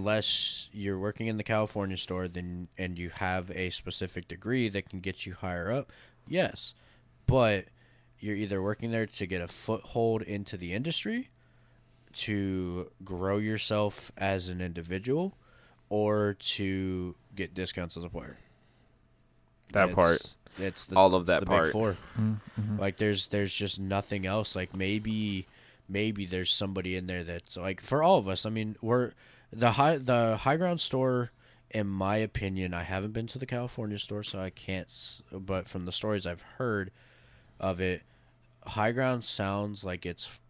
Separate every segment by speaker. Speaker 1: unless you're working in the California store then and you have a specific degree that can get you higher up, yes. But you're either working there to get a foothold into the industry, to grow yourself as an individual, or to get discounts as a player.
Speaker 2: That
Speaker 1: It's-
Speaker 2: part.
Speaker 1: It's the,
Speaker 2: All of
Speaker 1: it's
Speaker 2: that
Speaker 1: the
Speaker 2: part.
Speaker 1: Big 4 Like there's there's just nothing else. Like maybe maybe there's somebody in there that's like for all of us. I mean, we're the high the high ground store. In my opinion, I haven't been to the California store, so I can't. s- But from the stories I've heard of it, high ground sounds like it's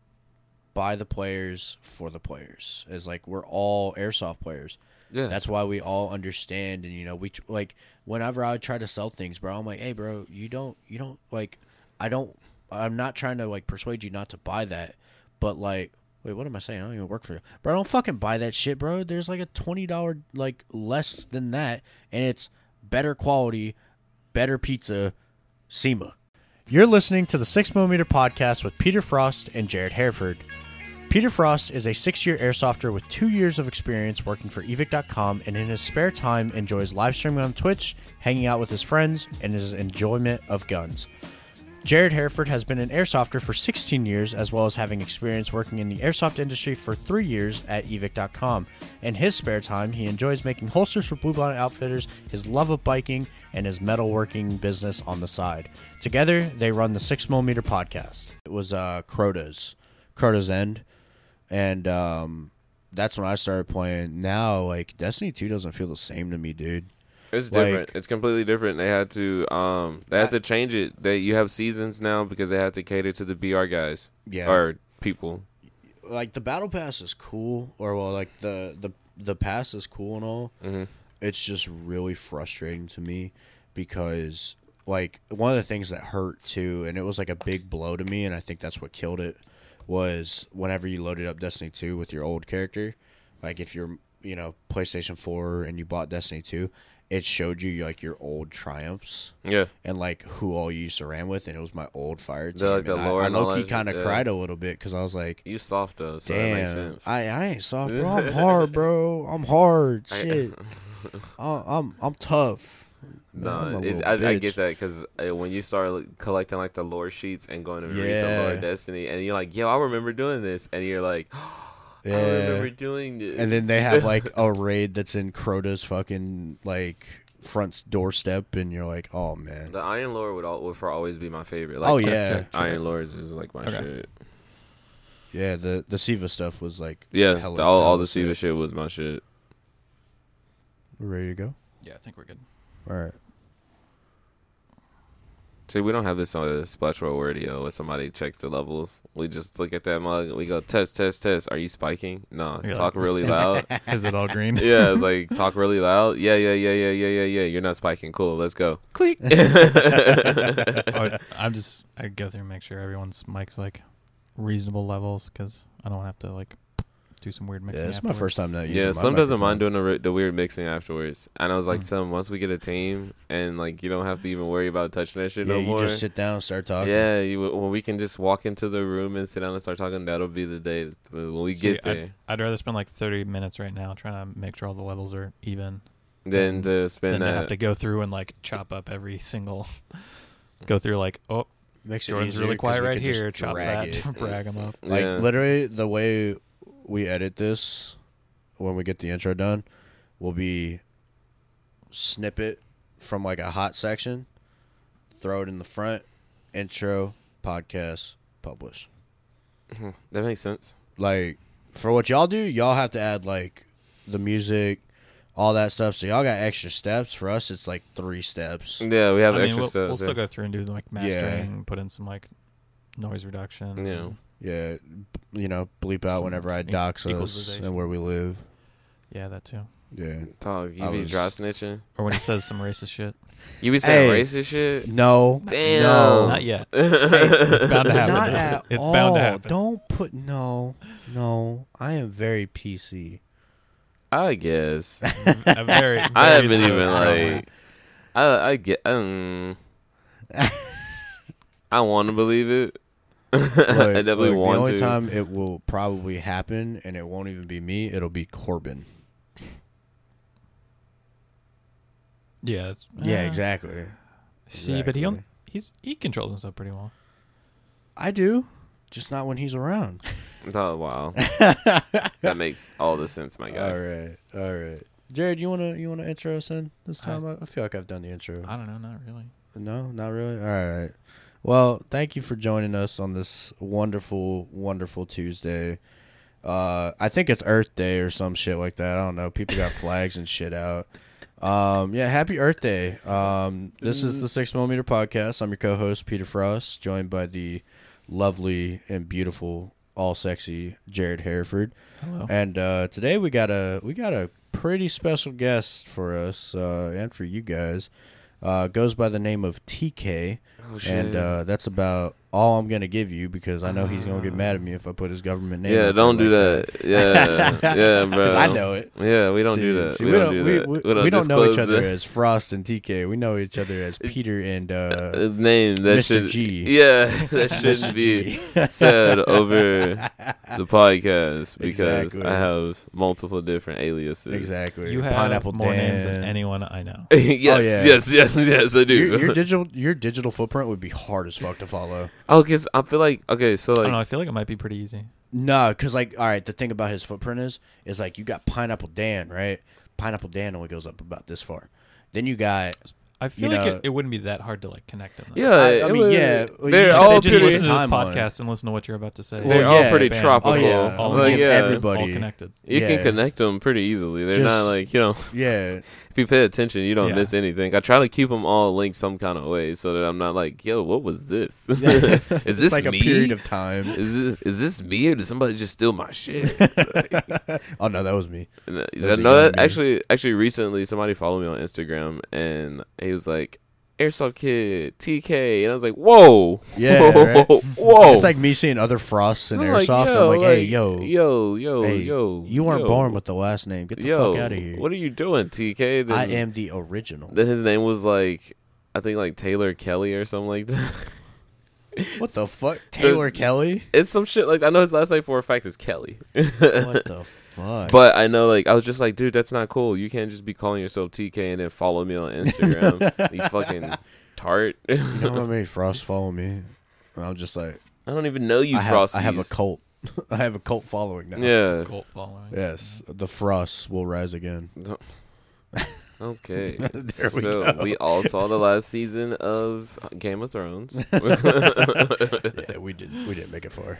Speaker 1: by the players for the players. It's like we're all airsoft players.
Speaker 2: Yeah.
Speaker 1: That's why we all understand, and you know, we like whenever I would try to sell things, bro. I'm like, hey, bro, you don't, you don't like, I don't, I'm not trying to like persuade you not to buy that, but like, wait, what am I saying? I don't even work for you, bro. I don't fucking buy that shit, bro. There's like a twenty dollar like less than that, and it's better quality, better pizza, SEMA. You're listening to the 6mm podcast with Peter Frost and Jared Hereford. Peter Frost is a six year airsofter with two years of experience working for evic.com and in his spare time enjoys live streaming on Twitch, hanging out with his friends, and his enjoyment of guns. Jared Hereford has been an airsofter for 16 years, as well as having experience working in the airsoft industry for three years at evic.com. In his spare time, he enjoys making holsters for Blue Bonnet Outfitters, his love of biking, and his metalworking business on the side. Together, they run the 6mm podcast. It was uh, Crota's, Crota's End, and um, that's when I started playing. Now, like, Destiny 2 doesn't feel the same to me, dude.
Speaker 2: It's
Speaker 1: Like-
Speaker 2: different. it's completely different. They had to um they had to change it. They you have seasons now because they had to cater to the BR guys.
Speaker 1: Yeah.
Speaker 2: Or people.
Speaker 1: like the battle pass is cool, or well, like the the the pass is cool and all. Mm-hmm. It's just really frustrating to me because like one of the things that hurt too, and it was like a big blow to me, and I think that's what killed it was whenever you loaded up Destiny two with your old character, like if you're you know PlayStation four and you bought Destiny two, it showed you like your old triumphs
Speaker 2: Yeah.
Speaker 1: and like who all you used to ran with, and it was my old fire team.
Speaker 2: The- like, the
Speaker 1: and I-
Speaker 2: lore
Speaker 1: I,
Speaker 2: and all
Speaker 1: low key
Speaker 2: that
Speaker 1: kind of
Speaker 2: shit, yeah.
Speaker 1: cried a little bit because I was like.
Speaker 2: You soft though, so that makes
Speaker 1: Damn,
Speaker 2: sense.
Speaker 1: I, I ain't soft, bro. I'm hard, bro. I'm hard.
Speaker 2: I-
Speaker 1: Shit, I, I'm I'm tough. Man,
Speaker 2: No,
Speaker 1: I'm a
Speaker 2: it,
Speaker 1: little
Speaker 2: I, I
Speaker 1: bitch.
Speaker 2: get that because when you start like, collecting like the lore sheets and going to read the
Speaker 1: Yeah.
Speaker 2: lore of Destiny, and you're like, "Yo, I remember doing this," and you're like, "I
Speaker 1: Yeah.
Speaker 2: remember doing this."
Speaker 1: And then they have like a raid that's in Crota's fucking like front doorstep, and you're like, oh man.
Speaker 2: the Iron Lore would, al- would for always be my favorite. Like,
Speaker 1: Oh, yeah.
Speaker 2: check, check. Iron Lore is is, like my
Speaker 3: Okay.
Speaker 2: shit.
Speaker 1: Yeah, the the Siva stuff was like
Speaker 2: Yeah,
Speaker 1: hella-
Speaker 2: the- all all the
Speaker 1: hella
Speaker 2: Siva
Speaker 1: sick.
Speaker 2: shit was my shit.
Speaker 1: Ready to go?
Speaker 3: Yeah, I think we're good.
Speaker 1: All right.
Speaker 2: See, we don't have this on the Splash Roll Radio where somebody checks the levels. We just look at that mug and we go, test, test, test. Are you spiking? No.
Speaker 3: Yeah.
Speaker 2: Talk really loud.
Speaker 3: Is it all green?
Speaker 2: yeah, it's like, talk really loud. Yeah, yeah, yeah, yeah, yeah, yeah, yeah. You're not spiking. Cool. Let's go. Click.
Speaker 3: Or I'm just I go through and make sure everyone's mic's like reasonable levels because I don't have to like do some weird mixing.
Speaker 1: Yeah, it's my
Speaker 3: afterwards.
Speaker 1: first time that. using
Speaker 2: yeah,
Speaker 1: my
Speaker 2: some doesn't
Speaker 1: microphone. Mm.
Speaker 2: mind doing the, re- the weird mixing afterwards. And I was like, some, once we get a team and like you don't have to even worry about touching that shit
Speaker 1: Yeah,
Speaker 2: no
Speaker 1: you
Speaker 2: more.
Speaker 1: just sit down, and start talking.
Speaker 2: yeah, you, when we can just walk into the room and sit down and start talking, that'll be the day when we
Speaker 3: See,
Speaker 2: get
Speaker 3: I'd-
Speaker 2: there.
Speaker 3: I'd, rather spend like 30 minutes right now trying to make sure all the levels are even
Speaker 2: Than to spend
Speaker 3: than to
Speaker 1: uh,
Speaker 2: that.
Speaker 3: have to go through and like chop up every single. go through like oh
Speaker 1: makes it
Speaker 3: Jordan's
Speaker 1: easier
Speaker 3: really
Speaker 1: 'cause
Speaker 3: quiet
Speaker 1: we
Speaker 3: right
Speaker 1: can just
Speaker 3: here. Chop
Speaker 1: drag
Speaker 3: that,
Speaker 1: it.
Speaker 3: brag him up.
Speaker 1: Like
Speaker 2: Yeah.
Speaker 1: literally the way we edit this when we get the intro done will be snippet from like a hot section, throw it in the front, intro, podcast, publish.
Speaker 2: that makes sense.
Speaker 1: Like for what y'all do, y'all have to add like the music, all that stuff. So y'all got extra steps. For us it's like three steps.
Speaker 2: Yeah, we have
Speaker 3: I mean,
Speaker 2: extra
Speaker 3: we'll,
Speaker 2: steps.
Speaker 3: we'll
Speaker 2: yeah.
Speaker 3: still go through and do like mastering, put in some like noise reduction.
Speaker 2: Yeah.
Speaker 1: Yeah. b- You know, bleep out
Speaker 3: Some-
Speaker 1: whenever I
Speaker 3: some e-
Speaker 1: dox us
Speaker 3: equalization.
Speaker 1: and where we live.
Speaker 3: yeah, that too.
Speaker 1: Yeah.
Speaker 2: Dog, you
Speaker 1: I
Speaker 2: be
Speaker 1: was-
Speaker 2: dry snitching.
Speaker 3: Or when he says some racist shit.
Speaker 2: You be saying
Speaker 1: Hey.
Speaker 2: racist shit.
Speaker 1: No.
Speaker 2: Damn.
Speaker 1: No.
Speaker 3: Not yet. It's bound to happen.
Speaker 1: Not at
Speaker 3: it's
Speaker 1: all.
Speaker 3: bound to happen.
Speaker 1: Don't put no, no. I am very PC.
Speaker 2: I guess.
Speaker 3: A
Speaker 2: I
Speaker 3: very, very
Speaker 2: haven't
Speaker 3: low
Speaker 2: even
Speaker 3: strong-
Speaker 2: like. I I get. Um, I want to believe it. I
Speaker 1: Look,
Speaker 2: definitely
Speaker 1: look,
Speaker 2: want
Speaker 1: the only
Speaker 2: to.
Speaker 1: time it will probably happen, and it won't even be me. It'll be Corbin.
Speaker 3: Yeah. It's,
Speaker 1: yeah,
Speaker 3: uh,
Speaker 1: exactly.
Speaker 3: See, but
Speaker 1: Exactly.
Speaker 3: he don't, he's he controls himself pretty well.
Speaker 1: I do, just not when he's around.
Speaker 2: Oh wow, that makes all the sense, my guy.
Speaker 1: All right, all right. Jared, you wanna you wanna intro us in this time? I, I feel like I've done the intro.
Speaker 3: I don't know, not really.
Speaker 1: No, not really. All right. Well, thank you for joining us on this wonderful, wonderful Tuesday. Uh, I think it's Earth Day or some shit like that. I don't know. People got flags and shit out. Um, yeah, happy Earth Day. Um, this is the Six Millimeter Podcast. I'm your co-host Peter Frost, joined by the lovely and beautiful, all sexy Jared Hereford.
Speaker 2: Oh.
Speaker 3: Hello.
Speaker 1: And uh, today we got a we got a pretty special guest for us uh, and for you guys. Uh, goes by the name of TK,
Speaker 2: Oh,
Speaker 1: and uh, that's about all I'm gonna give you because I know he's gonna get mad at me if I put his government name.
Speaker 2: yeah,
Speaker 1: out
Speaker 2: don't
Speaker 1: there
Speaker 2: do
Speaker 1: like
Speaker 2: that. Yeah, yeah, bro.
Speaker 1: 'Cause I know it.
Speaker 2: Yeah, we don't
Speaker 1: See-
Speaker 2: do that.
Speaker 1: see,
Speaker 2: we, don't, do that.
Speaker 1: We, we- we don't know
Speaker 2: disclose
Speaker 1: each other
Speaker 2: that.
Speaker 1: as Frost and TK. We know each other as Peter and uh,
Speaker 2: Uh, name that
Speaker 1: Mr.
Speaker 2: should
Speaker 1: G.
Speaker 2: yeah that shouldn't be
Speaker 1: G.
Speaker 2: said over the podcast because
Speaker 1: Exactly.
Speaker 2: I have multiple different aliases.
Speaker 1: exactly.
Speaker 3: you have
Speaker 1: Pineapple
Speaker 3: more names than
Speaker 1: Dan.
Speaker 3: anyone I know.
Speaker 2: yes,
Speaker 1: yeah.
Speaker 2: yes, yes, yes. I do.
Speaker 1: Your, your digital your digital footprint would be hard as fuck to follow.
Speaker 2: oh, because I feel like okay, so
Speaker 3: I don't know.
Speaker 2: like
Speaker 3: I feel like it might be pretty easy.
Speaker 1: No, because like, all right, the thing about his footprint is, is like you got Pineapple Dan, right? Pineapple Dan only goes up about this far. Then you got,
Speaker 3: I feel
Speaker 1: You
Speaker 3: like
Speaker 1: know-
Speaker 3: it, it wouldn't be that hard to like connect them. though.
Speaker 2: yeah,
Speaker 1: I- I
Speaker 2: it
Speaker 1: mean,
Speaker 2: was-
Speaker 1: yeah, well, you
Speaker 2: they're
Speaker 1: should-
Speaker 2: all
Speaker 1: they
Speaker 3: they just
Speaker 2: pretty.
Speaker 3: listen to this
Speaker 1: Time on it.
Speaker 3: podcast and listen to what you're about to say.
Speaker 2: They're
Speaker 1: Well,
Speaker 2: all
Speaker 1: yeah.
Speaker 2: pretty
Speaker 3: Bam.
Speaker 2: tropical.
Speaker 1: Oh, yeah.
Speaker 3: all,
Speaker 1: Like,
Speaker 2: Like, yeah,
Speaker 1: everybody-
Speaker 3: all
Speaker 1: buddy.
Speaker 3: connected.
Speaker 2: you
Speaker 1: yeah.
Speaker 2: can connect them pretty easily. They're not
Speaker 1: Just-
Speaker 2: like you know.
Speaker 1: yeah,
Speaker 2: if you pay attention, you don't
Speaker 3: Yeah.
Speaker 2: miss anything. I try to keep them all linked some kind of way so that I'm not like, yo, what was this? is
Speaker 1: It's
Speaker 2: this
Speaker 1: like
Speaker 2: me?
Speaker 1: a period of time?
Speaker 2: is this is this me or did somebody just steal my shit?
Speaker 1: oh no, that was me.
Speaker 2: And uh, that-
Speaker 1: Those are
Speaker 2: no, that,
Speaker 1: yummy.
Speaker 2: actually, actually, recently somebody followed me on Instagram and he was like, "Airsoft Kid TK," and I was like, "Whoa,
Speaker 1: Yeah,
Speaker 2: whoa,
Speaker 1: right?
Speaker 2: whoa!"
Speaker 1: It's like me seeing other frosts and
Speaker 2: Oh. I'm like,
Speaker 1: airsoft.
Speaker 2: yo,
Speaker 1: I'm like, hey, yo,
Speaker 2: yo, yo,
Speaker 1: hey,
Speaker 2: yo,
Speaker 1: you weren't
Speaker 2: yo,
Speaker 1: born with the last name. Get the
Speaker 2: yo,
Speaker 1: fuck out of here.
Speaker 2: What are you doing, TK? Then-
Speaker 1: I am the original.
Speaker 2: Then his name was like, I think like Taylor Kelly or something like that.
Speaker 1: What the fuck,
Speaker 2: So-
Speaker 1: Taylor Kelly?
Speaker 2: It's some shit like I know his last name for a fact is Kelly,
Speaker 1: What the fuck?
Speaker 2: but I know like I was just like, dude, that's not cool. You can't just be calling yourself TK and then follow me on Instagram. you fucking tart.
Speaker 1: you know how many frosts follow me? And I'm just like,
Speaker 2: I don't even know you,
Speaker 1: I have,
Speaker 2: Frosty.
Speaker 1: I have a cult. I have a cult following now.
Speaker 2: Yeah.
Speaker 3: Cult following.
Speaker 1: Yes, the frosts will rise again.
Speaker 2: Okay.
Speaker 1: There we
Speaker 2: so
Speaker 1: go.
Speaker 2: we all saw the last season of Game of Thrones.
Speaker 1: yeah, we didn't. We didn't make it far.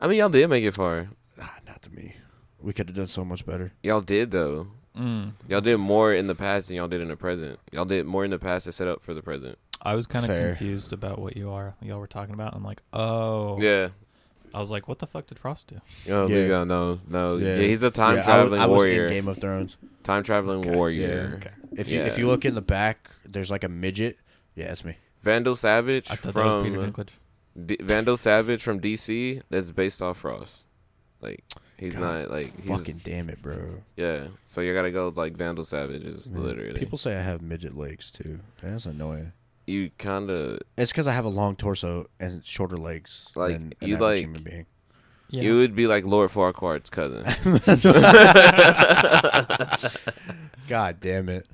Speaker 2: I mean, y'all did make it far.
Speaker 1: Ah, not to me. We could have done so much better.
Speaker 2: Y'all did though.
Speaker 3: Mm.
Speaker 2: Y'all did more in the past than y'all did in the present. Y'all did more in the past to set up for the present.
Speaker 3: I was kind of
Speaker 1: Fair.
Speaker 3: confused about what you are y'all were talking about. I'm like, oh,
Speaker 2: Yeah.
Speaker 3: I was like, what the fuck did Frost do?
Speaker 2: Oh,
Speaker 1: Yeah.
Speaker 2: Lugo, no, no.
Speaker 1: Yeah.
Speaker 2: Yeah. he's a time
Speaker 1: Yeah, I w-
Speaker 2: traveling
Speaker 1: I, was in
Speaker 2: warrior.
Speaker 1: Game of Thrones.
Speaker 2: Time traveling warrior.
Speaker 1: Yeah. If you if
Speaker 2: Yeah.
Speaker 1: you look in the back, there's like a midget. Yeah, that's me.
Speaker 2: Vandal Savage
Speaker 3: I thought that was Peter
Speaker 2: from
Speaker 3: Dinklage.
Speaker 2: D- Vandal Savage from DC. That's based off Frost. Like he's
Speaker 1: God
Speaker 2: not like he's,
Speaker 1: Fucking damn it, bro.
Speaker 2: yeah. So you gotta go with, like Vandal Savage is
Speaker 1: Man,
Speaker 2: literally
Speaker 1: People say I have midget legs too. That's annoying.
Speaker 2: you kind of
Speaker 1: It's because I have a long torso and shorter legs
Speaker 2: Like,
Speaker 1: than an
Speaker 2: you
Speaker 1: average
Speaker 2: like-
Speaker 1: human being.
Speaker 3: Yeah.
Speaker 2: you would be like Lord Farquaad's cousin.
Speaker 1: God damn it.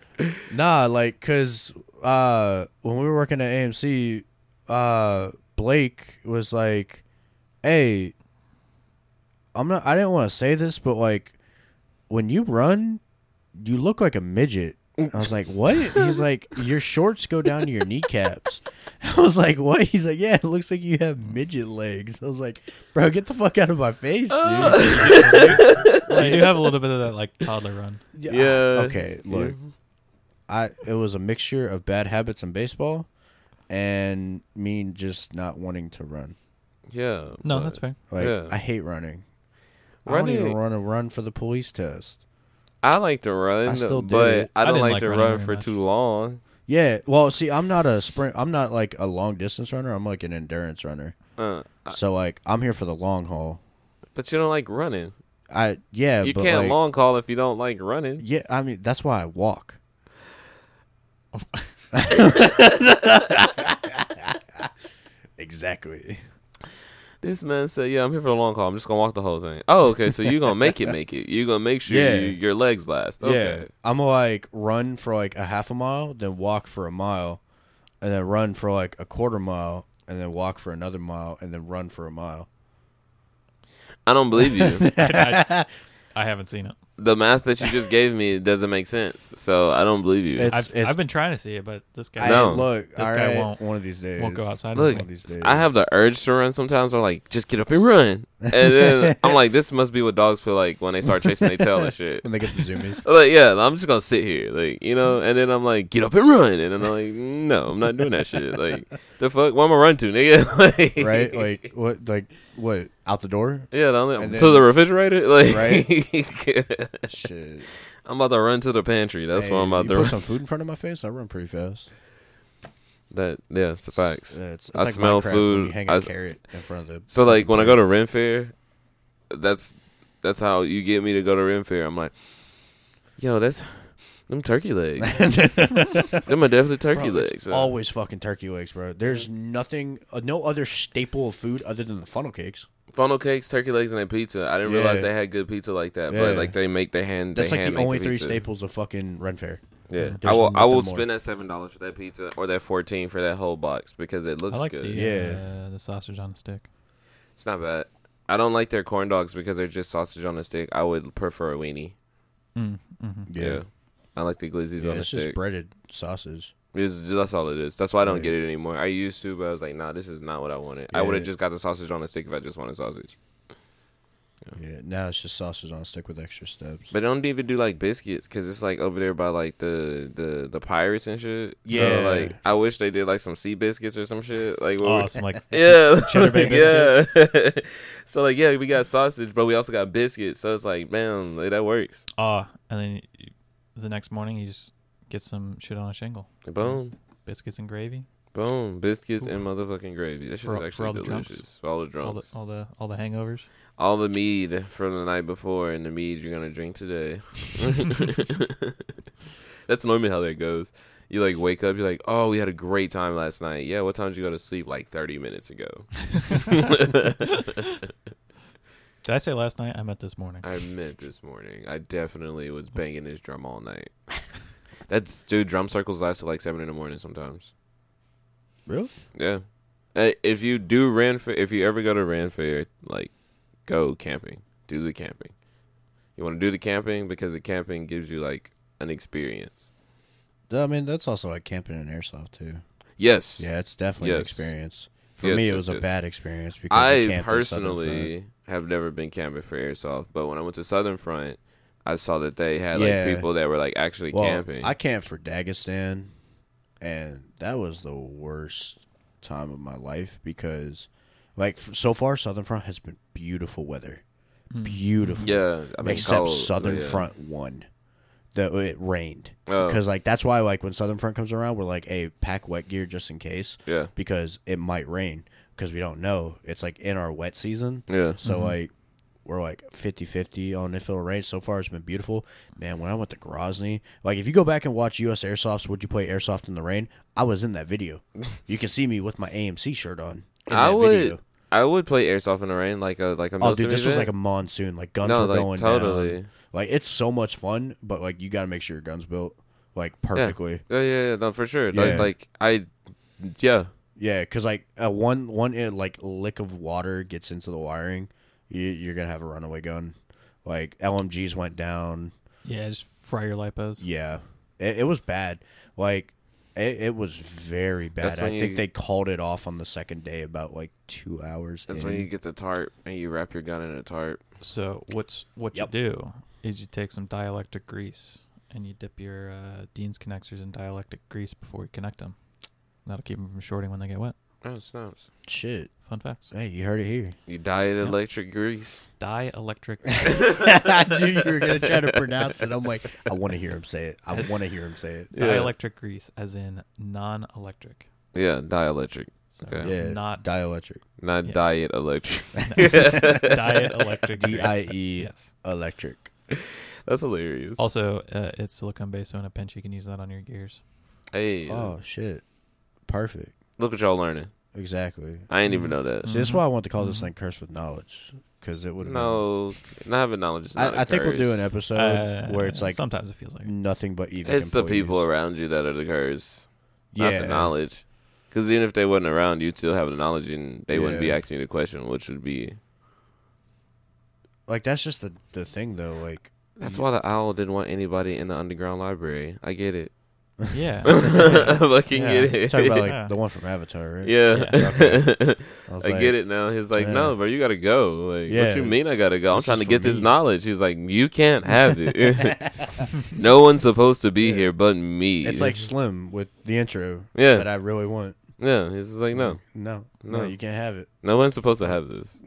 Speaker 1: Nah, like, cause uh, when we were working at AMC, uh, Blake was like, "Hey, I'm not. I didn't want to say this, but like, when you run, you look like a midget." I was like, "What?" He's like, "Your shorts go down to your kneecaps." I was like, "What?" He's like, "Yeah, it looks like you have midget legs." I was like, "Bro, get the fuck out of my face, dude."
Speaker 3: you do have a little bit of that like toddler run.
Speaker 2: yeah.
Speaker 1: Okay, look. I it was a mixture of bad habits in baseball and me just not wanting to run.
Speaker 2: Yeah.
Speaker 3: No,
Speaker 2: but-
Speaker 3: that's fair.
Speaker 1: Like
Speaker 2: Yeah.
Speaker 1: I hate running. I don't even
Speaker 2: Running-
Speaker 1: want to run for the police test.
Speaker 2: I like to run,
Speaker 1: I still do.
Speaker 2: but
Speaker 3: I
Speaker 2: I don't
Speaker 3: didn't
Speaker 2: like,
Speaker 3: like
Speaker 2: to
Speaker 3: running
Speaker 2: run
Speaker 3: very
Speaker 2: for
Speaker 3: much.
Speaker 2: too long.
Speaker 1: Yeah, well, see, I'm not a sprint. I'm not like a long distance runner. I'm like an endurance runner.
Speaker 2: Uh, I-
Speaker 1: So like, I'm here for the long haul.
Speaker 2: but you don't like running.
Speaker 1: I yeah,
Speaker 2: you
Speaker 1: but
Speaker 2: can't
Speaker 1: like,
Speaker 2: long call if you don't like running.
Speaker 1: Yeah, I mean that's why I walk. exactly.
Speaker 2: This man said, "Yeah, I'm here for the long haul. I'm just gonna walk the whole thing." Oh, okay. So you gonna make it, make it. You gonna make sure
Speaker 1: Yeah.
Speaker 2: you, your legs last.
Speaker 1: Yeah,
Speaker 2: Okay.
Speaker 1: I'm gonna like run for like a half a mile, then walk for a mile, and then run for like a quarter mile, and then walk for another mile, and then run for a mile.
Speaker 2: I don't believe you.
Speaker 3: I, I haven't seen it.
Speaker 2: the math that you just gave me doesn't make sense. So I don't believe you.
Speaker 1: It's-
Speaker 3: I've, I've been trying to see it, but this guy
Speaker 1: I,
Speaker 2: No.
Speaker 1: look,
Speaker 3: This
Speaker 1: all
Speaker 3: guy
Speaker 1: right,
Speaker 3: won't-
Speaker 1: one of these days.
Speaker 3: won't go outside.
Speaker 2: Look,
Speaker 1: One of these days.
Speaker 2: I have the urge to run sometimes. Where I'm like, just get up and run, and then I'm like, this must be what dogs feel like when they start chasing their tail and shit.
Speaker 1: when they get the zoomies.
Speaker 2: Like, yeah, I'm just gonna sit here, like you know, and then I'm like, get up and run, and then I'm like, no, I'm not doing that shit. Like, the fuck, where am I run to, nigga? like,
Speaker 1: right? Like what? Like what? Out the door?
Speaker 2: yeah, the only,
Speaker 1: And
Speaker 2: to
Speaker 1: then-
Speaker 2: the refrigerator. Like,
Speaker 1: Shit.
Speaker 2: I'm about to run to the pantry. That's
Speaker 1: Hey,
Speaker 2: what I'm about
Speaker 1: you
Speaker 2: to
Speaker 1: put
Speaker 2: run.
Speaker 1: some food in front of my face. I run pretty fast.
Speaker 2: That yeah, it's the facts.
Speaker 1: Yeah, it's, it's
Speaker 2: I
Speaker 1: like
Speaker 2: smell
Speaker 1: Minecraft when
Speaker 2: food.
Speaker 1: you hang
Speaker 2: I
Speaker 1: a
Speaker 2: s-
Speaker 1: carrot in front of the.
Speaker 2: So like when I go to Ren Fair, that's that's how you get me to go to Ren Fair. I'm like, yo, that's them turkey legs. them are definitely turkey
Speaker 1: Bro, it's
Speaker 2: legs. uh,
Speaker 1: always fucking turkey legs, bro. There's nothing, uh, no other staple of food other than the funnel cakes.
Speaker 2: Funnel cakes, turkey legs, and their pizza. I didn't realize
Speaker 1: Yeah.
Speaker 2: they had good pizza like that.
Speaker 1: Yeah.
Speaker 2: But like they make they hand.
Speaker 1: That's
Speaker 2: they
Speaker 1: like
Speaker 2: hand
Speaker 1: the
Speaker 2: make
Speaker 1: only three
Speaker 2: pizza.
Speaker 1: staples of fucking Ren Fair.
Speaker 2: Yeah,
Speaker 3: There's
Speaker 2: I will. I
Speaker 1: nothing
Speaker 2: will
Speaker 1: more.
Speaker 2: spend that seven dollars for that pizza or that fourteen for that whole box because it looks
Speaker 3: I like
Speaker 2: good.
Speaker 3: the
Speaker 1: Yeah.
Speaker 3: uh, the sausage on a stick.
Speaker 2: It's not bad. I don't like their corn dogs because they're just sausage on a stick. I would prefer a weenie.
Speaker 3: Mm, mhm.
Speaker 2: Yeah. I like the glizzies
Speaker 1: Yeah,
Speaker 2: on a
Speaker 1: it's just
Speaker 2: stick.
Speaker 1: breaded sausage.
Speaker 2: It's just- that's all it is. That's why I don't
Speaker 1: Yeah.
Speaker 2: get it anymore. I used to, but I was like, nah, this is not what I wanted. I
Speaker 1: Yeah.
Speaker 2: would have just got the sausage on a stick if I just wanted sausage.
Speaker 1: Yeah, now it's just sausage on a stick with extra steps.
Speaker 2: But they don't even do like biscuits because it's like over there by like the the the pirates and shit.
Speaker 1: Yeah.
Speaker 2: So, like I wish they did like some sea biscuits or some shit. Like what we-
Speaker 3: Oh, some like
Speaker 2: Yeah,
Speaker 3: some cheddar bay
Speaker 2: yeah.
Speaker 3: biscuits.
Speaker 2: so like, yeah, we got sausage, but we also got biscuits. So it's like, man, like, that works.
Speaker 3: Ah, and then you, the next morning you just get some shit on a shingle,
Speaker 2: Boom,
Speaker 3: biscuits and gravy,
Speaker 2: boom, biscuits and motherfucking gravy. That shit
Speaker 3: For-
Speaker 2: is
Speaker 3: for
Speaker 2: actually
Speaker 3: all the drunks.
Speaker 2: delicious. For all the drums,
Speaker 3: all the all the all the hangovers.
Speaker 2: all the mead from the night before and the mead you're gonna drink today. That's normally how that goes. You like wake up, you're like, oh, we had a great time last night. Yeah, what time did you go to sleep? Like 30 minutes ago.
Speaker 3: Did I say last night? I meant this morning.
Speaker 2: I meant this morning. I definitely was banging this drum all night. That's dude. Drum circles last till like seven in the morning sometimes.
Speaker 1: Really?
Speaker 2: Yeah. Uh, If you do Ran Fair, if you ever go to Ran Fair, like go camping. Do the camping. You want to do the camping because the camping gives you like an experience.
Speaker 1: I mean, that's also like camping in airsoft too.
Speaker 2: Yes.
Speaker 1: Yeah, it's definitely an
Speaker 2: Yes.
Speaker 1: experience. For
Speaker 2: Yes,
Speaker 1: me, it
Speaker 2: yes,
Speaker 1: was a
Speaker 2: yes.
Speaker 1: bad experience because we camped
Speaker 2: I
Speaker 1: in Southern Front.
Speaker 2: personally have never been camping for airsoft, but when I went to Southern Front, I saw that they had like
Speaker 1: Yeah.
Speaker 2: people that were like actually
Speaker 1: well,
Speaker 2: camping.
Speaker 1: I camped for Dagestan, and that was the worst time of my life because, like, f- so far Southern Front has been beautiful weather, Hmm. beautiful.
Speaker 2: yeah, I mean,
Speaker 1: except
Speaker 2: cold, but
Speaker 1: Southern
Speaker 2: yeah.
Speaker 1: Front one, that it rained
Speaker 2: Oh.
Speaker 1: because like that's why like when Southern Front comes around, we're like, hey, pack wet gear just in case
Speaker 2: Yeah.
Speaker 1: because it might rain because we don't know. It's like in our wet season,
Speaker 2: Yeah.
Speaker 1: so like we're like 50-50 on if it'll rain. So far, it's been beautiful, man. When I went to Grozny, like if you go back and watch U.S. Airsoft's "Would You Play Airsoft in the Rain," I was in that video. you can see me with my AMC shirt on. In
Speaker 2: I
Speaker 1: that
Speaker 2: would
Speaker 1: Video.
Speaker 2: I would play airsoft in the rain like a like a
Speaker 1: Oh,
Speaker 2: Milsim
Speaker 1: dude, this was like
Speaker 2: event.
Speaker 1: a monsoon. Like guns
Speaker 2: No,
Speaker 1: were
Speaker 2: like,
Speaker 1: going
Speaker 2: totally.
Speaker 1: down. Like it's so much fun, but like you got to make sure your gun's built like
Speaker 2: yeah.
Speaker 1: perfectly.
Speaker 2: Yeah, yeah, yeah, no, for sure.
Speaker 1: Yeah.
Speaker 2: Like, like I, yeah,
Speaker 1: Yeah, because like a one one uh, like lick of water gets into the wiring, you, you're gonna have a runaway gun. Like LMGs went down.
Speaker 3: Yeah, just fry your lipos.
Speaker 1: Yeah, it, it was bad. Like it, it was very bad.
Speaker 2: That's
Speaker 1: I
Speaker 2: when
Speaker 1: think
Speaker 2: you-
Speaker 1: they called it off on the second day, about like two hours.
Speaker 2: that's
Speaker 1: in.
Speaker 2: when you get the tarp and you wrap your gun in a tarp.
Speaker 3: So what's what
Speaker 1: Yep.
Speaker 3: you do is you take some dielectric grease and you dip your uh, Dean's connectors in dielectric grease before you connect them. That'll keep them from shorting when they get wet.
Speaker 2: Oh, snaps!
Speaker 1: Shit.
Speaker 3: Fun facts.
Speaker 1: Hey, you heard it here.
Speaker 2: You dye it
Speaker 3: Yep.
Speaker 2: electric grease.
Speaker 3: Dielectric.
Speaker 1: I knew you were gonna try to pronounce it. I'm like, I want to hear him say it. I want to hear him say it.
Speaker 3: Dielectric grease, as in non-electric.
Speaker 2: Yeah, dielectric,
Speaker 3: So
Speaker 2: Okay.
Speaker 1: Yeah,
Speaker 3: Not
Speaker 1: dielectric,
Speaker 2: not
Speaker 3: Yeah.
Speaker 2: diet electric.
Speaker 3: dielectric.
Speaker 1: D I
Speaker 3: grease.
Speaker 1: E
Speaker 3: Yes.
Speaker 1: electric.
Speaker 2: That's hilarious.
Speaker 3: Also, uh, it's silicone based, so in a pinch you can use that on your gears.
Speaker 2: Hey,
Speaker 1: Oh shit, perfect.
Speaker 2: look what y'all learning.
Speaker 1: exactly.
Speaker 2: I didn't even know that.
Speaker 1: See, that's
Speaker 3: Mhm.
Speaker 1: why I want to call this
Speaker 3: Mhm.
Speaker 1: thing "Cursed with Knowledge" because it would have
Speaker 2: No, not having knowledge is not a
Speaker 1: I, I think we'll do an
Speaker 2: curse.
Speaker 1: episode
Speaker 3: Uh,
Speaker 1: where it's like Mm.
Speaker 3: sometimes it feels like it.
Speaker 1: nothing but evil.
Speaker 2: It's the people
Speaker 1: employees.
Speaker 2: around you that are the curse,
Speaker 1: yeah,
Speaker 2: not the knowledge. Because even if they wasn't around, you'd still have the knowledge, and they wouldn't be
Speaker 1: Yeah.
Speaker 2: asking you the question, which would be
Speaker 1: like that's just the the thing though. Like
Speaker 2: that's why the owl didn't want anybody in the underground library. I get it.
Speaker 3: yeah.
Speaker 2: I fucking
Speaker 3: Yeah.
Speaker 2: get it.
Speaker 1: talking about like
Speaker 3: Yeah.
Speaker 1: the one from Avatar, right?
Speaker 2: yeah,
Speaker 1: I, was
Speaker 2: I
Speaker 1: like,
Speaker 2: get it now. He's like,
Speaker 1: Yeah.
Speaker 2: no, bro, you gotta go. Like,
Speaker 1: Yeah.
Speaker 2: what you mean I gotta go? I'm
Speaker 1: This
Speaker 2: trying
Speaker 1: is
Speaker 2: to
Speaker 1: for
Speaker 2: get this
Speaker 1: me."
Speaker 2: knowledge. He's like, you can't have it. no one's supposed to be
Speaker 1: Yeah.
Speaker 2: here but me.
Speaker 1: It's like Slim with the intro
Speaker 2: yeah,
Speaker 1: that I really want.
Speaker 2: yeah. He's just like, no,
Speaker 1: no, no,
Speaker 2: No.
Speaker 1: you can't have it.
Speaker 2: no one's supposed to have this.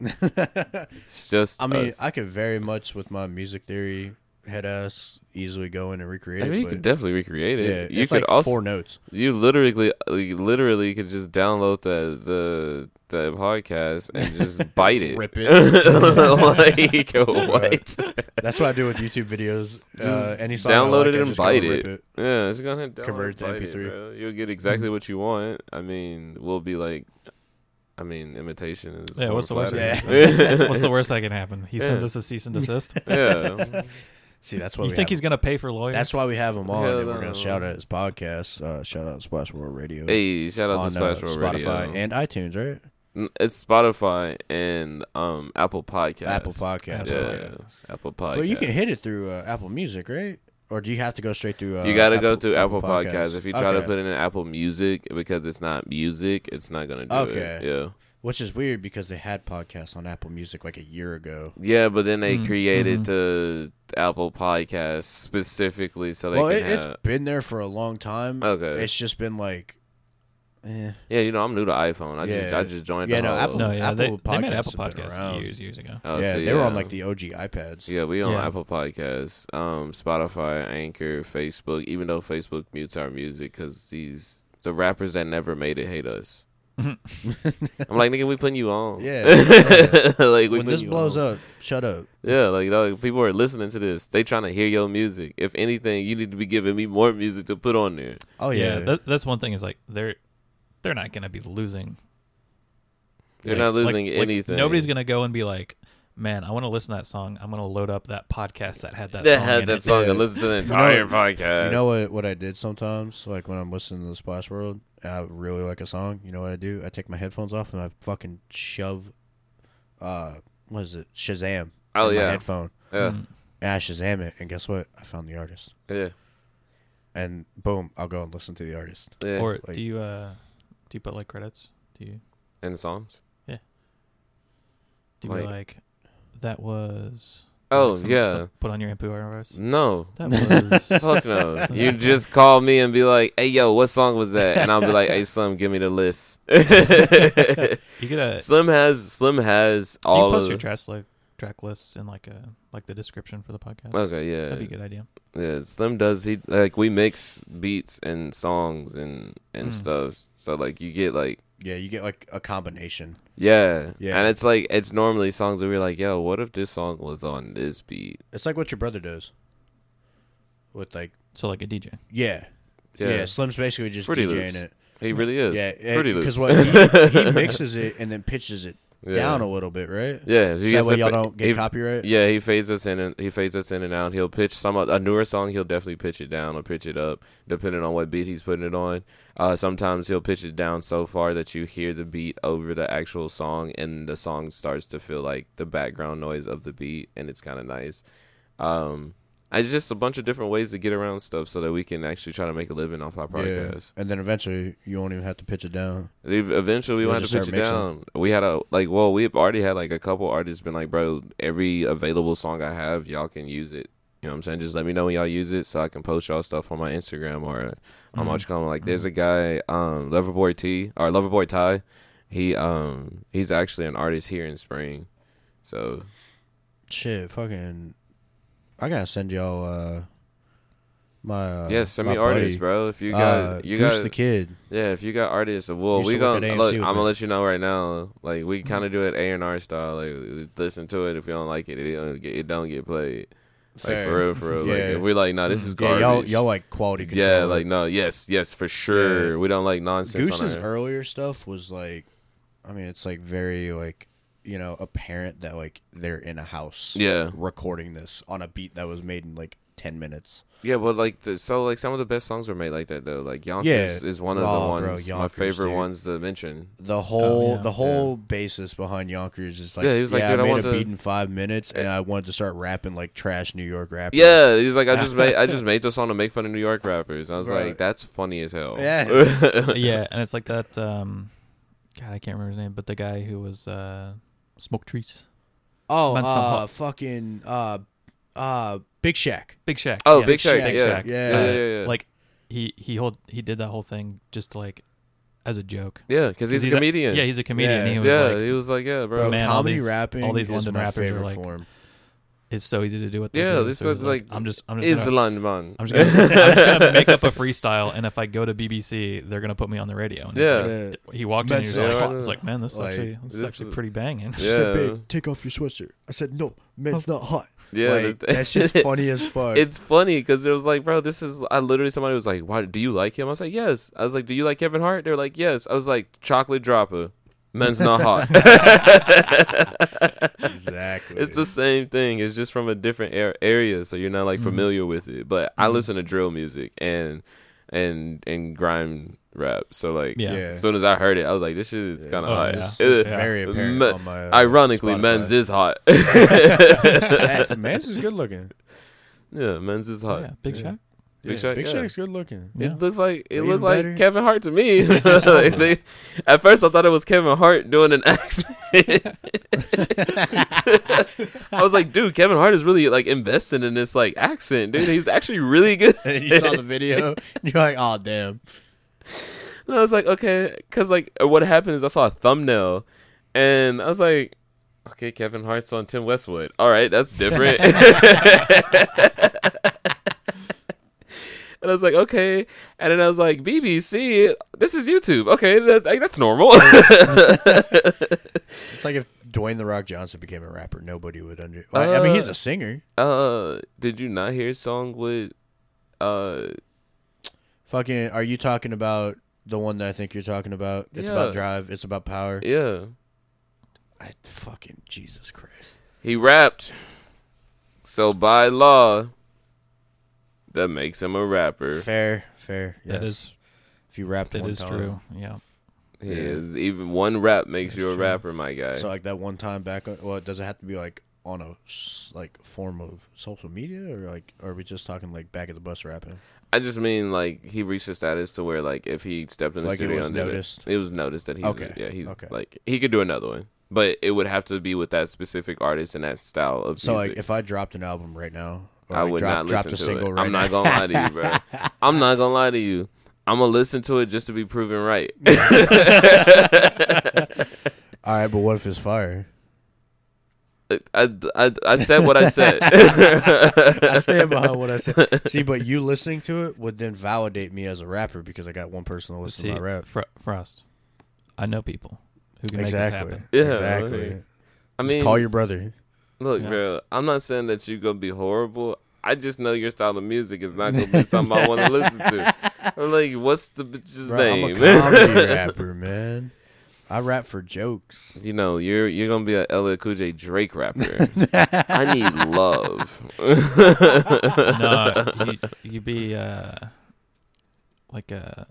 Speaker 2: It's just.
Speaker 1: I mean,
Speaker 2: us.
Speaker 1: I could very much with my music theory head ass easily go in and recreate
Speaker 2: I mean,
Speaker 1: it.
Speaker 2: you
Speaker 1: but
Speaker 2: could definitely recreate
Speaker 1: yeah,
Speaker 2: it. you
Speaker 1: it's
Speaker 2: could
Speaker 1: like
Speaker 2: also,
Speaker 1: four notes.
Speaker 2: you literally, you literally could just download the the the podcast and just bite it.
Speaker 1: Rip
Speaker 2: it. like what?
Speaker 1: That's what I do with YouTube videos. Uh,
Speaker 2: Just
Speaker 1: any song I
Speaker 2: download
Speaker 1: like,
Speaker 2: it
Speaker 1: I
Speaker 2: and
Speaker 1: just go
Speaker 2: bite
Speaker 1: rip
Speaker 2: Yeah, it's gonna download,
Speaker 1: Convert to
Speaker 2: bite it,
Speaker 1: MP3.
Speaker 2: bro. You'll get
Speaker 1: Mm-hmm.
Speaker 2: exactly what you want. I mean, we'll be like, I mean, imitation is. a
Speaker 3: Yeah,
Speaker 2: form
Speaker 3: what's
Speaker 2: of
Speaker 3: the worst?
Speaker 2: flattery.
Speaker 3: What's the worst that can happen? He sends
Speaker 2: Yeah.
Speaker 3: us a cease and desist.
Speaker 2: yeah,
Speaker 1: See, that's what
Speaker 3: you
Speaker 1: we
Speaker 3: think
Speaker 1: have.
Speaker 3: he's gonna pay for lawyers?
Speaker 1: That's why we have him on,
Speaker 2: Hell
Speaker 1: and we're gonna
Speaker 2: no.
Speaker 1: shout out his podcast. Uh, shout out Splash World Radio
Speaker 2: hey, shout out
Speaker 1: on
Speaker 2: to Splash
Speaker 1: uh,
Speaker 2: World
Speaker 1: Spotify
Speaker 2: Radio.
Speaker 1: and iTunes, right?
Speaker 2: N- it's Spotify and um Apple Podcast.
Speaker 1: Apple Podcast.
Speaker 2: Yeah,
Speaker 1: Okay.
Speaker 2: Apple Podcast.
Speaker 1: Well, you can hit it through uh, Apple Music, right? Or do you have to go straight through? Uh,
Speaker 2: you got to go
Speaker 1: Apple-
Speaker 2: through Apple, Podcasts.
Speaker 1: Podcasts?
Speaker 2: If you try to
Speaker 1: Okay.
Speaker 2: put in an Apple Music because it's not music, it's not gonna do
Speaker 1: Okay.
Speaker 2: it. Yeah,
Speaker 1: which is weird because they had podcasts on Apple Music like a year ago.
Speaker 2: yeah, but then they
Speaker 3: Mm,
Speaker 2: created
Speaker 3: mhm.
Speaker 2: the Apple Podcast specifically so they
Speaker 1: well,
Speaker 2: can
Speaker 1: it,
Speaker 2: have.
Speaker 1: it's been there for a long time.
Speaker 2: Okay.
Speaker 1: it's just been like, eh.
Speaker 2: yeah, you know, I'm new to iPhone. I just
Speaker 1: Yeah.
Speaker 2: I just joined.
Speaker 1: Yeah,
Speaker 2: the
Speaker 1: no,
Speaker 2: whole-
Speaker 1: Apple-
Speaker 3: No, yeah,
Speaker 1: Apple
Speaker 3: they, they made
Speaker 1: Podcasts
Speaker 3: Apple
Speaker 1: have been around.
Speaker 3: Podcasts years, years ago.
Speaker 2: Oh,
Speaker 1: yeah,
Speaker 2: so
Speaker 1: they were on
Speaker 2: yeah.
Speaker 1: like the OG iPads.
Speaker 2: Yeah, we on
Speaker 3: Yeah.
Speaker 2: Apple Podcasts, um, Spotify, Anchor, Facebook. Even though Facebook mutes our music because these the rappers that never made it hate us. I'm like, nigga, we putting you on.
Speaker 1: Yeah.
Speaker 2: like we
Speaker 1: when this blows up, shut up.
Speaker 2: Yeah, like dog, people are listening to this. They trying to hear your music. If anything, you need to be giving me more music to put on there.
Speaker 1: Oh yeah,
Speaker 3: yeah, that, that's one thing. Is like they're they're not gonna be losing
Speaker 2: You're
Speaker 1: Like-
Speaker 2: not
Speaker 3: Like-
Speaker 2: losing
Speaker 3: like,
Speaker 2: anything.
Speaker 3: nobody's gonna go and be like, "Man, I want to listen to that song. I'm gonna load up that podcast that had that
Speaker 2: that
Speaker 3: song."
Speaker 2: had
Speaker 3: in
Speaker 2: that
Speaker 3: it."
Speaker 2: song
Speaker 1: Yeah.
Speaker 2: and listen to the
Speaker 1: know-
Speaker 2: entire podcast.
Speaker 1: You know what? What I did sometimes, like when I'm listening to the Splash World, and I really like a song. You know what I do? I take my headphones off and I fucking shove, uh, what is it? Shazam.
Speaker 2: Oh
Speaker 1: in my
Speaker 2: yeah,
Speaker 1: headphone.
Speaker 2: yeah,
Speaker 3: Mm.
Speaker 1: And I Shazam it, and guess what? I found the artist,
Speaker 2: yeah.
Speaker 1: and boom, I'll go and listen to the artist.
Speaker 2: yeah.
Speaker 3: Or
Speaker 1: like-
Speaker 3: do you uh, do you put like credits? Do you
Speaker 2: and songs.
Speaker 3: do you be
Speaker 2: Like-
Speaker 3: like that was?
Speaker 2: Oh
Speaker 3: like, some-
Speaker 2: yeah. Mm.
Speaker 3: some- put on your MP4 voice.
Speaker 2: No.
Speaker 3: That was
Speaker 2: Fuck no. You just call me and be like, hey, yo, what song was that? And I'll be like, hey, Slim, give me the list.
Speaker 3: you get a
Speaker 2: Slim has Slim has
Speaker 3: you
Speaker 2: all
Speaker 3: post
Speaker 2: of
Speaker 3: your track like track lists in like a like the description for the podcast.
Speaker 2: Okay, yeah.
Speaker 3: That'd be a good idea.
Speaker 2: Yeah, Slim does he like we mix beats and songs and and
Speaker 3: Mm.
Speaker 2: stuff. So like you get like
Speaker 1: Yeah, you get like a combination.
Speaker 2: yeah.
Speaker 1: Yeah.
Speaker 2: And it's like it's normally songs that we're like, yo, what if this song was on this beat?
Speaker 1: It's like what your brother does. With like,
Speaker 3: So like a DJ.
Speaker 1: yeah, yeah.
Speaker 2: Yeah.
Speaker 1: Slim's basically just
Speaker 2: Fruity
Speaker 1: DJing
Speaker 2: Loops.
Speaker 1: it.
Speaker 2: He really is.
Speaker 1: Yeah, it-
Speaker 2: Pretty
Speaker 1: because
Speaker 2: loose.
Speaker 1: what he, he mixes it and then pitches it
Speaker 2: Yeah.
Speaker 1: down a little bit, right?
Speaker 2: Yeah, so
Speaker 1: So
Speaker 2: he
Speaker 1: that
Speaker 2: gets
Speaker 1: way
Speaker 2: to
Speaker 1: y'all
Speaker 2: fi-
Speaker 1: don't get
Speaker 2: he-
Speaker 1: copyright.
Speaker 2: Yeah, he fades us in and he fades us in and out. He'll pitch some a newer song. He'll definitely pitch it down or pitch it up, depending on what beat he's putting it on. Uh, sometimes he'll pitch it down so far that you hear the beat over the actual song, and the song starts to feel like the background noise of the beat, and it's kind of nice. Um, it's just a bunch of different ways to get around stuff so that we can actually try to make a living off our podcast.
Speaker 1: And then eventually you won't even have to pitch it down.
Speaker 2: Ev- Eventually, we
Speaker 1: You'll
Speaker 2: went to
Speaker 1: just
Speaker 2: pitch it
Speaker 1: start mixing.
Speaker 2: down. We had a like, well, we've already had like a couple artists been like, bro, every available song I have, y'all can use it. You know what I'm saying? Just let me know when y'all use it so I can post y'all stuff on my Instagram or on my
Speaker 1: Mm-hmm.
Speaker 3: Mhm.
Speaker 2: what you call it. Like, there's a guy, um, Loverboy T or Loverboy Ty. He um he's actually an artist here in Spring, so
Speaker 1: Shit, fucking. I gotta send y'all uh, my. Uh,
Speaker 2: yeah, send
Speaker 1: my
Speaker 2: me artists,
Speaker 1: buddy,
Speaker 2: bro. If you
Speaker 1: uh,
Speaker 2: got you
Speaker 1: Goose
Speaker 2: got
Speaker 1: the kid.
Speaker 2: Yeah, if you got artists, well,
Speaker 1: Used
Speaker 2: we
Speaker 1: to work
Speaker 2: gonna
Speaker 1: at
Speaker 2: look.
Speaker 1: AMC
Speaker 2: I'm
Speaker 1: with
Speaker 2: gonna
Speaker 1: me.
Speaker 2: let you know right now. Like we kind of do it A and R style. Like we listen to it. If you don't like it, it don't get, it don't get played. Like
Speaker 1: Fair.
Speaker 2: for real, for real. Like
Speaker 1: Yeah. Mm-hmm.
Speaker 2: if we like, nah, this is
Speaker 1: Yeah,
Speaker 2: garbage.
Speaker 1: y'all, y'all like quality control.
Speaker 2: yeah, like no, yes, yes, for sure.
Speaker 1: Yeah.
Speaker 2: We don't like nonsense. on
Speaker 1: Goose's
Speaker 2: our-
Speaker 1: earlier stuff was like I mean, it's like very like you know apparent that like they're in a house.
Speaker 2: Yeah.
Speaker 1: Recording this on a beat that was made in like ten minutes.
Speaker 2: Yeah, but like the, so like some of the best songs were made like that though. Like Yonkers
Speaker 1: Yeah.
Speaker 2: is one of
Speaker 1: Oh,
Speaker 2: the
Speaker 1: bro,
Speaker 2: ones my
Speaker 1: Yonkers,
Speaker 2: favorite
Speaker 1: dude.
Speaker 2: ones to mention.
Speaker 1: The whole
Speaker 3: yeah.
Speaker 1: the whole basis behind Yonkers is like
Speaker 2: Oh, Yeah,
Speaker 1: yeah,
Speaker 2: he was like,
Speaker 1: I
Speaker 2: "Dude, I
Speaker 1: made
Speaker 2: want
Speaker 1: a
Speaker 2: to-"
Speaker 1: beat in five minutes and I wanted to start rapping like trash New York rappers.
Speaker 2: Yeah, he's like I just made I just made this song to make fun of New York rappers. I was
Speaker 1: Right.
Speaker 2: like, that's funny as hell.
Speaker 1: Yes.
Speaker 3: yeah, and it's like that. Um, God, I can't remember his name, but the guy who was uh, Smoke Trees,
Speaker 1: Oh,
Speaker 3: Bunsen
Speaker 1: uh,
Speaker 3: Hop.
Speaker 1: fucking uh, uh, Big Shack.
Speaker 3: Big Shack.
Speaker 2: oh,
Speaker 3: yes.
Speaker 2: Big Shaq.
Speaker 1: Big
Speaker 2: yeah.
Speaker 1: Shaq,
Speaker 2: Yeah.
Speaker 1: yeah.
Speaker 2: yeah, yeah, yeah.
Speaker 3: Uh, Like he he hold, he did that whole thing just like as a joke.
Speaker 2: yeah, because he's,
Speaker 3: 'Cause
Speaker 2: a comedian.
Speaker 3: yeah, he's a comedian.
Speaker 1: Yeah.
Speaker 3: and he was
Speaker 2: yeah,
Speaker 3: like,
Speaker 2: he was like, yeah, bro.
Speaker 1: Bro,
Speaker 3: Man, all
Speaker 1: comedy
Speaker 3: these- all
Speaker 1: rapping is
Speaker 3: these London
Speaker 1: my
Speaker 3: rappers are
Speaker 1: favorite
Speaker 3: like-
Speaker 1: form.
Speaker 3: it's so easy to do what they
Speaker 2: Yeah,
Speaker 3: do.
Speaker 2: this
Speaker 3: so
Speaker 2: is
Speaker 3: he's
Speaker 2: like-
Speaker 3: I'm just I'm just
Speaker 2: Is
Speaker 3: gonna,
Speaker 2: London.
Speaker 3: I'm just, gonna, I'm just gonna make up a freestyle, and if I go to BBC, they're gonna put me on the radio. And it's
Speaker 2: Yeah.
Speaker 3: like,
Speaker 1: Yeah.
Speaker 3: he walked in, and he was
Speaker 1: Men's
Speaker 3: like,
Speaker 2: not-
Speaker 3: I was like, man, this is
Speaker 1: Like,
Speaker 3: actually this is
Speaker 2: this
Speaker 3: actually
Speaker 2: is-
Speaker 3: pretty banging.
Speaker 1: She said,
Speaker 2: Yeah.
Speaker 1: "Babe, take off your sweatshirt." I said, "No, man's not hot."
Speaker 2: Yeah,
Speaker 1: like,
Speaker 2: that-
Speaker 1: that's just funny as fuck.
Speaker 2: it's funny because it was like, bro, this is. I literally somebody was like, "Why do you like him?" I was like, "Yes." I was like, "Do you like Kevin Hart?" They were like, "Yes." I was like, "Chocolate dropper, men's not hot."
Speaker 1: exactly.
Speaker 2: it's the same thing. It's just from a different ar- area, so you're not like
Speaker 3: Mm-hmm.
Speaker 2: familiar with it. But I listen to drill music and and and grime rap, so like,
Speaker 3: Yeah.
Speaker 1: Yeah.
Speaker 2: As soon as I heard it, I was like, "This shit is kind of
Speaker 3: Oh,
Speaker 2: hot."
Speaker 3: yeah.
Speaker 1: It's,
Speaker 2: It-
Speaker 1: it's very apparent
Speaker 2: me-
Speaker 1: on my. uh,
Speaker 2: Ironically,
Speaker 1: Spotify.
Speaker 2: men's is hot.
Speaker 1: Hey, men's is good looking.
Speaker 2: yeah, men's is hot.
Speaker 3: yeah, Big
Speaker 1: Yeah.
Speaker 3: Shack.
Speaker 2: Big
Speaker 1: Yeah,
Speaker 2: Shaq,
Speaker 1: Big
Speaker 2: yeah.
Speaker 1: Shack's good looking.
Speaker 3: Yeah.
Speaker 2: It looks like it
Speaker 1: Or
Speaker 2: looked
Speaker 1: even
Speaker 2: like
Speaker 1: better-
Speaker 2: Kevin Hart to me. Like, they- at first, I thought it was Kevin Hart doing an accent. I was like, dude, Kevin Hart is really like invested in this like accent, dude. He's actually really good.
Speaker 1: And you saw the video, and you're like, "Oh damn!"
Speaker 2: And I was like, okay, because like what happened is I saw a thumbnail, and I was like, okay, Kevin Hart's on Tim Westwood. All right, that's different. And I was like, okay. And then I was like, BBC, this is YouTube. Okay, that, like, that's normal.
Speaker 1: It's like if Dwayne the Rock Johnson became a rapper, nobody would under. Well, I mean, he's
Speaker 2: Uh,
Speaker 1: a singer.
Speaker 2: uh, did you not hear his song with, uh,
Speaker 1: Fucking, are you talking about the one that I think you're talking about? It's
Speaker 2: Yeah.
Speaker 1: about drive. It's about power.
Speaker 2: yeah,
Speaker 1: I fucking Jesus Christ.
Speaker 2: he rapped. So by law, that makes him a rapper.
Speaker 1: Fair, fair. Yes.
Speaker 3: That is
Speaker 1: if you rapped
Speaker 3: that
Speaker 1: one
Speaker 3: is
Speaker 1: time.
Speaker 3: true. Yeah.
Speaker 2: He is even one rap makes
Speaker 3: That's
Speaker 2: you a
Speaker 3: true.
Speaker 2: rapper, my guy.
Speaker 1: So like that one time back. on- Well, does it have to be like on a s- like form of social media, or like are we just talking like back at the bus rapping?
Speaker 2: I just mean like he reached a status to where like if he stepped in the
Speaker 1: Like, it
Speaker 2: studio
Speaker 1: was
Speaker 2: and did
Speaker 1: noticed?
Speaker 2: it, it was noticed that he's
Speaker 1: Okay,
Speaker 2: yeah he's
Speaker 1: okay.
Speaker 2: like he could do another one, but it would have to be with that specific artist and that style of
Speaker 1: So
Speaker 2: music.
Speaker 1: like if I dropped an album right now, or
Speaker 2: I
Speaker 1: like,
Speaker 2: would
Speaker 1: drop,
Speaker 2: not
Speaker 1: dropped
Speaker 2: listen
Speaker 1: a
Speaker 2: to
Speaker 1: single
Speaker 2: it.
Speaker 1: right
Speaker 2: I'm
Speaker 1: now.
Speaker 2: not gonna lie to you, bro. I'm not gonna lie to you. I'm gonna listen to it just to be proven right.
Speaker 1: All right, but what if it's fire?
Speaker 2: I, I, I said what I said.
Speaker 1: I stand behind what I said. See, but you listening to it would then validate me as a rapper because I got one person to listen
Speaker 3: See,
Speaker 1: to my rap.
Speaker 3: Fro- Frost, I know people who can make this
Speaker 1: Exactly.
Speaker 3: happen.
Speaker 2: Yeah,
Speaker 1: exactly.
Speaker 2: like, I
Speaker 1: Just
Speaker 2: mean,
Speaker 1: call your brother.
Speaker 2: look,
Speaker 3: Yeah.
Speaker 2: bro. I'm not saying that you're gonna be horrible. I just know your style of music is not gonna be something I want to listen to. I'm like, what's the bitch's
Speaker 1: Bro, I'm a
Speaker 2: name?
Speaker 1: comedy rapper, man. I rap for jokes.
Speaker 2: you know, you're you're gonna be a LL Cool J Drake rapper. I need love.
Speaker 3: no, you, you'd be uh, like uh,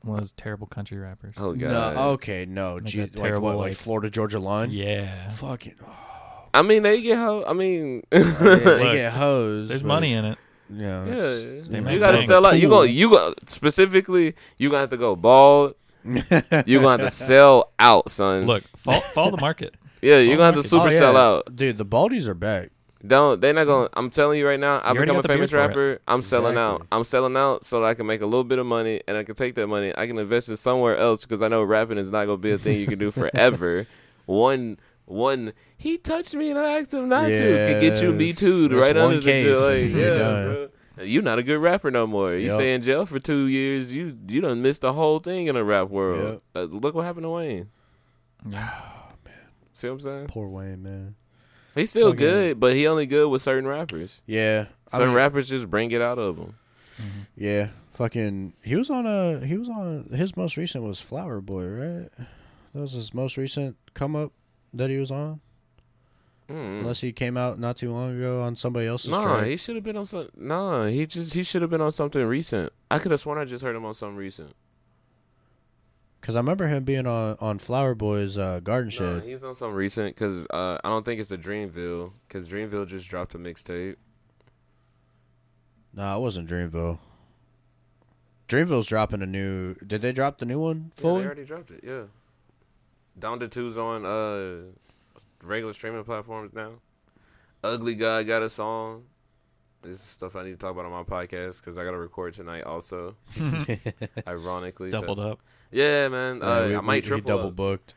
Speaker 3: one of those terrible country rappers.
Speaker 2: oh god.
Speaker 1: No, okay, no,
Speaker 3: Like
Speaker 1: gee,
Speaker 3: that
Speaker 1: like, terrible, what,
Speaker 3: terrible,
Speaker 1: like
Speaker 3: like-
Speaker 1: Florida Georgia Line.
Speaker 3: Yeah,
Speaker 1: Fucking, oh,
Speaker 2: I mean, they get how. I mean,
Speaker 1: yeah, they
Speaker 3: Look,
Speaker 1: get hosed.
Speaker 3: there's
Speaker 1: but,
Speaker 3: money in it.
Speaker 1: Yeah, it's-
Speaker 2: Yeah,
Speaker 3: They
Speaker 2: you
Speaker 3: make
Speaker 2: gotta
Speaker 3: bank.
Speaker 2: sell out. You
Speaker 1: Cool.
Speaker 2: gonna you gonna specifically you gonna have to go bald. you gonna have to sell out, son.
Speaker 3: Look, follow, follow the market.
Speaker 2: yeah, you are gonna have to
Speaker 3: Oh,
Speaker 2: super
Speaker 1: yeah.
Speaker 2: sell out.
Speaker 1: dude. The Baldies are back.
Speaker 2: Don't they not
Speaker 1: Mm.
Speaker 2: gonna? I'm telling you right now. I
Speaker 3: You already
Speaker 2: become a
Speaker 3: got the
Speaker 2: famous
Speaker 3: beard for
Speaker 2: rapper. I'm selling out.
Speaker 1: Exactly.
Speaker 2: I'm selling out so that I can make a little bit of money and I can take that money. I can invest it somewhere else because I know rapping is not gonna be a thing you can do forever. one. One, he touched me and I asked him not to. Can get you me
Speaker 1: Yes.
Speaker 2: too
Speaker 1: That's
Speaker 2: right
Speaker 1: one
Speaker 2: under the
Speaker 1: case.
Speaker 2: jail. Like,
Speaker 1: You're
Speaker 2: yeah,
Speaker 1: done.
Speaker 2: bro. You're not a good rapper no more. You
Speaker 1: Yep.
Speaker 2: stay in jail for two years. You you done missed the whole thing in the rap world.
Speaker 1: Yep.
Speaker 2: Uh, look what happened to Wayne.
Speaker 3: Yeah.
Speaker 2: See what I'm saying?
Speaker 1: Poor Wayne, man.
Speaker 2: He's still
Speaker 1: Okay.
Speaker 2: good, but he only good with certain rappers.
Speaker 1: Yeah, I
Speaker 2: Certain
Speaker 1: mean,
Speaker 2: rappers just bring it out of him.
Speaker 1: Yeah, fucking. He was on a. He was on. His most recent was Flower Boy, right? that was his most recent come up that he was on.
Speaker 2: Mm.
Speaker 1: Unless he came out not too long ago on somebody else's
Speaker 2: Nah,
Speaker 1: track.
Speaker 2: he should have been on some. Nah, he just he should have been on something recent. I could have sworn I just heard him on something recent.
Speaker 1: Because I remember him being on, on Flower Boy's uh, Garden
Speaker 2: Nah,
Speaker 1: Shed.
Speaker 2: he's on something recent because uh, I don't think it's a Dreamville because Dreamville just dropped a mixtape.
Speaker 1: Nah, it wasn't Dreamville. Dreamville's dropping a new. Did they drop the new one
Speaker 2: Yeah, they
Speaker 1: fully?
Speaker 2: already dropped it. Yeah, Down to Two's on uh regular streaming platforms now. Ugly guy got a song. This is stuff I need to talk about on my podcast because I got to record tonight. Also, ironically, so-
Speaker 3: Doubled up.
Speaker 2: Yeah, man.
Speaker 1: Yeah,
Speaker 2: Uh,
Speaker 1: we-
Speaker 2: I
Speaker 1: we-
Speaker 2: might
Speaker 1: he
Speaker 2: triple
Speaker 1: double
Speaker 2: up.
Speaker 1: booked.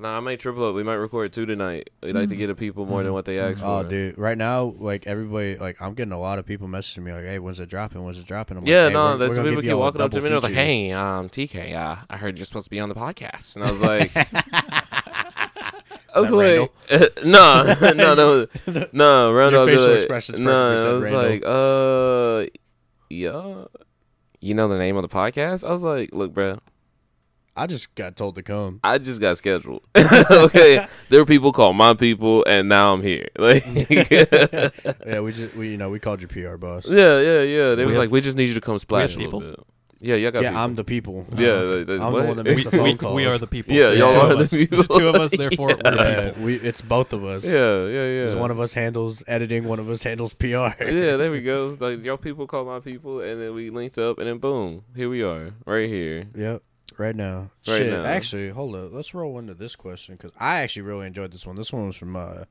Speaker 2: Nah, I might triple up. We might record two tonight. We like to give the people more than what they asked
Speaker 1: Oh,
Speaker 2: for.
Speaker 1: dude! Right now, like everybody, like I'm getting a lot of people messaging me, like, "Hey, when's it dropping? When's it dropping?" I'm like,
Speaker 2: Yeah,
Speaker 1: "Hey,
Speaker 2: no,
Speaker 1: we're- we're
Speaker 2: that's
Speaker 1: gonna
Speaker 2: people
Speaker 1: give
Speaker 2: keep
Speaker 1: y'all a
Speaker 2: walking up to
Speaker 1: double
Speaker 2: me and I was like,
Speaker 1: feature."
Speaker 2: "Hey, um, TK, uh, I heard you're supposed to be on the podcast," and I was like, "I was
Speaker 1: that
Speaker 2: like, uh, no, no, no, no, Randall."
Speaker 1: facial
Speaker 2: be like-
Speaker 1: expression's
Speaker 2: No,
Speaker 1: perfectly
Speaker 2: I
Speaker 1: said,
Speaker 2: was
Speaker 1: Randall.
Speaker 2: like, "Uh, yeah, you know the name of the podcast?" I was like, "Look, bro,
Speaker 1: I just got told to come.
Speaker 2: I just got scheduled. okay, there were people called my people, and now I'm here. Like, yeah,
Speaker 1: yeah, we just we you know we called your PR boss.
Speaker 2: yeah, yeah. They was
Speaker 3: have-
Speaker 2: like, we just need you to come splash a
Speaker 3: people?
Speaker 2: little bit. Yeah, y'all got
Speaker 1: Yeah,
Speaker 2: people.
Speaker 1: I'm the people.
Speaker 2: yeah, like, like,
Speaker 1: I'm the
Speaker 2: what?
Speaker 1: one that
Speaker 3: We,
Speaker 1: makes the phone
Speaker 3: we,
Speaker 1: calls.
Speaker 3: we are the people.
Speaker 2: Yeah,
Speaker 3: There's
Speaker 1: y'all
Speaker 3: two
Speaker 1: are
Speaker 3: of
Speaker 2: the
Speaker 3: us.
Speaker 2: people.
Speaker 3: There's two of us, therefore we're the
Speaker 1: Yeah,
Speaker 3: people.
Speaker 1: we it's both of us.
Speaker 2: Yeah, yeah, yeah.
Speaker 1: 'Cause one of us handles editing, one of us handles PR.
Speaker 2: yeah, there we go. Like y'all people call my people, and then we linked up, and then boom, here we are, right here.
Speaker 1: Yep. Right now.
Speaker 2: Right
Speaker 1: Shit.
Speaker 2: now.
Speaker 1: Actually, hold up. Let's roll into this question because I actually really enjoyed this one. This one was from uh,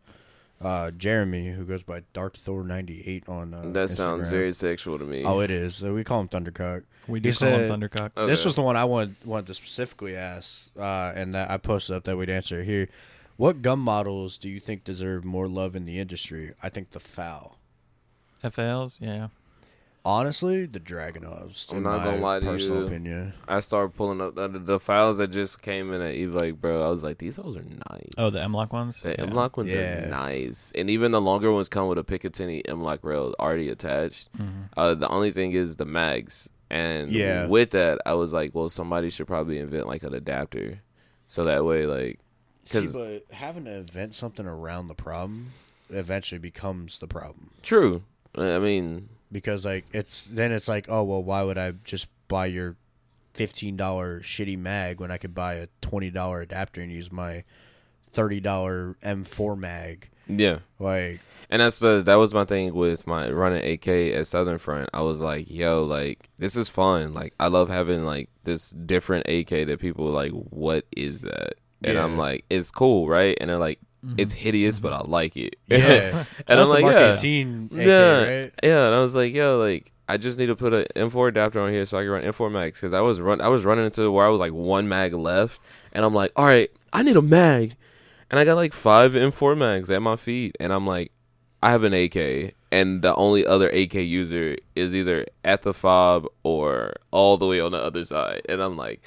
Speaker 1: uh, Jeremy, who goes by Dark Thor ninety eight on. Uh,
Speaker 2: That sounds
Speaker 1: Instagram.
Speaker 2: very sexual to me.
Speaker 1: Oh, it is. Uh, We call him Thundercock.
Speaker 3: We do
Speaker 1: He
Speaker 3: call
Speaker 1: said-
Speaker 3: him Thundercock.
Speaker 2: Okay.
Speaker 1: This was the one I wanted wanted to specifically ask, uh, and that I posted up that we'd answer it here. What gum models do you think deserve more love in the industry? I think the foul.
Speaker 3: FLs, yeah.
Speaker 1: Honestly, the Dragonovs.
Speaker 2: I'm
Speaker 1: in
Speaker 2: not
Speaker 1: my
Speaker 2: gonna lie to
Speaker 1: personal
Speaker 2: you.
Speaker 1: opinion.
Speaker 2: I started pulling up the, the files that just came in at Eve, like, bro. I was like, these hoes are nice.
Speaker 3: Oh, the M-Lock ones?
Speaker 2: The
Speaker 3: Yeah.
Speaker 2: M Lock ones
Speaker 1: Yeah.
Speaker 2: are nice, and even the longer ones come with a Picatinny M Lock rail already attached. Uh, the only thing is the mags, and
Speaker 1: Mm-hmm. Yeah.
Speaker 2: with that, I was like, well, somebody should probably invent like an adapter, so that way, like,
Speaker 1: See,
Speaker 2: 'Cause-
Speaker 1: but having to invent something around the problem eventually becomes the problem
Speaker 2: true. I I mean,
Speaker 1: because like it's then it's like oh well why would I just buy your fifteen dollar shitty mag when I could buy a twenty dollar adapter and use my thirty dollar M four mag
Speaker 2: yeah.
Speaker 1: like
Speaker 2: And that's the that was my thing with my running AK at Southern Front. I was like, yo, like this is fun. Like I love having like this different AK that people are like, what is that? And I'm
Speaker 1: Yeah. Mm-hmm.
Speaker 2: like, it's cool, right? And they're like, it's hideous, but I like it.
Speaker 1: yeah
Speaker 2: and I'm like,
Speaker 1: Mark
Speaker 2: yeah,
Speaker 1: 18 AK,
Speaker 2: yeah,
Speaker 1: right?
Speaker 2: yeah. And I was like, yo, like I just need to put an M4 adapter on here so I can run M4 mags because I was run I was running into where I was like one mag left, and I'm like, all right, I need a mag, and I got like five M4 mags at my feet, and I'm like, I have an AK, and the only other AK user is either at the fob or all the way on the other side, and I'm like,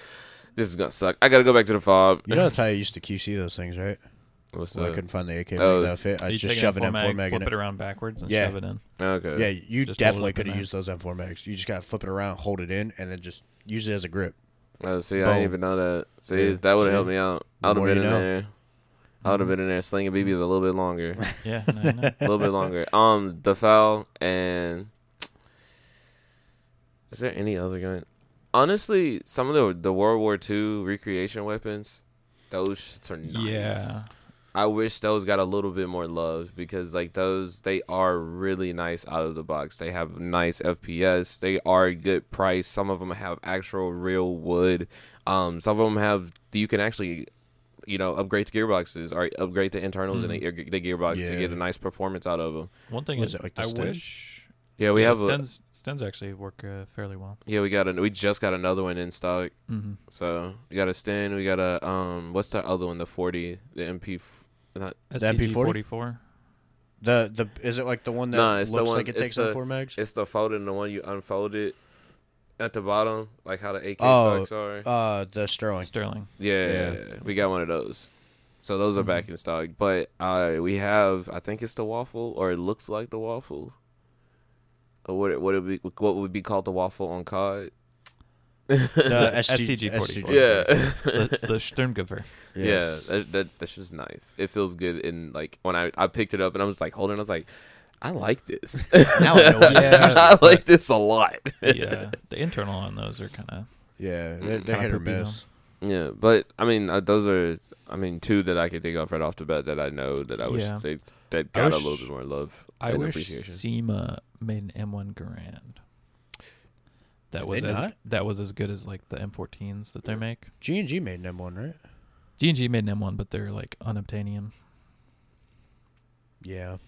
Speaker 2: this is gonna suck. I gotta go back to the fob.
Speaker 1: You know that's how I used to QC those things, right?
Speaker 2: What's
Speaker 1: When I
Speaker 2: up?
Speaker 1: couldn't find the AK
Speaker 2: oh,
Speaker 1: mag that fit. I
Speaker 3: You
Speaker 1: just
Speaker 3: take an
Speaker 1: shove an
Speaker 3: M4
Speaker 1: M4 mag
Speaker 3: flip
Speaker 1: in
Speaker 3: it
Speaker 1: it.
Speaker 3: around backwards and
Speaker 1: Yeah.
Speaker 3: shove it in.
Speaker 2: Okay.
Speaker 1: Yeah, you
Speaker 3: Just hold
Speaker 1: definitely
Speaker 3: it up in
Speaker 1: could have
Speaker 3: there.
Speaker 1: used those M4 mags. You just gotta flip it around, hold it in, and then just use it as a grip.
Speaker 2: Oh, see, I didn't
Speaker 1: Boom.
Speaker 2: even know that. See,
Speaker 1: Yeah.
Speaker 2: that would have
Speaker 1: See?
Speaker 2: helped me out.
Speaker 1: The
Speaker 2: I would have
Speaker 1: more
Speaker 2: been in
Speaker 1: you know.
Speaker 2: there. I would have been in there slinging BBs a little bit longer,
Speaker 3: Yeah, no, I know.
Speaker 2: a little bit longer. Um, the foul and is there any other gun? Honestly, some of the the World War II recreation weapons, those shits are nice.
Speaker 3: Yeah.
Speaker 2: I wish those got a little bit more love because like those they are really nice out of the box. They have nice FPS. They are a good price. Some of them have actual real wood. Um, some of them have you can actually you know upgrade the gearboxes or upgrade the internals and the, the gearbox to
Speaker 1: Yeah.
Speaker 2: get a nice performance out of them.
Speaker 3: One thing
Speaker 1: What
Speaker 3: is,
Speaker 1: is it, like the
Speaker 3: I
Speaker 1: Sten?
Speaker 3: wish
Speaker 2: Yeah, we
Speaker 3: yeah,
Speaker 2: have a,
Speaker 3: Stens. Stens actually work uh, fairly well.
Speaker 2: yeah we got a, we just got another one in stock.
Speaker 3: Mm-hmm.
Speaker 2: So we got a Sten. We got a um what's the other one? The forty the MP. f- Not,
Speaker 1: That'd be 40?
Speaker 3: forty-four.
Speaker 1: The the is it like the one that
Speaker 2: Nah, it's
Speaker 1: looks
Speaker 2: the one-
Speaker 1: like it
Speaker 2: it's
Speaker 1: takes
Speaker 2: the-
Speaker 1: M4 mags?
Speaker 2: It's the folded, the one you unfold it at the bottom, like how the AK
Speaker 1: Oh,
Speaker 2: socks are.
Speaker 1: Uh, the Sterling.
Speaker 3: Sterling.
Speaker 2: yeah, we got one of those. So those are
Speaker 1: Mm-hmm.
Speaker 2: back in stock. But uh, we have, I think it's the waffle, or it looks like the waffle. Or what? It, what it be? What would be called the waffle on COD?
Speaker 1: The
Speaker 3: STG
Speaker 1: STG.
Speaker 3: 44.
Speaker 2: yeah.
Speaker 3: the, the Sturmgewehr.
Speaker 1: Yes.
Speaker 2: Yeah, that, that that's just nice. It feels good in like when I, I picked it up and I was like holding, it, I was like, I like this.
Speaker 1: Now I know what it is.
Speaker 2: I like this a lot.
Speaker 3: Yeah, the internal on those are kind of
Speaker 1: Yeah, they're,
Speaker 2: Mm,
Speaker 1: they're
Speaker 3: kinda
Speaker 1: hit or
Speaker 3: poopy, though.
Speaker 1: miss.
Speaker 2: Yeah, but I mean, uh, those are I mean two that I could think of right off the bat that I know that I wish
Speaker 3: Yeah.
Speaker 2: they that
Speaker 3: I
Speaker 2: got a
Speaker 3: wish-
Speaker 2: little bit more love.
Speaker 3: I
Speaker 2: and
Speaker 3: wish
Speaker 2: appreciation.
Speaker 3: SEMA made an M1 Grand. That
Speaker 1: Did
Speaker 3: was
Speaker 1: they
Speaker 3: as
Speaker 1: not?
Speaker 3: that was as good as like the M14s that they make.
Speaker 1: G and G made an M1, right?
Speaker 3: G and G made an M1, but they're like unobtainium.
Speaker 1: Yeah,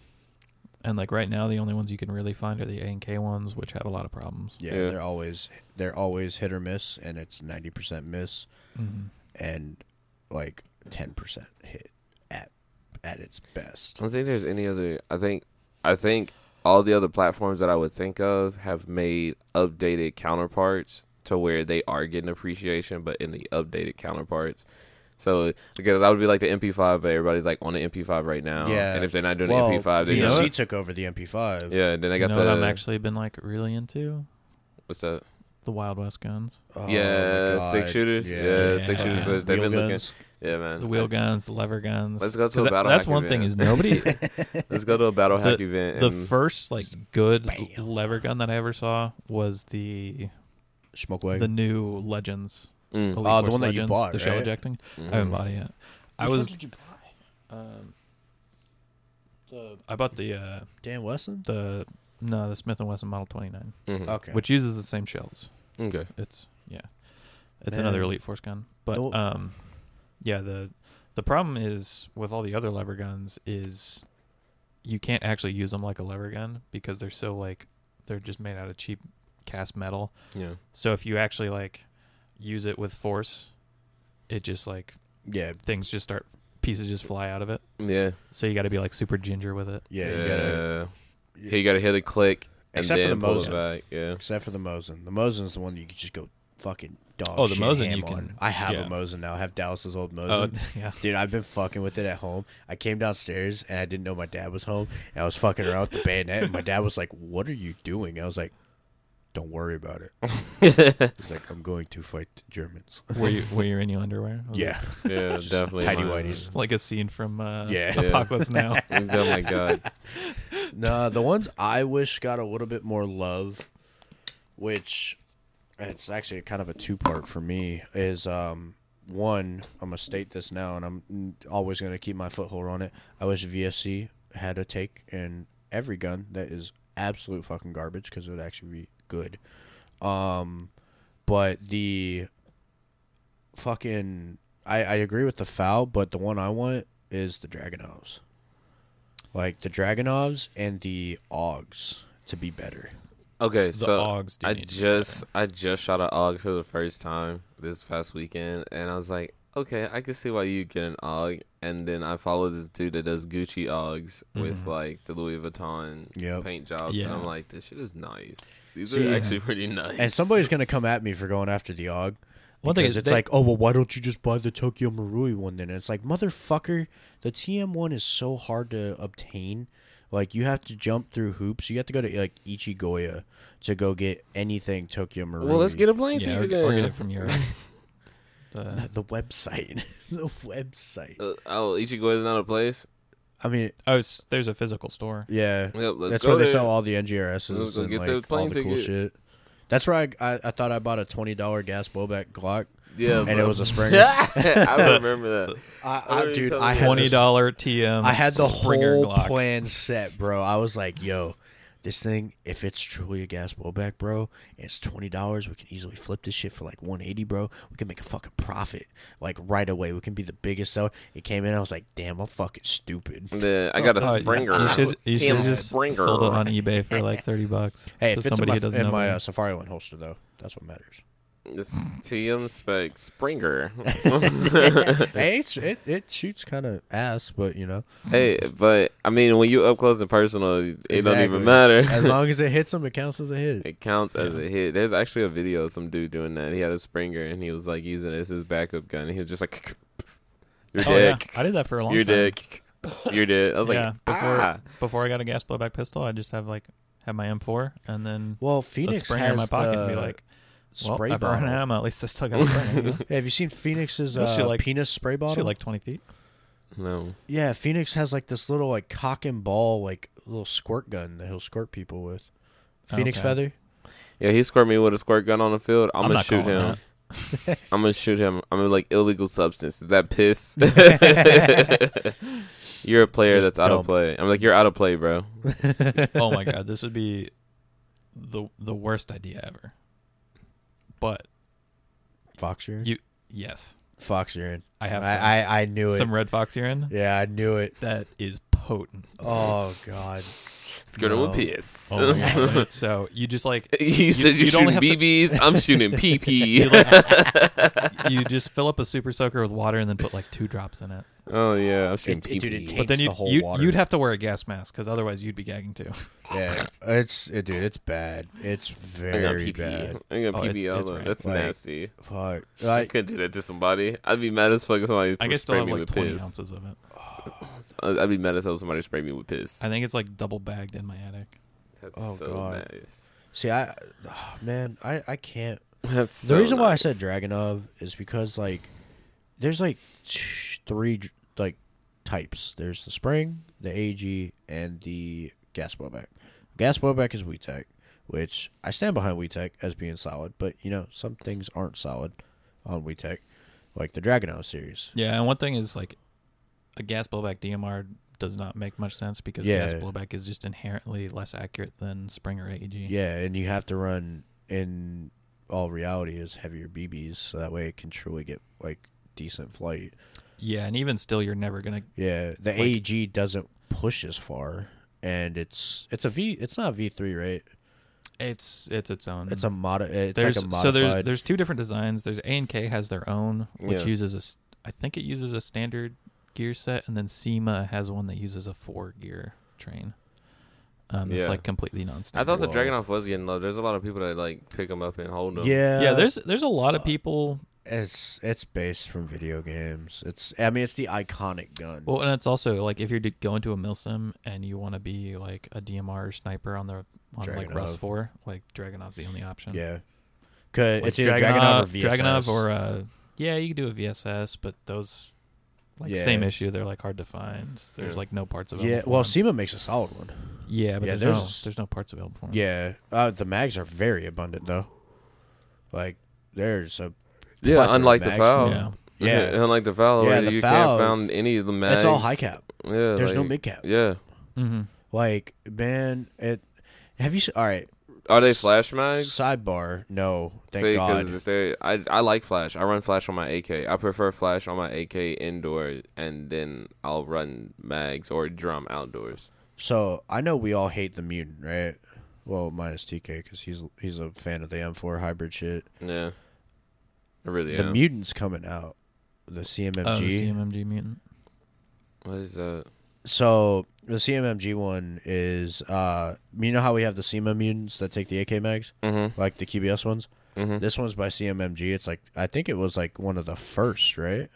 Speaker 3: And like right now, the only ones you can really find are the A and K ones, which have a lot of problems.
Speaker 1: yeah.
Speaker 2: Yeah.
Speaker 1: They're always they're always hit or miss, and it's ninety percent miss
Speaker 3: Mhm.
Speaker 1: and like ten percent hit at at its best.
Speaker 2: I don't think there's any other. I think I think all the other platforms that I would think of have made updated counterparts to where they are getting appreciation, but in the updated counterparts. So because that would be like the MP5, but everybody's like on the MP5 right now.
Speaker 1: Yeah.
Speaker 2: And if they're not doing
Speaker 1: well,
Speaker 2: the MP5, they
Speaker 1: VNC
Speaker 3: you know
Speaker 2: just,
Speaker 3: what?
Speaker 1: took over the MP5.
Speaker 2: yeah. And then they
Speaker 3: you
Speaker 2: got
Speaker 3: know
Speaker 2: the
Speaker 3: what I'm actually been like really into
Speaker 2: what's that?
Speaker 3: the Wild West guns,
Speaker 1: Oh,
Speaker 2: yeah,
Speaker 1: my
Speaker 2: six
Speaker 1: God.
Speaker 2: shooters. Yeah, six
Speaker 3: Yeah.
Speaker 2: shooters.
Speaker 3: Yeah.
Speaker 2: They've
Speaker 1: Wheel
Speaker 2: been looking.
Speaker 1: guns.
Speaker 2: Yeah, man.
Speaker 3: the wheel guns, the lever guns.
Speaker 2: Let's go to a
Speaker 3: 'Cause that-
Speaker 2: battle
Speaker 3: That's
Speaker 2: hack
Speaker 3: one
Speaker 2: event.
Speaker 3: thing is nobody
Speaker 2: Let's go to a battle hack event.
Speaker 3: the
Speaker 2: and-
Speaker 3: first like good
Speaker 1: Bam.
Speaker 3: lever gun that I ever saw was the
Speaker 1: Smoke wagon.
Speaker 3: the new Legends.
Speaker 2: Mm,
Speaker 3: Elite
Speaker 1: Oh, the
Speaker 3: Force
Speaker 1: one that you
Speaker 3: Legends,
Speaker 1: bought,
Speaker 3: the shell
Speaker 1: right?
Speaker 3: ejecting.
Speaker 2: mhm.
Speaker 1: Mm-hmm.
Speaker 3: I haven't bought it yet. I
Speaker 1: Which one
Speaker 3: was
Speaker 1: did you buy?
Speaker 3: um,
Speaker 1: The
Speaker 3: I bought the uh,
Speaker 1: Dan Wesson.
Speaker 3: the no the Smith and Wesson Model 29,
Speaker 2: Mhm.
Speaker 1: Okay.
Speaker 3: which uses the same shells.
Speaker 2: Okay.
Speaker 3: It's yeah, it's
Speaker 1: Man.
Speaker 3: another Elite Force gun. But
Speaker 1: No-
Speaker 3: um, yeah the the problem is with all the other lever guns is you can't actually use them like a lever gun because they're so like they're just made out of cheap cast metal
Speaker 2: Yeah.
Speaker 3: So if you actually like use it with force, it just like
Speaker 1: yeah,
Speaker 3: things just start pieces just fly out of it.
Speaker 2: Yeah.
Speaker 3: So you got to be like super ginger with it.
Speaker 1: yeah. You gotta,
Speaker 2: Yeah, you gotta hear the click and
Speaker 1: Except for
Speaker 2: then
Speaker 1: the
Speaker 2: pull it
Speaker 1: Mosin.
Speaker 2: back. Yeah.
Speaker 1: except for the Mosin. The Mosin's the one that you can just go fucking dog.
Speaker 3: Oh, the
Speaker 1: shit
Speaker 3: Mosin
Speaker 1: ham
Speaker 3: you can-
Speaker 1: on. I have
Speaker 3: yeah.
Speaker 1: a Mosin now. I have Dallas's old
Speaker 3: Oh,
Speaker 1: Mosin.
Speaker 3: yeah.
Speaker 1: Dude, I've been fucking with it at home. I came downstairs and I didn't know my dad was home. And I was fucking around with the bayonet. And my dad was like, What are you doing? I was like, Don't worry about it. He's like, I'm going to fight the Germans.
Speaker 3: Were you were you in your underwear? Was it-
Speaker 1: yeah.
Speaker 2: Yeah,
Speaker 1: Just
Speaker 2: definitely.
Speaker 1: tidy
Speaker 2: mine.
Speaker 1: whities.
Speaker 3: It's like a scene from uh,
Speaker 1: Yeah.
Speaker 2: Yeah.
Speaker 3: Apocalypse Now.
Speaker 2: oh my god.
Speaker 1: No, the ones I wish got a little bit more love, which it's actually kind of a two part for me, is um one, I'm gonna state this now and I'm always gonna keep my foothold on it. I wish VSC had a take in every gun that is absolute fucking garbage because it would actually be good. Um but the fucking I, I agree with the foul, but the one I want is the Dragonovs. Like the Dragonovs and the Augs to be better.
Speaker 2: Okay,
Speaker 3: The
Speaker 2: so
Speaker 3: Augs do
Speaker 2: I
Speaker 3: need to be
Speaker 2: just I just shot an AUG for the first time this past weekend, and I was like, okay, I can see why you get an AUG. And then I follow this dude that does Gucci AUGs with like the Louis Vuitton
Speaker 1: Yep.
Speaker 2: paint jobs, and
Speaker 3: Mm-hmm. Yeah.
Speaker 2: I'm like, this shit is nice. These
Speaker 1: See,
Speaker 2: are actually pretty nice.
Speaker 1: And somebody's gonna come at me for going after the Og.
Speaker 3: One thing
Speaker 1: because
Speaker 3: is
Speaker 1: it's
Speaker 3: they-
Speaker 1: like, oh well, why don't you just buy the Tokyo Marui one then? And it's like, motherfucker, the TM one is so hard to obtain. Like you have to jump through hoops. You have to go to like Ichigoya to go get anything Tokyo Marui.
Speaker 2: well, let's get a plane
Speaker 3: yeah,
Speaker 2: to
Speaker 3: or,
Speaker 2: you again.
Speaker 3: or get it from your. The,
Speaker 1: the website. the website.
Speaker 2: Uh, oh, Ichigo is not a place.
Speaker 1: I mean,
Speaker 3: oh, it's, there's a physical store.
Speaker 1: yeah.
Speaker 2: Yep, let's
Speaker 1: That's
Speaker 2: go
Speaker 1: where they
Speaker 2: there.
Speaker 1: sell all the NGRSs
Speaker 2: Let's go
Speaker 1: and
Speaker 2: get
Speaker 1: like,
Speaker 2: the
Speaker 1: all
Speaker 2: plane
Speaker 1: the cool
Speaker 2: ticket.
Speaker 1: shit. That's where I, I I thought I bought a twenty dollar gas blowback Glock,
Speaker 2: Yeah,
Speaker 1: and it
Speaker 2: bro.
Speaker 1: was a Springer.
Speaker 2: I remember that.
Speaker 1: I,
Speaker 2: I
Speaker 1: I,
Speaker 2: already
Speaker 1: dude,
Speaker 2: told
Speaker 1: I
Speaker 2: you.
Speaker 1: had
Speaker 3: Twenty
Speaker 1: this-
Speaker 3: dollar TM.
Speaker 1: I had the
Speaker 3: Springer
Speaker 1: whole
Speaker 3: Glock.
Speaker 1: plan set, bro. I was like, yo, this thing, if it's truly a gas blowback, bro, and it's twenty dollars, we can easily flip this shit for like one eighty, bro. We can make a fucking profit like right away. We can be the biggest seller. It came in, I was like, damn, I'm fucking stupid.
Speaker 2: The, I got a
Speaker 3: Oh,
Speaker 2: Springer.
Speaker 3: You should, you should
Speaker 2: Damn
Speaker 3: have just
Speaker 2: Springer.
Speaker 3: sold it on eBay for like thirty bucks
Speaker 1: Hey,
Speaker 3: to
Speaker 1: if it's in
Speaker 3: somebody
Speaker 1: my,
Speaker 3: who doesn't
Speaker 1: in
Speaker 3: know.
Speaker 1: my
Speaker 3: me.
Speaker 1: uh, Safari one holster though, that's what matters.
Speaker 2: It's TM spec Springer.
Speaker 1: hey, it's, it it shoots kind of ass, but you know,
Speaker 2: hey, but I mean, when you up close and personal, it don't
Speaker 1: Exactly.
Speaker 2: even matter.
Speaker 1: as long as it hits them, it counts as a hit.
Speaker 2: it counts as a hit. There's actually a video of some dude doing that. He had a Springer and he was like using it as his backup gun. And he was just like, "You're
Speaker 3: oh yeah,
Speaker 2: dead,
Speaker 3: I did that for a long
Speaker 2: you're
Speaker 3: time.
Speaker 2: dead, you're dead." I was
Speaker 3: yeah,
Speaker 2: like,
Speaker 3: before
Speaker 2: "Ah."
Speaker 3: before I got a gas blowback pistol, I just have like have my M4 and then
Speaker 1: Well,
Speaker 3: a
Speaker 1: Phoenix
Speaker 3: Springer
Speaker 1: has
Speaker 3: in my pocket
Speaker 1: the,
Speaker 3: and be like, Well,
Speaker 1: spray
Speaker 3: I burned
Speaker 1: bottle.
Speaker 3: him. At least I still got a burn. You
Speaker 1: Hey, have you seen Phoenix's
Speaker 3: Don't you
Speaker 1: uh,
Speaker 3: like-
Speaker 1: penis spray
Speaker 3: know? Shoot,
Speaker 1: bottle?
Speaker 3: like twenty feet.
Speaker 2: No.
Speaker 1: yeah, Phoenix has like this little like cock and ball like little squirt gun that he'll squirt people with. Phoenix
Speaker 3: Okay.
Speaker 1: feather.
Speaker 2: Yeah, he squirt me with a squirt gun on the field. I'm,
Speaker 3: I'm
Speaker 2: gonna
Speaker 3: not
Speaker 2: shoot him.
Speaker 3: calling
Speaker 2: I'm gonna shoot him. I'm gonna like illegal substance. Is that piss? you're a player
Speaker 1: Just
Speaker 2: that's out of
Speaker 1: dumped.
Speaker 2: play. I'm like you're out of play, bro.
Speaker 3: Oh my god, this would be the the worst idea ever. But
Speaker 1: Fox urine.
Speaker 3: You- yes,
Speaker 1: Fox urine.
Speaker 3: I
Speaker 1: I,
Speaker 3: have some,
Speaker 1: I I knew it.
Speaker 3: some red fox urine.
Speaker 1: yeah, I knew it.
Speaker 3: That is potent.
Speaker 1: Oh god.
Speaker 2: Squirt him
Speaker 1: No.
Speaker 2: with piss.
Speaker 3: Oh my god. dude. So you just like
Speaker 2: you said you're
Speaker 3: you'd only
Speaker 2: shooting
Speaker 3: have to-
Speaker 2: BBs. I'm shooting
Speaker 3: you,
Speaker 2: PP.
Speaker 3: like- you just fill up a super soaker with water and then put like two drops in it.
Speaker 2: oh yeah, I'm shooting
Speaker 1: It- it- dude, it
Speaker 2: PP.
Speaker 1: tastes-
Speaker 3: But then
Speaker 1: It's
Speaker 3: you
Speaker 1: the whole
Speaker 3: you
Speaker 1: water.
Speaker 3: you'd have to wear a gas mask because otherwise you'd be gagging too.
Speaker 1: Yeah, it's it, dude. It's bad. It's
Speaker 2: I got
Speaker 1: very
Speaker 2: PP.
Speaker 1: bad.
Speaker 2: I got
Speaker 3: Oh, it's-
Speaker 2: PP
Speaker 3: it's
Speaker 2: all
Speaker 3: rank.
Speaker 2: That's
Speaker 1: Like-
Speaker 2: nasty.
Speaker 1: Fuck.
Speaker 2: I
Speaker 1: Like
Speaker 2: couldn't do that to somebody. I'd be mad as fuck if somebody
Speaker 3: I guess still
Speaker 2: sprayed
Speaker 3: have
Speaker 2: me
Speaker 3: like
Speaker 2: with
Speaker 3: twenty
Speaker 2: piss.
Speaker 3: ounces of it.
Speaker 2: I'd be mad as hell if somebody sprayed me with piss.
Speaker 3: I think it's like double bagged in my attic.
Speaker 2: That's
Speaker 1: Oh,
Speaker 2: so
Speaker 1: God.
Speaker 2: nice.
Speaker 1: see, I ah, man, I I can't.
Speaker 2: That's
Speaker 1: The
Speaker 2: so
Speaker 1: reason why I
Speaker 2: nice.
Speaker 1: said Dragonov is because like there's like sh- three dr- like types. There's the spring, the AG, and the gas blowback. Gas blowback is Tech, which I stand behind Tech as being solid, but you know some things aren't solid on Tech, like the Dragonov series.
Speaker 3: Yeah, and one thing is like a gas blowback DMR does not make much sense because gas
Speaker 1: Yeah.
Speaker 3: blowback is just inherently less accurate than spring or AEG.
Speaker 1: Yeah, and you have to run in all reality is heavier BBs, so that way it can truly get like decent flight.
Speaker 3: Yeah, and even still, you're never gonna.
Speaker 1: Yeah, the AEG doesn't push as far, and it's it's a V. It's not a V three, right?
Speaker 3: It's it's its own.
Speaker 1: It's a mod. It's
Speaker 3: Mm-hmm. there's
Speaker 1: like a
Speaker 3: so
Speaker 1: modified.
Speaker 3: there's there's two different designs. There's A and K has their own, which
Speaker 2: Yeah.
Speaker 3: uses a s- I think it uses a standard gear set, and then SEMA has one that uses a four gear train. Um, it's
Speaker 2: Yeah.
Speaker 3: like completely non-standard.
Speaker 2: I thought the
Speaker 1: Whoa.
Speaker 2: Dragonoff was getting low. There's a lot of people that like pick them up and hold them.
Speaker 1: yeah,
Speaker 3: yeah, there's there's a lot of people.
Speaker 1: it's it's based from video games. It's I mean it's the iconic gun.
Speaker 3: Well, and it's also like if you're d- going to a milsim and you want to be like a DMR or sniper on the on like Rust
Speaker 1: Dragunov.
Speaker 3: four, like Dragonov's the only option.
Speaker 1: yeah, 'Cause
Speaker 3: Like,
Speaker 1: it's either Dragonov or VSS.
Speaker 3: Dragunov or uh, yeah, you can do a VSS, but those like
Speaker 1: Yeah.
Speaker 3: same issue. They're like hard to find. There's
Speaker 2: Yeah.
Speaker 3: like no parts available.
Speaker 1: yeah.
Speaker 3: for
Speaker 1: Well,
Speaker 3: them.
Speaker 1: SEMA makes a solid one.
Speaker 3: yeah, but
Speaker 1: yeah,
Speaker 3: there's,
Speaker 1: there's-
Speaker 3: no there's no parts available for them.
Speaker 1: Yeah, uh, the mags are very abundant though. Like there's a
Speaker 2: Yeah,
Speaker 1: plethora of
Speaker 2: unlike the
Speaker 1: mags.
Speaker 2: foul.
Speaker 3: yeah.
Speaker 1: Yeah.
Speaker 2: unlike the foul,
Speaker 1: Yeah,
Speaker 2: where
Speaker 1: the
Speaker 2: you
Speaker 1: foul-
Speaker 2: can't find any of the mags.
Speaker 1: It's all high cap.
Speaker 2: Yeah,
Speaker 1: There's no
Speaker 2: like-
Speaker 1: mid cap.
Speaker 2: Yeah,
Speaker 3: Mm-hmm.
Speaker 1: Like man, it. Have you? se- All right.
Speaker 2: are they
Speaker 1: S-
Speaker 2: flash mags?
Speaker 1: Sidebar. No, thank
Speaker 2: See, 'cause
Speaker 1: God.
Speaker 2: if they, I I like flash. I run flash on my AK. I prefer flash on my AK indoor, and then I'll run mags or drum outdoors.
Speaker 1: So I know we all hate the mutant, right? Well, minus TK because he's he's a fan of the M4 hybrid shit.
Speaker 2: Yeah, I really
Speaker 1: The
Speaker 2: am.
Speaker 1: mutant's coming out. The CMMG.
Speaker 3: Oh, the CMMG mutant.
Speaker 2: what is that?
Speaker 1: so the CMMG one is uh, you know how we have the SEMA mutants that take the AK mags,
Speaker 2: Mm-hmm.
Speaker 1: like the QBS ones.
Speaker 2: Mm-hmm.
Speaker 1: This one's by CMMG. It's like I think it was like one of the first, right?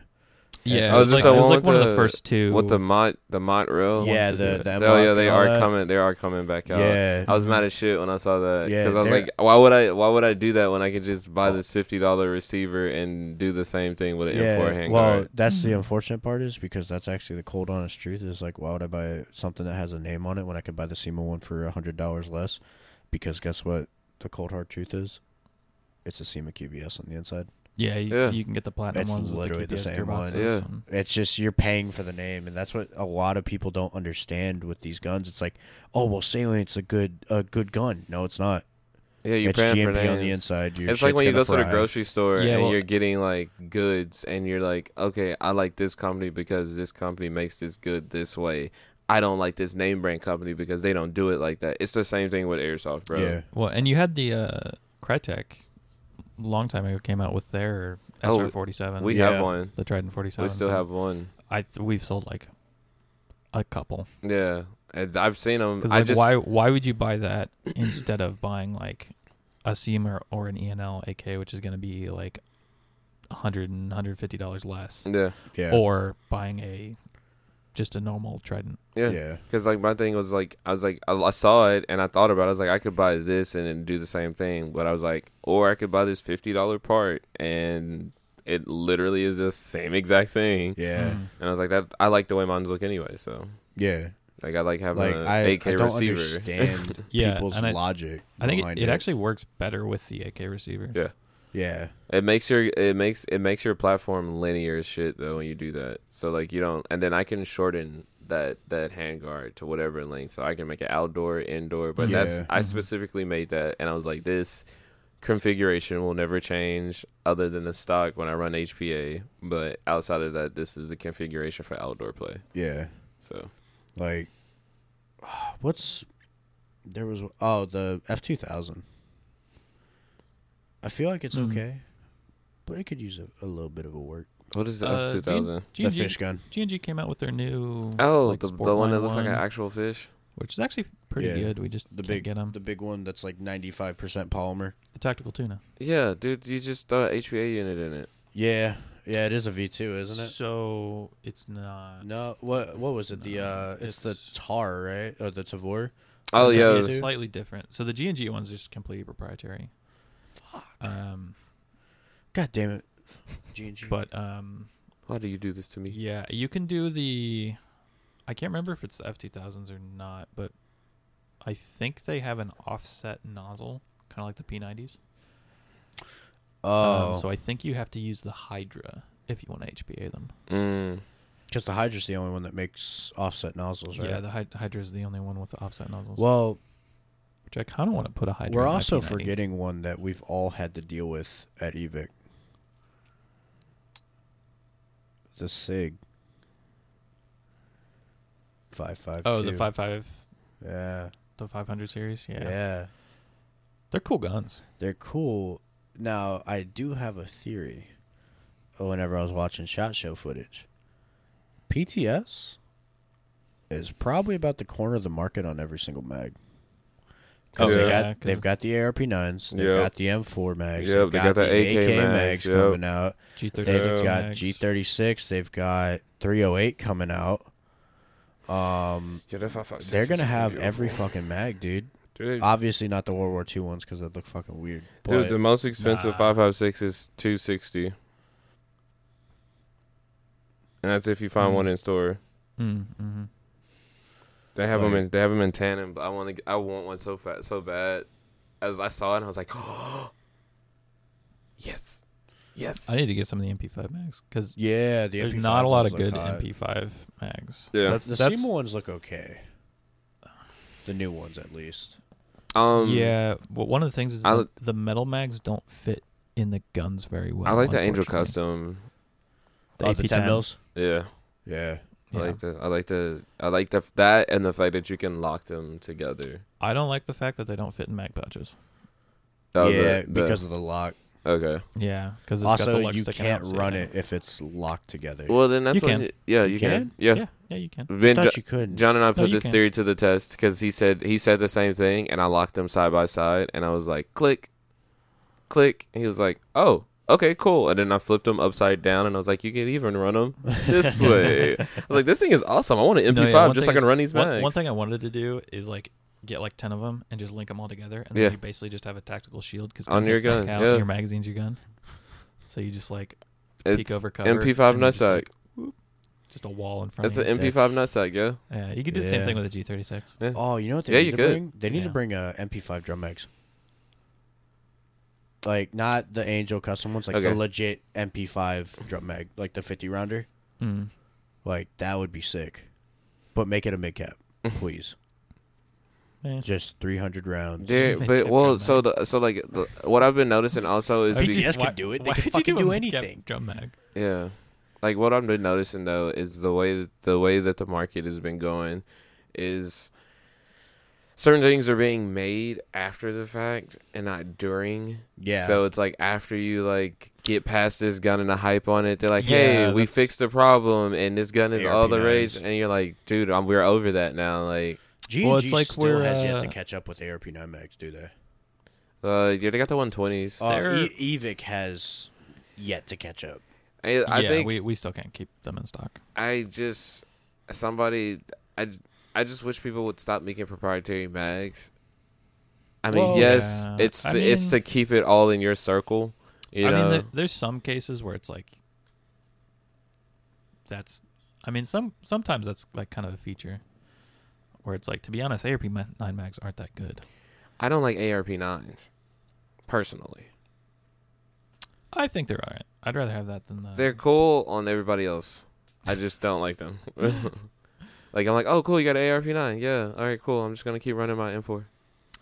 Speaker 3: Yeah,
Speaker 1: Oh,
Speaker 3: it
Speaker 1: is
Speaker 3: was
Speaker 1: this
Speaker 3: like,
Speaker 1: the
Speaker 3: it was
Speaker 2: one
Speaker 3: like
Speaker 2: with
Speaker 3: one of the
Speaker 2: the-
Speaker 3: first two.
Speaker 2: What the mod? The mod rail?
Speaker 1: yeah,
Speaker 3: wants to do
Speaker 1: the,
Speaker 3: it.
Speaker 1: the
Speaker 2: oh yeah,
Speaker 1: M-Lock
Speaker 2: they
Speaker 1: and all
Speaker 2: are
Speaker 1: that.
Speaker 2: coming. They are coming back out.
Speaker 1: Yeah,
Speaker 2: I was mad as shit when I saw that
Speaker 1: Yeah,
Speaker 2: because I was
Speaker 1: they're-
Speaker 2: like, why would I? Why would I do that when I could just buy this fifty dollar receiver and do the same thing with an
Speaker 1: yeah.
Speaker 2: M4 handguard?
Speaker 1: well, that's the unfortunate part is because that's actually the cold honest truth is like, why would I buy something that has a name on it when I could buy the SEMA one for a hundred dollars less? Because guess what? The cold hard truth is, it's a SEMA QBS on the inside.
Speaker 3: Yeah, you,
Speaker 2: Yeah.
Speaker 3: you can get the platinum
Speaker 1: It's
Speaker 3: ones
Speaker 1: literally
Speaker 3: with the,
Speaker 1: the
Speaker 3: QPS
Speaker 1: same
Speaker 3: gearboxes
Speaker 1: one.
Speaker 2: Yeah.
Speaker 3: and-
Speaker 1: It's just you're paying for the name, and that's what a lot of people don't understand with these guns. It's like, oh well, Salient's a good a good gun. No, it's not.
Speaker 2: yeah, you're
Speaker 1: it's
Speaker 2: paying for
Speaker 1: GMP on the
Speaker 2: names.
Speaker 1: inside. Your
Speaker 2: It's like
Speaker 1: shit's
Speaker 2: when you
Speaker 1: gonna
Speaker 2: go to the
Speaker 1: fry.
Speaker 2: grocery store
Speaker 3: Yeah,
Speaker 2: and
Speaker 3: well-
Speaker 2: you're getting like goods, and you're like, okay, I like this company because this company makes this good this way. I don't like this name brand company because they don't do it like that. It's the same thing with airsoft, bro.
Speaker 1: Yeah,
Speaker 3: Well, and you had the uh, Crytek, long time ago, came out with their
Speaker 2: Oh,
Speaker 3: SR forty seven.
Speaker 2: we
Speaker 1: Yeah.
Speaker 2: have one.
Speaker 3: the Trident forty seven.
Speaker 2: We still have one.
Speaker 3: I th- we've sold like a couple.
Speaker 2: Yeah, and I've seen them.
Speaker 3: Because
Speaker 2: I
Speaker 3: like,
Speaker 2: just
Speaker 3: why why would you buy that instead of buying like a SEMA or, or an E ENL AK, which is going to be like 100 and 150 dollars less,
Speaker 2: yeah.
Speaker 1: yeah.
Speaker 3: or buying a just a normal trident.
Speaker 2: Yeah. Because like my thing was like I was like I, I saw it and I thought about it. I was like I could buy this and then do the same thing, but I was like, or I could buy this fifty dollar part and it literally is the same exact thing.
Speaker 1: yeah,
Speaker 3: Mm.
Speaker 2: And I was like that I like the way mines look anyway. So
Speaker 1: yeah.
Speaker 2: like I like having
Speaker 1: Like
Speaker 2: an
Speaker 1: I, I
Speaker 2: 8K
Speaker 1: don't
Speaker 2: receiver.
Speaker 1: understand
Speaker 3: Yeah,
Speaker 1: people's
Speaker 3: and I-
Speaker 1: logic.
Speaker 3: I think
Speaker 1: behind
Speaker 3: it, it actually works better with the AK receiver.
Speaker 2: Yeah.
Speaker 1: yeah,
Speaker 2: It makes your it makes it makes your platform linear as shit though when you do that. So like you don't and then I can shorten that that handguard to whatever length. So I can make it outdoor, indoor. But that's
Speaker 1: Yeah.
Speaker 2: I specifically made that and I was like this configuration will never change other than the stock when I run HPA. But outside of that, this is the configuration for outdoor play.
Speaker 1: yeah.
Speaker 2: So
Speaker 1: Like, what's there was oh the F two thousand. I feel like it's
Speaker 3: Mm.
Speaker 1: okay, but it could use a, a little bit of a work.
Speaker 2: what is the
Speaker 3: Uh,
Speaker 2: F
Speaker 3: do
Speaker 2: two
Speaker 3: you-
Speaker 2: thousand?
Speaker 1: The
Speaker 3: G&G
Speaker 1: fish gun.
Speaker 3: G&G came out with their new
Speaker 2: Oh,
Speaker 3: like,
Speaker 2: the,
Speaker 3: sport
Speaker 2: the one that
Speaker 3: line
Speaker 2: looks like an
Speaker 3: one,
Speaker 2: actual fish.
Speaker 3: which is actually pretty
Speaker 1: Yeah.
Speaker 3: good. We just
Speaker 1: The
Speaker 3: can't
Speaker 1: big-
Speaker 3: get them.
Speaker 1: The big one that's like ninety five percent polymer.
Speaker 3: The tactical tuna,
Speaker 2: Yeah, dude, you just throw an HPA unit in it.
Speaker 1: Yeah, yeah. It is a V two, isn't it?
Speaker 3: So it's not.
Speaker 1: No, what what was it? The
Speaker 3: No,
Speaker 1: uh, it's,
Speaker 3: it's-
Speaker 1: the Tar, right? Or the Tavor?
Speaker 2: Oh
Speaker 1: Is that
Speaker 2: yeah,
Speaker 1: it?
Speaker 2: it was-
Speaker 3: it's slightly different. So the G and G one's just completely proprietary. Um,
Speaker 1: God damn it! G and G.
Speaker 3: but um,
Speaker 2: why do you do this to me?
Speaker 3: yeah, you can do the. I can't remember if it's the F two thousands or not, but I think they have an offset nozzle, kind of like the P nineties. Um,
Speaker 1: Oh,
Speaker 3: so I think you have to use the Hydra if you want to HPA them.
Speaker 2: Mm.
Speaker 1: because the Hydra's the only one that makes offset nozzles, right?
Speaker 3: Yeah, the hy- Hydra is the only one with the offset nozzles.
Speaker 1: well,
Speaker 3: which I kind of want to put a Hydra.
Speaker 1: we're
Speaker 3: in my
Speaker 1: also
Speaker 3: P90.
Speaker 1: forgetting one that we've all had to deal with at Evic. The Sig. Five five.
Speaker 3: Oh, the five five,
Speaker 1: Yeah,
Speaker 3: the five hundred series.
Speaker 1: yeah.
Speaker 3: yeah, they're cool guns.
Speaker 1: They're cool. Now I do have a theory. Whenever I was watching shot show footage, PTS is probably about the corner of the market on every single mag. 'Cause
Speaker 2: Oh,
Speaker 1: they
Speaker 3: yeah,
Speaker 1: got
Speaker 3: 'cause-
Speaker 1: they've got the ARP nines, they've
Speaker 2: Yep.
Speaker 1: got the M4 mags,
Speaker 2: Yep,
Speaker 1: they've got, the AK, mags
Speaker 2: yep.
Speaker 1: coming out,
Speaker 3: G thirty.
Speaker 1: they've
Speaker 2: Yeah.
Speaker 1: got G36, they've got 308 coming out. Um,
Speaker 2: Yeah, that 556
Speaker 1: they're
Speaker 2: is
Speaker 1: gonna have
Speaker 2: beautiful.
Speaker 1: every fucking mag, dude.
Speaker 2: Dude,
Speaker 1: Obviously not the World War II ones because that look fucking weird.
Speaker 2: dude,
Speaker 1: but-
Speaker 2: the most expensive
Speaker 3: Nah.
Speaker 2: 556 is 260. And that's if you find
Speaker 3: Mm.
Speaker 1: Hmm.
Speaker 2: one in store.
Speaker 3: Mm, mm-hmm.
Speaker 2: They have them
Speaker 1: Like-
Speaker 2: in they have 'em in tandem, but I want to I want one so fat so bad. As I saw it, I was like, "Oh, yes. Yes."
Speaker 3: I need to get some of the MP5 mags because
Speaker 1: Yeah, the
Speaker 3: there's
Speaker 1: MP5
Speaker 3: not a lot
Speaker 1: ones
Speaker 3: of good
Speaker 1: look hot.
Speaker 3: MP5 mags.
Speaker 2: Yeah.
Speaker 3: that's,
Speaker 1: The
Speaker 3: that's
Speaker 1: SEMA ones look okay. The new ones, at least.
Speaker 2: um
Speaker 3: yeah. Well, one of the things is
Speaker 2: I
Speaker 3: the,
Speaker 2: l-
Speaker 3: the metal mags don't fit in the guns very well.
Speaker 2: I like the Angel
Speaker 3: unfortunately.
Speaker 2: Custom.
Speaker 1: oh, the ten
Speaker 3: AP10.
Speaker 1: mils.
Speaker 2: Yeah.
Speaker 1: Yeah,
Speaker 2: I
Speaker 3: Yeah.
Speaker 2: like the I like the I like the that and the fact that you can lock them together.
Speaker 3: I don't like the fact that they don't fit in mag pouches.
Speaker 2: Oh, the-
Speaker 1: yeah,
Speaker 2: the-
Speaker 1: because of the lock.
Speaker 2: okay.
Speaker 3: Yeah, because got the
Speaker 1: Also,
Speaker 3: lug
Speaker 1: you
Speaker 3: sticking
Speaker 1: can't
Speaker 3: out, so-
Speaker 1: run it if it's locked together.
Speaker 2: Well, then that's
Speaker 3: You
Speaker 2: when
Speaker 3: can.
Speaker 2: you- yeah, you,
Speaker 1: You
Speaker 2: can.
Speaker 1: can?
Speaker 2: Yeah.
Speaker 3: Yeah, yeah, you can.
Speaker 1: I
Speaker 2: Ben,
Speaker 1: thought
Speaker 2: Jo-
Speaker 1: you couldn't.
Speaker 2: John and I
Speaker 3: No,
Speaker 2: put
Speaker 3: you
Speaker 2: this
Speaker 3: can.
Speaker 2: theory to the test because he said he said the same thing, and I locked them side by side, and I was like, click, click. And he was like, oh, okay, cool. And then I flipped them upside down, and I was like, you can even run them this way. I was like, this thing is awesome. I want an MP5
Speaker 3: No, yeah, one
Speaker 2: just so
Speaker 3: thing
Speaker 2: I can
Speaker 3: is-
Speaker 2: run these mags.
Speaker 3: One, one thing I wanted to do is like get like ten of them and just link them all together, and then
Speaker 2: Yeah.
Speaker 3: you basically just have a tactical shield because
Speaker 2: On your gun, yeah.
Speaker 3: your magazine's your gun. So you just like
Speaker 2: it's
Speaker 3: peek over cover.
Speaker 2: MP5
Speaker 3: and just,
Speaker 2: nutsack.
Speaker 3: like, whoop, just a wall in front
Speaker 2: That's
Speaker 3: of
Speaker 2: an
Speaker 3: you.
Speaker 2: MP5
Speaker 1: That's-
Speaker 2: nutsack, yeah.
Speaker 3: yeah, you could do the same
Speaker 1: Yeah.
Speaker 3: thing with a G36.
Speaker 1: Oh, you know what they
Speaker 2: Yeah,
Speaker 1: need
Speaker 2: you
Speaker 1: to
Speaker 2: could.
Speaker 1: bring? They need to
Speaker 3: Yeah.
Speaker 1: bring uh, MP5 drum mags. Like not the Angel custom ones, like
Speaker 2: Okay.
Speaker 1: the legit MP5 drum mag, like the 50 rounder.
Speaker 3: Mm.
Speaker 1: Like that would be sick. But make it a mid cap, please.
Speaker 3: Eh.
Speaker 1: Just 300 rounds.
Speaker 2: There,
Speaker 3: They
Speaker 2: but
Speaker 3: kept
Speaker 2: well,
Speaker 3: doing
Speaker 2: so the so like the, what I've been noticing also is
Speaker 1: Did
Speaker 2: the-
Speaker 1: you- BTS
Speaker 3: Why-
Speaker 1: could do it. They
Speaker 3: why
Speaker 1: could
Speaker 3: did you
Speaker 1: fucking do
Speaker 3: a mid-cap
Speaker 1: anything.
Speaker 3: Drum mag.
Speaker 2: Yeah. Like what I've been noticing though is the way that the way that the market has been going is certain things are being made after the fact and not during.
Speaker 1: Yeah.
Speaker 2: So it's like after you like get past this gun and the hype on it, they're like, "Hey,
Speaker 3: Yeah,
Speaker 2: we
Speaker 3: that's-
Speaker 2: fixed the problem and this gun is all the rage."
Speaker 1: ARP9s.
Speaker 2: And you're like, "Dude, i we're over that now." Like,
Speaker 1: G&G
Speaker 3: Well, it's like
Speaker 1: still
Speaker 3: we're,
Speaker 1: has yet to
Speaker 3: uh,
Speaker 1: catch up with ARP9 mags, do they?
Speaker 2: uh, yeah, they got the 120s.
Speaker 1: Uh,
Speaker 3: They're-
Speaker 1: e- Evic has yet to catch up.
Speaker 2: I, I
Speaker 3: yeah,
Speaker 2: think
Speaker 3: we we still can't keep them in stock.
Speaker 2: I just somebody I, I just wish people would stop making proprietary mags. I mean,
Speaker 1: Well,
Speaker 2: yes,
Speaker 3: yeah,
Speaker 2: it's to,
Speaker 3: I
Speaker 2: it's
Speaker 3: mean-
Speaker 2: to keep it all in your circle, you
Speaker 3: I
Speaker 2: know.
Speaker 3: mean, there, there's some cases where it's like that's. I mean, some sometimes that's like kind of a feature where it's like, to be honest, ARP ma- nine mags aren't that good.
Speaker 2: I don't like ARP nines personally.
Speaker 3: I think they're alright. I'd rather have that than the.
Speaker 2: They're cool on everybody else. I just don't like them. like I'm like, oh cool, you got an ARP nine, yeah. All right, cool. I'm just gonna keep running my M4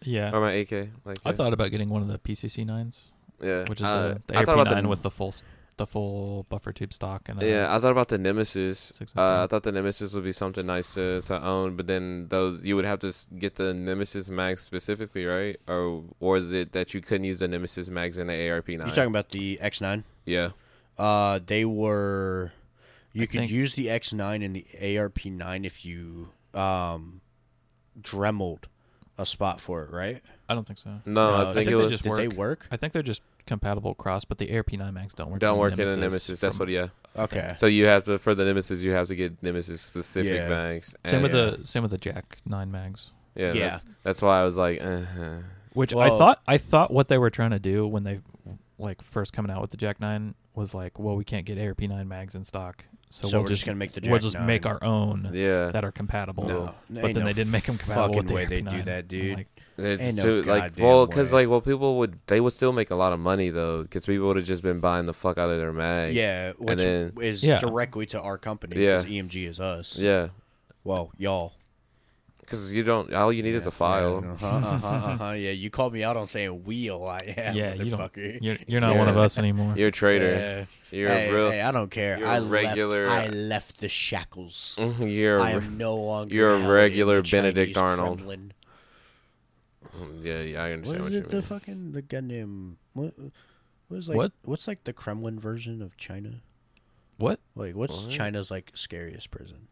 Speaker 3: yeah.
Speaker 2: or my AK. Like
Speaker 3: I
Speaker 2: yeah.
Speaker 3: thought about getting one of the PCC nines,
Speaker 2: yeah,
Speaker 3: which is
Speaker 2: uh,
Speaker 3: the,
Speaker 2: I
Speaker 3: the
Speaker 2: thought
Speaker 3: ARP
Speaker 2: about the-
Speaker 3: nine with the full s- the full buffer tube stock and uh,
Speaker 2: Yeah, I thought about the Nemesis.
Speaker 3: Six and
Speaker 2: Uh,
Speaker 3: ten.
Speaker 2: I thought the Nemesis would be something nice to, to own, but then those you would have to s- get the Nemesis mags specifically, right? Or or is it that you couldn't use the Nemesis mags in the ARP nine?
Speaker 1: You're talking about the X9.
Speaker 2: yeah,
Speaker 1: Uh, they were. You could
Speaker 3: think-
Speaker 1: use the X9 and the ARP9 if you um, dremeled a spot for it, right?
Speaker 3: Oh, I don't think so.
Speaker 2: no,
Speaker 1: No,
Speaker 2: I
Speaker 1: I
Speaker 2: think,
Speaker 1: think
Speaker 2: it
Speaker 3: they
Speaker 2: was
Speaker 3: just
Speaker 1: Did
Speaker 3: work.
Speaker 1: they work?
Speaker 3: I think they're just compatible cross, but the ARP nine mags don't work.
Speaker 2: don't
Speaker 3: on
Speaker 2: work in the Nemesis. That's
Speaker 3: from-
Speaker 2: what yeah.
Speaker 1: Okay.
Speaker 2: So you have to for the Nemesis, you have to get Nemesis specific
Speaker 1: Yeah.
Speaker 2: mags.
Speaker 3: Same with
Speaker 2: and-
Speaker 3: the same with the Jack nine mags.
Speaker 2: yeah,
Speaker 1: Yeah.
Speaker 2: That's, that's why I was like, uh-huh.
Speaker 3: Which I
Speaker 1: Well-
Speaker 3: thought I thought what they were trying to do when they like first coming out with the Jack Nine was like, well, we can't get ARP nine mags in stock, so,
Speaker 1: So,
Speaker 3: we'll
Speaker 1: we're just, gonna make the. Jack
Speaker 3: we'll just
Speaker 1: 9.
Speaker 3: make our own
Speaker 2: yeah,
Speaker 3: that are compatible.
Speaker 1: No,
Speaker 3: But then they didn't make them compatible with
Speaker 1: fucking
Speaker 3: the
Speaker 1: way
Speaker 3: ARP
Speaker 1: they do
Speaker 3: 9.
Speaker 1: that,
Speaker 3: I'm
Speaker 1: dude.
Speaker 3: like,
Speaker 2: It's
Speaker 1: Ain't no
Speaker 2: too like
Speaker 1: goddamn
Speaker 2: well, because
Speaker 1: way.
Speaker 2: like well, people would they would still make a lot of money though, because people would have just been buying the fuck out of their mags.
Speaker 1: Yeah, which
Speaker 2: then-
Speaker 1: is
Speaker 3: Yeah.
Speaker 1: directly to our company.
Speaker 2: Yeah.
Speaker 1: because EMG is us.
Speaker 2: yeah,
Speaker 1: Well, y'all.
Speaker 2: because you don't all you need is
Speaker 1: Yeah,
Speaker 2: a file.
Speaker 1: fair. Uh-huh, uh-huh, uh-huh. Yeah, you called me out on saying we a lot. Yeah,
Speaker 3: yeah, you don't,
Speaker 1: motherfucker.
Speaker 3: you're, you're not one of
Speaker 2: Yeah.
Speaker 3: us anymore.
Speaker 2: You're a trader.
Speaker 1: Yeah.
Speaker 2: You're
Speaker 1: hey,
Speaker 2: a real.
Speaker 1: hey, I don't care.
Speaker 2: you're a
Speaker 1: I left-
Speaker 2: regular-
Speaker 1: I left the shackles.
Speaker 2: Mhm, You're.
Speaker 1: I
Speaker 2: a re-
Speaker 1: am no longer.
Speaker 2: you're a
Speaker 1: held in
Speaker 2: regular
Speaker 1: the Chinese
Speaker 2: Benedict Arnold.
Speaker 1: Kremlin.
Speaker 2: yeah, yeah, I
Speaker 1: What
Speaker 2: understand what,
Speaker 1: is
Speaker 2: you
Speaker 1: it? The
Speaker 2: mean.
Speaker 1: fucking the goddamn what? What is like?
Speaker 3: What?
Speaker 1: What's like the Kremlin version of China?
Speaker 3: What?
Speaker 1: Like, what's
Speaker 2: What?
Speaker 1: China's like scariest prison?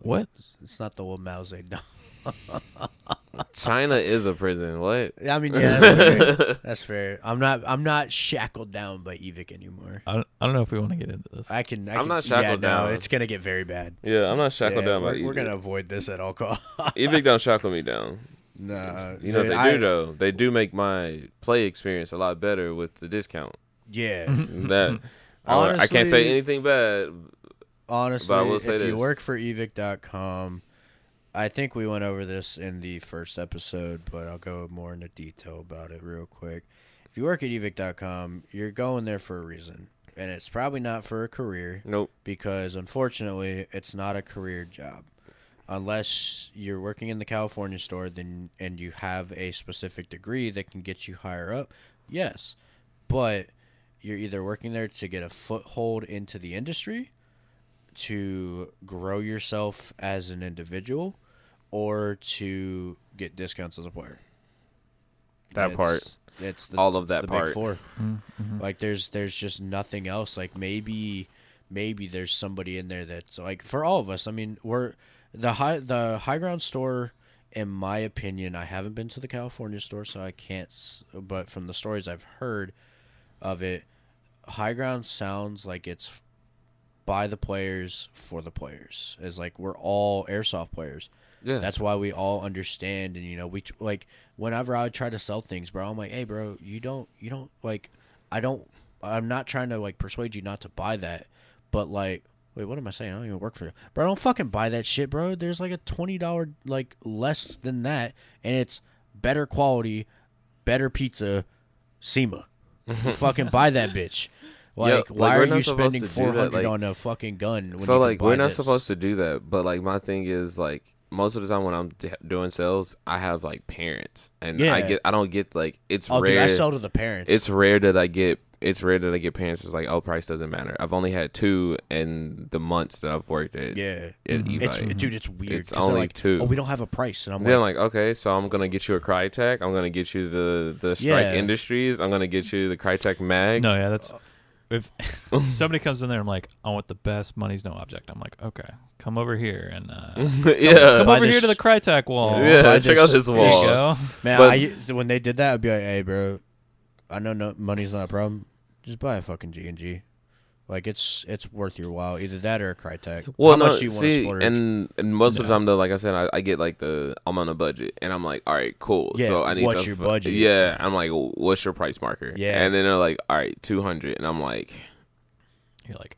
Speaker 3: What?
Speaker 1: It's- It's not the one Mao Zedong.
Speaker 2: China is a prison. What?
Speaker 1: I mean, yeah, that's fair. that's fair. I'm not. I'm not shackled down by Evic anymore.
Speaker 3: I don't, I don't know if we want to get into this.
Speaker 1: I can. I
Speaker 2: I'm
Speaker 1: can,
Speaker 2: not
Speaker 1: yeah,
Speaker 2: shackled
Speaker 1: no,
Speaker 2: down.
Speaker 1: it's gonna get very bad.
Speaker 2: Yeah, I'm not shackled
Speaker 1: Yeah, we're, we're gonna avoid this at all costs.
Speaker 2: Evic don't E shackle me down.
Speaker 1: nah,
Speaker 2: You know
Speaker 1: dude,
Speaker 2: they
Speaker 1: I-
Speaker 2: do though. They do make my play experience a lot better with the discount.
Speaker 1: Yeah,
Speaker 2: That I, I can't
Speaker 1: Honestly-
Speaker 2: say anything bad.
Speaker 1: honestly,
Speaker 2: will say
Speaker 1: if you
Speaker 2: this.
Speaker 1: work for evic.com, I think we went over this in the first episode, but I'll go more into detail about it real quick. If you work at evic.com, you're going there for a reason, and it's probably not for a career.
Speaker 2: Nope.
Speaker 1: because unfortunately it's not a career job unless you're working in the california store then and you have a specific degree that can get you higher up yes but you're either working there to get a foothold into the industry to grow yourself as an individual or to get discounts as a player
Speaker 2: That
Speaker 1: It's-
Speaker 2: part.
Speaker 1: it's the,
Speaker 2: All of
Speaker 1: it's
Speaker 2: that
Speaker 1: the
Speaker 2: part.
Speaker 1: big four
Speaker 3: Mm, mhm.
Speaker 1: like there's there's just nothing else. Like maybe maybe there's somebody in there that's like for all of us. I mean, we're the high the high ground store. In my opinion, I haven't been to the California store, so I can't. s- But from the stories I've heard of it, high ground sounds like it's by the players for the players. It's like we're all airsoft players.
Speaker 2: Yeah.
Speaker 1: That's why we all understand, and you know, we like whenever I try to sell things, bro. I'm like, hey, bro, you don't, you don't like, I don't, I'm not trying to like persuade you not to buy that, but like, wait, what am I saying? I don't even work for you, bro. I don't fucking buy that shit, bro. There's like a twenty dollar like less than that, and it's better quality, better pizza, SEMA. fucking buy that bitch. Like,
Speaker 2: like,
Speaker 1: why
Speaker 2: we're
Speaker 1: are
Speaker 2: not
Speaker 1: you
Speaker 2: supposed
Speaker 1: spending
Speaker 2: to do
Speaker 1: four
Speaker 2: that,
Speaker 1: hundred
Speaker 2: like-
Speaker 1: on a fucking gun? When
Speaker 2: so
Speaker 1: you
Speaker 2: like
Speaker 1: can buy
Speaker 2: we're not
Speaker 1: this?
Speaker 2: supposed to do that but like my thing is like most of the time when i'm d- doing sales i have like parents and i
Speaker 1: Yeah.
Speaker 2: get i don't get like it's
Speaker 1: Oh, dude,
Speaker 2: rare
Speaker 1: I sell to the parents.
Speaker 2: it's rare that i get it's rare that i get parents who's like oh price doesn't matter i've only had two in the months that i've worked at
Speaker 1: yeah.
Speaker 2: at
Speaker 1: It's
Speaker 2: Evite.
Speaker 1: dude, it's weird.
Speaker 2: It's
Speaker 1: 'cause they're
Speaker 2: only
Speaker 1: like,
Speaker 2: two.
Speaker 1: Oh, we don't have a price, and I'm
Speaker 2: They're
Speaker 1: like,
Speaker 2: like, okay, so I'm gonna get you a Crytek. I'm gonna get you the the Strike
Speaker 1: Yeah.
Speaker 2: Industries. I'm gonna get you the Crytek mags.
Speaker 3: no, yeah, that's if somebody comes in there. I'm like, I want the best. Money's no object. I'm like, okay, come over here and uh,
Speaker 2: yeah,
Speaker 3: come
Speaker 1: Buy
Speaker 3: over here to
Speaker 1: this-
Speaker 3: the Crytek wall.
Speaker 1: Yeah,
Speaker 2: yeah.
Speaker 1: "Oh, I
Speaker 2: Check out
Speaker 1: just-
Speaker 2: this
Speaker 1: there
Speaker 3: There
Speaker 1: you
Speaker 2: wall.
Speaker 3: you go.
Speaker 1: man,
Speaker 2: but-
Speaker 1: I, so when they did that, I'd be like, hey, bro, I know no, money's not a problem. Just buy a fucking G and G. Like it's it's worth your while. Either that or a Crytek.
Speaker 2: Well,
Speaker 1: How
Speaker 2: no,
Speaker 1: much do you want
Speaker 2: see,
Speaker 1: to splurge?
Speaker 2: and and most of the
Speaker 3: No.
Speaker 2: time though, like I said, I, I get like the I'm on a budget, and I'm like, all right, cool.
Speaker 1: Yeah,
Speaker 2: so I need
Speaker 1: what's
Speaker 2: to
Speaker 1: your
Speaker 2: fu-
Speaker 1: budget?
Speaker 2: Yeah, I'm like, what's your price marker?
Speaker 1: Yeah.
Speaker 2: and then they're like, all right, two hundred, and I'm like,
Speaker 3: You're like,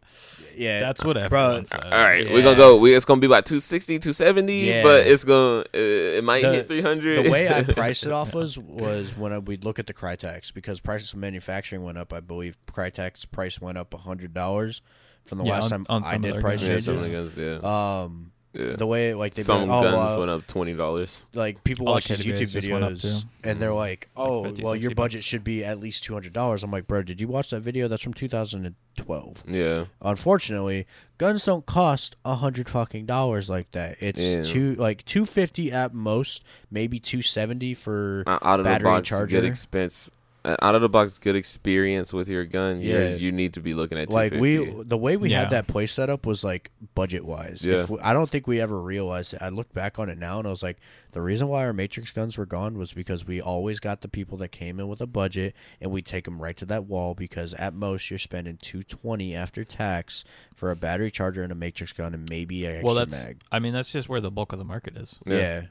Speaker 1: yeah,
Speaker 3: that's what
Speaker 1: bro,
Speaker 3: everyone says.
Speaker 2: all right,
Speaker 1: Yeah.
Speaker 2: we're gonna go. We, it's gonna be about 260, 270,
Speaker 1: Yeah.
Speaker 2: but it's gonna it, it might
Speaker 1: The-
Speaker 2: hit three hundred.
Speaker 1: the way I priced it off was was when I, we'd look at the Crytek's because prices of manufacturing went up. I believe Crytek's price went up hundred dollers from the
Speaker 3: Yeah,
Speaker 1: last time
Speaker 3: on- on
Speaker 1: I
Speaker 3: some of
Speaker 1: did
Speaker 3: their
Speaker 1: price
Speaker 2: yeah,
Speaker 1: changes.
Speaker 3: guns.
Speaker 2: some of the guns, yeah,
Speaker 1: Um,
Speaker 2: yeah.
Speaker 1: the way like they
Speaker 2: some
Speaker 1: oh,
Speaker 2: guns
Speaker 1: uh,
Speaker 2: went up twenty dollars.
Speaker 1: like people
Speaker 3: All
Speaker 1: watch
Speaker 3: the
Speaker 1: these
Speaker 3: categories
Speaker 1: YouTube
Speaker 3: just went up,
Speaker 1: videos
Speaker 3: too. Mm-hmm.
Speaker 1: and they're like, "Oh,
Speaker 3: 50,
Speaker 1: well, your
Speaker 3: 60
Speaker 1: budget
Speaker 3: bucks.
Speaker 1: should be at least two hundred dollars." I'm like, "Bro, did you watch that video? That's from 2012."
Speaker 2: Yeah,
Speaker 1: Unfortunately, guns don't cost a hundred fucking dollars like that. It's
Speaker 2: Yeah.
Speaker 1: two like two fifty at most, maybe two seventy for.
Speaker 2: Uh, out of
Speaker 1: Battery
Speaker 2: the box,
Speaker 1: charger.
Speaker 2: good expense. uh, Out of the box, good experience with your gun. Yeah,
Speaker 1: Yeah.
Speaker 2: you need to be looking at
Speaker 1: like we
Speaker 2: 250.
Speaker 1: the way we
Speaker 3: Yeah.
Speaker 1: had that place set up was like budget wise
Speaker 2: Yeah.
Speaker 1: if we, i don't think we ever realized it i look back on it now and i was like the reason why our matrix guns were gone was because we always got the people that came in with a budget and we take them right to that wall because at most you're spending 220 after tax for a battery charger and a matrix gun and maybe an extra
Speaker 3: Well, that's.
Speaker 1: mag
Speaker 3: I mean, that's just where the bulk of the market is.
Speaker 1: yeah.
Speaker 2: Yeah.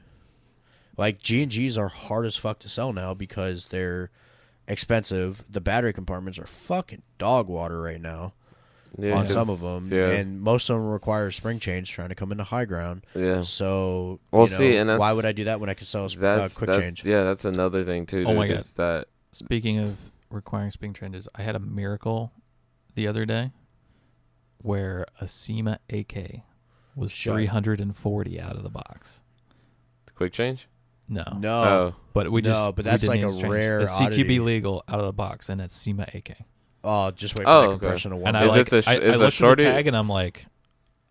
Speaker 1: Like G and G's are hard as fuck to sell now because they're expensive. The battery compartments are fucking dog water right now
Speaker 2: yeah,
Speaker 1: on some of
Speaker 2: 'cause-
Speaker 1: them,
Speaker 2: Yeah,
Speaker 1: and most of them require spring change trying to come into high ground.
Speaker 2: yeah.
Speaker 1: So,
Speaker 2: Well,
Speaker 1: you know,
Speaker 2: see, and
Speaker 1: why
Speaker 2: that's-
Speaker 1: would I do that when I could sell a spr- uh,
Speaker 2: That's,
Speaker 1: quick
Speaker 2: that's
Speaker 1: change?
Speaker 2: yeah. That's another thing too.
Speaker 3: Oh
Speaker 2: dude,
Speaker 3: my God.
Speaker 2: is that
Speaker 3: Speaking of requiring spring changes, I had a miracle the other day where a SEMA AK was
Speaker 1: Shut.
Speaker 3: 340 out of the box.
Speaker 2: quick change?
Speaker 3: No.
Speaker 1: No,
Speaker 2: oh,
Speaker 3: But we just
Speaker 1: No, but
Speaker 3: we
Speaker 1: that's
Speaker 3: didn't
Speaker 1: like
Speaker 3: even
Speaker 1: a
Speaker 3: exchange.
Speaker 1: rare
Speaker 3: It's
Speaker 1: oddity.
Speaker 3: CQB legal out of the box, and it's SEMA AK.
Speaker 1: oh, just wait for
Speaker 2: Oh,
Speaker 1: that
Speaker 2: okay.
Speaker 1: compression to warm
Speaker 3: And
Speaker 1: up.
Speaker 3: I
Speaker 2: Is
Speaker 3: like,
Speaker 2: it the sh-
Speaker 3: I,
Speaker 2: is
Speaker 3: I
Speaker 2: the
Speaker 3: looked
Speaker 2: shorty-
Speaker 3: at the tag and I'm like,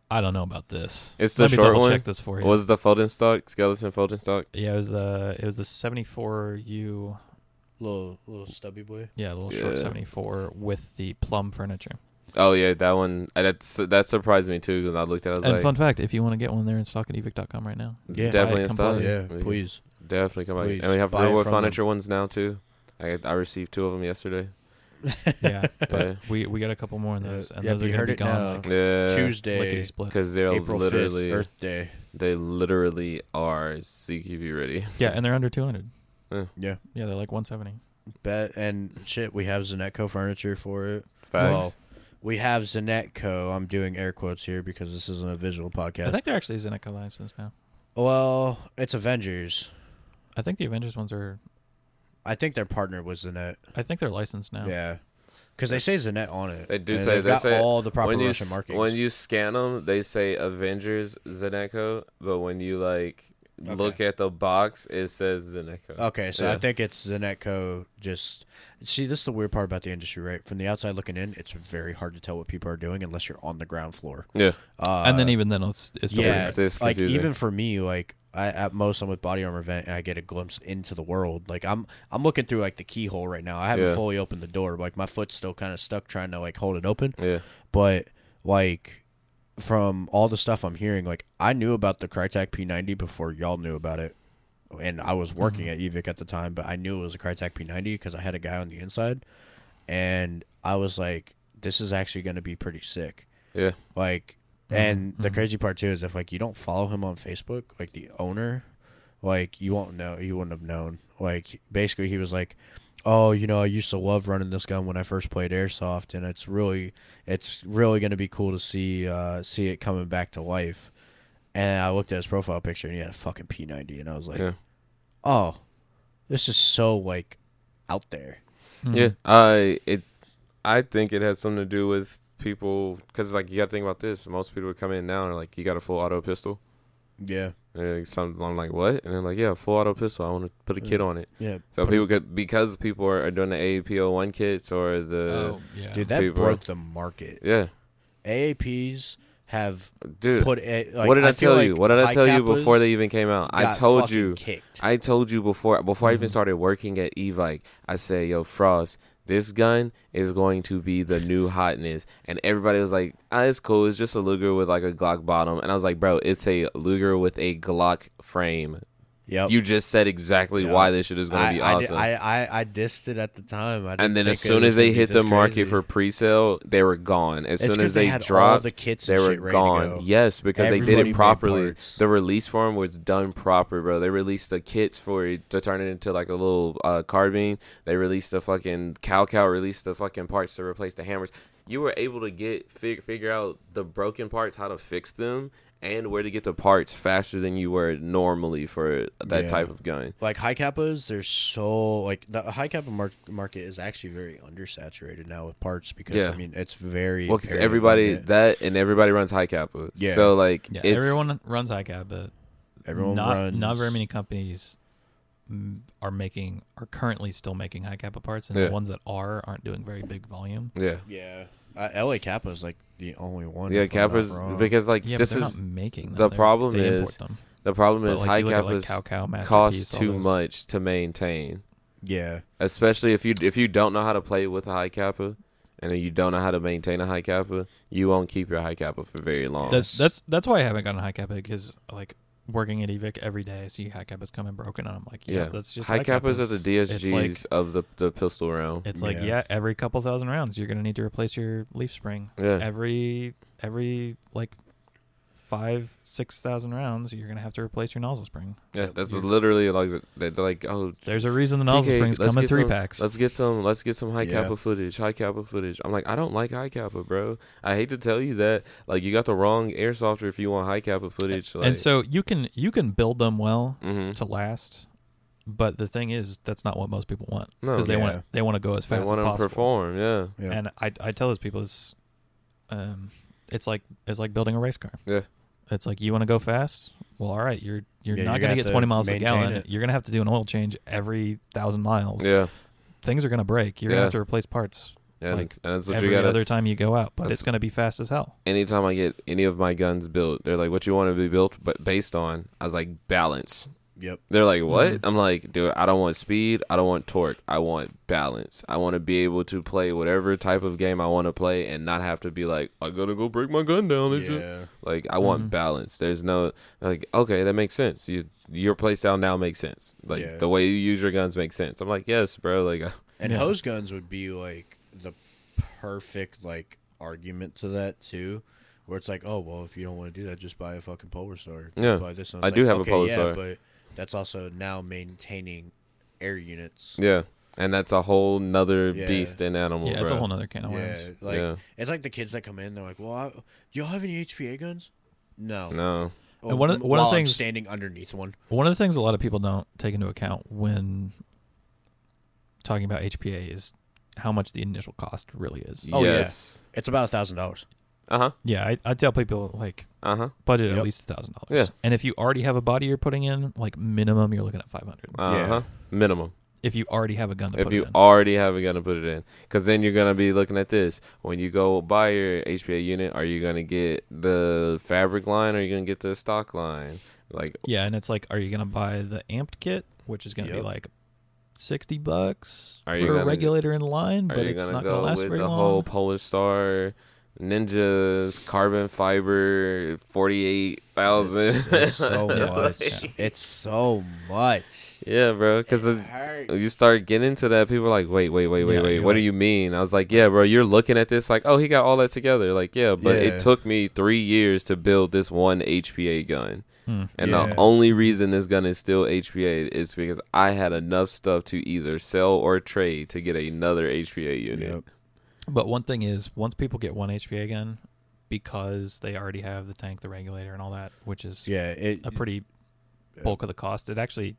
Speaker 3: I don't know about this.
Speaker 2: It's the
Speaker 3: Let me
Speaker 2: short
Speaker 3: double
Speaker 2: one?
Speaker 3: check this for you.
Speaker 2: was the folding stock skeleton folding stock?
Speaker 3: yeah, it was the it was the 74U,
Speaker 1: little little stubby boy.
Speaker 3: yeah, a little short
Speaker 2: Yeah.
Speaker 3: 74 with the plum furniture.
Speaker 2: Oh yeah, that one. uh, That's that surprised me too because I looked at. it, I was
Speaker 3: and
Speaker 2: like,
Speaker 3: fun fact, if you want to get one, they're in stock at evic.com right now.
Speaker 1: Yeah,
Speaker 2: definitely
Speaker 3: I
Speaker 2: in stock.
Speaker 3: completely-
Speaker 1: Yeah,
Speaker 2: We can
Speaker 1: please.
Speaker 2: Definitely come out.
Speaker 1: Please,
Speaker 2: And we have
Speaker 1: buy it
Speaker 2: real world
Speaker 1: from them.
Speaker 2: furniture ones now too. I I received two of them yesterday.
Speaker 3: Yeah,
Speaker 2: Yeah.
Speaker 3: but we we got a couple more in
Speaker 1: Yeah,
Speaker 3: those, and
Speaker 1: yeah,
Speaker 3: those
Speaker 1: but
Speaker 3: are
Speaker 1: you
Speaker 3: gonna
Speaker 1: heard
Speaker 3: be
Speaker 1: it
Speaker 3: gone
Speaker 1: now.
Speaker 3: like
Speaker 2: Yeah,
Speaker 1: Tuesday,
Speaker 3: split.
Speaker 2: because they're
Speaker 1: April
Speaker 2: literally
Speaker 1: 5th, Earth Day.
Speaker 2: they literally are CQB ready.
Speaker 3: Yeah, and they're under 200.
Speaker 1: Yeah,
Speaker 3: Yeah, they're like 170.
Speaker 1: bet and shit. We have Zanetco furniture for it.
Speaker 2: Facts.
Speaker 1: Well, we have Zanetco. I'm doing air quotes here because this isn't a visual
Speaker 3: I
Speaker 1: podcast.
Speaker 3: think they're actually Zeneca license now.
Speaker 1: well, it's Avengers.
Speaker 3: I think the Avengers ones are.
Speaker 1: I think their partner was Zanet.
Speaker 3: I think they're licensed now.
Speaker 1: Yeah, because they say Zanet on it.
Speaker 2: They do
Speaker 1: and
Speaker 2: say-
Speaker 1: they've
Speaker 2: they
Speaker 1: got
Speaker 2: say-
Speaker 1: all the proper
Speaker 2: when you
Speaker 1: Russian
Speaker 2: s-
Speaker 1: markings.
Speaker 2: when you scan them, they say Avengers Zeneco, but when you like look at the box, it says Zeneco.
Speaker 1: okay, so I
Speaker 2: Yeah.
Speaker 1: think it's Zanetco. Just see, this is the weird part about the industry, right? From the outside looking in, it's very hard to tell what people are doing unless you're on the ground floor.
Speaker 2: Yeah,
Speaker 1: Uh,
Speaker 3: And then even then, it's, it's still
Speaker 1: yeah,
Speaker 2: It's- it's
Speaker 1: like
Speaker 2: confusing.
Speaker 1: even for me, like I at most I'm with Body Armor Event and I get a glimpse into the world. Like I'm I'm looking through like the keyhole right now. I haven't
Speaker 2: Yeah.
Speaker 1: fully opened the door. Like my foot's still kind of stuck trying to like hold it open.
Speaker 2: yeah.
Speaker 1: But like from all the stuff I'm hearing, like I knew about the Crytek P90 before y'all knew about it. And I was working at EVIC at the time, but I knew it was a Crytek P90 because I had a guy on the inside. And I was like, this is actually going to be pretty sick.
Speaker 2: Yeah,
Speaker 1: Like, and the crazy part too is if like you don't follow him on Facebook, like the owner, like you won't know, you wouldn't have known. Like basically, he was like, "Oh, you know, I used to love running this gun when I first played airsoft, and it's really, it's really gonna be cool to see, uh, see it coming back to life." And I looked at his profile picture, and he had a fucking P ninety, and I was like,
Speaker 2: Yeah.
Speaker 1: "Oh, this is so like out there."
Speaker 3: Mhm.
Speaker 1: Uh,
Speaker 2: yeah. I it, I think it has something to do with people because like you got to think about this. Most people would come in now and are like, you got a full auto pistol.
Speaker 1: Yeah,
Speaker 2: And they're like, some, I'm like, what? And they're like, yeah, full auto pistol. I want to put a kit on it.
Speaker 1: yeah,
Speaker 2: So
Speaker 1: Put
Speaker 2: people could because people are, are doing the AAPO1 kits or the
Speaker 3: Oh, yeah.
Speaker 1: dude, that
Speaker 2: people-
Speaker 1: broke the market.
Speaker 2: yeah,
Speaker 1: AAPs have
Speaker 2: dude.
Speaker 1: put it. Like,
Speaker 2: what did I,
Speaker 1: feel
Speaker 2: tell you?
Speaker 1: like
Speaker 2: What did I
Speaker 1: high
Speaker 2: tell you
Speaker 1: Kappas
Speaker 2: before they even came out? I
Speaker 1: got
Speaker 2: told
Speaker 1: fucking
Speaker 2: you.
Speaker 1: Kicked.
Speaker 2: I told you before before
Speaker 1: Mm-hmm.
Speaker 2: I even started working at Evike. I said, "Yo, Frost, this gun is going to be the new hotness." And everybody was like, ah, "It's cool. It's just a Luger with like a Glock bottom." And I was like, "Bro, it's a Luger with a Glock frame.
Speaker 1: Yep.
Speaker 2: You just said exactly
Speaker 1: Oh. Yeah.
Speaker 2: why this shit is going
Speaker 1: I,
Speaker 2: to be
Speaker 1: I di-
Speaker 2: awesome.
Speaker 1: I, I, I dissed it at the time. I didn't
Speaker 2: and then
Speaker 1: think
Speaker 2: as
Speaker 1: it was
Speaker 2: soon as they
Speaker 1: gonna be
Speaker 2: hit
Speaker 1: this
Speaker 2: the market
Speaker 1: crazy.
Speaker 2: for pre-sale, they were gone.
Speaker 1: It's
Speaker 2: As soon
Speaker 1: 'cause
Speaker 2: as
Speaker 1: they
Speaker 2: they,
Speaker 1: had all
Speaker 2: dropped,
Speaker 1: the kits
Speaker 2: they
Speaker 1: and
Speaker 2: were
Speaker 1: shit ready to
Speaker 2: gone.
Speaker 1: go.
Speaker 2: Yes, because they
Speaker 1: Everybody
Speaker 2: did
Speaker 1: made
Speaker 2: it properly.
Speaker 1: parts.
Speaker 2: The release form was done proper, bro. They released the kits for it to turn it into like a little uh, carbine. They released the fucking cow cow. Released the fucking parts to replace the hammers. You were able to get fig- figure out the broken parts, how to fix them, and where to get the parts faster than you were normally for that
Speaker 1: Yeah.
Speaker 2: type of gun.
Speaker 1: like high kappas, there's so like the high kappa mar- market is actually very undersaturated now with parts because
Speaker 2: Yeah.
Speaker 1: I mean it's very
Speaker 2: Well, 'cause
Speaker 1: very
Speaker 2: everybody
Speaker 1: abundant.
Speaker 2: that and everybody runs high kappa.
Speaker 1: Yeah.
Speaker 2: So like,
Speaker 3: Yeah,
Speaker 2: it's,
Speaker 3: everyone runs ICAP, but
Speaker 1: everyone
Speaker 3: not
Speaker 1: runs
Speaker 3: not very many companies mm, are making are currently still making high kappa parts, and
Speaker 2: Yeah.
Speaker 3: the ones that are aren't doing very big volume.
Speaker 2: Yeah.
Speaker 1: Yeah, uh, LA Kappa is like the only one.
Speaker 2: Yeah,
Speaker 1: if I'm not
Speaker 2: kappa's
Speaker 1: wrong.
Speaker 2: because like
Speaker 3: Yeah,
Speaker 2: this
Speaker 3: but they're
Speaker 2: is
Speaker 3: not making them.
Speaker 2: the
Speaker 3: They're-
Speaker 2: problem
Speaker 3: they import
Speaker 2: is
Speaker 3: them.
Speaker 2: the problem
Speaker 3: But
Speaker 2: is
Speaker 3: like,
Speaker 2: high
Speaker 3: you look at, like,
Speaker 2: kappas
Speaker 3: Cow Cow, Masterpiece,
Speaker 2: costs
Speaker 3: all
Speaker 2: too
Speaker 3: those.
Speaker 2: much to maintain,
Speaker 1: yeah,
Speaker 2: especially if you if you don't know how to play with a high kappa, and you don't know how to maintain a high kappa, you won't keep your high kappa for very long.
Speaker 3: That's that's that's why I haven't gotten a high kappa because like working at Evic every day, I see high kappas coming broken, and I'm like, yeah,
Speaker 2: yeah,
Speaker 3: that's just
Speaker 2: high kappas are the
Speaker 3: kappas.
Speaker 2: DSGs
Speaker 3: It's like,
Speaker 2: of the the pistol round.
Speaker 3: it's like
Speaker 1: Yeah.
Speaker 3: yeah. every couple thousand rounds, you're gonna need to replace your leaf spring.
Speaker 2: Yeah.
Speaker 3: Every every like five six thousand rounds, you're gonna have to replace your nozzle spring.
Speaker 2: Yeah, that's
Speaker 3: you're-
Speaker 2: literally like they're like oh
Speaker 3: There's a reason the nozzle
Speaker 2: TK,
Speaker 3: springs
Speaker 2: let's
Speaker 3: come in
Speaker 2: get
Speaker 3: three
Speaker 2: some-
Speaker 3: packs.
Speaker 2: Let's get some. Let's get some high
Speaker 1: Yeah.
Speaker 2: kappa footage. High kappa footage. I'm like, I don't like high kappa, bro. I hate to tell you that. Like, you got the wrong airsofter if you want high kappa footage. Like,
Speaker 3: and so you can you can build them well
Speaker 2: Mhm.
Speaker 3: to last, but the thing is that's not what most people want
Speaker 2: No,
Speaker 3: because they
Speaker 1: yeah.
Speaker 3: want they want to go as
Speaker 2: Oh, they
Speaker 3: fast
Speaker 2: want
Speaker 3: as
Speaker 2: to
Speaker 3: possible.
Speaker 2: perform. Yeah,
Speaker 1: yeah.
Speaker 3: And I I tell those people it's um it's like it's like building a race car.
Speaker 2: Yeah.
Speaker 3: It's like you want to go fast. Well, all right, you're you're
Speaker 1: Yeah,
Speaker 3: not
Speaker 1: you're
Speaker 3: gonna
Speaker 1: gonna
Speaker 3: get
Speaker 1: have
Speaker 3: 20
Speaker 1: to
Speaker 3: miles a
Speaker 1: maintain
Speaker 3: gallon.
Speaker 1: it.
Speaker 3: You're gonna have to do an oil change every thousand miles.
Speaker 2: yeah,
Speaker 3: Things are gonna break. You're gonna
Speaker 2: Yeah.
Speaker 3: have to replace parts
Speaker 2: yeah.
Speaker 3: Like,
Speaker 2: and that's what
Speaker 3: every
Speaker 2: you gotta.
Speaker 3: other time you go out, but
Speaker 2: That's-
Speaker 3: it's gonna be fast as hell.
Speaker 2: anytime I get any of my guns built, they're like, "What you want to be built?" But based on, I was like, balance.
Speaker 1: Yep.
Speaker 2: They're like, what?
Speaker 1: Mm-hmm.
Speaker 3: Mhm.
Speaker 2: I'm like, dude, I don't want speed. I don't want torque. I want balance. I want to be able to play whatever type of game I want to play and not have to be like, I gotta go break my gun down. It's just-
Speaker 1: Yeah. Mm-hmm.
Speaker 2: Like, I want
Speaker 3: Mhm.
Speaker 2: balance. There's no like, okay, that makes sense. You your play style now makes sense. Like
Speaker 1: Yeah.
Speaker 2: the way you use your guns makes sense. I'm like, yes, bro. Like,
Speaker 1: And
Speaker 3: Yeah.
Speaker 1: hose guns would be like the perfect like argument to that too, where it's like, oh well, if you don't want to do that, just buy a fucking polar star.
Speaker 2: Yeah.
Speaker 1: buy this. one.
Speaker 2: I
Speaker 1: It's
Speaker 2: do
Speaker 1: like,
Speaker 2: have a
Speaker 1: okay,
Speaker 2: Polar
Speaker 1: yeah,
Speaker 2: Star.
Speaker 1: but that's also now maintaining air units.
Speaker 2: yeah, and that's a whole nother
Speaker 1: Yeah.
Speaker 2: beast and animal.
Speaker 3: yeah, it's a
Speaker 2: bro.
Speaker 3: whole nother can of worms.
Speaker 1: Yeah, like
Speaker 2: Yeah.
Speaker 1: it's like the kids that come in. They're like, "Well, I, do y'all have any HPA guns?" No.
Speaker 2: No,
Speaker 1: Oh,
Speaker 3: And one of-
Speaker 1: m-
Speaker 3: one of
Speaker 1: while
Speaker 3: the
Speaker 1: I'm
Speaker 3: things-
Speaker 1: standing underneath one.
Speaker 3: One of the things a lot of people don't take into account when talking about HPA is how much the initial cost really is.
Speaker 1: Oh, yeah.
Speaker 2: yes,
Speaker 1: It's about a thousand dollars.
Speaker 2: uh huh,
Speaker 3: Yeah, I, I tell people like
Speaker 2: uh huh.
Speaker 3: budget
Speaker 1: Yep.
Speaker 3: at least a thousand
Speaker 2: Yeah.
Speaker 3: dollars. And if you already have a body you're putting in, like minimum you're looking at five hundred.
Speaker 2: Uh huh. Minimum.
Speaker 3: if you already have a gun to
Speaker 2: if
Speaker 3: put
Speaker 2: you
Speaker 3: it in.
Speaker 2: already haven't gonna put it in because then you're gonna be looking at this when you go buy your hpa unit are you gonna get the fabric line or are you gonna get the stock line like
Speaker 3: yeah, and it's like, are you gonna buy the amped kit, which is gonna be
Speaker 1: Yep.
Speaker 3: like sixty bucks
Speaker 2: Are you
Speaker 3: for a
Speaker 2: gonna-
Speaker 3: regulator in line,
Speaker 2: are
Speaker 3: but
Speaker 2: you
Speaker 3: it's
Speaker 2: gonna
Speaker 3: not
Speaker 2: go
Speaker 3: gonna last
Speaker 2: with
Speaker 3: very
Speaker 2: the
Speaker 3: long.
Speaker 2: whole polar star ninja carbon fiber 48000
Speaker 1: It's, it's so
Speaker 3: Yeah.
Speaker 1: much.
Speaker 3: Yeah.
Speaker 1: It's so much.
Speaker 2: yeah bro because
Speaker 1: Hurt.
Speaker 2: you start getting into that people are like wait wait wait wait
Speaker 3: Yeah,
Speaker 2: wait
Speaker 3: you're
Speaker 2: what do
Speaker 3: like-
Speaker 2: you mean i was like yeah bro you're looking at this like oh he got all that together like yeah but
Speaker 1: Yeah.
Speaker 2: it took me three years to build this one hpa gun
Speaker 3: Hmm.
Speaker 2: And
Speaker 1: Yeah.
Speaker 2: the only reason this gun is still HPA is because I had enough stuff to either sell or trade to get another HPA unit.
Speaker 1: Yep.
Speaker 3: But one thing is, once people get one HPA gun, because they already have the tank, the regulator, and all that, which is
Speaker 1: Yeah, it
Speaker 3: a pretty bulk of the cost, it actually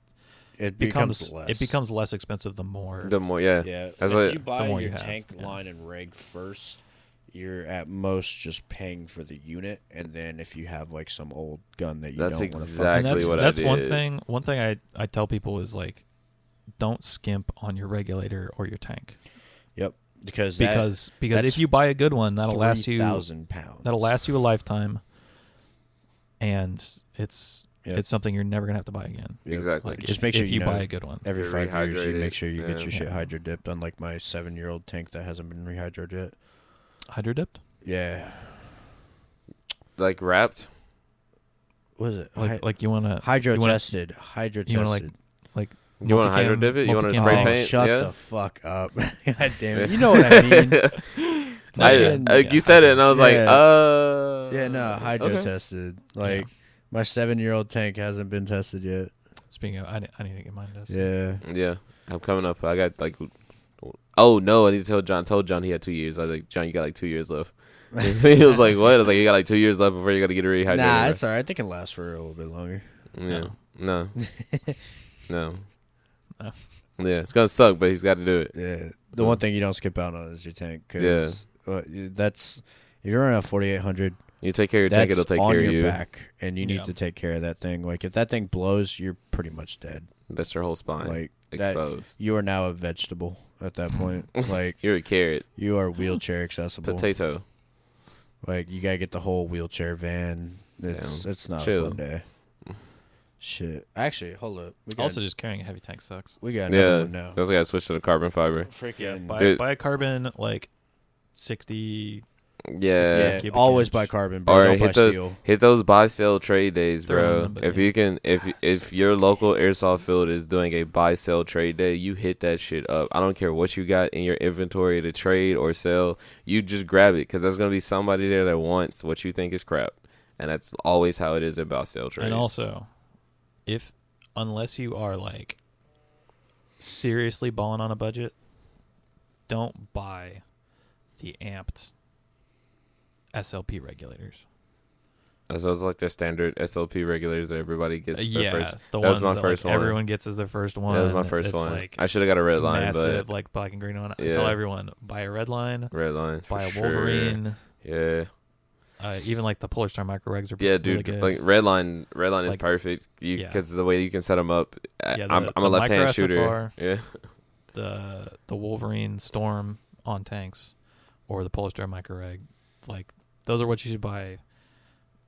Speaker 1: it
Speaker 3: becomes,
Speaker 1: becomes, less.
Speaker 3: it becomes less expensive the more.
Speaker 2: The more, yeah,
Speaker 1: yeah.
Speaker 2: That's
Speaker 1: if
Speaker 2: what-
Speaker 1: you buy
Speaker 3: The more
Speaker 1: your
Speaker 3: you have,
Speaker 1: tank
Speaker 3: yeah.
Speaker 1: line and rig first, you're at most just paying for the unit, and then if you have like some old gun that you
Speaker 2: That's
Speaker 1: don't want to fuck,
Speaker 3: and
Speaker 2: exactly
Speaker 3: that's
Speaker 2: what I
Speaker 3: that's one
Speaker 2: did.
Speaker 3: thing. One thing I I tell people is like, don't skimp on your regulator or your tank
Speaker 1: yep, because that
Speaker 3: because because
Speaker 1: that's
Speaker 3: if you buy a good one, that'll last you
Speaker 1: thousand pounds.
Speaker 3: that'll last you a lifetime, and it's
Speaker 1: Yep.
Speaker 3: it's something you're never gonna have to buy again.
Speaker 1: Yep.
Speaker 2: exactly.
Speaker 3: Like
Speaker 1: Just
Speaker 3: if,
Speaker 1: make sure
Speaker 3: if
Speaker 1: you
Speaker 3: you
Speaker 1: know
Speaker 3: buy a good one.
Speaker 1: Every
Speaker 2: You're
Speaker 1: five years, you
Speaker 2: rehydrated,
Speaker 1: make sure you get
Speaker 2: yeah.
Speaker 1: your shit
Speaker 3: Yeah.
Speaker 1: hydro dipped, unlike my seven year old tank that hasn't been rehydro yet.
Speaker 3: Hydro dipped.
Speaker 1: Yeah.
Speaker 2: like wrapped.
Speaker 1: what is it?
Speaker 3: Like
Speaker 1: Hy-
Speaker 3: like you want to
Speaker 1: hydro
Speaker 3: you wanna-
Speaker 1: tested. Hydro
Speaker 3: you
Speaker 1: tested.
Speaker 3: wanna, like, like
Speaker 2: You wanna hydro
Speaker 3: multicam-
Speaker 2: dip it? You wanna
Speaker 3: multicam
Speaker 2: spray
Speaker 3: tank.
Speaker 1: oh,
Speaker 2: paint?
Speaker 1: shut
Speaker 2: yeah.
Speaker 1: the fuck up. God damn it. You know what I mean.
Speaker 2: I,
Speaker 1: Fucking-
Speaker 2: uh, you said it, and I was like,
Speaker 1: Yeah.
Speaker 2: uh.
Speaker 1: yeah, no, hydro
Speaker 2: okay.
Speaker 1: tested. Like my seven year old tank hasn't been tested yet.
Speaker 3: Speaking of, I need, I need to get mine tested.
Speaker 1: Yeah.
Speaker 2: Yeah, I'm coming up. I got like, oh no, I need to tell John. Told John he had two years. I was like, John, you got like two years left. so he was like, what? I was like, you got like two years left before you got to get rehydrated.
Speaker 1: Nah, it's alright. They can last for a little bit longer.
Speaker 2: yeah, no, no,
Speaker 3: No.
Speaker 2: Yeah, it's gonna suck, but he's got to do it.
Speaker 1: Yeah. The one thing you don't skip out on is your tank. 'cause, uh, you- that's if you're on a 4800,
Speaker 2: You take care of your
Speaker 1: that's
Speaker 2: tank; it'll take
Speaker 1: on
Speaker 2: care
Speaker 1: your
Speaker 2: of you.
Speaker 1: back, and you need
Speaker 3: Yeah.
Speaker 1: to take care of that thing. Like if that thing blows, you're pretty much dead.
Speaker 2: That's your whole spine
Speaker 1: Like that,
Speaker 2: exposed.
Speaker 1: you are now a vegetable at that point. like
Speaker 2: You're a carrot,
Speaker 1: you are wheelchair accessible.
Speaker 2: potato.
Speaker 1: Like you gotta get the whole wheelchair van. It's
Speaker 2: Damn.
Speaker 1: it's not a
Speaker 2: Chill.
Speaker 1: fun day. Shit. Actually, hold up. We got,
Speaker 3: Also, just carrying a heavy tank sucks.
Speaker 1: we got another
Speaker 2: Yeah,
Speaker 1: one now.
Speaker 2: that's why I switched to the carbon fiber.
Speaker 1: Freaking
Speaker 3: Buy,
Speaker 2: Mm. Dude.
Speaker 3: buy carbon like sixty.
Speaker 1: yeah.
Speaker 2: Yeah,
Speaker 3: cubic
Speaker 1: always
Speaker 3: inch.
Speaker 1: buy carbon, but
Speaker 2: All right,
Speaker 1: don't buy
Speaker 2: hit those
Speaker 1: steel.
Speaker 2: hit those buy sell trade days,
Speaker 3: They're
Speaker 2: bro.
Speaker 3: unlimited.
Speaker 2: If you can, if if your local airsoft field is doing a buy sell trade day, you hit that shit up. I don't care what you got in your inventory to trade or sell, you just grab it because there's gonna be somebody there that wants what you think is crap, and that's always how it is about sell trades.
Speaker 3: And also, if unless you are like seriously balling on a budget, don't buy the amped SLP regulators.
Speaker 2: so it's like the standard SLP regulators that everybody gets.
Speaker 3: Uh,
Speaker 2: their
Speaker 3: yeah,
Speaker 2: first. that
Speaker 3: the ones
Speaker 2: was my
Speaker 3: that
Speaker 2: first
Speaker 3: like,
Speaker 2: one.
Speaker 3: everyone gets as their first one.
Speaker 2: that was my first
Speaker 3: It's,
Speaker 2: one.
Speaker 3: Like
Speaker 2: I should have got a red line,
Speaker 3: massive,
Speaker 2: but
Speaker 3: like black and green one. I
Speaker 2: Yeah.
Speaker 3: tell everyone buy a red line,
Speaker 2: red line. for
Speaker 3: buy a
Speaker 2: sure.
Speaker 3: Wolverine.
Speaker 2: Yeah.
Speaker 3: Uh, even like the Polar Star micro regs are
Speaker 2: Yeah,
Speaker 3: really
Speaker 2: dude.
Speaker 3: good.
Speaker 2: like red line, red line is
Speaker 3: Like,
Speaker 2: perfect. You
Speaker 3: yeah.
Speaker 2: because the way you can set them up. I-
Speaker 3: Yeah,
Speaker 2: I'm,
Speaker 3: the-
Speaker 2: I'm a
Speaker 3: the
Speaker 2: left hand
Speaker 3: micro
Speaker 2: shooter.
Speaker 3: SFR.
Speaker 2: Yeah,
Speaker 3: the the Wolverine Storm on tanks or the Polar Star micro reg, like those are what you should buy.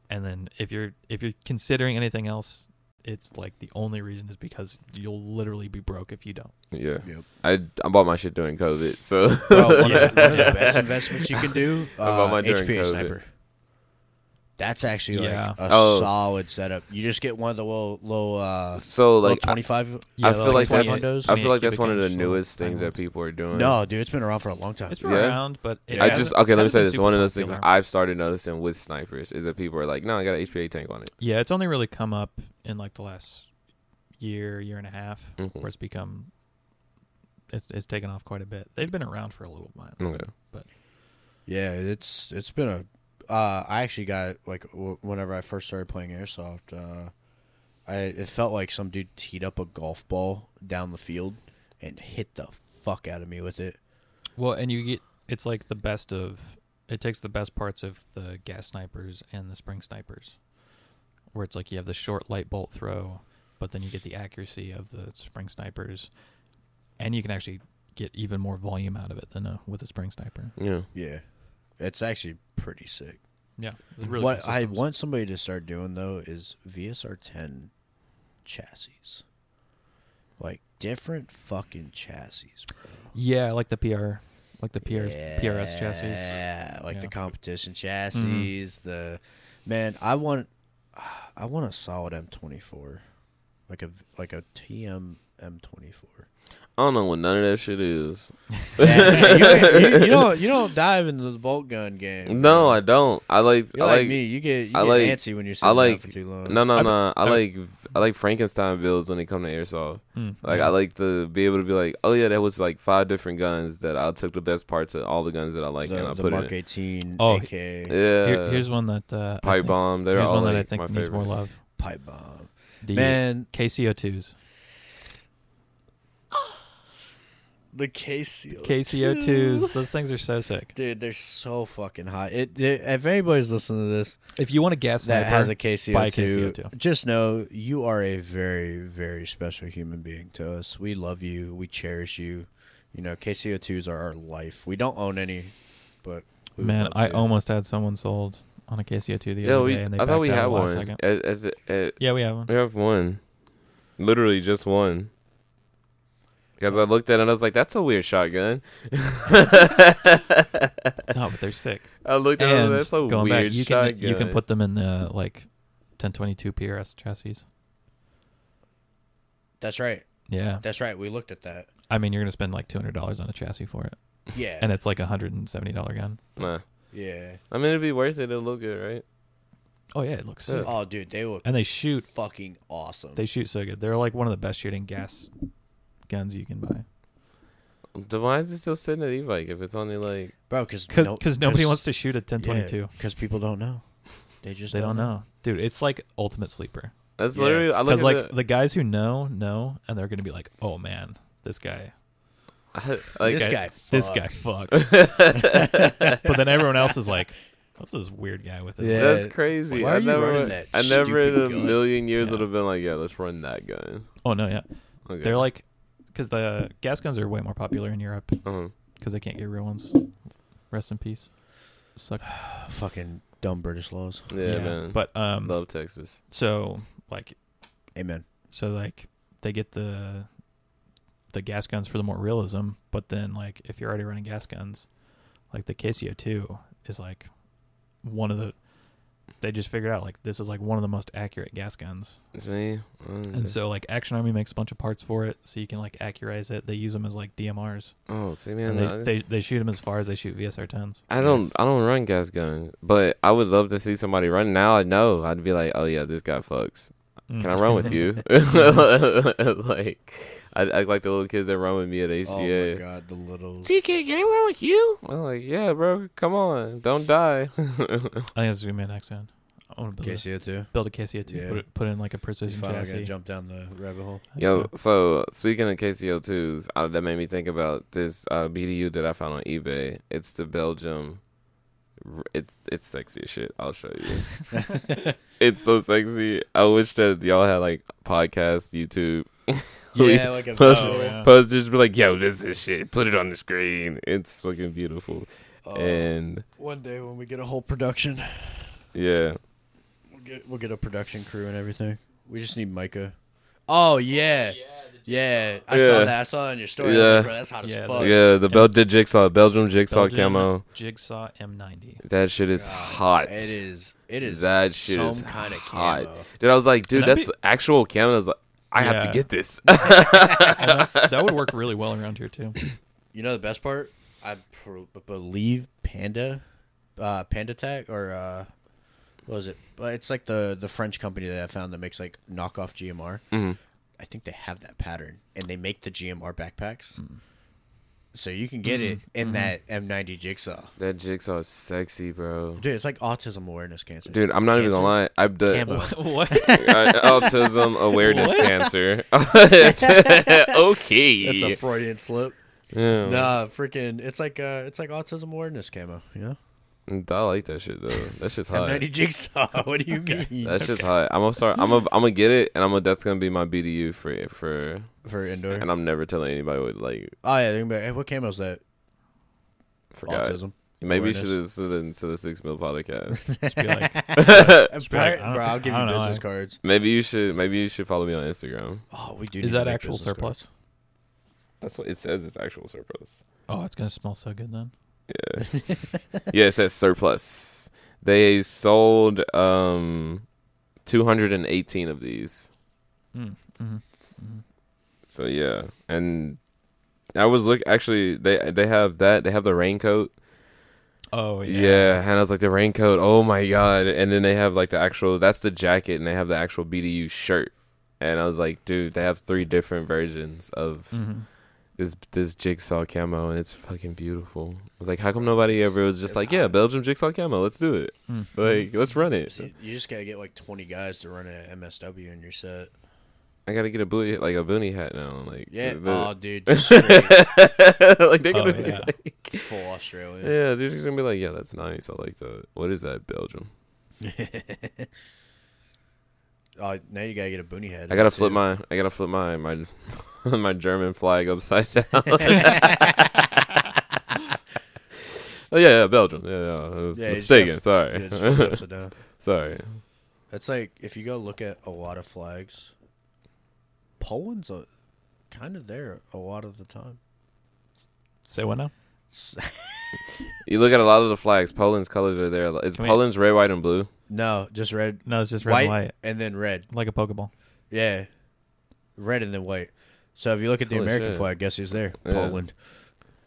Speaker 3: And then if you're if you're considering anything else, it's like the only reason is because you'll literally be broke if you don't.
Speaker 2: yeah.
Speaker 1: Yep.
Speaker 2: I I bought my shit during COVID, so
Speaker 1: Bro, one,
Speaker 3: Yeah.
Speaker 1: of, the- one of the
Speaker 3: Yeah.
Speaker 1: best investments you can do,
Speaker 2: about
Speaker 1: uh,
Speaker 2: mine during
Speaker 1: HPA
Speaker 2: COVID?
Speaker 1: sniper. That's actually like
Speaker 3: Yeah.
Speaker 1: a
Speaker 2: Oh.
Speaker 1: solid setup. You just get one of the little little uh
Speaker 2: so like
Speaker 1: little uh,
Speaker 2: I,
Speaker 1: twenty five.
Speaker 2: I feel like
Speaker 1: like
Speaker 2: that's
Speaker 1: 28
Speaker 2: I feel like that's
Speaker 3: cubic
Speaker 2: one of the
Speaker 3: inch little
Speaker 2: newest things that
Speaker 3: diamonds.
Speaker 2: people are doing.
Speaker 1: No, dude, it's been around for a long time.
Speaker 3: It's been
Speaker 2: Yeah.
Speaker 3: around, but it
Speaker 2: I
Speaker 1: Yeah.
Speaker 2: just
Speaker 3: hasn't-
Speaker 2: okay. Let me
Speaker 3: hasn't
Speaker 2: say
Speaker 3: been
Speaker 2: this:
Speaker 3: super
Speaker 2: one of those things
Speaker 3: popular.
Speaker 2: I've started noticing with snipers is that people are like, "No, I got an HPA tank on it."
Speaker 3: Yeah, it's only really come up in like the last year, year and a half,
Speaker 2: Mhm.
Speaker 3: where it's become it's it's taken off quite a bit. They've been around for a little while.
Speaker 1: Mm.
Speaker 2: Okay.
Speaker 1: Yeah, it's it's been a. Uh, I actually got like w- whenever I first started playing airsoft, uh, I it felt like some dude teed up a golf ball down the field and hit the fuck out of me with it.
Speaker 3: Well, and you get it's like the best of it takes the best parts of the gas snipers and the spring snipers, where it's like you have the short light bolt throw, but then you get the accuracy of the spring snipers, and you can actually get even more volume out of it than uh with a spring sniper.
Speaker 2: Yeah.
Speaker 1: Yeah, it's actually pretty sick.
Speaker 3: Yeah,
Speaker 2: Mhm.
Speaker 3: really
Speaker 1: Mm, what
Speaker 3: good
Speaker 1: I
Speaker 3: systems.
Speaker 1: want somebody to start doing though is VSR ten chassis, like different fucking chassis, bro.
Speaker 3: Yeah, like the PR, like the PR, PRS chassis.
Speaker 1: Yeah, like the
Speaker 3: Yeah. Mm-hmm.
Speaker 1: competition chassis. The man, I want, I want a solid M24, like a like a TM M24.
Speaker 2: I don't know what none of that shit is.
Speaker 1: Yeah, you, you, you don't you don't dive into the bolt gun game.
Speaker 2: No, I don't. I like
Speaker 1: You're
Speaker 2: I
Speaker 1: like,
Speaker 2: like
Speaker 1: me. You get you
Speaker 2: I
Speaker 1: get
Speaker 2: like-
Speaker 1: antsy when you're
Speaker 2: I
Speaker 1: sitting down
Speaker 2: like-
Speaker 1: for too long.
Speaker 2: No, no,
Speaker 3: I-
Speaker 2: no. I
Speaker 3: I-
Speaker 2: like I like Frankenstein builds when it come to airsoft.
Speaker 3: Mm,
Speaker 2: Like
Speaker 3: yeah.
Speaker 2: I like to be able to be like, oh yeah, that was like five different guns that I took the best parts of all the guns that I like and I
Speaker 1: the, the
Speaker 2: put
Speaker 1: Mark
Speaker 2: it.
Speaker 1: 18
Speaker 2: In.
Speaker 3: Oh,
Speaker 1: AK
Speaker 2: Yeah,
Speaker 3: Here- here's one that uh, I
Speaker 2: pipe
Speaker 3: think-
Speaker 2: bomb. They're
Speaker 3: Here's
Speaker 2: all
Speaker 3: one
Speaker 2: like
Speaker 3: that I think
Speaker 2: my
Speaker 3: needs
Speaker 2: favorite.
Speaker 3: more love.
Speaker 1: pipe bomb.
Speaker 3: The
Speaker 1: Man,
Speaker 3: KCO2s.
Speaker 1: the KCO
Speaker 3: KCO2s. Those things are so sick.
Speaker 1: Dude, they're so fucking hot. It, it if anybody's listening to this,
Speaker 3: If you want to gas
Speaker 1: that
Speaker 3: sniper,
Speaker 1: has a
Speaker 3: buy
Speaker 1: KCO
Speaker 3: a
Speaker 1: two.
Speaker 3: KCO2.
Speaker 1: Just know you are a very, very special human being to us. We love you. We cherish you. You know, KCO twos are our life. We don't own any, but we would
Speaker 3: man,
Speaker 1: love
Speaker 3: I
Speaker 1: to.
Speaker 3: almost had someone sold on a KCO2 the
Speaker 2: Yeah,
Speaker 3: other
Speaker 2: we.
Speaker 3: day, and they
Speaker 2: I thought
Speaker 3: backed
Speaker 2: we
Speaker 3: out at
Speaker 2: had
Speaker 3: the last
Speaker 2: one.
Speaker 3: second.
Speaker 2: At, at the, at,
Speaker 3: Yeah, we have one.
Speaker 2: we have one. Literally just one. Because I looked at it and I was like, that's a weird shotgun.
Speaker 3: No, but they're sick.
Speaker 2: I looked at it and I was like, Oh,
Speaker 3: and
Speaker 2: that's a
Speaker 3: going
Speaker 2: weird
Speaker 3: back, you
Speaker 2: shotgun.
Speaker 3: can you can put them in the like 1022 PRS chassis.
Speaker 1: That's right.
Speaker 3: Yeah.
Speaker 1: That's right. We looked at that.
Speaker 3: I mean, you're going to spend like $200 on a chassis for it.
Speaker 1: Yeah.
Speaker 3: And it's like a $170 gun.
Speaker 2: Nah.
Speaker 1: yeah.
Speaker 2: I mean, it'd be worth it. It'll look good, right?
Speaker 3: Oh, yeah. It looks
Speaker 2: Yeah.
Speaker 3: sick.
Speaker 1: Oh, dude, they look
Speaker 3: And they shoot.
Speaker 1: fucking awesome.
Speaker 3: They shoot so good. They're like one of the best shooting gas guns you can buy.
Speaker 2: Then why is it still sitting at e-bike if it's only like
Speaker 1: Bro, because
Speaker 3: Because nobody wants to shoot a 1022.
Speaker 1: Because people don't know. They just
Speaker 3: They don't know. Dude, it's like ultimate sleeper.
Speaker 2: that's
Speaker 1: Yeah.
Speaker 2: literally I look
Speaker 3: Because
Speaker 2: at
Speaker 3: like
Speaker 2: the-
Speaker 3: the guys who know know, and they're gonna be like, "Oh man, this guy,
Speaker 2: I, like
Speaker 1: This
Speaker 3: guy-
Speaker 1: guy
Speaker 3: this guy
Speaker 1: fucks.
Speaker 3: fucks." but then everyone else is like, "What's this weird guy with this?"
Speaker 1: Yeah.
Speaker 3: gun?"
Speaker 2: that's crazy.
Speaker 1: Why are
Speaker 2: I
Speaker 1: you
Speaker 2: never,
Speaker 1: running that
Speaker 2: I never in a
Speaker 1: stupid gun?
Speaker 2: million years
Speaker 3: Yeah.
Speaker 2: would have been like, yeah, let's run that gun.
Speaker 3: Oh no, yeah,
Speaker 2: Okay.
Speaker 3: they're like, because the gas guns are way more popular in Europe
Speaker 2: Uh-huh.
Speaker 3: because they can't get real ones. Rest in peace. Suck.
Speaker 1: fucking dumb British laws.
Speaker 2: yeah, man.
Speaker 3: But um,
Speaker 2: Love Texas.
Speaker 3: so like
Speaker 1: Amen.
Speaker 3: So like they get the the gas guns for the more realism, but then like if you're already running gas guns, like the KCO two is like one of the they just figured out like this is like one of the most accurate gas guns.
Speaker 2: It's me. Mm.
Speaker 3: And so like Action Army makes a bunch of parts for it, so you can like accurize it. They use them as like DMRs.
Speaker 2: oh, see, man.
Speaker 3: And
Speaker 2: I-
Speaker 3: they, they they shoot them as far as they shoot VSR tens.
Speaker 2: I don't I don't run gas gun, but I would love to see somebody run. Now I know I'd be like, oh yeah, this guy fucks.
Speaker 3: Mm.
Speaker 2: Can I run with you? like I act like the little kids that run with me at
Speaker 1: Oh my
Speaker 2: HGA.
Speaker 1: god, the little.
Speaker 2: TK, can I run with you? I'm like, yeah, bro. Come on, don't die.
Speaker 3: I think that's gonna be my next one. I want to build,
Speaker 1: KCO too.
Speaker 3: a, build a KCO two,
Speaker 1: Yeah.
Speaker 3: put it, put in like a
Speaker 1: He's
Speaker 3: precision
Speaker 1: finally gonna
Speaker 3: chassis.
Speaker 1: jump down the rabbit hole.
Speaker 3: I think
Speaker 2: Yo,
Speaker 3: so.
Speaker 2: so speaking of KCO twos, uh, that made me think about this uh, BDU that I found on eBay. It's the Belgium. r- It's it's sexy as shit. I'll show you. it's so sexy. I wish that y'all had like podcast, YouTube.
Speaker 1: yeah, like a
Speaker 2: Plus-
Speaker 1: oh,
Speaker 3: yeah.
Speaker 2: Post just be like, yo, this is shit. Put it on the screen. It's fucking beautiful.
Speaker 1: oh.
Speaker 2: and
Speaker 1: one day when we get a whole production,
Speaker 2: yeah,
Speaker 1: we'll get we'll get a production crew and everything. We just need Micah. Oh yeah, yeah. I
Speaker 2: Yeah.
Speaker 1: saw that. I saw that in your story. Yeah, I was
Speaker 2: Yeah.
Speaker 1: like, bro, that's hot
Speaker 3: Yeah,
Speaker 1: as fuck.
Speaker 2: yeah. The Bel- the jigsaw, Belgium jigsaw
Speaker 3: Belgium
Speaker 2: camo.
Speaker 3: Jigsaw M90.
Speaker 2: That shit is hot.
Speaker 1: It is. It is.
Speaker 2: That shit
Speaker 1: some
Speaker 2: is
Speaker 1: kind of
Speaker 2: hot.
Speaker 1: camo.
Speaker 2: Dude, I was like, dude,
Speaker 3: And that'd
Speaker 2: that's actual camo. I was like, I have to
Speaker 3: Yeah.
Speaker 2: get this.
Speaker 3: that would work really well around here too.
Speaker 1: You know the best part? I pr- believe Panda, uh, Panda Tech, or uh, what was it? But it's like the the French company that I found that makes like knockoff GMR.
Speaker 2: Mhm.
Speaker 1: I think they have that pattern, and they make the GMR backpacks. So you can get it in that M90 jigsaw,
Speaker 2: that jigsaw is sexy, bro.
Speaker 1: dude. It's like autism awareness cancer,
Speaker 2: Dude, I'm not even gonna lie. I've done
Speaker 1: Camo.
Speaker 3: what?
Speaker 2: uh, autism awareness
Speaker 3: What?
Speaker 2: cancer. okay.
Speaker 1: That's a Freudian slip.
Speaker 2: Yeah.
Speaker 1: Nah, freaking. It's like uh, it's like autism awareness camo. You know,
Speaker 2: Mm, I like that shit though. That shit's hot.
Speaker 1: M90 jigsaw. What do you mean?
Speaker 2: That shit's hot. I'm gonna start. I'm gonna. I'm gonna get it, and I'm gonna. That's gonna be my BDU for for.
Speaker 1: For indoor.
Speaker 2: And I'm never telling anybody what like
Speaker 1: oh yeah, they're gonna be like, hey, what camo's that?
Speaker 2: forgot.
Speaker 1: Autism.
Speaker 2: Maybe you
Speaker 1: awareness.
Speaker 2: should have said it into the six mil podcast.
Speaker 3: Just be like,
Speaker 2: Uh,
Speaker 1: Bro,
Speaker 3: be like, I don't-
Speaker 1: bro, I'll give
Speaker 3: I
Speaker 1: you
Speaker 3: don't know, eh?
Speaker 1: business
Speaker 3: I-
Speaker 1: cards.
Speaker 2: maybe you should. Maybe you should follow me on Instagram.
Speaker 1: Oh, we do.
Speaker 3: is that actual surplus?
Speaker 2: That's what it says. It's actual surplus.
Speaker 3: Oh, it's gonna smell so good then.
Speaker 2: Yeah. yeah, it says surplus. They sold um, 218 of these.
Speaker 3: Mm, mhm.
Speaker 2: So yeah, and I was look actually they they have that they have the raincoat.
Speaker 3: Oh yeah.
Speaker 2: Yeah. and I was like the raincoat. Oh my god! And then they have like the actual that's the jacket, and they have the actual BDU shirt. And I was like, dude, they have three different versions of
Speaker 3: Mhm.
Speaker 2: this this jigsaw camo, and it's fucking beautiful. I was like, how come nobody ever was just
Speaker 1: It's
Speaker 2: like,
Speaker 1: hot.
Speaker 2: yeah, Belgium jigsaw camo, let's do it.
Speaker 3: Mm.
Speaker 2: Like, let's run it.
Speaker 1: You just gotta get like twenty guys to run an MSW in your set.
Speaker 2: I gotta get a booty like a boonie hat now. Like,
Speaker 1: Yeah. uh,
Speaker 2: the-
Speaker 1: oh, dude, just straight
Speaker 2: like they're gonna
Speaker 3: Oh,
Speaker 2: be
Speaker 3: yeah.
Speaker 2: like,
Speaker 1: full Australian.
Speaker 2: yeah, dude's gonna be like, yeah, that's nice. I like that. What is that, Belgium?
Speaker 1: oh, now you gotta get a boonie head.
Speaker 2: I gotta
Speaker 1: too.
Speaker 2: flip my I gotta flip my my my German flag upside down. oh yeah, yeah, Belgium. Yeah, yeah. I was
Speaker 1: Yeah, you just gotta
Speaker 2: mistaken.
Speaker 1: f-
Speaker 2: Sorry.
Speaker 1: Yeah, just flip it upside down.
Speaker 2: Sorry.
Speaker 1: It's like if you go look at a lot of flags, Poland's a, kind of there a lot of the time.
Speaker 3: Say what now?
Speaker 1: S-
Speaker 2: You look at a lot of the flags, Poland's colors are there. Is
Speaker 3: Can we-
Speaker 2: Poland's red, white, and blue?
Speaker 1: No, just red,
Speaker 3: No, it's just red
Speaker 1: white,
Speaker 3: and white,
Speaker 1: and then red.
Speaker 3: like a Pokeball.
Speaker 1: Yeah, red and then white. So if you look at the
Speaker 2: Holy
Speaker 1: American
Speaker 2: shit.
Speaker 1: flag, guess who's there?
Speaker 2: Yeah.
Speaker 1: Poland.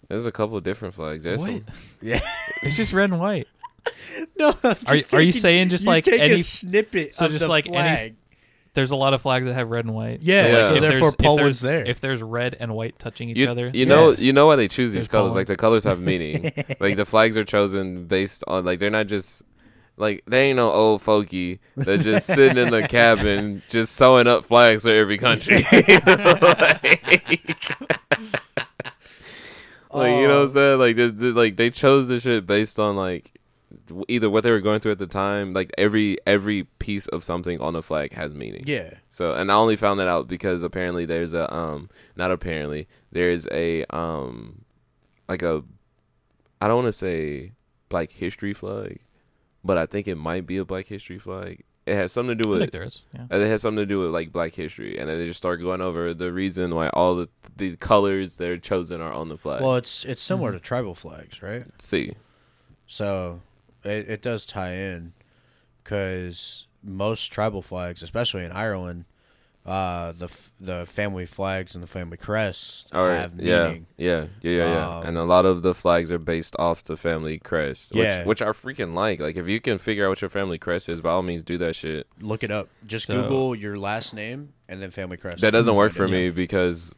Speaker 2: There's a couple different flags. There's
Speaker 3: What?
Speaker 2: some-
Speaker 1: Yeah.
Speaker 3: it's just red and white.
Speaker 1: No. I'm
Speaker 3: Are you-
Speaker 1: just
Speaker 3: are you
Speaker 1: taking-
Speaker 3: saying just
Speaker 1: you
Speaker 3: like
Speaker 1: take
Speaker 3: any-
Speaker 1: a snippet?
Speaker 3: so
Speaker 1: of
Speaker 3: just
Speaker 1: the
Speaker 3: like any-
Speaker 1: flag.
Speaker 3: There's a lot of flags that have red and white.
Speaker 1: Yeah,
Speaker 2: Yeah. so
Speaker 1: therefore
Speaker 3: if there's- if
Speaker 1: Poland's
Speaker 3: there's-
Speaker 1: there.
Speaker 3: If there's red and white touching each
Speaker 2: you,
Speaker 3: other,
Speaker 2: you know,
Speaker 1: Yes.
Speaker 2: you know why they choose
Speaker 3: There's
Speaker 2: these colors.
Speaker 3: pollen.
Speaker 2: Like the colors have meaning. like the flags are chosen based on like they're not just like they ain't no old folky that's just sitting in the cabin just sewing up flags for every country. like, like, you
Speaker 3: Oh.
Speaker 1: Oh.
Speaker 2: know what I'm saying? Like th- th- like they chose this shit based on like w- either what they were going through at the time. Like every every piece of something on the flag has meaning.
Speaker 1: Yeah.
Speaker 2: So, and I only found that out because apparently there's a um, not apparently there's a um, like a, I don't want to say black history flag, but I think it might be a black history flag. It has something to do
Speaker 3: I
Speaker 2: with
Speaker 3: think there is. Yeah.
Speaker 2: and it has something to do with like black history, and then they just start going over the reason why all the the colors they're chosen are on the flag.
Speaker 1: Well, it's it's similar to tribal flags, right?
Speaker 2: Let's see,
Speaker 1: So it, it does tie in because most tribal flags, especially in Ireland, uh, the f- the family flags and the family crests
Speaker 2: all right,
Speaker 1: have
Speaker 2: yeah,
Speaker 1: meaning.
Speaker 2: yeah, yeah, yeah, yeah,
Speaker 1: Um,
Speaker 2: and a lot of the flags are based off the family crest, which,
Speaker 1: Yeah.
Speaker 2: which I freaking like. Like, if you can figure out what your family crest is, by all means, do that shit.
Speaker 1: Look it up. Just
Speaker 3: So-
Speaker 1: Google your last name and then family crest.
Speaker 2: That doesn't work
Speaker 1: Yeah.
Speaker 2: for me because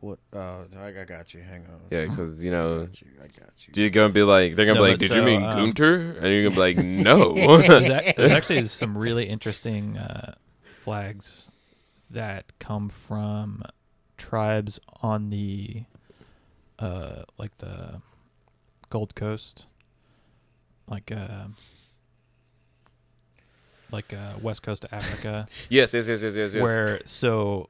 Speaker 1: What? Oh, I I got you. Hang on.
Speaker 2: yeah, because you know
Speaker 1: Got you, I got you.
Speaker 2: you're gonna be like they're gonna
Speaker 3: No,
Speaker 2: be like,
Speaker 3: but
Speaker 2: did
Speaker 3: so,
Speaker 2: you mean
Speaker 3: um,
Speaker 2: Gunter? And you're gonna be like, no.
Speaker 3: there's, ac- there's actually some really interesting uh, flags that come from tribes on the uh, like the Gold Coast, like uh, like uh, West Coast of Africa,
Speaker 2: yes, yes, yes, yes, yes, yes.
Speaker 3: where so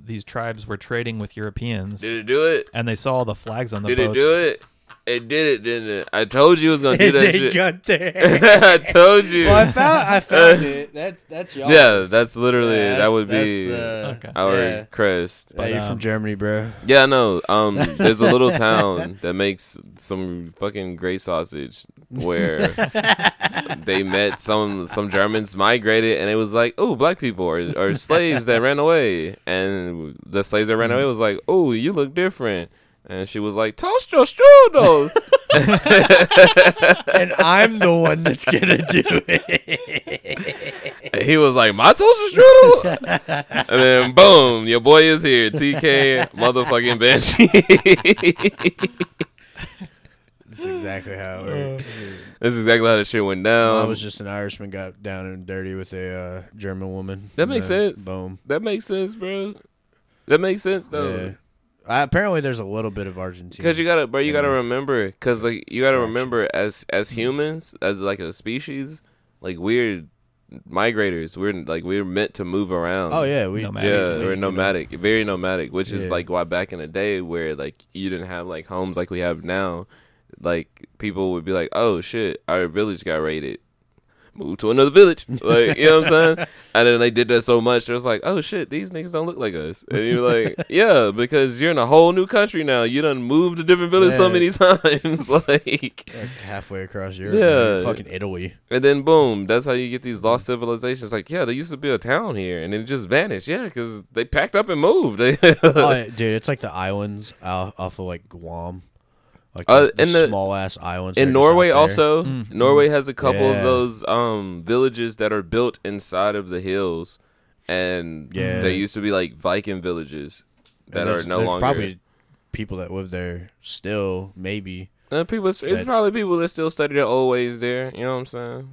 Speaker 3: these tribes were trading with Europeans.
Speaker 2: did it do it?
Speaker 3: and they saw the flags on the
Speaker 2: Did it
Speaker 3: boats.
Speaker 2: do it? It did it, didn't it? I told you it was gonna do that
Speaker 1: they
Speaker 2: shit.
Speaker 1: got there.
Speaker 2: I told you.
Speaker 1: well, I found I found it. That, that's y'all.
Speaker 2: yeah, that's literally that
Speaker 1: that's-
Speaker 2: would
Speaker 1: that's
Speaker 2: be
Speaker 1: the-
Speaker 3: Okay.
Speaker 2: our
Speaker 1: yeah.
Speaker 2: crest.
Speaker 1: Hey, you're from
Speaker 3: um,
Speaker 1: Germany, bro.
Speaker 2: Yeah, I know. Um, there's a little town that makes some fucking great sausage where they met some some Germans migrated, and it was like, oh, black people are, are slaves that ran away, and the slaves that ran away was like, oh, you look different, and she was like, toast your strudel.
Speaker 1: and I'm the one that's gonna do it.
Speaker 2: And he was like, my toast your strudel, and then boom, your boy is here, TK motherfucking Banshee.
Speaker 1: that's exactly how it works.
Speaker 2: That's exactly how that shit went
Speaker 1: I
Speaker 2: down.
Speaker 1: was just an Irishman got down and dirty with a uh, German woman.
Speaker 2: That
Speaker 1: And
Speaker 2: makes
Speaker 1: then
Speaker 2: sense.
Speaker 1: Boom.
Speaker 2: That makes sense, bro. That makes sense
Speaker 1: Yeah.
Speaker 2: though,
Speaker 1: I, apparently, there's a little bit of Argentina.
Speaker 2: because you gotta, bro. You gotta
Speaker 1: Yeah.
Speaker 2: remember, because like you gotta
Speaker 1: Fraction.
Speaker 2: remember as as humans, as like a species, like we're migrators. We're like we're meant to move around.
Speaker 1: oh yeah, we
Speaker 3: Nomadic.
Speaker 2: Yeah,
Speaker 1: we-
Speaker 2: we're nomadic, very nomadic, which is
Speaker 1: Yeah.
Speaker 2: like why back in the day where like you didn't have like homes like we have now, like people would be like, "Oh shit, our village got raided, move to another village." Like you know what I'm saying? And then they did that so much, it was like, "Oh shit, these niggas don't look like us." And you're like, "Yeah, because you're in a whole new country now. You done moved to different village so
Speaker 1: Yeah.
Speaker 2: many times." like,
Speaker 1: like halfway across Europe.
Speaker 2: Yeah.
Speaker 1: man. fucking Italy.
Speaker 2: and then boom, that's how you get these lost civilizations. Like, yeah, there used to be a town here, and it just vanished. Yeah, because they packed up and moved.
Speaker 1: oh, yeah, dude, it's like the islands out, off of like Guam, like
Speaker 2: Uh,
Speaker 1: the,
Speaker 2: and the-
Speaker 1: small ass islands that are
Speaker 2: in
Speaker 1: just out
Speaker 2: Norway
Speaker 1: there.
Speaker 2: also
Speaker 3: Mm.
Speaker 2: Norway has a couple
Speaker 1: Yeah.
Speaker 2: of those um villages that are built inside of the hills and
Speaker 1: Yeah.
Speaker 2: they used to be like Viking villages
Speaker 1: And
Speaker 2: that are
Speaker 1: there's-
Speaker 2: no
Speaker 1: there's
Speaker 2: longer
Speaker 1: probably people that live there still, maybe.
Speaker 2: Uh, people it's
Speaker 1: that-
Speaker 2: probably people that still study their old ways there you know what I'm saying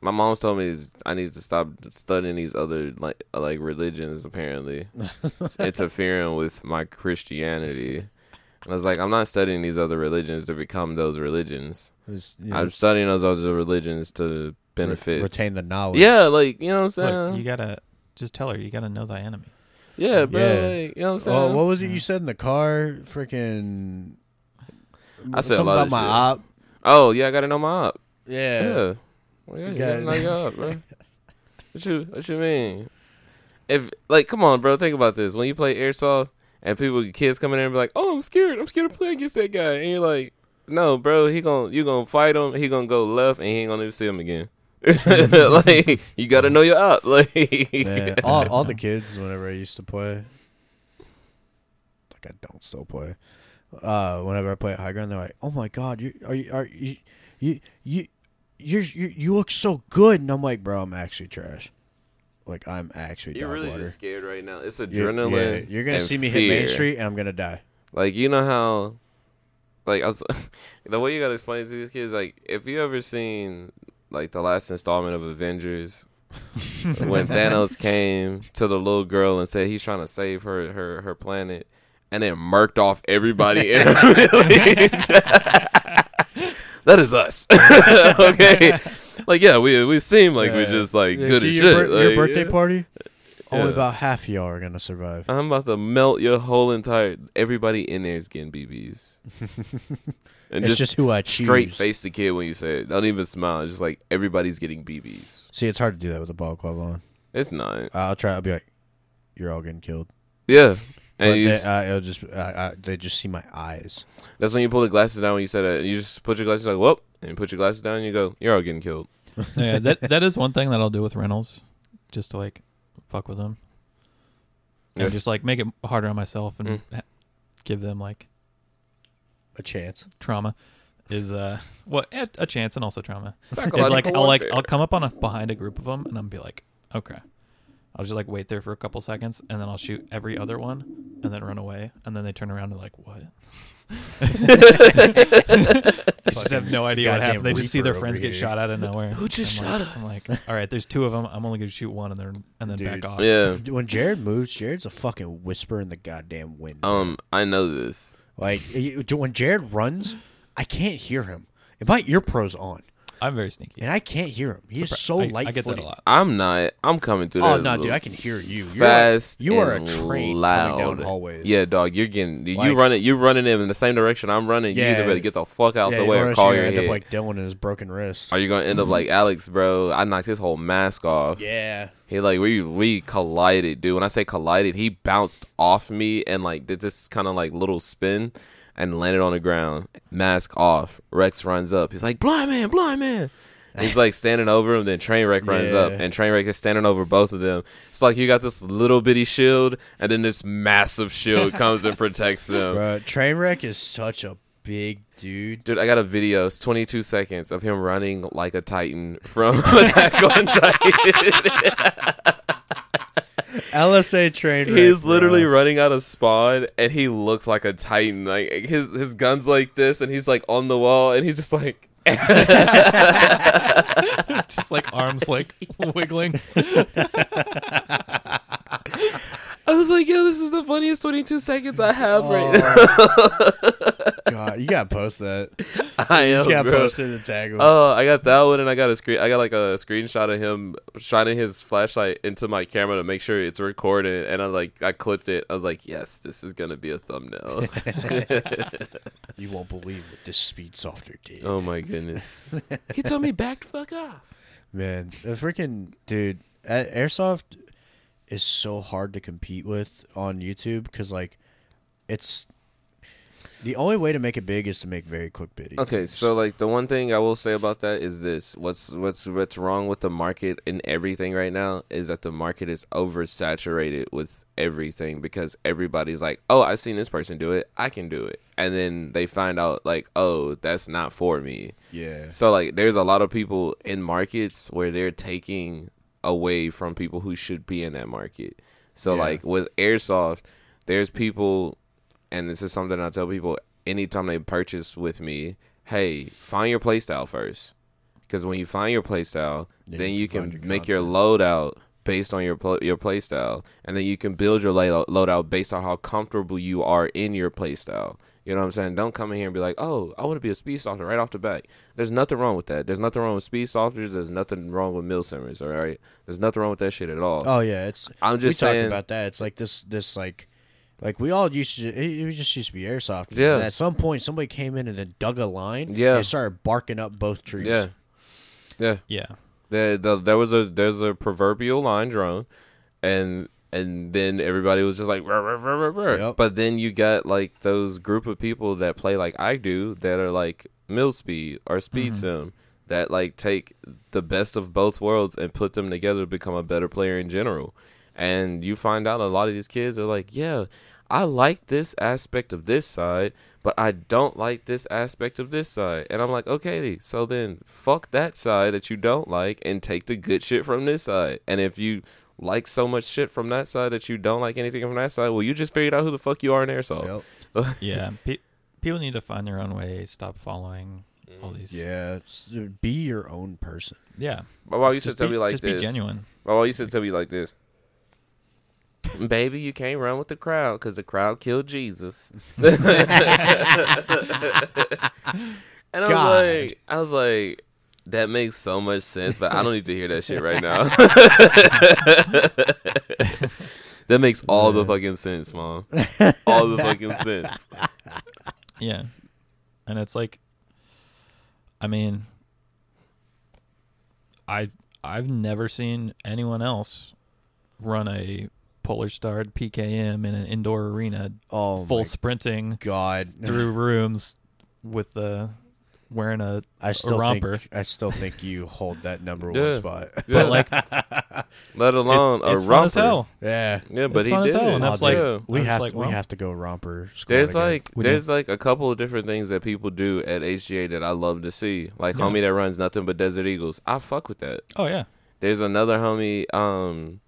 Speaker 2: my mom's told me is- I need to stop studying these other like like religions apparently it's interfering with my Christianity and I was like I'm not studying these other religions to become those religions
Speaker 1: It's, you know,
Speaker 2: I'm
Speaker 1: it's-
Speaker 2: studying those other religions to benefit.
Speaker 1: retain the knowledge.
Speaker 2: yeah, like you know what I'm saying.
Speaker 3: Look, you gotta just tell her you gotta know thy enemy.
Speaker 2: yeah, bro.
Speaker 1: Yeah.
Speaker 2: Like, you know what I'm
Speaker 1: Oh,
Speaker 2: saying.
Speaker 1: what was it you said in the car? Freaking.
Speaker 2: I said a
Speaker 1: something about
Speaker 2: lot of
Speaker 1: my
Speaker 2: shit.
Speaker 1: op.
Speaker 2: oh yeah, I gotta know my op. Yeah.
Speaker 1: Yeah.
Speaker 2: Well, yeah,
Speaker 1: You
Speaker 2: you
Speaker 1: got
Speaker 2: gotta
Speaker 1: it.
Speaker 2: know your op, bro. What you What you mean? If like, come on, bro. Think about this. When you play airsoft and people, kids come in there and be like, "Oh, I'm scared. I'm scared to play against that guy," and you're like, No, bro, he gon' you gonna fight him. He gonna go left, and he ain't gonna even see him again. like you gotta know you're up. Like
Speaker 1: Man, all, all the kids, whenever I used to play, like I don't still play. Uh, whenever I play at high ground, they're like, "Oh my god, you are you are you you you you you, you look so good," and I'm like, "Bro, I'm actually trash. Like I'm actually
Speaker 2: you're
Speaker 1: dog
Speaker 2: really
Speaker 1: water.
Speaker 2: just scared right now. It's
Speaker 1: You're-
Speaker 2: adrenaline.
Speaker 1: yeah, you're gonna
Speaker 2: and
Speaker 1: see me hit
Speaker 2: fear.
Speaker 1: Main Street, and I'm gonna die.
Speaker 2: Like you know how, like I was, the way you gotta explain it to these kids, like if you ever seen like the last installment of Avengers, when Thanos came to the little girl and said he's trying to save her her her planet, and then murked off everybody in her village. that is us, okay. Like yeah, we we seem like we
Speaker 1: Yeah.
Speaker 2: just like
Speaker 1: Yeah,
Speaker 2: good
Speaker 1: see
Speaker 2: as
Speaker 1: your,
Speaker 2: shit.
Speaker 1: bir- your
Speaker 2: like,
Speaker 1: birthday
Speaker 2: yeah.
Speaker 1: party. Only
Speaker 2: Yeah.
Speaker 1: about half of y'all are gonna survive.
Speaker 2: I'm about to melt your whole entire. Everybody in there is getting BBs. and
Speaker 1: it's just,
Speaker 2: just,
Speaker 1: who I choose.
Speaker 2: straight face the kid when you say it. Don't even smile. It's just like everybody's getting BBs.
Speaker 1: See, it's hard to do that with a ball club on.
Speaker 2: It's not.
Speaker 1: I'll try. I'll be like, "You're all getting killed."
Speaker 2: Yeah. And
Speaker 1: but
Speaker 2: you
Speaker 1: they,
Speaker 2: just-
Speaker 1: uh, it'll just uh, uh, they just see my eyes.
Speaker 2: that's when you pull the glasses down when you say that. You just put your glasses like, whoop. And you put your glasses down and you go, you're all getting killed.
Speaker 3: yeah, that that is one thing that I'll do with Reynolds, just to like fuck with them, and
Speaker 2: Yeah.
Speaker 3: just like make it harder on myself and
Speaker 2: Mm.
Speaker 3: ha- give them like
Speaker 1: A chance.
Speaker 3: trauma is uh well a, a chance and also trauma. It's
Speaker 2: Psychological
Speaker 3: like I'll like
Speaker 2: warfare.
Speaker 3: I'll come up on a behind a group of them and I'll be like okay. I'll just like wait there for a couple seconds and then I'll shoot every other one and then run away and then they turn around and like what? I just have no idea what
Speaker 1: Goddamn
Speaker 3: happened. They just see their
Speaker 1: Reaper
Speaker 3: friends
Speaker 1: over
Speaker 3: get
Speaker 1: here.
Speaker 3: shot out of nowhere.
Speaker 2: Who just
Speaker 3: I'm like,
Speaker 2: shot us?
Speaker 3: I'm like, all right, there's two of them. I'm only gonna shoot one and then and then
Speaker 1: Dude.
Speaker 3: back off.
Speaker 2: Yeah.
Speaker 1: When Jared moves, Jared's a fucking whisper in the goddamn wind.
Speaker 2: Um, I know this.
Speaker 1: like you, do- when Jared runs, I can't hear him. And my ear pro's on,
Speaker 3: I'm very sneaky.
Speaker 1: and I can't hear him. He is
Speaker 3: Surpri-
Speaker 1: so
Speaker 3: I-
Speaker 1: light.
Speaker 3: I get that a lot.
Speaker 2: I'm not. I'm coming through
Speaker 1: Oh
Speaker 2: that
Speaker 1: no,
Speaker 2: little-
Speaker 1: dude, I can hear you. You're
Speaker 2: fast.
Speaker 1: Like, you are a
Speaker 2: and
Speaker 1: train
Speaker 2: loud.
Speaker 1: coming down hallways.
Speaker 2: Yeah, dog. You're getting you
Speaker 1: Like-
Speaker 2: running. You're running him in the same direction I'm running. You
Speaker 1: Yeah.
Speaker 2: either better get the fuck out
Speaker 1: yeah,
Speaker 2: the way
Speaker 1: or
Speaker 2: or
Speaker 1: else
Speaker 2: call
Speaker 1: you
Speaker 2: your
Speaker 1: end
Speaker 2: head.
Speaker 1: up like Dylan and his broken wrist.
Speaker 2: Are you gonna end up like Alex, bro? I knocked his whole mask off.
Speaker 1: yeah,
Speaker 2: He like we we collided, dude. When I say collided, he bounced off me and like did this kind of like little spin and landed on the ground. Mask off. Rex runs up. He's like blind man, blind man. He's like standing over him. Then Trainwreck runs
Speaker 1: Yeah.
Speaker 2: up, and Trainwreck is standing over both of them. It's like you got this little bitty shield, and then this massive shield comes and protects them.
Speaker 1: bro. Trainwreck is such a big dude.
Speaker 2: Dude, I got a video. It's 22 seconds of him running like a Titan from Attack on Titan.
Speaker 1: LSA Trainwreck.
Speaker 2: He's literally
Speaker 1: bro.
Speaker 2: running out of spawn, and he looks like a Titan. Like his his guns like this, and he's like on the wall, and he's just like.
Speaker 3: just like arms like wiggling.
Speaker 2: I was like, yo, this is the funniest 22 seconds I have right now.
Speaker 1: God, you gotta post that.
Speaker 2: I am,
Speaker 1: Just gotta
Speaker 2: bro.
Speaker 1: post it and tag him.
Speaker 2: Oh, I got that one, and I got a screen. I got like a screenshot of him shining his flashlight into my camera to make sure it's recorded. And I like, I clipped it. I was like, yes, this is gonna be a thumbnail.
Speaker 1: You won't believe what this speed softer did.
Speaker 2: oh my goodness. he told me back the fuck off.
Speaker 1: Man, the freaking dude, a- airsoft is so hard to compete with on YouTube because like, it's the only way to make it big is to make very quick videos.
Speaker 2: Okay, so like the one thing I will say about that is this: what's what's what's wrong with the market and everything right now is that the market is oversaturated with everything because everybody's like, "Oh, I've seen this person do it, I can do it," and then they find out like, "Oh, that's not for me."
Speaker 1: yeah,
Speaker 2: So like, there's a lot of people in markets where they're taking away from people who should be in that market. So
Speaker 1: Yeah.
Speaker 2: like with airsoft, there's people, and this is something I tell people anytime they purchase with me. Hey, find your playstyle first, because when you find your playstyle,
Speaker 1: Then
Speaker 2: then
Speaker 1: you
Speaker 2: you
Speaker 1: can
Speaker 2: can
Speaker 1: find your
Speaker 2: make your loadout based on your pl- your playstyle, and then you can build your layout- loadout based on how comfortable you are in your playstyle. You know what I'm saying? Don't come in here and be like, "Oh, I want to be a speed softer right off the bat." There's nothing wrong with that. There's nothing wrong with speed softers. There's nothing wrong with mill simmers. All right. There's nothing wrong with that shit at all.
Speaker 1: Oh yeah, it's.
Speaker 2: I'm just
Speaker 1: we
Speaker 2: saying-
Speaker 1: talked about that. It's like this, this like, like we all used to. It, it just used to be airsoft.
Speaker 2: Yeah.
Speaker 1: And at some point, somebody came in and then dug a line.
Speaker 2: Yeah.
Speaker 1: And started barking up both trees.
Speaker 2: yeah. Yeah.
Speaker 3: Yeah.
Speaker 2: There, the, there was a there's a proverbial line drawn, and and then everybody was just like, "Rah, rah, rah, rah, rah."
Speaker 1: Yep.
Speaker 2: but then you got like those group of people that play like I do that are like mill speed or speed
Speaker 3: Mhm.
Speaker 2: sim that like take the best of both worlds and put them together to become a better player in general. And you find out a lot of these kids are like, yeah, I like this aspect of this side, but I don't like this aspect of this side. And I'm like, okay, so then fuck that side that you don't like and take the good shit from this side. And if you like so much shit from that side that you don't like anything from that side, well, you just figured out who the fuck you are in airsoft.
Speaker 1: Yep.
Speaker 3: yeah, pe- people need to find their own way. Stop following all these.
Speaker 1: Mm. Yeah. it's- Be your own person.
Speaker 3: yeah.
Speaker 2: My mom used to
Speaker 3: Just,
Speaker 2: tell
Speaker 3: be,
Speaker 2: me like
Speaker 3: just
Speaker 2: this.
Speaker 3: be genuine.
Speaker 2: My mom used to tell me like this. Baby, you can't run with the crowd because the crowd killed Jesus. and I
Speaker 1: God.
Speaker 2: was like, I was like, that makes so much sense, but I don't need to hear that shit right now. that makes all the fucking sense, mom. All the fucking sense.
Speaker 3: Yeah, and it's like, I mean, I I've never seen anyone else run a Polar Starred PKM in an indoor arena,
Speaker 1: Oh
Speaker 3: full
Speaker 1: my
Speaker 3: sprinting
Speaker 1: God.
Speaker 3: through rooms with the wearing a
Speaker 1: I still
Speaker 3: romper.
Speaker 1: think I still think you hold that number
Speaker 2: Yeah.
Speaker 1: one spot.
Speaker 2: Yeah,
Speaker 3: but like it-
Speaker 2: let alone a
Speaker 3: it's
Speaker 2: romper.
Speaker 3: fun as hell.
Speaker 1: Yeah.
Speaker 2: Yeah,
Speaker 3: It's
Speaker 2: but he
Speaker 3: fun as
Speaker 2: did.
Speaker 3: hell,
Speaker 2: it.
Speaker 3: and I was
Speaker 1: Oh,
Speaker 3: like,
Speaker 1: dude.
Speaker 2: Yeah.
Speaker 1: We
Speaker 3: I was
Speaker 1: have
Speaker 3: like,
Speaker 1: to,
Speaker 3: well,
Speaker 1: we have to go romper. squad
Speaker 2: There's
Speaker 1: again.
Speaker 2: like
Speaker 3: We
Speaker 2: there's like a couple of different things that people do at HGA that I love to see. Like
Speaker 3: Yeah.
Speaker 2: homie that runs nothing but Desert Eagles. I fuck with that.
Speaker 3: oh yeah,
Speaker 2: There's another homie um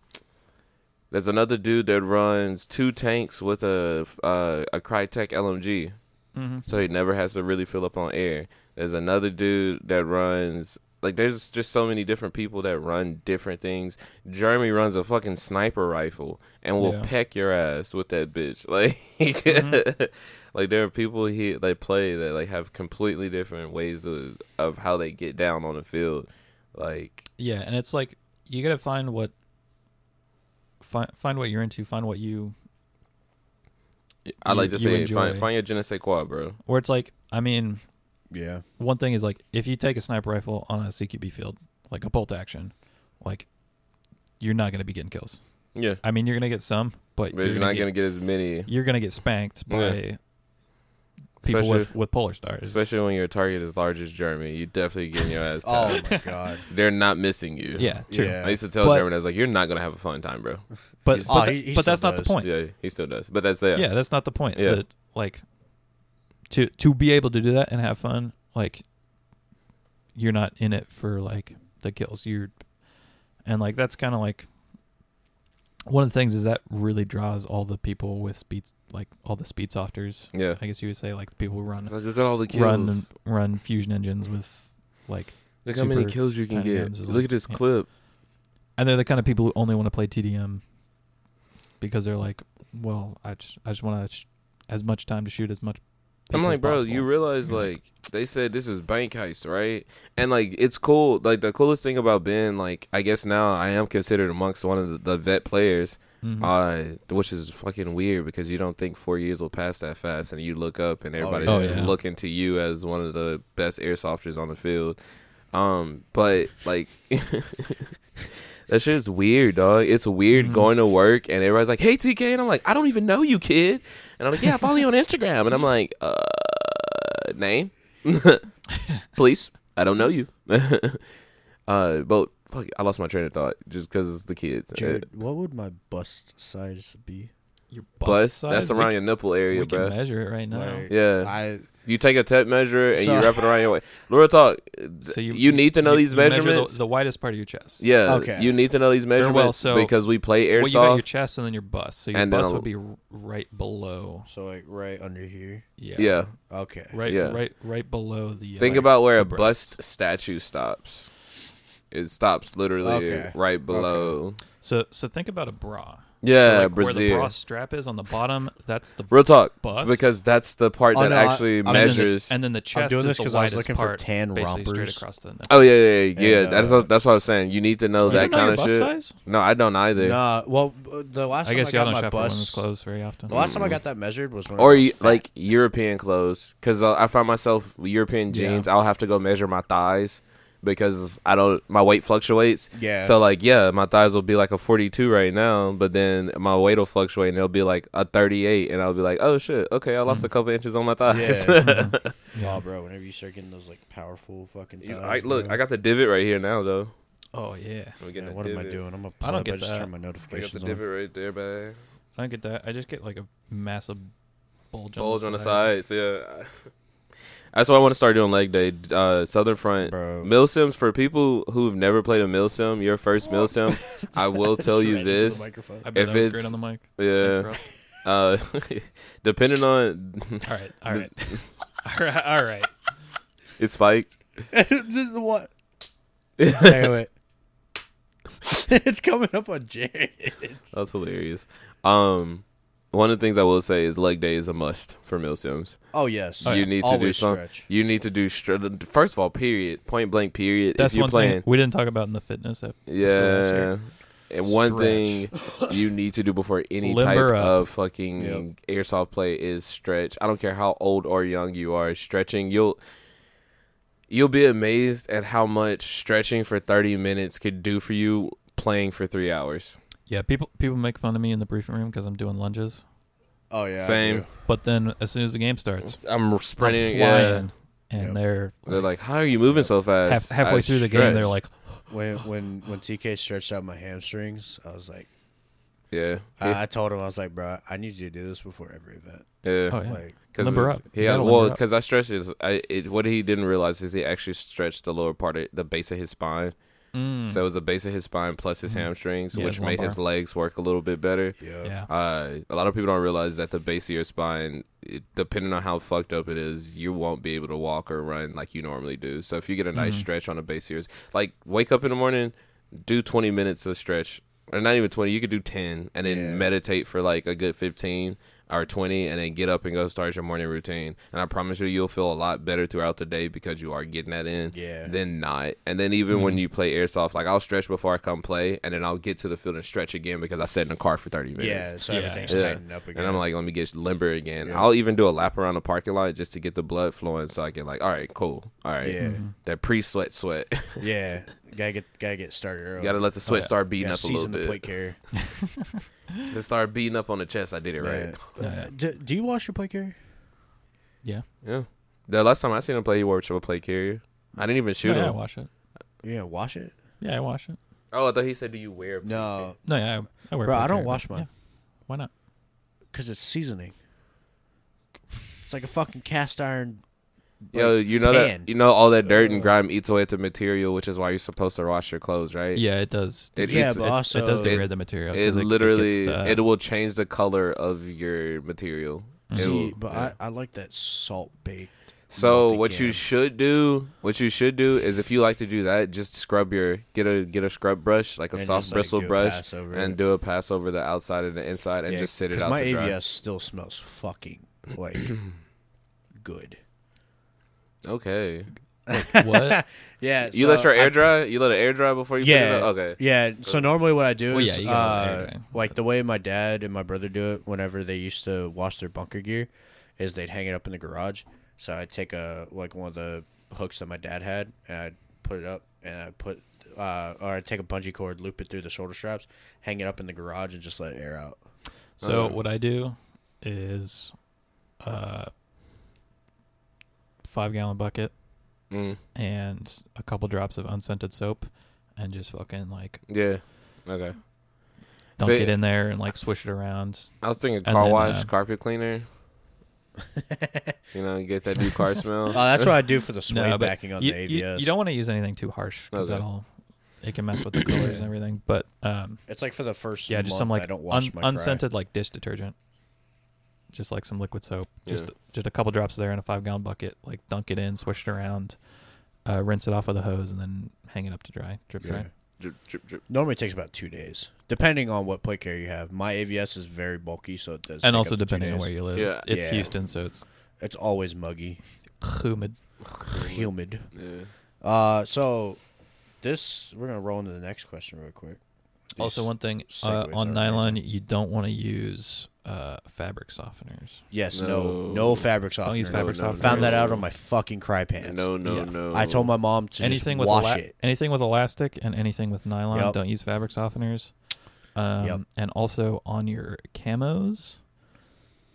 Speaker 2: there's another dude that runs two tanks with a uh, a Crytek LMG.
Speaker 3: Mhm.
Speaker 2: So he never has to really fill up on air. There's another dude that runs like there's just so many different people that run different things. Jeremy runs a fucking sniper rifle and will
Speaker 3: Yeah.
Speaker 2: peck your ass with that bitch. Like like there are people here that play that like have completely different ways of, of how they get down on the field. Like
Speaker 3: yeah, and it's like you gotta find what find find what you're into, find what you
Speaker 2: I like to
Speaker 3: you
Speaker 2: say,
Speaker 3: enjoy.
Speaker 2: find, find your je ne sais quoi, bro.
Speaker 3: or it's like I mean
Speaker 1: yeah.
Speaker 3: one thing is like if you take a sniper rifle on a CQB field like a bolt action, like you're not gonna be getting kills.
Speaker 2: Yeah,
Speaker 3: I mean you're gonna get some, but,
Speaker 2: but you're, not gonna get as many,
Speaker 3: you're gonna get spanked by people
Speaker 2: especially,
Speaker 3: with with polar stars,
Speaker 2: especially when your target is large as Jeremy. You definitely getting your ass.
Speaker 1: Oh
Speaker 2: Tapped.
Speaker 1: my God.
Speaker 2: They're not missing you.
Speaker 3: yeah, true.
Speaker 1: Yeah.
Speaker 2: I used to tell
Speaker 3: But-
Speaker 2: Jeremy, I was like, "You're not gonna have a fun time, bro."
Speaker 3: But
Speaker 1: Oh,
Speaker 3: but,
Speaker 1: he- he
Speaker 3: but
Speaker 1: still
Speaker 3: that's not the
Speaker 1: does.
Speaker 3: point.
Speaker 2: Yeah, he still does, but that's it.
Speaker 3: yeah, that's not the point.
Speaker 2: Yeah.
Speaker 3: That, like to to be able to do that and have fun, like you're not in it for like the kills. You're and like that's kind of like one of the things is that really draws all the people with speeds, like all the speed softers.
Speaker 2: yeah.
Speaker 3: I guess you would say like the people who run
Speaker 2: It's like look at all the kills.
Speaker 3: run run fusion engines with like
Speaker 2: look how many
Speaker 3: super
Speaker 2: kills you can
Speaker 3: tiny
Speaker 2: get.
Speaker 3: guns is
Speaker 2: Look
Speaker 3: like-
Speaker 2: at this
Speaker 3: yeah.
Speaker 2: clip.
Speaker 3: and they're the kind of people who only want to play TDM because they're like, well, I just I just want to sh- as much time to shoot as much.
Speaker 2: I'm
Speaker 3: people as
Speaker 2: like, bro,
Speaker 3: possible."
Speaker 2: you realize
Speaker 3: Yeah.
Speaker 2: like they said this is bank heist, right? And like it's cool. Like the coolest thing about Ben, like I guess now I am considered amongst one of the, the vet players,
Speaker 3: Mhm.
Speaker 2: uh, which is fucking weird because you don't think four years will pass that fast, and you look up and everybody's
Speaker 3: yeah. Oh, yeah.
Speaker 2: looking to you as one of the best airsofters on the field. Um, but like. That shit's weird, dog. It's weird
Speaker 3: Mhm.
Speaker 2: going to work and everybody's like, "Hey, TK," and I'm like, "I don't even know you, kid." And I'm like, "Yeah, I follow you on Instagram," and I'm like, "Uh, name, please. I don't know you." uh, but fuck, I lost my train of thought just because it's the kids. Uh,
Speaker 1: Dude, what would my bust size be?
Speaker 3: Your
Speaker 2: bust,
Speaker 3: size?
Speaker 2: that's
Speaker 3: We
Speaker 2: around
Speaker 3: c-
Speaker 2: your nipple
Speaker 3: We
Speaker 2: area,
Speaker 3: can
Speaker 2: bro.
Speaker 3: measure it right now.
Speaker 1: Like,
Speaker 2: Yeah.
Speaker 1: I
Speaker 2: You take a tape measure and you
Speaker 1: So-
Speaker 2: wrap it around your waist. Laura, talk.
Speaker 3: so
Speaker 2: you, need to know these
Speaker 3: measure the-
Speaker 2: measurements.
Speaker 3: the, widest part of your chest.
Speaker 2: yeah,
Speaker 1: Okay.
Speaker 2: you need to know these
Speaker 3: well,
Speaker 2: measurements
Speaker 3: so-
Speaker 2: because we play airsoft.
Speaker 3: Well, you got your chest and then your bust. So your
Speaker 2: And then
Speaker 3: bust
Speaker 2: a-
Speaker 3: would be r- right below.
Speaker 1: so like right under here.
Speaker 3: Yeah.
Speaker 2: yeah.
Speaker 1: Okay.
Speaker 3: Right.
Speaker 2: Yeah.
Speaker 3: Right. Right below the.
Speaker 2: Think
Speaker 3: uh,
Speaker 2: about where
Speaker 3: the
Speaker 2: a
Speaker 3: breast.
Speaker 2: bust statue stops. It stops literally
Speaker 1: Okay.
Speaker 2: right below.
Speaker 3: So so think about a bra. So,
Speaker 2: Yeah,
Speaker 3: like, Where the
Speaker 2: Brazil.
Speaker 3: bra strap is on the bottom, that's the
Speaker 2: Real talk,
Speaker 3: bust.
Speaker 2: because that's the part
Speaker 1: Oh,
Speaker 2: that
Speaker 1: no, I-
Speaker 2: actually
Speaker 1: I'm
Speaker 3: and then, the,
Speaker 2: measures.
Speaker 3: and then the chest
Speaker 1: doing
Speaker 3: is
Speaker 1: this
Speaker 3: the
Speaker 1: 'cause
Speaker 3: widest
Speaker 1: I was looking for
Speaker 3: part,
Speaker 1: tan
Speaker 3: basically straight
Speaker 1: rompers.
Speaker 3: across the. Neck.
Speaker 2: oh yeah, yeah, yeah. yeah.
Speaker 1: And,
Speaker 2: that's
Speaker 1: uh,
Speaker 2: what, that's what I was saying. You need to know
Speaker 3: You
Speaker 2: that
Speaker 3: don't know
Speaker 2: kind
Speaker 3: your
Speaker 2: of shit.
Speaker 3: bust size?
Speaker 2: No, I don't either.
Speaker 1: Nah. Well, uh, the last
Speaker 3: I guess y'all
Speaker 1: time I
Speaker 3: don't
Speaker 1: got my
Speaker 3: shop for women's
Speaker 1: bust.
Speaker 3: clothes very often.
Speaker 1: The last time I got that measured was when I
Speaker 2: Or
Speaker 1: was
Speaker 2: you-
Speaker 1: fat.
Speaker 2: like European clothes, because I find myself with European jeans. I'll have to go measure my thighs because I don't my weight fluctuates.
Speaker 1: Yeah.
Speaker 2: So like yeah, my thighs will be like a 42 right now, but then my weight will fluctuate and it'll be like a 38 and I'll be like, "Oh shit, okay, I lost a couple inches on my thighs."
Speaker 1: Mm. Yeah.
Speaker 3: Yeah. Mm-hmm.
Speaker 1: Nah, bro. Whenever you start getting those like powerful fucking. Thighs,
Speaker 2: I, look,
Speaker 1: bro.
Speaker 2: I got the divot right here now though.
Speaker 3: Oh yeah.
Speaker 2: I'm
Speaker 1: Man,
Speaker 2: getting
Speaker 1: what
Speaker 2: the
Speaker 1: am I
Speaker 2: divot.
Speaker 1: doing? I'm a
Speaker 3: I
Speaker 1: I
Speaker 3: don't
Speaker 1: I
Speaker 3: get
Speaker 1: just
Speaker 3: that.
Speaker 1: turn my
Speaker 2: I got the
Speaker 1: notifications on.
Speaker 2: divot right there, man.
Speaker 3: I don't get that. I just get like a massive bulge.
Speaker 2: Bulge on the
Speaker 3: side.
Speaker 2: sides, yeah. That's why I want to start doing leg day. Uh, Southern Front
Speaker 1: Bro.
Speaker 2: mill sims for people who've never played a mill sim. Your first mill sim, I will tell you this.
Speaker 3: I bet
Speaker 2: If
Speaker 3: that was
Speaker 2: it's-
Speaker 3: great on the mic.
Speaker 2: Yeah. Uh, depending on
Speaker 3: all right. All right. all right. All right.
Speaker 2: it's spiked.
Speaker 1: this is what. Hey, wait. it's coming up on Jared.
Speaker 2: That's hilarious. Um, one of the things I will say is leg day is a must for mill sims.
Speaker 1: Oh yes,
Speaker 2: you need to do
Speaker 1: Always
Speaker 2: some.
Speaker 1: stretch.
Speaker 2: You need to do str- first of all, period, point blank, period.
Speaker 3: That's
Speaker 2: if you're
Speaker 3: one
Speaker 2: playing,
Speaker 3: thing we didn't talk about in the fitness ep- episode last
Speaker 2: Yeah.
Speaker 3: year.
Speaker 2: And one
Speaker 3: Stretch.
Speaker 2: thing you need to do before any
Speaker 3: Limber
Speaker 2: type
Speaker 3: up.
Speaker 2: of fucking airsoft play is stretch. I don't care how old or young you are, stretching you'll you'll be amazed at how much stretching for 30 minutes could do for you playing for 3 hours.
Speaker 3: Yeah. People people make fun of me in the briefing room because I'm doing lunges,
Speaker 1: Oh yeah, I
Speaker 2: Same.
Speaker 1: do.
Speaker 3: but then as soon as the game starts,
Speaker 2: I'm
Speaker 3: I'm
Speaker 2: sprinting
Speaker 3: flying,
Speaker 2: yeah.
Speaker 3: and
Speaker 1: Yep.
Speaker 3: they're
Speaker 2: They're like, "How are you moving so
Speaker 3: half,
Speaker 2: fast?"
Speaker 3: halfway
Speaker 2: I
Speaker 3: through the game. They're
Speaker 2: stretched.
Speaker 3: like,
Speaker 1: When when when TK stretched out my hamstrings, I was like,
Speaker 2: "Yeah."
Speaker 3: "Ah,
Speaker 1: I, I told him I was like, bro, I need you to do this before every event.
Speaker 2: yeah.
Speaker 3: "Oh yeah,
Speaker 1: Like,
Speaker 2: Cause
Speaker 3: Limber
Speaker 2: it-
Speaker 3: up. You
Speaker 2: Yeah,
Speaker 3: gotta
Speaker 2: well,
Speaker 3: limber up.
Speaker 2: because I stretched his. I, it, what he didn't realize is he actually stretched the lower part of the base of his spine.
Speaker 1: Hmm.
Speaker 3: Mm,
Speaker 2: So it was the base of his spine plus his hamstrings,
Speaker 3: Yeah,
Speaker 2: which
Speaker 3: his
Speaker 2: made his legs work a little bit better.
Speaker 1: yeah,
Speaker 3: yeah,
Speaker 2: Uh, a lot of people don't realize that the base of your spine, it, depending on how fucked up it is, you won't be able to walk or run like you normally do. So if you get a
Speaker 1: Mm-hmm.
Speaker 2: nice stretch on the base of yours, like wake up in the morning, do 20 minutes of stretch, or not even 20, you could do 10, and then
Speaker 1: Yeah.
Speaker 2: meditate for like a good 15 or 20, and then get up and go start your morning routine. And I promise you, you'll feel a lot better throughout the day because you are getting that in
Speaker 1: Yeah.
Speaker 2: then not. And then even
Speaker 1: Mm-hmm.
Speaker 2: when you play airsoft, like I'll stretch before I come play, and then I'll get to the field and stretch again because I sat in the car for thirty minutes.
Speaker 1: yeah. So
Speaker 3: Yeah.
Speaker 1: everything's
Speaker 2: Yeah.
Speaker 1: tightening up again.
Speaker 2: And I'm like, let me get limber again.
Speaker 1: Yeah.
Speaker 2: I'll even do a lap around the parking lot just to get the blood flowing, so I can like, all right, cool, all right,
Speaker 1: yeah,
Speaker 3: Mm-hmm.
Speaker 2: that pre-sweat sweat.
Speaker 1: yeah, gotta get gotta get started early.
Speaker 2: Got to let the sweat
Speaker 3: yeah.
Speaker 2: start beating
Speaker 1: Gotta
Speaker 2: up a little
Speaker 1: season the
Speaker 2: bit.
Speaker 1: plate carrier.
Speaker 2: It start beating up on the chest. I did it right.
Speaker 1: Yeah. Uh, do, do you wash your plate carrier?
Speaker 3: yeah.
Speaker 2: Yeah. The last time I seen him play, he wore a play carrier. I didn't even shoot
Speaker 3: No, Oh, yeah, I
Speaker 2: him.
Speaker 3: wash it.
Speaker 1: You gonna wash it?
Speaker 3: Yeah, I wash it.
Speaker 2: Oh, I thought he said, "Do you wear?" a plate carrier?"
Speaker 1: No,
Speaker 3: No, yeah, I, I wear.
Speaker 1: bro,
Speaker 3: pink
Speaker 1: I
Speaker 3: hair,
Speaker 1: don't
Speaker 3: but-
Speaker 1: wash mine
Speaker 3: Why not?
Speaker 1: because it's seasoning. It's like a fucking cast iron.
Speaker 2: Yo,
Speaker 1: like,
Speaker 2: you know
Speaker 1: pan. Uh.
Speaker 2: that you know all that dirt and grime eats away at the material, which is why you're supposed to wash your clos, right?
Speaker 3: Yeah, it does.
Speaker 2: It
Speaker 1: yeah,
Speaker 2: eats
Speaker 1: but
Speaker 3: it,
Speaker 1: also
Speaker 3: it does
Speaker 2: do-
Speaker 3: degrade the material.
Speaker 2: it
Speaker 3: 'cause
Speaker 2: literally it,
Speaker 3: gets, uh,
Speaker 2: will change the color of your material.
Speaker 3: Mm-hmm.
Speaker 2: It
Speaker 1: See,
Speaker 2: will-
Speaker 1: but
Speaker 2: yeah.
Speaker 1: I, I like that salt baked.
Speaker 2: so
Speaker 1: with the
Speaker 2: what you
Speaker 1: yam.
Speaker 2: should do, what you should do is if you like to do that, just scrub your get a get a scrub brush, like a
Speaker 1: And
Speaker 2: soft
Speaker 1: just, like,
Speaker 2: bristle
Speaker 1: do a
Speaker 2: brush,
Speaker 1: pass over
Speaker 2: and
Speaker 1: it.
Speaker 2: do a pass over the outside and the inside, and
Speaker 1: Yeah,
Speaker 2: just sit it
Speaker 1: 'cause
Speaker 2: out
Speaker 1: My
Speaker 2: to dry.
Speaker 1: ABS still smells fucking like good.
Speaker 2: Okay,
Speaker 3: what?
Speaker 1: Yeah,
Speaker 2: you let your air dry. You let it air dry before you
Speaker 1: Yeah.
Speaker 2: put it. up? Okay,
Speaker 1: Yeah. So normally what I do
Speaker 3: Well,
Speaker 1: is
Speaker 3: yeah, you gotta let it
Speaker 1: uh,
Speaker 3: air dry.
Speaker 1: like the way my dad and my brother do it whenever they used to wash their bunker gear is they'd hang it up in the garage. So I'd take a like one of the hooks that my dad had and I'd put it up and I'd put uh, or I'd take a bungee cord, loop it through the shoulder straps, hang it up in the garage and just let it air out.
Speaker 3: So
Speaker 2: Okay.
Speaker 3: what I do is, uh, five gallon bucket
Speaker 2: Mm,
Speaker 3: and a couple drops of unscented soap, and just fucking like
Speaker 2: yeah, okay.
Speaker 3: dunk
Speaker 2: See-
Speaker 3: it in there and like swish it around.
Speaker 2: I was thinking
Speaker 3: And
Speaker 2: car
Speaker 3: then,
Speaker 2: wash,
Speaker 3: uh,
Speaker 2: carpet cleaner. you know, get that new car smell.
Speaker 1: Oh, that's what I do for the suede
Speaker 3: No, but
Speaker 1: backing on
Speaker 3: you,
Speaker 1: the
Speaker 3: you-
Speaker 1: ABS.
Speaker 3: you don't want to use anything too harsh because
Speaker 2: Okay.
Speaker 3: that'll it can mess with the colors and everything. But um,
Speaker 1: it's like for the first
Speaker 3: yeah,
Speaker 1: month,
Speaker 3: just some
Speaker 1: I
Speaker 3: like
Speaker 1: don't wash
Speaker 3: un-
Speaker 1: my fry.
Speaker 3: unscented like dish detergent, just like some liquid soap, just
Speaker 2: Yeah.
Speaker 3: just a couple drops there in a five gallon bucket. Like dunk it in, swish it around, uh, rinse it off with a hose, and then hang it up to dry, drip
Speaker 2: Yeah.
Speaker 3: dry.
Speaker 2: Drip, drip, drip.
Speaker 1: Normally it takes about two days, depending on what plate carrier you have. My AVS is very bulky, so it does. take
Speaker 3: and also
Speaker 1: up to two
Speaker 3: depending on
Speaker 1: days.
Speaker 3: where you live,
Speaker 2: Yeah.
Speaker 3: it's, it's
Speaker 1: Yeah.
Speaker 3: Houston, so it's
Speaker 1: it's always muggy,
Speaker 3: humid.
Speaker 1: humid.
Speaker 2: Yeah.
Speaker 1: Uh, so this we're gonna roll into the next question real quick.
Speaker 3: Also,
Speaker 1: These-
Speaker 3: one thing
Speaker 1: segues
Speaker 3: uh,
Speaker 1: are
Speaker 3: on
Speaker 1: amazing.
Speaker 3: nylon, you don't want to use uh, fabric softeners.
Speaker 1: Yes, no,
Speaker 2: No.
Speaker 1: no, fabric softener.
Speaker 3: Don't use fabric
Speaker 2: No, no, no.
Speaker 3: softeners.
Speaker 1: Found that out on my fucking cry pants.
Speaker 2: No, no,
Speaker 3: Yeah.
Speaker 2: no.
Speaker 1: I told my mom to
Speaker 3: anything
Speaker 1: just
Speaker 3: with
Speaker 1: wash
Speaker 3: ela-
Speaker 1: it.
Speaker 3: anything with elastic and anything with nylon.
Speaker 1: Yep.
Speaker 3: Don't use fabric softeners. Um,
Speaker 1: Yep.
Speaker 3: And also on your camos,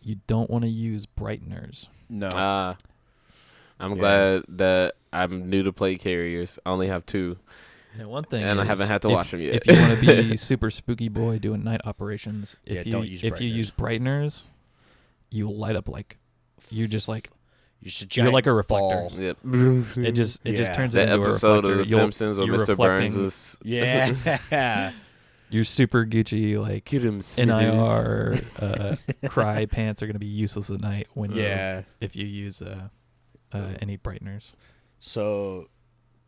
Speaker 3: you don't want to use brighteners.
Speaker 1: No,
Speaker 3: Uh-huh.
Speaker 2: Ah. I'm
Speaker 1: Yeah.
Speaker 2: glad that I'm new to plate carriers. I only have two.
Speaker 3: And one thing,
Speaker 2: And I
Speaker 3: is,
Speaker 2: haven't had to
Speaker 3: if,
Speaker 2: wash 'em yet.
Speaker 3: if you want to be super spooky boy doing night operations, if
Speaker 1: Yeah,
Speaker 3: you
Speaker 1: don't use
Speaker 3: if you use brighteners, you light up like you're just like
Speaker 1: you're just a
Speaker 3: you're
Speaker 1: giant
Speaker 3: like a reflector.
Speaker 1: ball.
Speaker 2: Yep.
Speaker 3: it just it just
Speaker 1: Yeah.
Speaker 3: turns
Speaker 2: that
Speaker 3: into a
Speaker 2: episode
Speaker 3: reflector.
Speaker 2: of The
Speaker 3: You'll-
Speaker 2: Simpsons where
Speaker 3: you're
Speaker 2: Mr.
Speaker 3: reflecting-
Speaker 2: Burns is
Speaker 1: Yeah,
Speaker 3: Your super Gucci like
Speaker 2: Get him Smithers.
Speaker 3: NIR uh, cry pants are gonna be useless at night when you-
Speaker 1: yeah.
Speaker 3: if you use uh, uh, any brighteners.
Speaker 1: So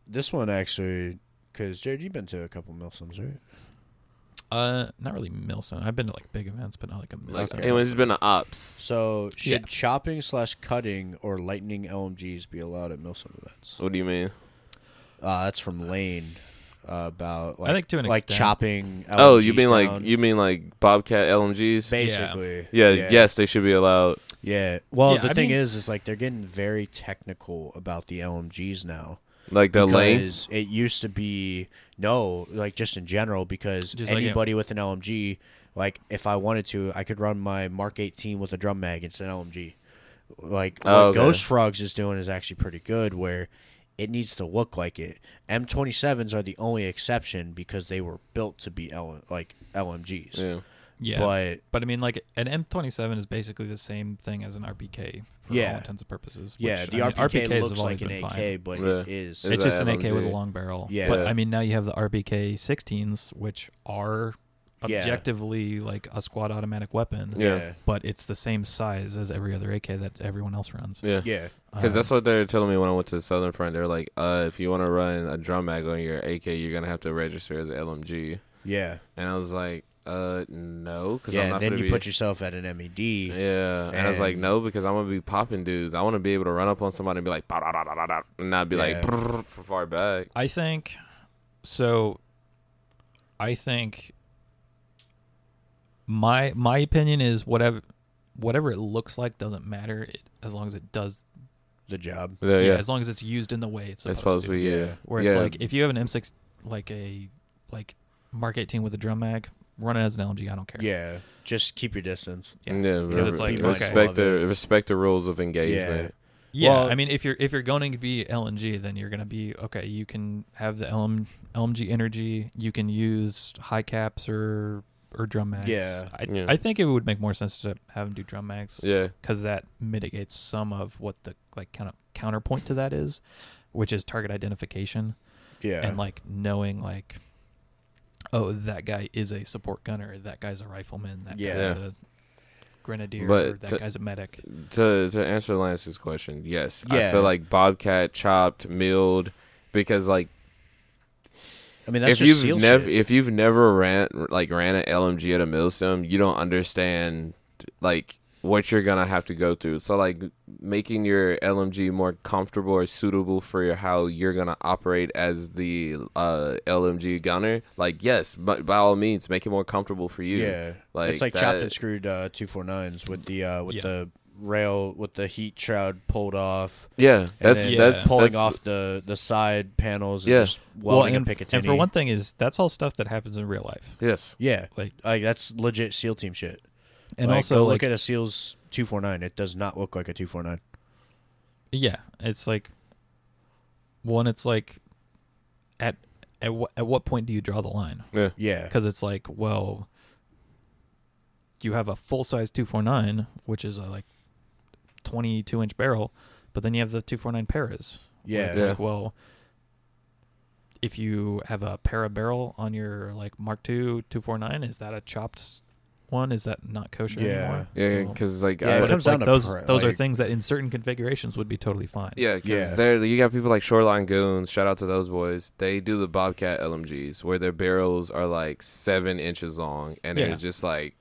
Speaker 1: this one actually, because Jared, you've been to a couple Milsums, right?
Speaker 3: Uh, not really Milson. I've been to like big events, but not like a
Speaker 2: Like,
Speaker 3: Milson.
Speaker 1: Okay.
Speaker 2: Anyways, it's been an ops.
Speaker 1: So should
Speaker 3: Yeah.
Speaker 1: chopping slash cutting or lightning LMGs be allowed at Milsom events?
Speaker 2: What do you mean?
Speaker 1: Uh, that's from Lane. Uh, about like,
Speaker 3: think to an
Speaker 1: like
Speaker 3: extent.
Speaker 1: chopping.
Speaker 2: oh,
Speaker 1: LMGs
Speaker 2: you mean like
Speaker 1: down,
Speaker 2: you mean like Bobcat LMGs?
Speaker 1: basically?
Speaker 2: yeah, yes, they should be allowed.
Speaker 1: Yeah. Well,
Speaker 3: Yeah,
Speaker 1: the
Speaker 3: I
Speaker 1: thing
Speaker 3: mean-
Speaker 1: is, is like they're getting very technical about the LMGs now.
Speaker 2: Like the
Speaker 1: because
Speaker 2: length.
Speaker 1: it used to be no, like just in general, because
Speaker 3: Just like it-
Speaker 1: anybody with an LMG, like if I wanted to, I could run my Mark 18 with a drum mag. It's an LMG. Like what
Speaker 2: Oh, okay.
Speaker 1: Ghost Frogs is doing is actually pretty good, where it needs to look like it. M27s are the only exception because they were built to be L- like LMGs.
Speaker 2: Yeah.
Speaker 3: yeah, but,
Speaker 1: But
Speaker 3: I mean, like an M27 is basically the same thing as an RPK for all
Speaker 1: Yeah.
Speaker 3: intents and purposes.
Speaker 1: yeah,
Speaker 3: which,
Speaker 1: the
Speaker 3: I mean,
Speaker 1: RPK
Speaker 3: RPKs
Speaker 1: looks
Speaker 3: have always
Speaker 1: like an
Speaker 3: been
Speaker 1: AK,
Speaker 3: fine.
Speaker 1: but it
Speaker 2: Yeah.
Speaker 1: is.
Speaker 2: It's a
Speaker 3: It's just an AK with a
Speaker 2: LMG.
Speaker 3: long barrel.
Speaker 1: Yeah.
Speaker 3: But
Speaker 2: Yeah.
Speaker 3: I mean, now you have the RPK 16s, which are
Speaker 1: Yeah.
Speaker 3: objectively like a squad automatic weapon.
Speaker 2: Yeah.
Speaker 3: But it's the same size as every other AK that everyone else runs.
Speaker 2: Yeah.
Speaker 1: Yeah.
Speaker 2: Because
Speaker 3: Um,
Speaker 2: that's what they were telling me when I went to Southern Front. They were like, uh, if you want to run a drum mag on your AK, you're going to have to register as LMG.
Speaker 1: Yeah.
Speaker 2: And I was like, uh, no. Cause
Speaker 1: Yeah.
Speaker 2: I'm
Speaker 1: And
Speaker 2: not
Speaker 1: then
Speaker 2: gonna
Speaker 1: you
Speaker 2: be...
Speaker 1: put yourself at an E MED.
Speaker 2: Yeah. And, I was like,
Speaker 1: And-
Speaker 2: no, because I'm going to be popping dudes. I want to be able to run up on somebody and be like, "Bah, da, da, da, da, da," and not be like,
Speaker 1: Yeah.
Speaker 2: "Brrr," for far back.
Speaker 3: I think so I think my my opinion is whatever whatever it looks like doesn't matter it, as long as it does
Speaker 1: The job.
Speaker 2: Yeah.
Speaker 3: yeah,
Speaker 2: yeah.
Speaker 3: as long as it's used in the way it's
Speaker 2: It's
Speaker 3: supposed,
Speaker 2: supposed
Speaker 3: to
Speaker 2: to be, yeah.
Speaker 1: Yeah.
Speaker 3: where it's
Speaker 2: Yeah.
Speaker 3: like if you have an M6 like a like Mark 18 with a drum mag run it as an LMG I don't care.
Speaker 1: Yeah. Just keep your distance.
Speaker 3: Yeah.
Speaker 2: Yeah,
Speaker 3: Because it's
Speaker 2: re-
Speaker 3: like, okay.
Speaker 2: respect
Speaker 1: Love
Speaker 2: the respect the rules of engagement.
Speaker 3: Yeah,
Speaker 1: Well-
Speaker 3: I mean, if you're if you're going to be LNG, then you're going to be okay. You can have the LM, LMG energy. You can use high caps or or drum mags.
Speaker 1: Yeah.
Speaker 3: I,
Speaker 2: Yeah.
Speaker 3: I think it would make more sense to have them do drum mags.
Speaker 2: Yeah,
Speaker 3: because that mitigates some of what the like kind of counterpoint to that is, which is target identification
Speaker 1: Yeah.
Speaker 3: and like knowing like, oh, that guy is a support gunner. That guy's a rifleman. That
Speaker 1: Yeah.
Speaker 3: guy's
Speaker 2: Yeah.
Speaker 3: a grenadier.
Speaker 2: But
Speaker 3: or that
Speaker 2: to-
Speaker 3: guy's a medic.
Speaker 2: To to answer Lance's question, yes, I
Speaker 1: Yeah.
Speaker 2: feel like Bobcat chopped, milled, because like
Speaker 1: I mean, that's
Speaker 2: if
Speaker 1: just
Speaker 2: you've
Speaker 1: seal
Speaker 2: never
Speaker 1: shit.
Speaker 2: if you've never ran like ran an LMG at a millstone, you don't understand like what you're gonna have to go through. So like making your LMG more comfortable or suitable for your, how you're gonna operate as the uh, LMG gunner, like yes, but by all means, make it more comfortable for you.
Speaker 1: yeah.
Speaker 2: like
Speaker 1: it's like chopped
Speaker 2: that-
Speaker 1: and screwed uh, 249s with the uh, with
Speaker 3: Yeah.
Speaker 1: the rail with the heat shroud pulled off.
Speaker 2: Yeah,
Speaker 1: and
Speaker 2: that's
Speaker 1: then
Speaker 2: that's
Speaker 1: pulling
Speaker 2: that's-
Speaker 1: off the, the side panels. And
Speaker 2: Yeah.
Speaker 1: Just welding
Speaker 3: and,
Speaker 1: a
Speaker 3: f-
Speaker 1: Picatinny.
Speaker 3: and for one thing is that's all stuff that happens in real life.
Speaker 2: Yes,
Speaker 1: yeah.
Speaker 3: Like
Speaker 1: Like that's legit SEAL team shit.
Speaker 3: and
Speaker 1: Like,
Speaker 3: also
Speaker 1: go
Speaker 3: like
Speaker 1: look at a SEAL's 249. It does not look like a 249.
Speaker 3: yeah, it's like one. It's like at at wh- at what point do you draw the line?
Speaker 2: yeah.
Speaker 1: Yeah.
Speaker 3: Because it's like well, you have a full size two four nine, which is a like twenty two inch barrel, but then you have the two four nine paras. where
Speaker 1: Yeah.
Speaker 3: it's
Speaker 2: Yeah.
Speaker 3: like well. If you have a para barrel on your like Mark II 249, is that a chopped one? Is that not kosher
Speaker 1: Yeah.
Speaker 3: anymore?
Speaker 2: Yeah,
Speaker 3: Well,
Speaker 2: because like
Speaker 1: Yeah, it
Speaker 2: I,
Speaker 3: but
Speaker 1: comes
Speaker 3: it's like
Speaker 1: down to
Speaker 3: those
Speaker 1: pri-
Speaker 3: those are
Speaker 1: like-
Speaker 3: things that in certain configurations would be totally fine.
Speaker 2: yeah, because
Speaker 1: Yeah.
Speaker 2: there you got people like Shoreline Goons. Shout out to those boys. They do the Bobcat LMGs where their barrels are like seven inches long, and
Speaker 3: Yeah.
Speaker 2: it's just like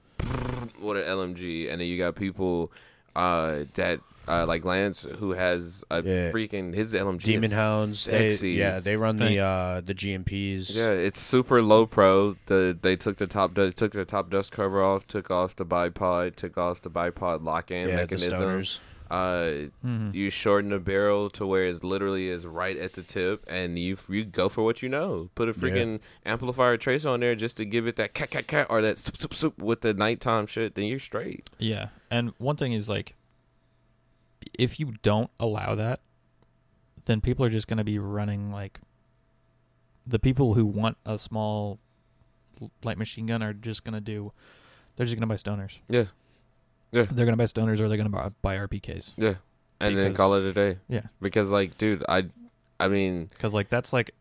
Speaker 2: what an LMG. And then you got people uh, that uh, like Lance, who has a
Speaker 1: Yeah.
Speaker 2: freaking his LMG,
Speaker 1: Demon
Speaker 2: is
Speaker 1: Hounds. they-
Speaker 2: sexy.
Speaker 1: yeah, they run
Speaker 3: Thank-
Speaker 1: the uh, the GMPs.
Speaker 2: Yeah, it's super low pro. The they took the top du- took the top dust cover off, took off the bipod, took off the bipod lock in
Speaker 1: yeah, the
Speaker 2: mechanism.
Speaker 1: stoners.
Speaker 2: Uh,
Speaker 3: Mhm.
Speaker 2: you shorten the barrel to where it's literally is right at the tip, and you you go for what you know. Put a freaking amplifier trace on there just to give it that cat cat cat or that soup soup soup with the nighttime shit. Then you're straight.
Speaker 3: Yeah, and one thing is like, if you don't allow that, then people are just going to be running like. The people who want a small l- light machine gun are just going to do. They're just going to buy stoners.
Speaker 2: Yeah. Yeah.
Speaker 3: They're going to buy stoners, or they're going to buy, buy RPKs.
Speaker 2: Yeah, and then
Speaker 3: Because-
Speaker 2: call it a day.
Speaker 3: Yeah.
Speaker 2: because like, dude, I, I mean,
Speaker 3: Because like that's like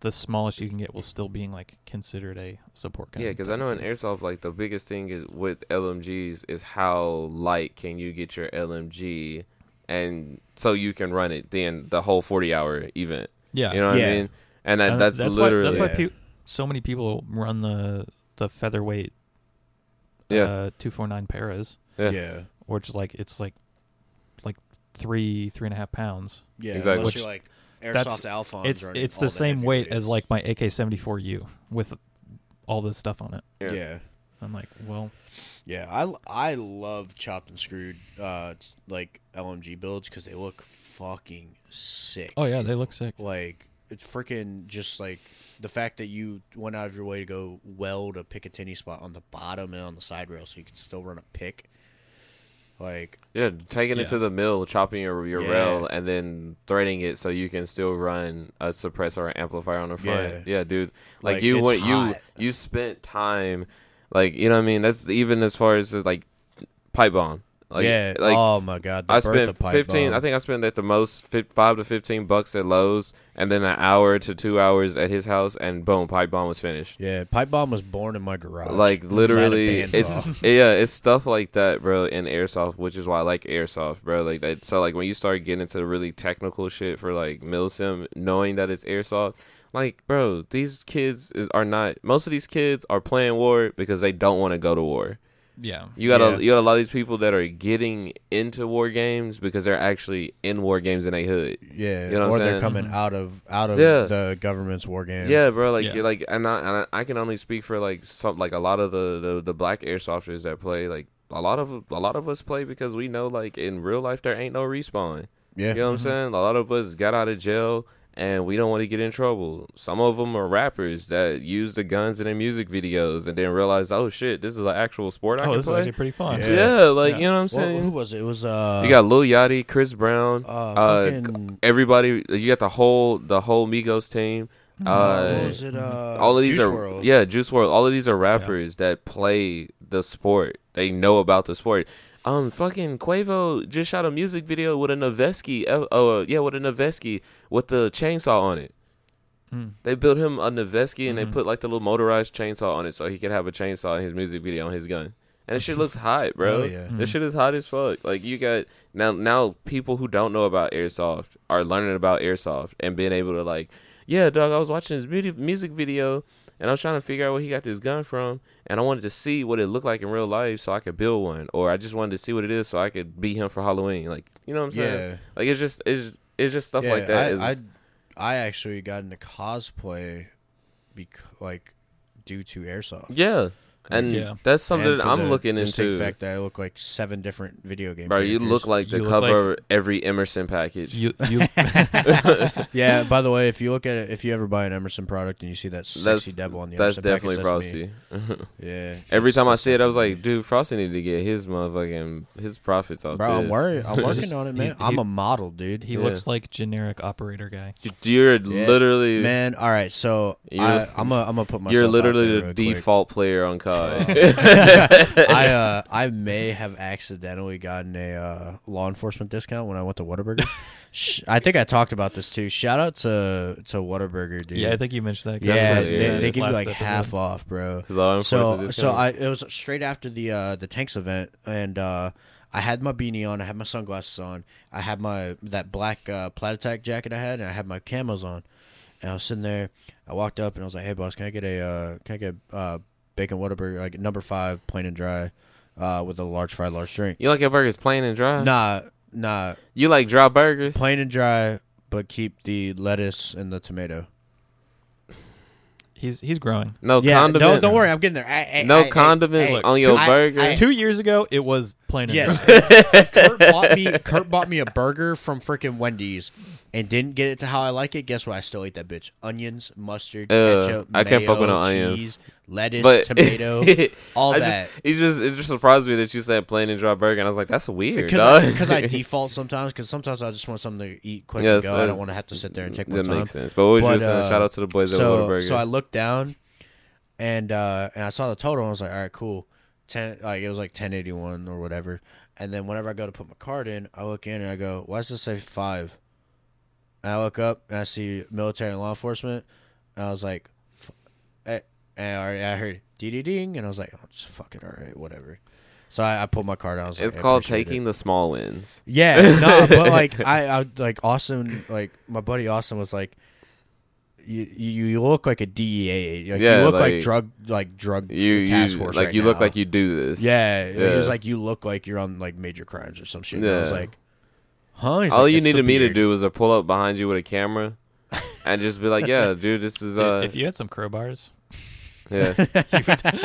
Speaker 3: the smallest you can get while still being like considered a support gun.
Speaker 2: Yeah, because I know in airsoft, like the biggest thing is with LMGs is how light can you get your LMG, and so you can run it then the whole forty hour event.
Speaker 3: yeah,
Speaker 2: You know what
Speaker 1: Yeah.
Speaker 2: I mean? And that,
Speaker 3: And
Speaker 2: Uh, that's, literally
Speaker 3: why, that's why
Speaker 1: Yeah.
Speaker 3: pe- so many people run the the featherweight
Speaker 2: yeah,
Speaker 3: uh, two four nine paras,
Speaker 2: Yeah.
Speaker 1: Yeah, yeah.
Speaker 3: which is like it's like like three three and a half pounds.
Speaker 2: Exactly.
Speaker 1: Unless
Speaker 3: Which-
Speaker 1: you're like
Speaker 3: that's-
Speaker 1: airsoft alphons.
Speaker 3: it's
Speaker 1: running
Speaker 3: it's
Speaker 1: all
Speaker 3: the same
Speaker 1: heavy
Speaker 3: weight
Speaker 1: duty.
Speaker 3: as like my AK seventy four U with all this stuff on it.
Speaker 2: Yeah.
Speaker 1: yeah.
Speaker 3: I'm like, well,
Speaker 1: Yeah, I, I love chopped and screwed uh like LMG builds because they look fucking sick.
Speaker 3: oh yeah, they look sick.
Speaker 1: like it's freaking just like the fact that you went out of your way to go weld a Picatinny spot on the bottom and on the side rail so you could still run a pick. Like
Speaker 2: yeah, taking it
Speaker 3: Yeah.
Speaker 2: to the mill, chopping your your
Speaker 1: Yeah.
Speaker 2: rail, and then threading it so you can still run a suppressor or amplifier on the front. Yeah, dude, like,
Speaker 1: Like,
Speaker 2: you
Speaker 1: it's
Speaker 2: went you
Speaker 1: hot.
Speaker 2: you spent time, like you know what I mean. That's even as far as like pipe bomb. Like,
Speaker 1: yeah,
Speaker 2: like
Speaker 1: oh my god, the
Speaker 2: I
Speaker 1: Bertha
Speaker 2: spent
Speaker 1: pipe
Speaker 2: fifteen.
Speaker 1: bomb.
Speaker 2: I think I spent at the most fi- five to fifteen bucks at Lowe's, and then an hour to two hours at his house, and boom, pipe bomb was finished.
Speaker 1: yeah, pipe bomb was born in my garage.
Speaker 2: Like
Speaker 1: It was at a
Speaker 2: literally,
Speaker 1: bandsaw.
Speaker 2: it's yeah, it's stuff like that, bro. In airsoft, which is why I like airsoft, bro. Like that. So like when you start getting into the really technical shit for like milsim, knowing that it's airsoft, like bro, these kids is- are not. Most of these kids are playing war because they don't want to go to war.
Speaker 3: Yeah,
Speaker 2: You got
Speaker 1: Yeah.
Speaker 2: a you got a lot of these people that are getting into war games because they're actually in war games in their hood.
Speaker 1: yeah,
Speaker 2: you know what I'm
Speaker 1: or
Speaker 2: saying?
Speaker 1: they're coming out of out of
Speaker 2: Yeah.
Speaker 1: the government's war game.
Speaker 2: Yeah, bro. Like
Speaker 3: Yeah.
Speaker 2: you're like, and I, and I I can only speak for like some like a lot of the the, the black airsofters that play. Like a lot of a lot of us play because we know like in real life there ain't no respawn.
Speaker 1: yeah,
Speaker 2: You know what I'm
Speaker 3: Mm-hmm.
Speaker 2: saying? A lot of us got out of jail and we don't want to get in trouble. Some of them are rappers that use the guns in their music videos and then realize, oh shit, this is an actual sport I
Speaker 3: oh,
Speaker 2: can
Speaker 3: this is
Speaker 2: play.
Speaker 3: actually pretty fun.
Speaker 1: Yeah.
Speaker 2: yeah. like
Speaker 3: Yeah.
Speaker 2: you know what I'm
Speaker 1: Well,
Speaker 2: saying.
Speaker 1: who was it? It was uh,
Speaker 2: You got Lil Yachty, Chris Brown,
Speaker 1: uh,
Speaker 2: uh,
Speaker 1: fucking,
Speaker 2: everybody. You got the whole the whole Migos team. Uh,
Speaker 1: uh,
Speaker 3: Mm-hmm.
Speaker 1: what was it? Uh,
Speaker 2: all of these
Speaker 1: Juice
Speaker 2: are
Speaker 1: WRLD.
Speaker 2: yeah, Juice World. All of these are rappers that play the sport. They know about the sport. Um, fucking Quavo just shot a music video with a Noveski. uh, Oh, yeah, with a Noveski with the chainsaw on it.
Speaker 3: Mm.
Speaker 1: Hmm.
Speaker 2: They built him a Noveski and they
Speaker 1: Mm-hmm.
Speaker 3: Mhm.
Speaker 2: put like the little motorized chainsaw on it so he could have a chainsaw in his music video on his gun. And this shit looks hot, bro.
Speaker 1: Hell yeah.
Speaker 3: Mm-hmm.
Speaker 2: This shit is hot as fuck. Like you got now now people who don't know about airsoft are learning about airsoft and being able to like, yeah, dog, I was watching his mu- music video and I was trying to figure out where he got this gun from and I wanted to see what it looked like in real life so I could build one or I just wanted to see what it is so I could beat him for Halloween. Like, you know what I'm saying?
Speaker 1: Yeah.
Speaker 2: Like it's just it's it's just stuff like
Speaker 1: I,
Speaker 2: that. is
Speaker 1: I I actually got into cosplay, bec- like due to airsoft.
Speaker 2: Yeah. And
Speaker 3: Yeah.
Speaker 2: that's something
Speaker 1: And
Speaker 2: that
Speaker 1: for
Speaker 2: I'm
Speaker 1: the
Speaker 2: looking
Speaker 1: distinct
Speaker 2: into.
Speaker 1: fact that I look like seven different video games.
Speaker 2: Bro, you look like the
Speaker 3: You look
Speaker 2: cover of every Emerson package.
Speaker 3: You you
Speaker 1: yeah. By the way, if you look at it, if you ever buy an Emerson product and you see that sexy
Speaker 2: that's
Speaker 1: devil on the
Speaker 2: that's
Speaker 1: Emerson
Speaker 2: definitely
Speaker 1: package, that's me.
Speaker 2: Frosty.
Speaker 1: Yeah.
Speaker 2: Every
Speaker 1: that's-
Speaker 2: time I
Speaker 1: that's
Speaker 2: see it, I was
Speaker 1: definitely
Speaker 2: like, dude, Frosty needed to get his motherfucking his profits
Speaker 1: me.
Speaker 2: off.
Speaker 1: bro, I'm
Speaker 2: this.
Speaker 1: worried. I'm working
Speaker 3: Just-
Speaker 1: on it,
Speaker 3: he-
Speaker 1: man.
Speaker 3: he-
Speaker 1: I'm a model, dude.
Speaker 3: he
Speaker 2: Yeah.
Speaker 3: looks like generic operator guy.
Speaker 2: You're
Speaker 1: Yeah.
Speaker 2: literally,
Speaker 1: Man, all right. So I,
Speaker 2: You're-
Speaker 1: I'm a, I'm gonna put myself.
Speaker 2: you're
Speaker 1: out there
Speaker 2: literally
Speaker 1: real
Speaker 2: the
Speaker 1: quick.
Speaker 2: default player on COD.
Speaker 1: I uh, I may have accidentally gotten a uh, law enforcement discount when I went to Whataburger. Sh- I think I talked about this too. Shout out to to Whataburger, dude.
Speaker 3: Yeah, I think you mentioned that.
Speaker 1: Yeah,
Speaker 2: That's what it
Speaker 1: they,
Speaker 2: is.
Speaker 1: they give you
Speaker 3: Last
Speaker 1: like
Speaker 3: episode.
Speaker 1: half off, bro.
Speaker 2: Law enforcement
Speaker 1: So
Speaker 2: is
Speaker 1: so
Speaker 2: coming.
Speaker 1: I it was straight after the uh, the tanks event, and uh, I had my beanie on, I had my sunglasses on, I had my that black uh, plaid attack jacket I had, and I had my camos on, and I was sitting there. I walked up and I was like, "Hey, boss, can I get a uh, can I get uh, bacon Whataburger like number five plain and dry?" uh, with a large fry, large drink.
Speaker 2: You like your burgers plain and dry?
Speaker 1: Nah, nah,
Speaker 2: You like dry burgers?
Speaker 1: plain and dry, but keep the lettuce and the tomato.
Speaker 3: He's he's growing.
Speaker 2: No
Speaker 1: yeah,
Speaker 2: condiments.
Speaker 1: no, don't worry, I'm getting there. Ay, ay,
Speaker 2: No
Speaker 1: ay, ay,
Speaker 2: condiments
Speaker 1: ay.
Speaker 2: on your
Speaker 1: I-
Speaker 2: burger.
Speaker 1: I-
Speaker 3: Two years ago, it was plain and
Speaker 1: Yes.
Speaker 3: dry.
Speaker 1: Kurt bought me Kurt bought me a burger from freaking Wendy's and didn't get it to how I like it. Guess what? I still ate that bitch. Onions, mustard,
Speaker 2: Ugh,
Speaker 1: ketchup,
Speaker 2: I can't fuck with
Speaker 1: mayo,
Speaker 2: no onions.
Speaker 1: cheese, lettuce,
Speaker 2: but
Speaker 1: tomato, all
Speaker 2: I
Speaker 1: that.
Speaker 2: Just, it just it just surprised me that you said plain and dry burger, and I was like, that's weird.
Speaker 1: Because
Speaker 2: dog.
Speaker 1: because I, default sometimes. Because sometimes I just want something to eat quick
Speaker 2: Yes,
Speaker 1: and go. I don't
Speaker 2: that's-
Speaker 1: want to have to sit there and take my
Speaker 2: that
Speaker 1: time.
Speaker 2: makes sense. But what was you
Speaker 1: But,
Speaker 2: saying?
Speaker 1: uh,
Speaker 2: Shout out to the boys at
Speaker 1: so,
Speaker 2: Whataburger.
Speaker 1: so I looked down, and uh, and I saw the total, and I was like, all right, cool, ten, like it was like ten eighty one or whatever. And then whenever I go to put my card in, I look in and I go, why does this say five? And I look up and I see military and law enforcement, and I was like, f- eh, and I, already, I heard dee dee ding, and I was like, oh, just fucking all right, whatever. So I, I pulled my card out. I was like,
Speaker 2: it's
Speaker 1: I
Speaker 2: called
Speaker 1: appreciate it.
Speaker 2: taking the small wins.
Speaker 1: Yeah, no, but like I, I like Austin, like my buddy Austin was like, you you, you look like a DEA, like,
Speaker 2: Yeah,
Speaker 1: you look like,
Speaker 2: like-
Speaker 1: drug like drug
Speaker 2: You, you
Speaker 1: task force,
Speaker 2: like
Speaker 1: right
Speaker 2: you look
Speaker 1: now."
Speaker 2: like you do this.
Speaker 1: yeah, He
Speaker 2: Yeah.
Speaker 1: was like, you look like you're on like major crimes or some shit. And I was
Speaker 2: Yeah.
Speaker 1: like, huh? He's
Speaker 2: All
Speaker 1: like,
Speaker 2: you
Speaker 1: "It's the
Speaker 2: needed me to
Speaker 1: beard."
Speaker 2: do was to pull up behind you with a camera, and just be like, "Yeah, dude, this is uh,
Speaker 3: if you had some crowbars,
Speaker 2: yeah,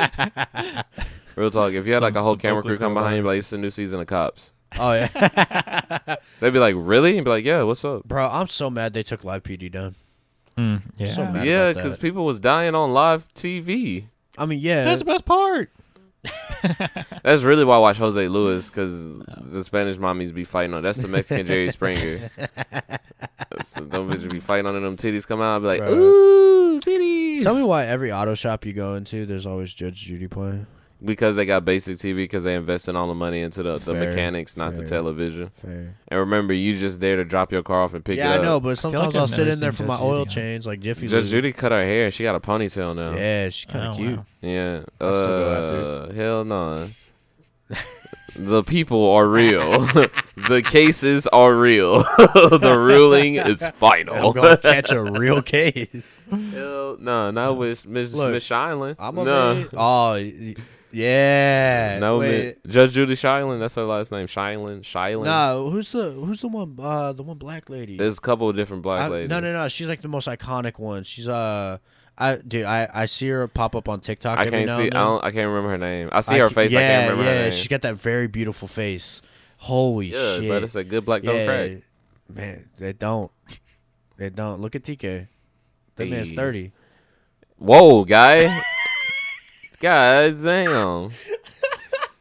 Speaker 2: real talk. If you had like
Speaker 3: Some-
Speaker 2: a whole
Speaker 3: some
Speaker 2: camera
Speaker 3: Oakley
Speaker 2: crew come behind you,
Speaker 3: crowbars.
Speaker 2: like it's a new season of Cops.
Speaker 1: Oh yeah,
Speaker 2: They'd be like, "Really?" And be like, "Yeah, what's up?"
Speaker 1: bro, I'm so mad they took live PD down.
Speaker 3: Mm, yeah,
Speaker 1: So mad.
Speaker 2: Yeah,
Speaker 1: about
Speaker 2: because
Speaker 1: that.
Speaker 2: people was dying on live TV.
Speaker 1: I mean, yeah,
Speaker 3: that's the best part.
Speaker 2: That's really why I watch Jose Lewis because
Speaker 1: Oh.
Speaker 2: the Spanish mommies be fighting on. That's the Mexican Jerry Springer. so them bitches be fighting on and them titties come out. I be like,
Speaker 1: Bruh.
Speaker 2: ooh, titties.
Speaker 1: Tell me why every auto shop you go into, there's always Judge Judy playing.
Speaker 2: because they got basic TV because they investing all the money into the, the
Speaker 1: Fair,
Speaker 2: mechanics, not the
Speaker 1: fair.
Speaker 2: television.
Speaker 1: Fair.
Speaker 2: And remember, you just there to drop your car off and pick
Speaker 1: Yeah,
Speaker 2: it
Speaker 1: I
Speaker 2: up.
Speaker 1: know, but
Speaker 3: feel like
Speaker 1: sometimes
Speaker 3: I've
Speaker 1: I'll sit
Speaker 3: never
Speaker 1: in there
Speaker 3: seen
Speaker 1: for my
Speaker 3: Judge Judy
Speaker 1: oil
Speaker 3: on-
Speaker 1: change, like Jiffy
Speaker 2: Just
Speaker 1: Lube.
Speaker 2: Judy cut her hair. She got a ponytail now.
Speaker 1: Yeah, she's kind
Speaker 3: Oh,
Speaker 1: of cute.
Speaker 3: wow.
Speaker 2: Yeah.
Speaker 1: I'll still go after
Speaker 2: Uh, hell no. the people are real. the cases are real. the ruling is final.
Speaker 1: I'm gonna catch a real case.
Speaker 2: Hell no, not with Miss
Speaker 1: Look,
Speaker 2: Miss Shiland.
Speaker 1: I'm a
Speaker 2: no.
Speaker 1: man. Oh, y- yeah.
Speaker 2: No,
Speaker 1: Wait.
Speaker 2: Mi- Judge Judy Shiland. That's her last name. Shiland. Shiland.
Speaker 1: No, who's the who's the one? Uh, the one black lady.
Speaker 2: There's a couple of different black
Speaker 1: I-
Speaker 2: ladies.
Speaker 1: No, no, no. She's like the most iconic one. She's uh, I dude, I I see her pop up on TikTok.
Speaker 2: I
Speaker 1: every
Speaker 2: can't
Speaker 1: now
Speaker 2: see. I,
Speaker 1: and then.
Speaker 2: don't, I can't remember her name. I see her
Speaker 1: ca-
Speaker 2: face.
Speaker 1: Yeah,
Speaker 2: I can't remember
Speaker 1: yeah.
Speaker 2: her name.
Speaker 1: She's got that very beautiful face. Holy
Speaker 2: yeah,
Speaker 1: shit!
Speaker 2: but it's a good black don't crack.
Speaker 1: man, they don't. They don't. Look at TK. That man's
Speaker 2: Hey.
Speaker 1: thirty.
Speaker 2: Whoa, guy. God damn.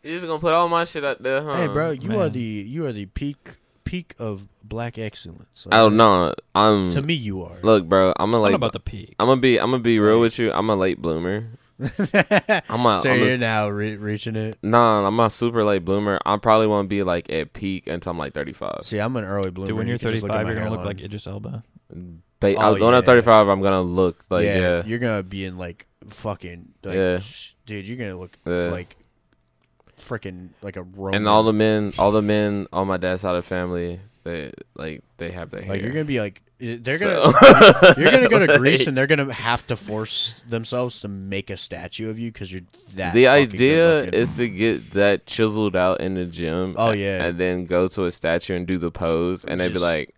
Speaker 2: You're just gonna put all my shit out there, huh?
Speaker 1: Hey, bro, you are
Speaker 3: Um, man.
Speaker 1: the you are the peak peak of black excellence.
Speaker 2: Oh
Speaker 1: alright?
Speaker 2: no, I'm.
Speaker 1: To me, you are.
Speaker 2: Look, bro, I'm a
Speaker 3: I'm
Speaker 2: late.
Speaker 3: about the peak.
Speaker 2: I'm gonna be. I'm gonna be real with you. I'm a late bloomer. I'm a.
Speaker 1: so
Speaker 2: uh, I'm a-
Speaker 1: you're now re- reaching it.
Speaker 2: Nah, I'm a super late bloomer. I probably won't be like at peak until I'm like 35.
Speaker 1: See, I'm an early bloomer.
Speaker 3: Dude, when
Speaker 1: You
Speaker 3: you're
Speaker 1: can just look at
Speaker 3: 35,
Speaker 1: my
Speaker 3: you're gonna look
Speaker 1: hairline.
Speaker 3: like Idris Elba.
Speaker 2: Ba-
Speaker 1: Oh,
Speaker 2: I- when
Speaker 1: yeah.
Speaker 2: I'm 35, I'm gonna look like
Speaker 1: yeah,
Speaker 2: yeah.
Speaker 1: You're gonna be in like fucking. Like,
Speaker 2: Yeah.
Speaker 1: sh- dude, you're gonna look
Speaker 2: Yeah.
Speaker 1: like freaking like a Roman.
Speaker 2: And all the men, all the men on my dad's side of the family, they like they have their hair.
Speaker 1: like you're gonna be like they're
Speaker 2: So-
Speaker 1: gonna you're gonna go to Greece
Speaker 2: Like-
Speaker 1: and they're gonna have to force themselves to make a statue of you because you're that.
Speaker 2: the
Speaker 1: fucking good
Speaker 2: idea
Speaker 1: looking.
Speaker 2: is to get that chiseled out in the gym.
Speaker 1: Oh,
Speaker 2: a-
Speaker 1: yeah.
Speaker 2: and then go to a statue and do the pose, and they'd be
Speaker 1: Just-
Speaker 2: like,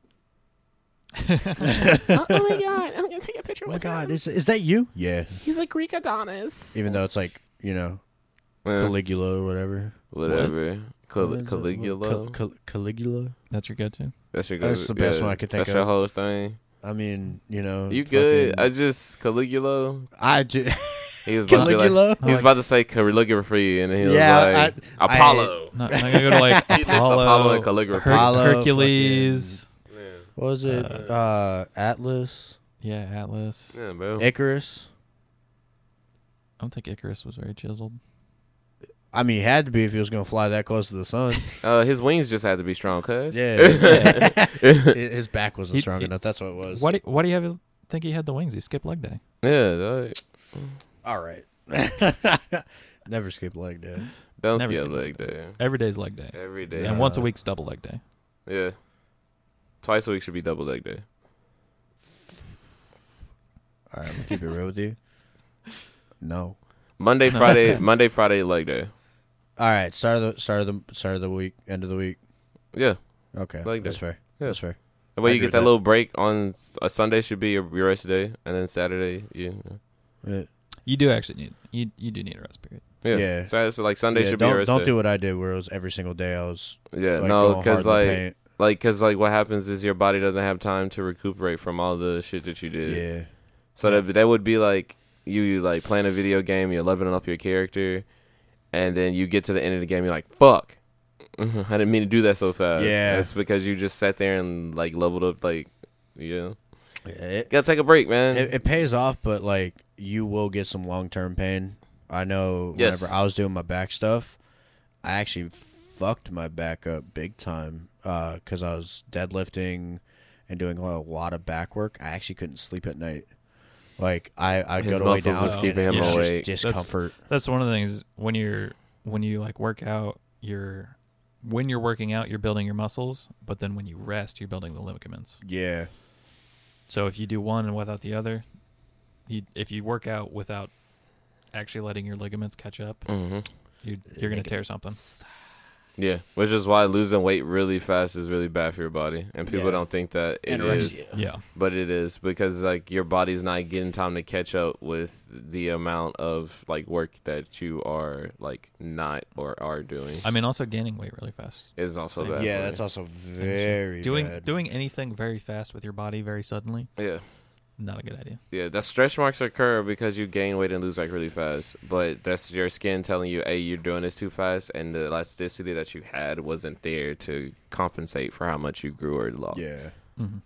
Speaker 4: oh, oh my god, I'm gonna take a picture
Speaker 1: Oh my
Speaker 4: with
Speaker 1: god,
Speaker 4: him.
Speaker 1: is is that you? Yeah.
Speaker 4: He's a Greek Adonis.
Speaker 1: Even though it's like you know
Speaker 2: "Eh,
Speaker 1: Caligula or whatever.
Speaker 2: whatever.
Speaker 1: What
Speaker 2: Cal-
Speaker 1: is it?
Speaker 2: Caligula.
Speaker 1: Cal- Cal- Caligula.
Speaker 3: That's your go-to.
Speaker 2: that's your.
Speaker 1: That's the
Speaker 2: go-
Speaker 1: best
Speaker 2: yeah,
Speaker 1: one I could think
Speaker 2: That's your
Speaker 1: of.
Speaker 2: whole thing.
Speaker 1: I mean, you know.
Speaker 2: You good? I
Speaker 1: fucking-
Speaker 2: just Caligula.
Speaker 1: I do.
Speaker 2: He was about to be like,
Speaker 1: Caligula. Oh,
Speaker 2: he was about to say Caligula for you, and he was
Speaker 1: Yeah,
Speaker 2: like Apollo.
Speaker 3: Not, not gonna go to like
Speaker 2: He lists Apollo
Speaker 3: Apollo,
Speaker 2: and calligraphy.
Speaker 3: Her-
Speaker 1: Apollo,
Speaker 3: Hercules.
Speaker 1: What was it? Uh, Atlas,
Speaker 3: Yeah, Atlas.
Speaker 2: yeah, bro.
Speaker 1: Icarus.
Speaker 3: I don't think Icarus was very chiseled.
Speaker 1: I mean, he had to be if he was gonna fly that close to the sun.
Speaker 2: Uh, his wings just had to be strong, cuz.
Speaker 1: Yeah. Hi- His back wasn't
Speaker 3: He-
Speaker 1: strong
Speaker 3: he-
Speaker 1: enough. That's what it was.
Speaker 3: Why do, why do you have think he had the wings? He skipped leg day.
Speaker 2: yeah. Like,
Speaker 1: All right. Never skip leg day.
Speaker 2: don't
Speaker 3: Never
Speaker 2: skip
Speaker 3: seen
Speaker 2: like that.
Speaker 3: Every day's leg day.
Speaker 2: Every day.
Speaker 3: And once a week's double leg day.
Speaker 2: Yeah. Twice a week should be double leg day.
Speaker 1: All right, I'm gonna keep it real with you. No.
Speaker 2: Monday, Friday, Monday, Friday leg day.
Speaker 1: All right, start of the start of the start of the week, end of the week.
Speaker 2: Yeah.
Speaker 1: Okay,
Speaker 2: Like
Speaker 1: that's
Speaker 2: that.
Speaker 1: fair.
Speaker 2: Yeah.
Speaker 1: That's fair.
Speaker 2: The way
Speaker 1: I
Speaker 2: you
Speaker 1: agree
Speaker 2: get
Speaker 1: with
Speaker 2: that
Speaker 1: that.
Speaker 2: little break on s- a Sunday should be your, your rest day, and then Saturday, you,
Speaker 1: Yeah,
Speaker 3: You do actually need you you do need a rest period.
Speaker 2: yeah.
Speaker 1: Yeah.
Speaker 2: So, so like Sunday
Speaker 1: Yeah,
Speaker 2: should be your
Speaker 1: don't
Speaker 2: rest
Speaker 1: don't
Speaker 2: day.
Speaker 1: do what I did, where it was every single day I was
Speaker 2: Yeah,
Speaker 1: like, going
Speaker 2: no,
Speaker 1: hard in
Speaker 2: because
Speaker 1: the
Speaker 2: like,
Speaker 1: paint.
Speaker 2: like, because like, what happens is your body doesn't have time to recuperate from all the shit that you did.
Speaker 1: yeah,
Speaker 2: So that that would be like you, you like playing a video game, you're leveling up your character, and then you get to the end of the game, you're like, "Fuck, I didn't mean to do that so fast."
Speaker 1: Yeah.
Speaker 2: that's because you just sat there and like leveled up, like, yeah,
Speaker 1: it,
Speaker 2: gotta take a break, man.
Speaker 1: it, it pays off, but like you will get some long term pain. I know.
Speaker 2: Yes.
Speaker 1: Whenever I was doing my back stuff, I actually fucked my back up big time because I was deadlifting and doing a lot of back work. I actually couldn't sleep at night. Like I, I
Speaker 2: His
Speaker 1: go to lay
Speaker 2: muscles
Speaker 1: down.
Speaker 2: was keeping
Speaker 1: and
Speaker 3: him
Speaker 1: it's just
Speaker 2: awake.
Speaker 1: Discomfort.
Speaker 3: That's one of the things when you're when you like work out, you're when you're working out, you're building your muscles, but then when you rest, you're building the ligaments.
Speaker 1: yeah.
Speaker 3: So if you do one and without the other, you if you work out without actually letting your ligaments catch up,
Speaker 2: hmm
Speaker 3: you you're going to tear something.
Speaker 2: Yeah, which is why losing weight really fast is really bad for your body, and people
Speaker 1: Yeah.
Speaker 2: don't think that it is.
Speaker 3: Yeah.
Speaker 2: but it is because like your body's not getting time to catch up with the amount of like work that you are like not or are doing
Speaker 3: I mean also gaining weight really fast.
Speaker 2: is also
Speaker 3: Same.
Speaker 2: bad.
Speaker 1: Yeah,
Speaker 2: for
Speaker 1: that's
Speaker 2: you.
Speaker 1: also very
Speaker 3: doing
Speaker 1: bad.
Speaker 3: doing anything very fast with your body very suddenly,
Speaker 2: yeah,
Speaker 3: not a good idea.
Speaker 2: yeah. That stretch marks occur because you gain weight and lose like really fast, but that's your skin telling you, hey, you're doing this too fast, and the elasticity that you had wasn't there to compensate for how much you grew or lost.
Speaker 1: Yeah.
Speaker 3: hmm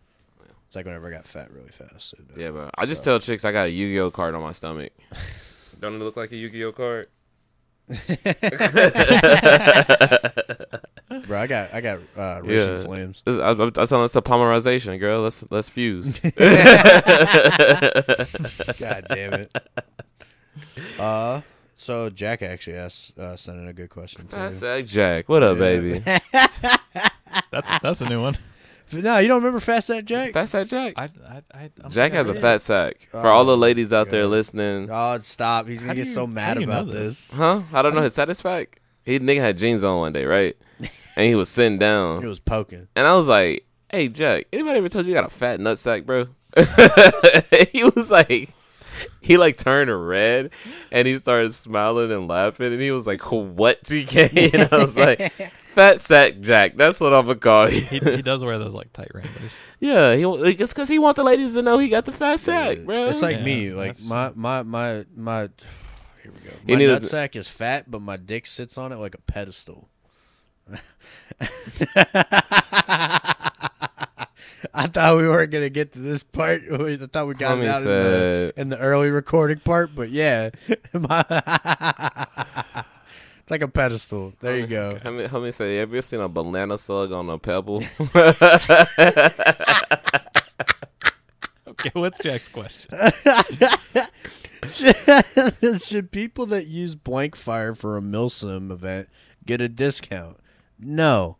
Speaker 1: It's like whenever I got fat really fast. uh, it-
Speaker 2: Yeah, bro. I just
Speaker 1: So-
Speaker 2: tell chicks I got a Yu-Gi-Oh card on my stomach. Don't it look like a Yu-Gi-Oh card?
Speaker 1: Bro, I got I got uh, racing
Speaker 2: Yeah.
Speaker 1: flames.
Speaker 2: I, I, I'm telling us the polymerization, girl. Let's let's fuse.
Speaker 1: God damn it. Uh, so Jack actually asked uh, sent in a good question. For
Speaker 2: I
Speaker 1: you.
Speaker 2: said, Jack, what up,
Speaker 1: Yeah.
Speaker 2: baby?
Speaker 3: That's that's a new one.
Speaker 1: No, you don't remember Fast Sack Jack?
Speaker 2: Fat sack Jack.
Speaker 3: I, I, I, I'm
Speaker 2: Jack
Speaker 3: never
Speaker 2: has a
Speaker 3: in.
Speaker 2: fat sack. For all the
Speaker 1: Oh,
Speaker 2: ladies out there
Speaker 1: God.
Speaker 2: listening,
Speaker 1: Oh, stop! He's
Speaker 3: How
Speaker 1: gonna
Speaker 3: do
Speaker 1: get
Speaker 3: you-
Speaker 1: so
Speaker 3: how
Speaker 1: mad
Speaker 3: do you know
Speaker 1: about this.
Speaker 3: this?
Speaker 2: huh? I don't know his satisfac. He nigga had jeans on one day, right? And he was sitting
Speaker 1: He
Speaker 2: down,
Speaker 1: was poking.
Speaker 2: and I was like, "Hey, Jack, anybody ever told you you got a fat nut sack, bro?" he was like, he like turned red, and he started smiling and laughing, and he was like, "What, TK?" And I was like, "Fat sack Jack, that's what I'm gonna call you."
Speaker 3: He, he does wear those like tight wranglers.
Speaker 2: Yeah, he like, it's because he want the ladies to know he got the fat sack, bro.
Speaker 1: It's like me,
Speaker 3: Yeah,
Speaker 1: like
Speaker 3: that's-
Speaker 1: my my my my. Here we go.
Speaker 2: You
Speaker 1: My
Speaker 2: need a-
Speaker 1: nut sack is fat, but my dick sits on it like a pedestal. I thought we weren't gonna get to this part. I thought we got
Speaker 2: Homie
Speaker 1: it out in the,
Speaker 2: said-
Speaker 1: in the early recording part, but yeah, My- it's like a pedestal. There you go.
Speaker 2: How many, how many say, have you seen a banana slug on a pebble?
Speaker 3: Okay, what's Jack's question?
Speaker 1: Should people that use blank fire for a Milsim event get a discount? No,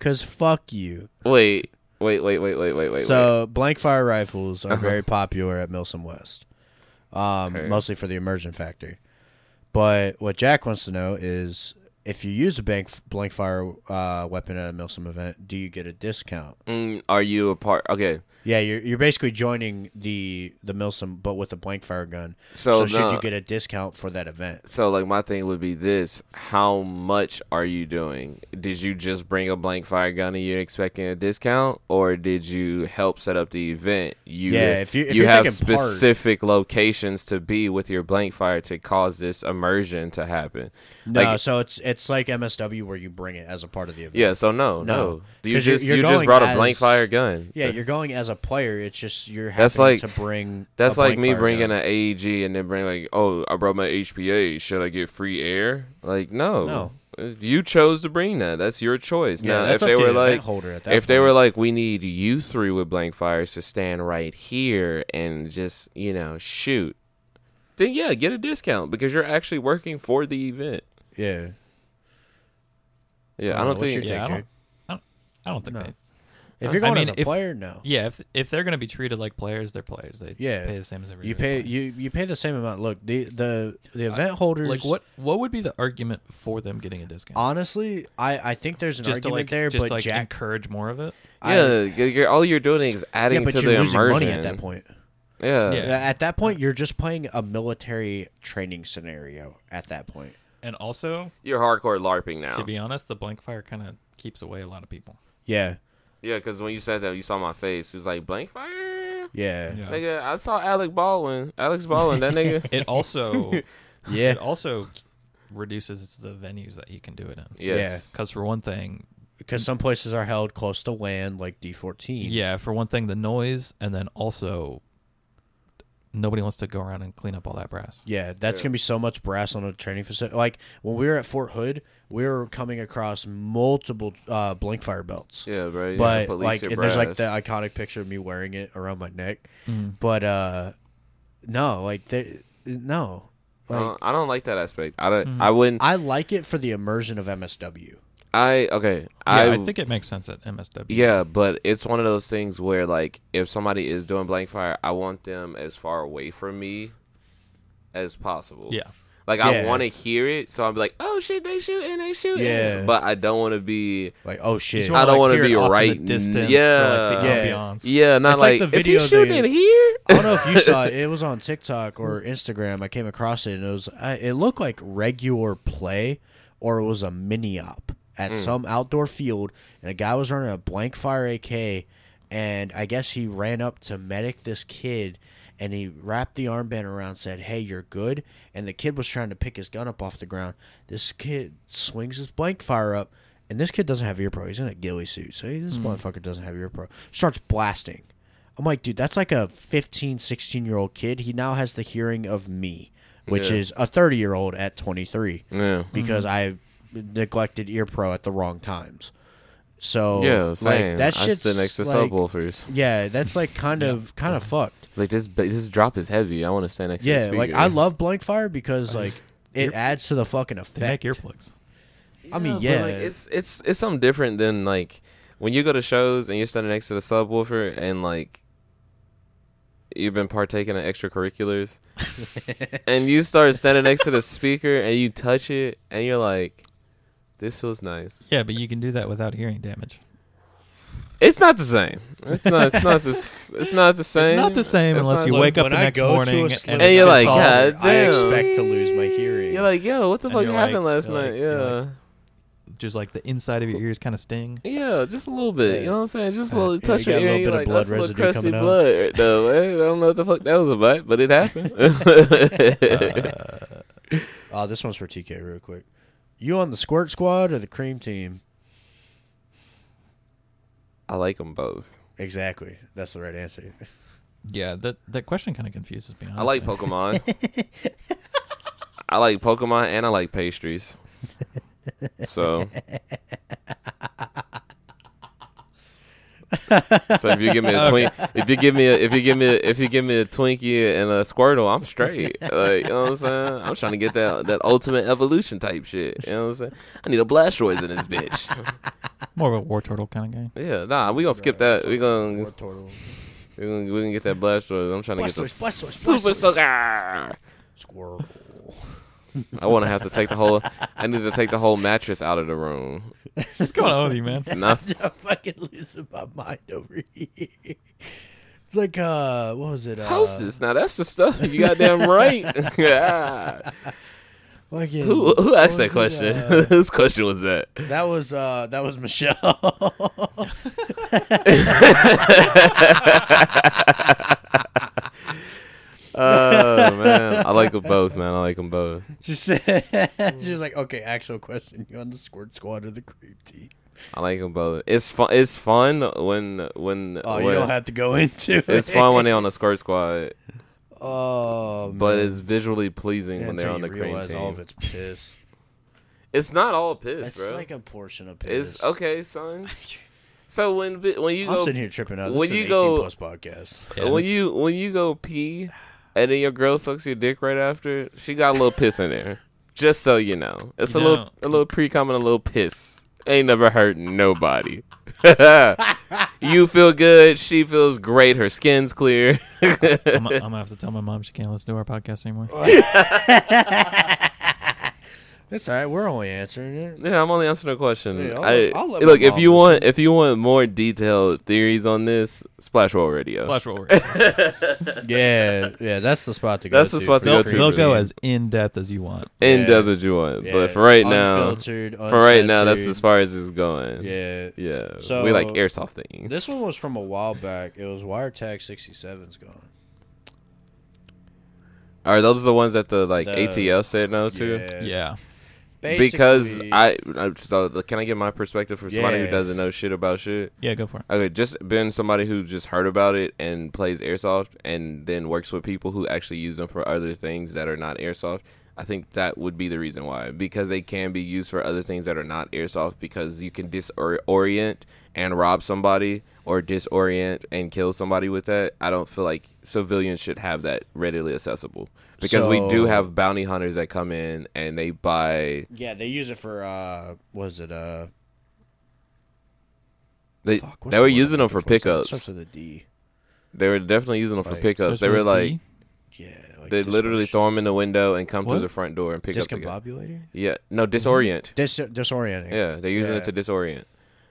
Speaker 1: cause fuck you.
Speaker 2: wait, wait, wait, wait, wait, wait, wait.
Speaker 1: so blank fire rifles are very popular at Milsom West, um,
Speaker 2: Okay.
Speaker 1: mostly for the immersion factor. But what Jack wants to know is if you use a blank blank fire uh, weapon at a Milsom event, do you get a discount?
Speaker 2: wait. Mm, are you a part? Okay,
Speaker 1: Yeah, you're you're basically joining the the Milsom, but with a blank fire gun.
Speaker 2: so,
Speaker 1: so should
Speaker 2: no.
Speaker 1: you get a discount for that event?
Speaker 2: so like my thing would be this: How much are you doing? Did you just bring a blank fire gun and you're expecting a discount, or did you help set up the event? You
Speaker 1: Yeah, if you- if
Speaker 2: you
Speaker 1: you're
Speaker 2: have
Speaker 1: thinking part-
Speaker 2: specific locations to be with your blank fire to cause this immersion to happen.
Speaker 1: No,
Speaker 2: Like-
Speaker 1: so it's it's like MSW where you bring it as a part of the event.
Speaker 2: Yeah, so
Speaker 1: No.
Speaker 2: no, no. You
Speaker 1: 'Cause you're-
Speaker 2: just
Speaker 1: you're
Speaker 2: you just
Speaker 1: going
Speaker 2: brought a
Speaker 1: as-
Speaker 2: blank fire gun.
Speaker 1: Yeah, you're going as a player. It's just you're having
Speaker 2: That's
Speaker 1: to
Speaker 2: like-
Speaker 1: bring.
Speaker 2: That's
Speaker 1: a
Speaker 2: like
Speaker 1: blank
Speaker 2: me
Speaker 1: fire
Speaker 2: bringing
Speaker 1: gun.
Speaker 2: an AEG and then bring like, oh, I brought my HPA. Should I get free air? Like, no,
Speaker 1: No.
Speaker 2: Uh, You chose to bring that. That's your choice.
Speaker 1: Yeah,
Speaker 2: now,
Speaker 1: that's
Speaker 2: if
Speaker 1: up
Speaker 2: they
Speaker 1: to
Speaker 2: were
Speaker 1: the event
Speaker 2: like,
Speaker 1: holder at that
Speaker 2: if they
Speaker 1: point.
Speaker 2: were like, we need you three with blank fires to stand right here and just you know shoot, then yeah, get a discount because you're actually working for the event.
Speaker 1: yeah,
Speaker 2: Yeah, I
Speaker 1: Uh,
Speaker 2: don't
Speaker 1: what's
Speaker 2: think
Speaker 1: your
Speaker 3: Yeah,
Speaker 1: take,
Speaker 3: I don't-
Speaker 1: Jake?
Speaker 3: I don't think
Speaker 1: No.
Speaker 3: they.
Speaker 1: If you're
Speaker 3: I
Speaker 1: going
Speaker 3: mean,
Speaker 1: as a
Speaker 3: if-
Speaker 1: player, no.
Speaker 3: Yeah, if if they're gonna be treated like players, they're players. They
Speaker 1: Yeah.
Speaker 3: pay the same as everybody.
Speaker 1: You pay you you pay the same amount. Look, the the the event holders
Speaker 3: Like what? What would be the argument for them getting a discount?
Speaker 1: Honestly, I I think there's an
Speaker 3: just to
Speaker 1: argument
Speaker 3: like,
Speaker 1: there,
Speaker 3: just
Speaker 1: but
Speaker 3: to, like
Speaker 1: Jack
Speaker 3: encourage more of it.
Speaker 1: I-
Speaker 2: Yeah, you're, you're- all you're doing is
Speaker 1: yeah,
Speaker 2: adding
Speaker 1: but
Speaker 2: to
Speaker 1: you're
Speaker 2: the
Speaker 1: losing
Speaker 2: immersion.
Speaker 1: money at that point.
Speaker 2: Yeah.
Speaker 3: Yeah.
Speaker 1: At that point, you're just playing a military training scenario. At that point,
Speaker 3: And also,
Speaker 2: you're hardcore LARPing now.
Speaker 3: to be honest, the blank fire kind of keeps away a lot of people.
Speaker 1: yeah,
Speaker 2: yeah, because when you said that, you saw my face. It was like blank fire.
Speaker 1: yeah, yeah.
Speaker 3: Yeah.
Speaker 2: Nigga, I saw Alec Baldwin. Alex Baldwin, that nigga.
Speaker 3: It also it also reduces the venues that you can do it in.
Speaker 2: Yes.
Speaker 3: Because for one thing,
Speaker 1: Because some places are held close to land, like D14.
Speaker 3: yeah, for one thing, the noise, and then also, nobody wants to go around and clean up all that brass.
Speaker 1: Yeah, that's
Speaker 2: Yeah.
Speaker 1: gonna be so much brass on a training facility. Like when we were at Fort Hood, we were coming across multiple uh, blink fire belts.
Speaker 2: Yeah, bro. you gotta
Speaker 1: but
Speaker 2: police
Speaker 1: like
Speaker 2: your
Speaker 1: and there's like the
Speaker 2: brass.
Speaker 1: iconic picture of me wearing it around my neck. But uh, no, like there, no, like
Speaker 2: Uh, I don't like that aspect. I don't.
Speaker 3: Mm-hmm.
Speaker 2: I wouldn't.
Speaker 1: I like it for the immersion of MSW.
Speaker 2: I okay.
Speaker 3: Yeah,
Speaker 2: I,
Speaker 3: I, think it makes sense at MSW.
Speaker 2: Yeah, but it's one of those things where like if somebody is doing blank fire, I want them as far away from me as possible.
Speaker 3: Yeah.
Speaker 2: Like I
Speaker 1: Yeah.
Speaker 2: want to hear it, so I'm like, oh shit, they shooting, they shooting.
Speaker 1: Yeah.
Speaker 2: But I don't want to be.
Speaker 1: Like oh
Speaker 3: You
Speaker 1: shit,
Speaker 2: I
Speaker 3: wanna,
Speaker 2: don't
Speaker 3: like,
Speaker 2: wanna
Speaker 3: hear it
Speaker 2: be
Speaker 3: off in
Speaker 2: right
Speaker 3: The
Speaker 2: n-
Speaker 3: distance
Speaker 2: yeah.
Speaker 3: For, like, the
Speaker 1: Yeah.
Speaker 3: ambiance.
Speaker 2: Yeah, not
Speaker 1: It's like
Speaker 2: like,
Speaker 1: the
Speaker 2: is he
Speaker 1: video
Speaker 2: shooting
Speaker 1: they-
Speaker 2: here?
Speaker 1: I don't know if you saw it. It was on TikTok or Instagram. I came across it and it was I, it looked like regular play or it was a mini op at some outdoor field and a guy was running a blank fire AK and I guess he ran up to medic this kid and he wrapped the armband around said, "Hey, you're good." And the kid was trying to pick his gun up off the ground. This kid swings his blank fire up and this kid doesn't have ear pro. He's in a ghillie suit. So he, this motherfucker doesn't have ear pro. Starts blasting. I'm like, dude, that's like a 15, 16 year old kid. He now has the hearing of me, which
Speaker 2: Yeah.
Speaker 1: is a 30 year old at 23
Speaker 2: Yeah.
Speaker 3: Mm-hmm.
Speaker 1: because I neglected ear pro at the wrong times. So
Speaker 2: Yeah,
Speaker 1: like
Speaker 2: same.
Speaker 1: that
Speaker 2: I
Speaker 1: shit's
Speaker 2: sit next to
Speaker 1: like,
Speaker 2: subwoofers.
Speaker 1: yeah, that's like kind of kind of fucked.
Speaker 2: It's like this, ba- this drop is heavy. I want to stand next to
Speaker 1: Yeah,
Speaker 2: the speaker.
Speaker 1: like I love blank fire because
Speaker 3: I
Speaker 1: like
Speaker 3: just-
Speaker 1: it
Speaker 3: ear-
Speaker 1: adds to the fucking
Speaker 3: They make
Speaker 1: effect.
Speaker 3: earplugs.
Speaker 1: I mean,
Speaker 2: but,
Speaker 1: yeah.
Speaker 2: like, it's it's it's something different than like when you go to shows and you're standing next to the subwoofer and like you've been partaking in extracurriculars, and you start standing next to the speaker and you touch it and you're like, "This feels nice."
Speaker 3: Yeah, but you can do that without hearing damage.
Speaker 2: It's not the same. It's not. It's not the. s- It's not the same.
Speaker 3: It's not the same
Speaker 2: It's
Speaker 3: unless
Speaker 2: not
Speaker 3: you
Speaker 2: the-
Speaker 3: wake up
Speaker 1: when
Speaker 3: the
Speaker 1: I
Speaker 3: next
Speaker 1: go to a
Speaker 3: morning and,
Speaker 1: slim
Speaker 2: And
Speaker 3: it's
Speaker 2: you're
Speaker 3: just
Speaker 2: like,
Speaker 3: all-
Speaker 2: God
Speaker 1: I
Speaker 2: damn.
Speaker 1: expect to lose my hearing.
Speaker 2: You're like, yo, what the
Speaker 3: And
Speaker 2: fuck
Speaker 3: you're
Speaker 2: happened
Speaker 3: like-
Speaker 2: last
Speaker 3: you're like-
Speaker 2: night?
Speaker 3: you're
Speaker 2: yeah.
Speaker 3: like- just like the inside of your ears kind of sting.
Speaker 2: Yeah, just a little bit. You know what I'm saying? Just a
Speaker 1: Uh,
Speaker 2: little
Speaker 1: yeah,
Speaker 2: touch
Speaker 1: you got a
Speaker 2: your ear.
Speaker 1: little
Speaker 2: you're
Speaker 1: bit of
Speaker 2: like,
Speaker 1: blood
Speaker 2: that's a little
Speaker 1: residue
Speaker 2: crusty
Speaker 1: coming out.
Speaker 2: blood right there, man. I don't know what the fuck that was about, but it happened.
Speaker 1: Uh, this one's for TK real quick. You on the squirt squad or the cream team?
Speaker 2: I like them both.
Speaker 1: Exactly. That's the right answer.
Speaker 3: Yeah, that that question kind of confuses me.
Speaker 2: I like
Speaker 3: honestly.
Speaker 2: Pokemon. I like Pokemon and I like pastries. So. So if you give me a twink, if you give me a, if you give me a, if you give me a Twinkie and a Squirtle, I'm straight. Like you know what I'm saying? I'm trying to get that that ultimate evolution type shit. You know what I'm saying? I need a Blastoise in this bitch.
Speaker 3: more of a war turtle kind of guy.
Speaker 2: Yeah, nah, we gonna skip that. We gonna we gonna we gonna get that Blastoise. I'm trying to get the
Speaker 1: Blastoise, Blastoise,
Speaker 2: super
Speaker 1: Blastoise.
Speaker 2: soaker.
Speaker 1: Squirrel.
Speaker 2: I want to have to take the whole. I need to take the whole mattress out of the room.
Speaker 3: What's going on with you, man?
Speaker 2: Not
Speaker 1: I'm fucking losing my mind over here. It's like uh, what was it? Uh,
Speaker 2: hostess. Now that's the stuff. You goddamn right. yeah.
Speaker 1: fucking-
Speaker 2: Who who
Speaker 1: what was
Speaker 2: asked that
Speaker 1: it,
Speaker 2: question?
Speaker 1: uh,
Speaker 2: Whose question was that?
Speaker 1: that was uh, that was Michelle.
Speaker 2: Oh man, I like them both, man. I like them both.
Speaker 1: she said she was like, okay, actual question. You on the squirt squad or the cream team?
Speaker 2: I like them both. It's fun. It's fun when when.
Speaker 1: Oh, you
Speaker 2: when-
Speaker 1: don't have to go into it.
Speaker 2: It's fun when they're on the squirt squad,
Speaker 1: Oh,
Speaker 2: but
Speaker 1: man.
Speaker 2: it's visually pleasing when
Speaker 1: Until
Speaker 2: they're on
Speaker 1: you
Speaker 2: the cream
Speaker 1: realize all of
Speaker 2: team.
Speaker 1: it's piss.
Speaker 2: It's not all piss,
Speaker 1: That's
Speaker 2: bro.
Speaker 1: like a portion of piss.
Speaker 2: it's okay, son. So when bi- when you
Speaker 1: I'm
Speaker 2: go
Speaker 1: sitting here tripping out. This
Speaker 2: when
Speaker 1: is an
Speaker 2: you
Speaker 1: 18
Speaker 2: go-
Speaker 1: plus podcast.
Speaker 3: Yeah,
Speaker 2: when
Speaker 3: this-
Speaker 2: you when you go pee and then your girl sucks your dick right after, she got a little piss in there. Just so you know, it's a
Speaker 3: You
Speaker 2: little
Speaker 3: know-
Speaker 2: a little pre cum and a little piss. Ain't never hurt nobody. You feel good. She feels great. Her skin's clear.
Speaker 3: I'm, I'm gonna have to tell my mom she can't listen to our podcast anymore.
Speaker 1: That's all right. We're only answering it.
Speaker 2: Yeah, I'm only answering a question.
Speaker 1: Yeah, I'll-
Speaker 2: I-
Speaker 1: I'll let my
Speaker 2: look, if
Speaker 1: mom
Speaker 2: you
Speaker 1: listen.
Speaker 2: want, if you want more detailed theories on this, Splash Roll Radio.
Speaker 3: Flash roll.
Speaker 1: Yeah, yeah. That's the spot to go.
Speaker 2: That's the
Speaker 1: to
Speaker 2: spot
Speaker 1: for
Speaker 2: to go
Speaker 3: They'll,
Speaker 2: to
Speaker 1: free
Speaker 3: they'll
Speaker 2: for
Speaker 3: go
Speaker 1: reign.
Speaker 3: as in depth as you want.
Speaker 2: End
Speaker 1: Yeah.
Speaker 2: does what you want,
Speaker 1: Yeah,
Speaker 2: but for right now,
Speaker 1: unfiltered,
Speaker 2: for right now, that's as
Speaker 1: uncensored.
Speaker 2: far as it's going.
Speaker 1: Yeah.
Speaker 2: yeah.
Speaker 1: So-
Speaker 2: we like airsoft things.
Speaker 1: This one was from a while back. It was Wiretag 67's gone.
Speaker 2: are those the ones that the like
Speaker 1: The-
Speaker 2: ATF said no to?
Speaker 3: Yeah.
Speaker 2: Because
Speaker 1: Basically-
Speaker 2: I, I so can I get my perspective from somebody who
Speaker 1: Yeah.
Speaker 2: doesn't know shit about shit?
Speaker 3: Yeah, go for it.
Speaker 2: Okay, just been somebody who just heard about it and plays airsoft and then works with people who actually use them for other things that are not airsoft. I think that would be the reason why because they can be used for other things that are not airsoft because you can disorient and rob somebody or disorient and kill somebody with that. I don't feel like civilians should have that readily accessible because we do
Speaker 1: So-
Speaker 2: have bounty hunters that come in and they buy
Speaker 1: Yeah, they use it for uh was it uh
Speaker 2: they
Speaker 1: fuck, what's
Speaker 2: they
Speaker 1: the
Speaker 2: were
Speaker 1: word I'm
Speaker 2: using them
Speaker 1: looking
Speaker 2: for
Speaker 1: It starts-
Speaker 2: pickups.
Speaker 1: Starts with a D.
Speaker 2: They were definitely using them for
Speaker 1: Like,
Speaker 2: pickups.
Speaker 3: Starts
Speaker 2: They were
Speaker 3: with a
Speaker 2: like
Speaker 3: D?
Speaker 1: Yeah. Like
Speaker 2: They literally
Speaker 1: discombobulated.
Speaker 2: throw them in the window and come through
Speaker 3: What? Mm-hmm.
Speaker 2: the front door and pick up.
Speaker 1: discombobulated?
Speaker 2: The guy. Yeah, no, disorient.
Speaker 1: Dis- disorienting.
Speaker 2: Yeah, they're using
Speaker 1: Yeah.
Speaker 2: it to disorient.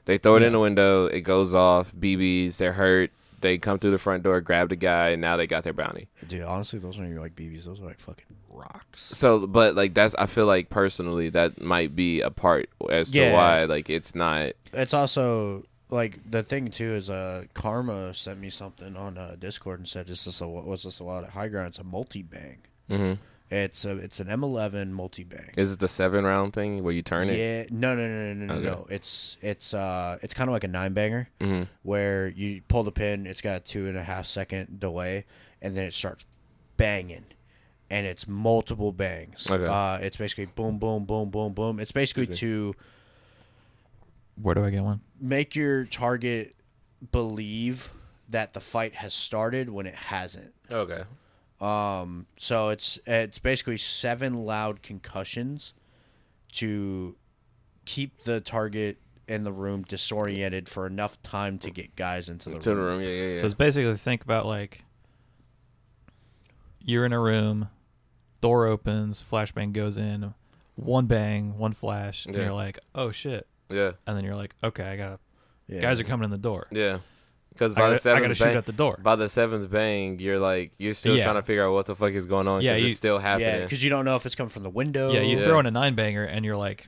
Speaker 2: They throw it in the window. It goes off. BBs. They're hurt. They come through the front door, grab the guy, and now they got their bounty.
Speaker 1: Dude, honestly, those aren't even like BBs. Those are like fucking rocks.
Speaker 2: So, but like that's, I feel like personally that might be a part as to
Speaker 1: Yeah.
Speaker 2: why like it's not.
Speaker 1: It's also like the thing too is uh Karma sent me something on uh, Discord and said, "Is this a was this allowed at High Ground? It's a multi bang.
Speaker 2: hmm
Speaker 1: It's a it's an M11 multi bang.
Speaker 2: Is it the seven round thing where you turn it?
Speaker 1: Yeah, no, no, no, no, no,
Speaker 2: Okay.
Speaker 1: no. It's it's uh it's kind of like a nine banger
Speaker 2: hmm
Speaker 1: where you pull the pin. It's got a two and a half second delay, and then it starts banging, and it's multiple bangs.
Speaker 2: Okay.
Speaker 1: Uh, it's basically boom, boom, boom, boom, boom. It's basically to
Speaker 3: Where do I get one?
Speaker 1: make your target believe that the fight has started when it hasn't.
Speaker 2: Okay.
Speaker 1: Um, so it's it's basically seven loud concussions to keep the target in the room disoriented for enough time to get guys into the
Speaker 2: To the
Speaker 1: room.
Speaker 2: room. Yeah, yeah, yeah.
Speaker 3: So it's basically think about like you're in a room, door opens, flashbang goes in, one bang, one flash, and
Speaker 2: Yeah.
Speaker 3: you're like, oh shit.
Speaker 2: yeah,
Speaker 3: And then you're like, okay, I gotta,
Speaker 1: Yeah.
Speaker 3: guys are coming in the door.
Speaker 2: yeah. Because
Speaker 3: I
Speaker 2: by the
Speaker 3: gotta, I
Speaker 2: seventh
Speaker 3: gotta shoot
Speaker 2: bang-
Speaker 3: at the door.
Speaker 2: by the seventh bang, you're like you're still
Speaker 3: Yeah.
Speaker 2: trying to figure out what the fuck is going on.
Speaker 3: Yeah,
Speaker 2: Yeah,
Speaker 3: you-
Speaker 2: it's still
Speaker 1: yeah,
Speaker 2: happening.
Speaker 1: because you don't know if it's coming from the window.
Speaker 3: Yeah, you
Speaker 2: Yeah.
Speaker 3: throw in a nine banger and you're like,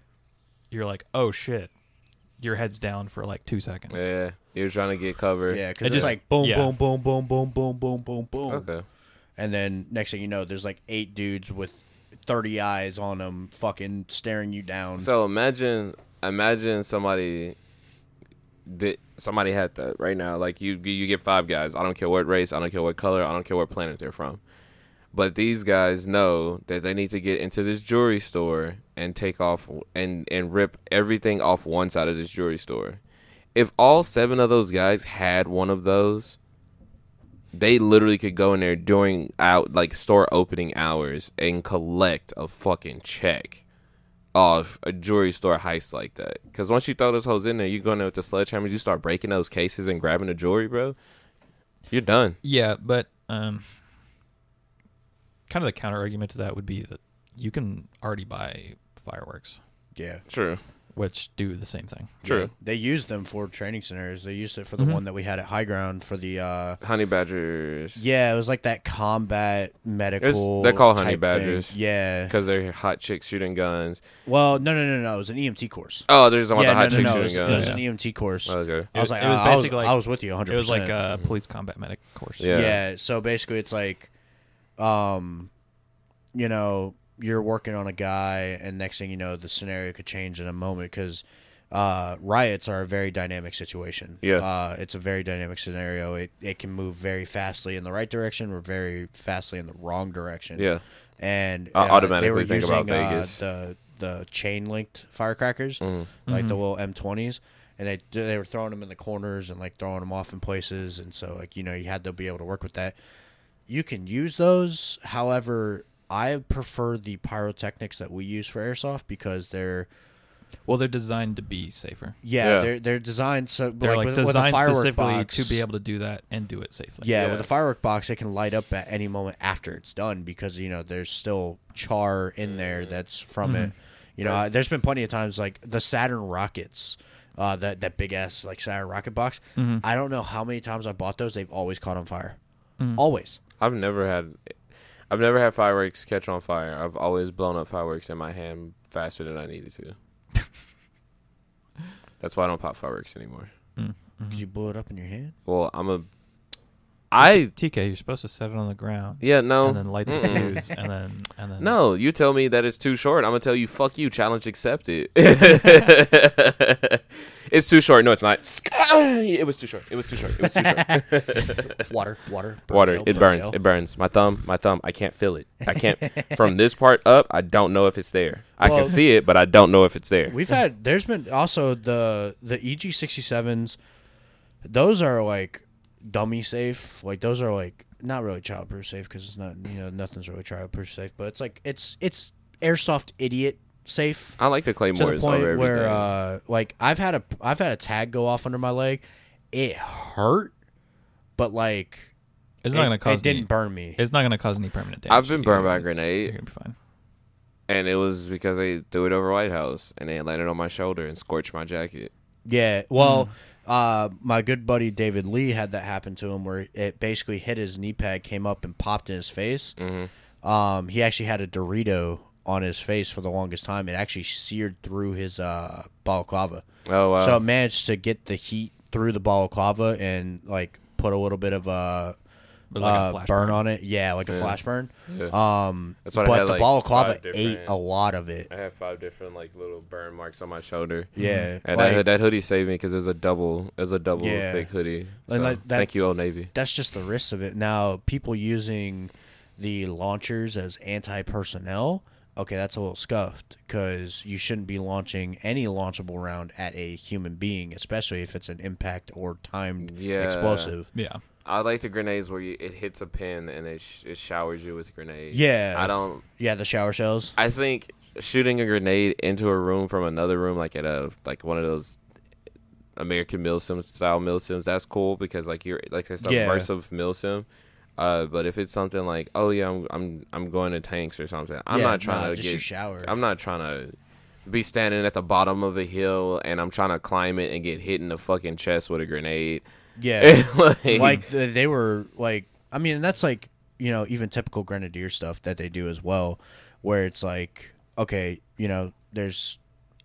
Speaker 3: you're like, oh shit, your head's down for like two seconds.
Speaker 2: Yeah, you're trying to get covered.
Speaker 1: yeah, because
Speaker 3: It
Speaker 1: it's
Speaker 3: just-
Speaker 1: like boom,
Speaker 3: yeah.
Speaker 1: boom, boom, boom, boom, boom, boom, boom, boom,
Speaker 2: Okay.
Speaker 1: and then next thing you know, there's like eight dudes with thirty eyes on them, fucking staring you down.
Speaker 2: So imagine, imagine somebody did somebody had that right now. Like you, you get five guys. I don't care what race. I don't care what color. I don't care what planet they're from. But these guys know that they need to get into this jewelry store and take off and and rip everything off one side of this jewelry store. If all seven of those guys had one of those, they literally could go in there during out like store opening hours and collect a fucking check off a jewelry store heist like that. Because once you throw those hoes in there, you go in there with the sledgehammers, you start breaking those cases and grabbing the jewelry, bro. You're done.
Speaker 3: Yeah, but um, kind of the counter argument to that would be that you can already buy fireworks,
Speaker 1: yeah,
Speaker 2: True.
Speaker 3: which do the same thing.
Speaker 1: Yeah.
Speaker 2: True. Mm-hmm.
Speaker 1: They used them for training scenarios. They used it for the one that we had at High Ground for the uh,
Speaker 2: Honey badgers,
Speaker 1: Yeah, it was like that combat medical.
Speaker 2: they call honey
Speaker 1: type
Speaker 2: badgers.
Speaker 1: thing. Yeah.
Speaker 2: because they're hot chicks shooting guns.
Speaker 1: Well, no, no, no, no. It was an EMT course.
Speaker 2: Oh, there's one
Speaker 1: yeah,
Speaker 2: of the
Speaker 1: no, no,
Speaker 2: hot chicks
Speaker 1: no. It was,
Speaker 2: shooting
Speaker 1: it
Speaker 2: guns.
Speaker 1: was an EMT course.
Speaker 2: Okay.
Speaker 1: I was
Speaker 3: It was-
Speaker 1: like,
Speaker 3: it was
Speaker 1: uh, I was-
Speaker 3: basically like-
Speaker 1: I was with you 100.
Speaker 3: It was like a police combat medic course.
Speaker 2: Yeah.
Speaker 1: yeah. So basically, it's like, um, you know, you're working on a guy, and next thing you know, the scenario could change in a moment because. Uh, riots are a very dynamic situation.
Speaker 2: Yeah.
Speaker 1: Uh, it's a very dynamic scenario. It, it can move very fastly in the right direction or very fastly in the wrong direction.
Speaker 2: Yeah.
Speaker 1: and
Speaker 2: I
Speaker 1: uh,
Speaker 2: automatically
Speaker 1: they were
Speaker 2: think
Speaker 1: using,
Speaker 2: about Vegas.
Speaker 1: Uh, the the chain linked firecrackers,
Speaker 2: Mhm.
Speaker 1: like
Speaker 3: Mm-hmm.
Speaker 1: the little M20s, and they they were throwing them in the corners and like throwing them off in places, and so like you know you had to be able to work with that. You can use those, however, I prefer the pyrotechnics that we use for airsoft because they're
Speaker 3: Well, they're designed to be safer.
Speaker 1: Yeah,
Speaker 2: Yeah.
Speaker 1: they're they're designed so
Speaker 3: They're
Speaker 1: like,
Speaker 3: like,
Speaker 1: with, with a
Speaker 3: designed
Speaker 1: firework
Speaker 3: specifically
Speaker 1: box,
Speaker 3: to be able to do that and do it safely.
Speaker 1: Yeah,
Speaker 2: Yeah.
Speaker 1: with a firework box, it can light up at any moment after it's done because you know there's still char in there
Speaker 2: Mm-hmm.
Speaker 1: that's from it. You know, I, there's been plenty of times like the Saturn rockets, uh, that that big ass like Saturn rocket box.
Speaker 2: Mm-hmm.
Speaker 1: I don't know how many times I bought those; they've always caught on fire.
Speaker 2: Mm-hmm.
Speaker 1: Always.
Speaker 2: I've never had, I've never had fireworks catch on fire. I've always blown up fireworks in my hand faster than I needed to. That's why I don't pop fireworks anymore. Mm-hmm.
Speaker 1: Because you blow it up in your hand.
Speaker 2: Well, I'm a, I
Speaker 3: TK, you're supposed to set it on the ground
Speaker 2: yeah no
Speaker 3: and then light the
Speaker 2: Mm-mm.
Speaker 3: fuse and then and then
Speaker 2: No, you tell me that it's too short. I'm gonna tell you, fuck you. Challenge accepted. it's too short. No, it's not. It was too short. It was too short. It was too short.
Speaker 1: Water, water, burn
Speaker 2: Water.
Speaker 1: gel,
Speaker 2: It
Speaker 1: burn
Speaker 2: burns.
Speaker 1: gel.
Speaker 2: It burns. My thumb. My thumb. I can't feel it. I can't. From this part up, I don't know if it's there. I
Speaker 1: Well-
Speaker 2: can see it, but I don't know if it's there.
Speaker 1: We've had there's been also the the EG sixty sevens. Those are like dummy safe. Like those are like not really childproof safe because it's not you know nothing's really childproof safe. But it's like it's it's airsoft idiot safe
Speaker 2: I like
Speaker 1: to
Speaker 2: the
Speaker 1: the
Speaker 2: claymores over
Speaker 1: point
Speaker 2: everything.
Speaker 1: where uh like I've had a I've had a tag go off under my leg. It hurt, but like
Speaker 3: it's not
Speaker 1: it-
Speaker 3: going to cause
Speaker 1: it didn't
Speaker 3: any,
Speaker 1: burn me.
Speaker 3: It's not going to cause any permanent damage.
Speaker 2: I've been
Speaker 3: to you.
Speaker 2: burned by a
Speaker 3: It's-
Speaker 2: grenade.
Speaker 3: You're going to be fine.
Speaker 2: and it was because they threw it over White House, and it landed on my shoulder and scorched my jacket.
Speaker 1: Yeah. Well,
Speaker 2: Hmm.
Speaker 1: uh, my good buddy David Lee had that happen to him where it basically hit his knee pad, came up and popped in his face. Mm-hmm. Um, he actually had a Dorito on his face for the longest time. It actually seared through his uh, balaclava.
Speaker 2: Oh wow.
Speaker 1: So it managed to get the heat through the balaclava and like put a little bit of uh,
Speaker 3: But like a
Speaker 1: uh,
Speaker 3: flash
Speaker 1: burn,
Speaker 3: burn.
Speaker 1: on it. Yeah, like a flash burn. Um,
Speaker 2: That's what I
Speaker 1: but
Speaker 2: had,
Speaker 1: the
Speaker 2: like,
Speaker 1: balaclava
Speaker 2: five
Speaker 1: ate
Speaker 2: different-
Speaker 1: a lot of it.
Speaker 2: I have five different like little burn marks on my shoulder.
Speaker 1: Yeah,
Speaker 2: Mm-hmm. And
Speaker 1: like-
Speaker 2: that, that hoodie saved me because it was a double, it was a double
Speaker 1: Yeah.
Speaker 2: thick hoodie.
Speaker 1: And
Speaker 2: So,
Speaker 1: like that-
Speaker 2: thank you, Old Navy.
Speaker 1: that's just the risks of it. Now, people using the launchers as anti personnel, okay, that's a little scuffed because you shouldn't be launching any launchable round at a human being, especially if it's an impact or timed
Speaker 2: Yeah.
Speaker 1: explosive.
Speaker 3: Yeah.
Speaker 2: I like the grenades where you, it hits a pin and it, sh- it showers you with grenades.
Speaker 1: Yeah.
Speaker 2: I don't.
Speaker 1: Yeah, the shower shells.
Speaker 2: I think shooting a grenade into a room from another room, like at a like one of those American mill sim style mill sims, that's cool because like you're like it's a
Speaker 1: Yeah.
Speaker 2: immersive mill sim. Uh, but if it's something like, oh yeah, I'm I'm I'm going to tanks or something, I'm
Speaker 1: Yeah,
Speaker 2: not trying
Speaker 1: nah,
Speaker 2: to
Speaker 1: just
Speaker 2: get
Speaker 1: your shower.
Speaker 2: I'm not trying to be standing at the bottom of a hill and I'm trying to climb it and get hit in the fucking chest with a grenade.
Speaker 1: Yeah.
Speaker 2: like,
Speaker 1: like th- they were like i mean and that's like you know even typical grenadier stuff that they do as well where it's like okay you know there's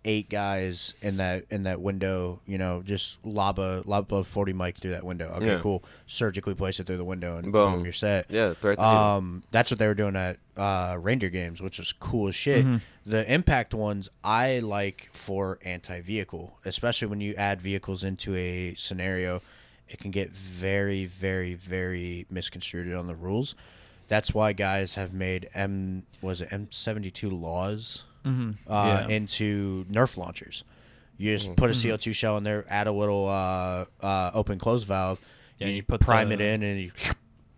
Speaker 1: eight guys in that in that window you know just lob a lob a 40 mic through that window okay
Speaker 2: Yeah.
Speaker 1: cool surgically place it through the window and
Speaker 2: Boom.
Speaker 1: boom you're set
Speaker 2: yeah, threat. Um,
Speaker 1: um, that's what they were doing at uh, Ranger Games, which was cool as shit.
Speaker 3: Mm-hmm.
Speaker 1: The impact ones I like for anti vehicle, especially when you add vehicles into a scenario, it can get very, very, very misconstrued on the rules. That's why guys have made M was it M seventy two laws
Speaker 3: Mm-hmm.
Speaker 1: uh, into Nerf launchers. You just put a
Speaker 3: Mm-hmm.
Speaker 1: CO two shell in there, add a little uh, uh, open close valve,
Speaker 3: Yeah,
Speaker 1: and
Speaker 3: you
Speaker 1: you
Speaker 3: put
Speaker 1: prime
Speaker 3: the-
Speaker 1: it in, and you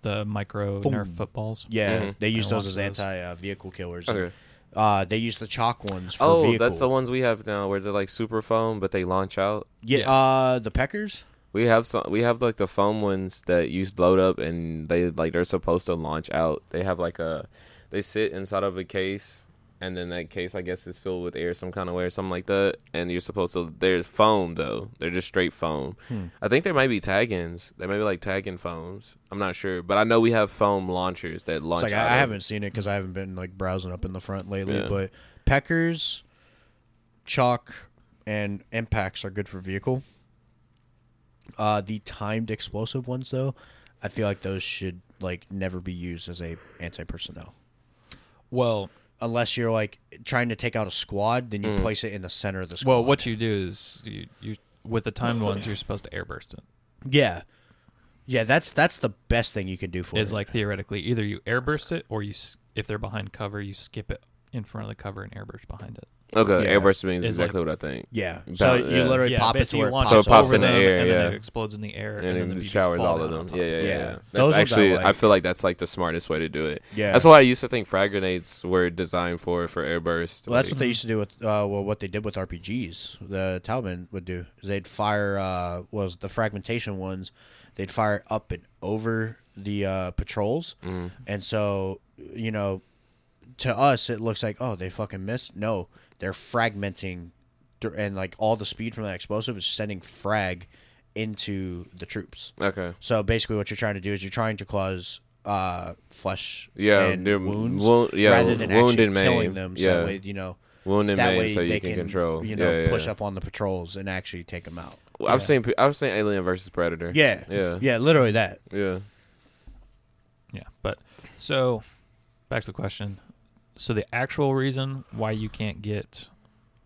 Speaker 3: The micro Nerf footballs.
Speaker 1: yeah, they use
Speaker 3: Kinda
Speaker 1: those
Speaker 3: watch
Speaker 1: as
Speaker 3: those.
Speaker 1: anti uh, vehicle killers.
Speaker 2: Mm-hmm. Okay.
Speaker 1: Uh, they use the chalk ones for
Speaker 2: oh,
Speaker 1: vehicle.
Speaker 2: that's the ones we have now where they're like super foam, but they launch out.
Speaker 1: Yeah,
Speaker 3: yeah.
Speaker 1: Uh, the peckers.
Speaker 2: We have some. We have like the foam ones that you load up and they like they're supposed to launch out. They have like a, they sit inside of a case. And then that case, I guess, is filled with air, some kind of way or something like that. And you're supposed to. There's foam though. They're just straight foam.
Speaker 1: Hmm.
Speaker 2: I think there might be tag-ins. There might be like tag-in foams. I'm not sure, but I know we have foam launchers that launch.
Speaker 1: It's like
Speaker 2: out
Speaker 1: I, I
Speaker 2: of-
Speaker 1: haven't seen it because I haven't been like browsing up in the front lately.
Speaker 2: Yeah.
Speaker 1: But peckers, chalk, and impacts are good for vehicle. Uh, the timed explosive ones though, I feel like those should like never be used as a anti personnel.
Speaker 3: Well,
Speaker 1: Unless you're like trying to take out a squad, then you
Speaker 2: Mm.
Speaker 1: place it in the center of the squad.
Speaker 3: well, what you do is you, you with the timed ones, you're supposed to airburst it.
Speaker 1: Yeah, yeah. That's that's the best thing you can do for
Speaker 3: Is
Speaker 1: it.
Speaker 3: like theoretically either you airburst it or you s- if they're behind cover, you skip it in front of the cover and airburst behind it.
Speaker 2: Okay,
Speaker 1: Yeah.
Speaker 2: air burst means
Speaker 3: It's
Speaker 2: exactly what I think.
Speaker 1: Yeah.
Speaker 2: About-
Speaker 1: So you
Speaker 2: yeah.
Speaker 1: literally
Speaker 3: yeah,
Speaker 1: pop it to
Speaker 3: basically
Speaker 1: where
Speaker 3: you
Speaker 1: it pops.
Speaker 3: launch
Speaker 2: So
Speaker 3: it
Speaker 2: it pops
Speaker 3: over
Speaker 2: in the
Speaker 3: them,
Speaker 2: air,
Speaker 3: and
Speaker 2: yeah.
Speaker 3: then it explodes in the air, and,
Speaker 2: And,
Speaker 3: then the
Speaker 2: it
Speaker 3: beaches
Speaker 2: showers
Speaker 3: fall
Speaker 2: all
Speaker 3: down
Speaker 2: of
Speaker 3: on
Speaker 2: them.
Speaker 3: top.
Speaker 2: Yeah, yeah,
Speaker 1: Yeah.
Speaker 2: yeah. yeah.
Speaker 1: Those
Speaker 2: That's
Speaker 1: are
Speaker 2: actually,
Speaker 1: about,
Speaker 2: I
Speaker 1: like-
Speaker 2: feel like that's like the smartest way to do it.
Speaker 1: Yeah.
Speaker 2: That's why I used to think frag grenades were designed for for air burst.
Speaker 1: Well, that's what
Speaker 2: like-
Speaker 1: they used to do with uh, well, what they did with RPGs. The Talman would do is they'd fire uh, was the fragmentation ones. They'd fire up and over the uh, patrols,
Speaker 2: Mm.
Speaker 1: and so you know, to us it looks like oh they fucking missed. No, they're fragmenting, dur- and like all the speed from that explosive is sending frag into the troops.
Speaker 2: okay.
Speaker 1: So basically, what you're trying to do is you're trying to cause uh, flesh
Speaker 2: Yeah,
Speaker 1: and
Speaker 2: they're-
Speaker 1: wounds
Speaker 2: wound- yeah,
Speaker 1: rather than
Speaker 2: wound
Speaker 1: actually
Speaker 2: and
Speaker 1: killing
Speaker 2: maim.
Speaker 1: them. So
Speaker 2: Yeah.
Speaker 1: that way, you know,
Speaker 2: Wounded
Speaker 1: that
Speaker 2: man,
Speaker 1: way
Speaker 2: so you
Speaker 1: they
Speaker 2: can, control.
Speaker 1: you know,
Speaker 2: yeah, yeah.
Speaker 1: push up on the patrols and actually take them out.
Speaker 2: Well, I've seen pe- I've seen Alien versus Predator.
Speaker 1: Yeah,
Speaker 2: Yeah.
Speaker 1: yeah, literally that.
Speaker 2: Yeah.
Speaker 3: Yeah, but so back to the question. So the actual reason why you can't get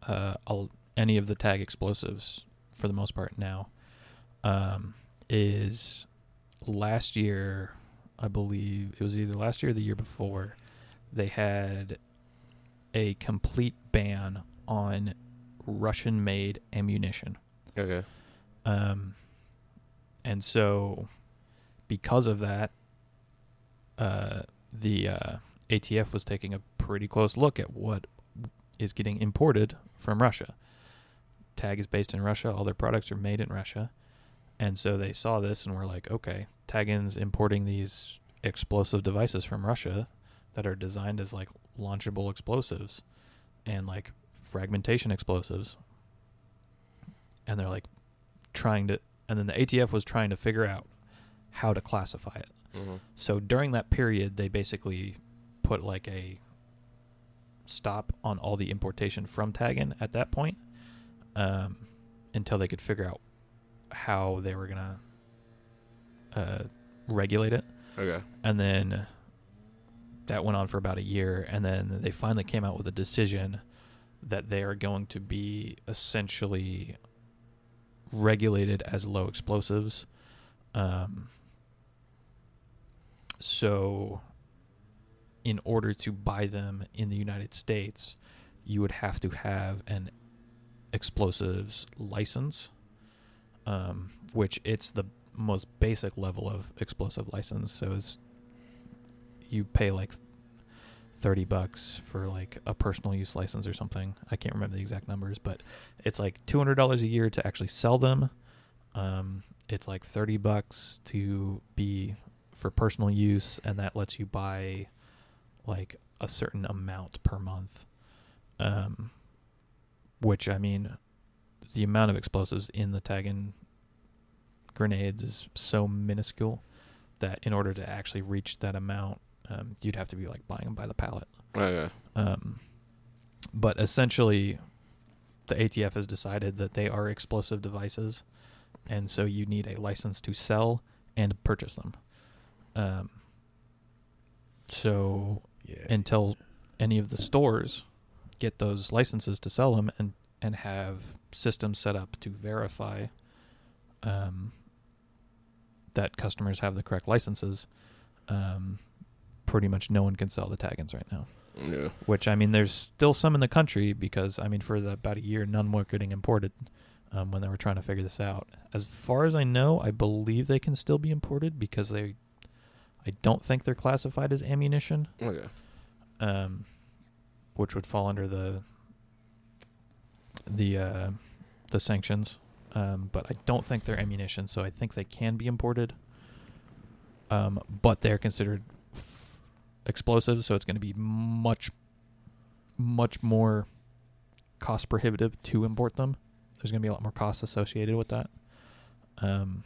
Speaker 3: uh, al- any of the tag explosives for the most part now um, is last year, I believe it was either last year or the year before, they had a complete ban on Russian-made ammunition.
Speaker 2: Okay.
Speaker 3: Um, and so, because of that, uh, the uh, ATF was taking a pretty close look at what is getting imported from Russia. Tag is based in Russia. All their products are made in Russia. And so they saw this and were like, okay, Tagin's importing these explosive devices from Russia that are designed as like launchable explosives and like fragmentation explosives. And they're like trying to, and then the ATF was trying to figure out how to classify it.
Speaker 2: hmm
Speaker 3: So during that period, they basically put like a stop on all the importation from Taggin at that point um, until they could figure out how they were going to uh, regulate it.
Speaker 2: Okay.
Speaker 3: And then that went on for about a year. And then they finally came out with a decision that they are going to be essentially regulated as low explosives. Um, so, in order to buy them in the United States, you would have to have an explosives license, um, which it's the most basic level of explosive license. So it's you pay like thirty bucks for like a personal use license or something. I can't remember the exact numbers, but it's like two hundred dollars a year to actually sell them. Um, it's like thirty bucks to be for personal use, and that lets you buy like a certain amount per month. Um, which I mean, the amount of explosives in the Taggin grenades is so minuscule that in order to actually reach that amount, um, you'd have to be like buying them by the pallet.
Speaker 2: Okay.
Speaker 3: Um, but essentially, the ATF has decided that they are explosive devices, and so you need a license to sell and purchase them. Um, so
Speaker 1: Yeah,
Speaker 3: until any of the stores get those licenses to sell them and and have systems set up to verify um, that customers have the correct licenses. Um, pretty much no one can sell the tagins right now.
Speaker 2: Yeah.
Speaker 3: Which I mean, there's still some in the country because I mean, for the, about a year, none were getting imported um, when they were trying to figure this out. As far as I know, I believe they can still be imported because they, I don't think they're classified as ammunition
Speaker 2: Okay.
Speaker 3: um, which would fall under the the uh, the sanctions. Um, but I don't think they're ammunition, so I think they can be imported. Um, but they're considered f- explosives, so it's going to be much, much more cost prohibitive to import them. There's going to be a lot more costs associated with that. Um,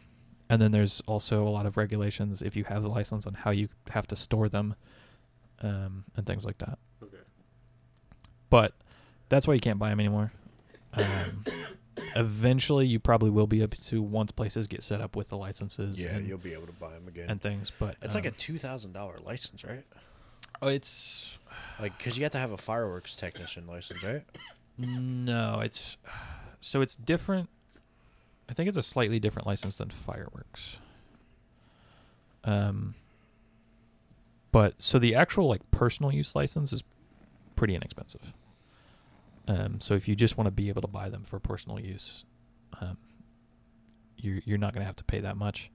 Speaker 3: and then there's also a lot of regulations if you have the license on how you have to store them um, and things like that.
Speaker 2: Okay.
Speaker 3: But that's why you can't buy them anymore. Um, eventually, you probably will be up to once places get set up with the licenses
Speaker 1: yeah,
Speaker 3: and,
Speaker 1: you'll be able to buy them again.
Speaker 3: and things. But
Speaker 1: it's like a
Speaker 3: um,
Speaker 1: two thousand dollar license, right?
Speaker 3: oh, it's
Speaker 1: Like, cause you have to have a fireworks technician license, right?
Speaker 3: Mm-hmm. no, it's so it's different. I think it's a slightly different license than fireworks. Um, but so the actual like personal use license is pretty inexpensive. Um, so if you just want to be able to buy them for personal use, um, you're you're not going to have to pay that much.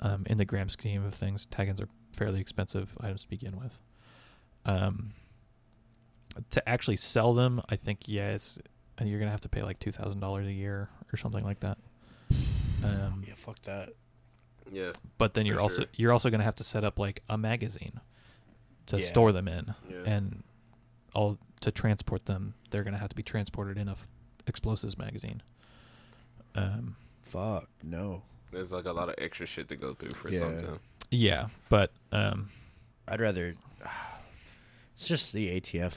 Speaker 3: Um, in the grand scheme of things, tag-ins are fairly expensive items to begin with. Um, to actually sell them, I think yeah, it's you're going to have to pay like two thousand dollars a year or something like that. Um,
Speaker 1: Yeah, fuck that.
Speaker 2: Yeah,
Speaker 3: but then
Speaker 2: For
Speaker 3: you're also
Speaker 2: sure.
Speaker 3: you're also going to have to set up like a magazine to
Speaker 1: Yeah.
Speaker 3: store them in
Speaker 2: Yeah.
Speaker 3: and all to transport them they're going to have to be transported in a f- explosives magazine um
Speaker 1: Fuck no.
Speaker 2: there's like a lot of extra shit to go through for
Speaker 1: Yeah.
Speaker 2: something.
Speaker 3: yeah but um
Speaker 1: I'd rather. It's just the ATF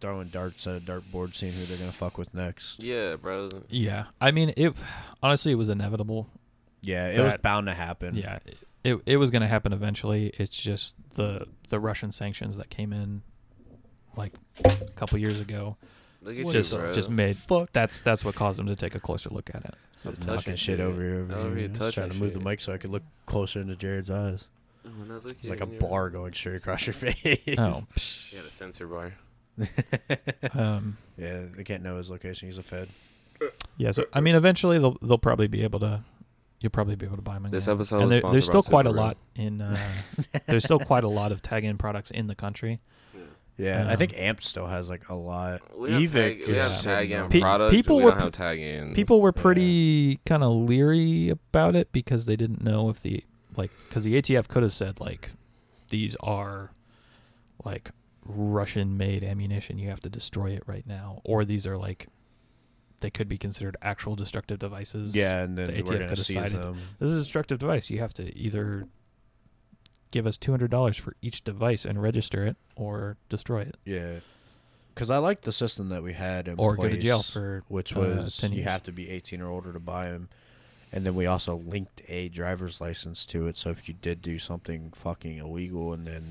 Speaker 1: throwing darts at a dartboard, seeing who they're gonna fuck with next.
Speaker 2: Yeah, bro.
Speaker 3: yeah i mean it honestly it was inevitable
Speaker 1: Yeah, it was
Speaker 3: That-
Speaker 1: bound to happen.
Speaker 3: yeah it it was going to happen eventually it's just the the russian sanctions that came in like a couple years ago
Speaker 2: Look at
Speaker 1: What
Speaker 2: you,
Speaker 1: is
Speaker 3: just
Speaker 1: up?
Speaker 2: bro.
Speaker 3: just made
Speaker 1: Fuck.
Speaker 3: that's that's what caused them to take a closer look at it
Speaker 2: Stop
Speaker 1: Talking
Speaker 2: touching
Speaker 1: shit over here, over
Speaker 2: Over
Speaker 1: here.
Speaker 2: here
Speaker 1: I was
Speaker 2: touching
Speaker 1: trying to move the
Speaker 2: shit.
Speaker 1: mic so I could look closer into Jared's eyes.
Speaker 2: I'm not
Speaker 1: It's
Speaker 2: looking
Speaker 1: like a
Speaker 2: in your-
Speaker 1: bar going straight across your face.
Speaker 3: oh
Speaker 2: Yeah, the sensor bar.
Speaker 3: um
Speaker 1: yeah, they can't know his location. He's a Fed.
Speaker 3: Yeah, so I mean, eventually they'll they'll probably be able to. You'll probably be able to buy them.
Speaker 2: This
Speaker 3: again.
Speaker 2: episode
Speaker 3: and
Speaker 2: was
Speaker 3: there- there's
Speaker 2: sponsored by
Speaker 3: still quite a
Speaker 2: Subaru.
Speaker 3: lot in. Uh, there's still quite a lot of tag in products in the country.
Speaker 1: Yeah, I
Speaker 3: Um,
Speaker 1: think Amp still has like a lot.
Speaker 2: We have
Speaker 1: Evic
Speaker 2: tag, we
Speaker 1: is
Speaker 2: have
Speaker 1: sitting
Speaker 2: tag in
Speaker 1: on-
Speaker 3: Pe-
Speaker 2: products.
Speaker 3: people
Speaker 2: People we
Speaker 3: were
Speaker 2: don't
Speaker 3: p-
Speaker 2: have tag in.
Speaker 3: People were
Speaker 1: Yeah.
Speaker 3: pretty kind of leery about it because they didn't know if the like because the ATF could have said like these are like Russian made ammunition. You have to destroy it right now, or these are like they could be considered actual destructive devices.
Speaker 1: Yeah, and then
Speaker 3: the
Speaker 1: we're
Speaker 3: ATF
Speaker 1: gonna
Speaker 3: could
Speaker 1: seize
Speaker 3: decide it.
Speaker 1: them.
Speaker 3: This is a destructive device. You have to either give us two hundred dollars for each device and register it, or destroy it,
Speaker 1: Yeah, because I like the system that we had in
Speaker 3: or go to
Speaker 1: place,
Speaker 3: jail for.
Speaker 1: which
Speaker 3: uh,
Speaker 1: was
Speaker 3: 10
Speaker 1: you
Speaker 3: years.
Speaker 1: have to be 18 or older to buy them, and then we also linked a driver's license to it. So if you did do something fucking illegal, and then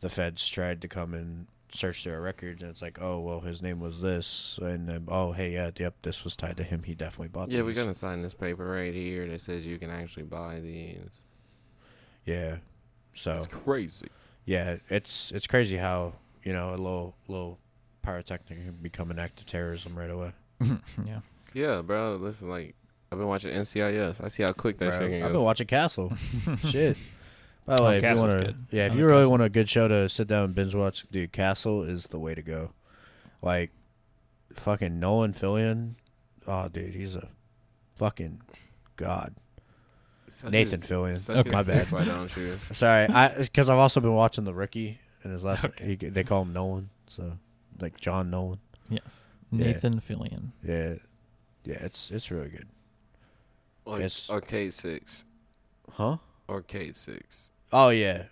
Speaker 1: the feds tried to come and search their records, and it's like, oh well, his name was this, and then oh hey yeah, yep, this was tied to him. He definitely bought.
Speaker 2: Yeah, we're
Speaker 1: these.
Speaker 2: gonna sign this paper right here that says you can actually buy these.
Speaker 1: Yeah, so
Speaker 2: It's crazy.
Speaker 1: yeah, it's it's crazy how you know a little little pyrotechnic can become an act of terrorism right away.
Speaker 3: yeah,
Speaker 2: Yeah, bro. Listen, like I've been watching NCIS. I see how quick that
Speaker 1: Bro,
Speaker 2: shit
Speaker 1: I've
Speaker 2: can
Speaker 1: been
Speaker 2: go.
Speaker 1: watching Castle. Shit. By the
Speaker 3: Oh,
Speaker 1: way, if you
Speaker 3: Castle's
Speaker 1: want to,
Speaker 3: good.
Speaker 1: yeah, if
Speaker 3: I
Speaker 1: you
Speaker 3: like
Speaker 1: really
Speaker 3: Castle.
Speaker 1: want a good show to sit down and binge watch, dude, Castle is the way to go. Like, fucking Nolan Fillion. Oh, dude, he's a fucking god.
Speaker 2: Suck
Speaker 1: Nathan
Speaker 2: his-
Speaker 1: Fillion.
Speaker 2: suck
Speaker 3: Okay.
Speaker 2: his
Speaker 1: My bad.
Speaker 2: dick, Why don't you?
Speaker 1: Sorry, I because I've also been watching The Rookie, and his last
Speaker 3: Okay.
Speaker 1: he, they call him Nolan, so like John Nolan.
Speaker 3: yes.
Speaker 1: Yeah.
Speaker 3: Nathan Fillion.
Speaker 1: Yeah, yeah, it's it's really good.
Speaker 2: Like
Speaker 1: Yes.
Speaker 2: Arcade Six.
Speaker 1: Huh?
Speaker 2: Arcade Six.
Speaker 1: Oh yeah,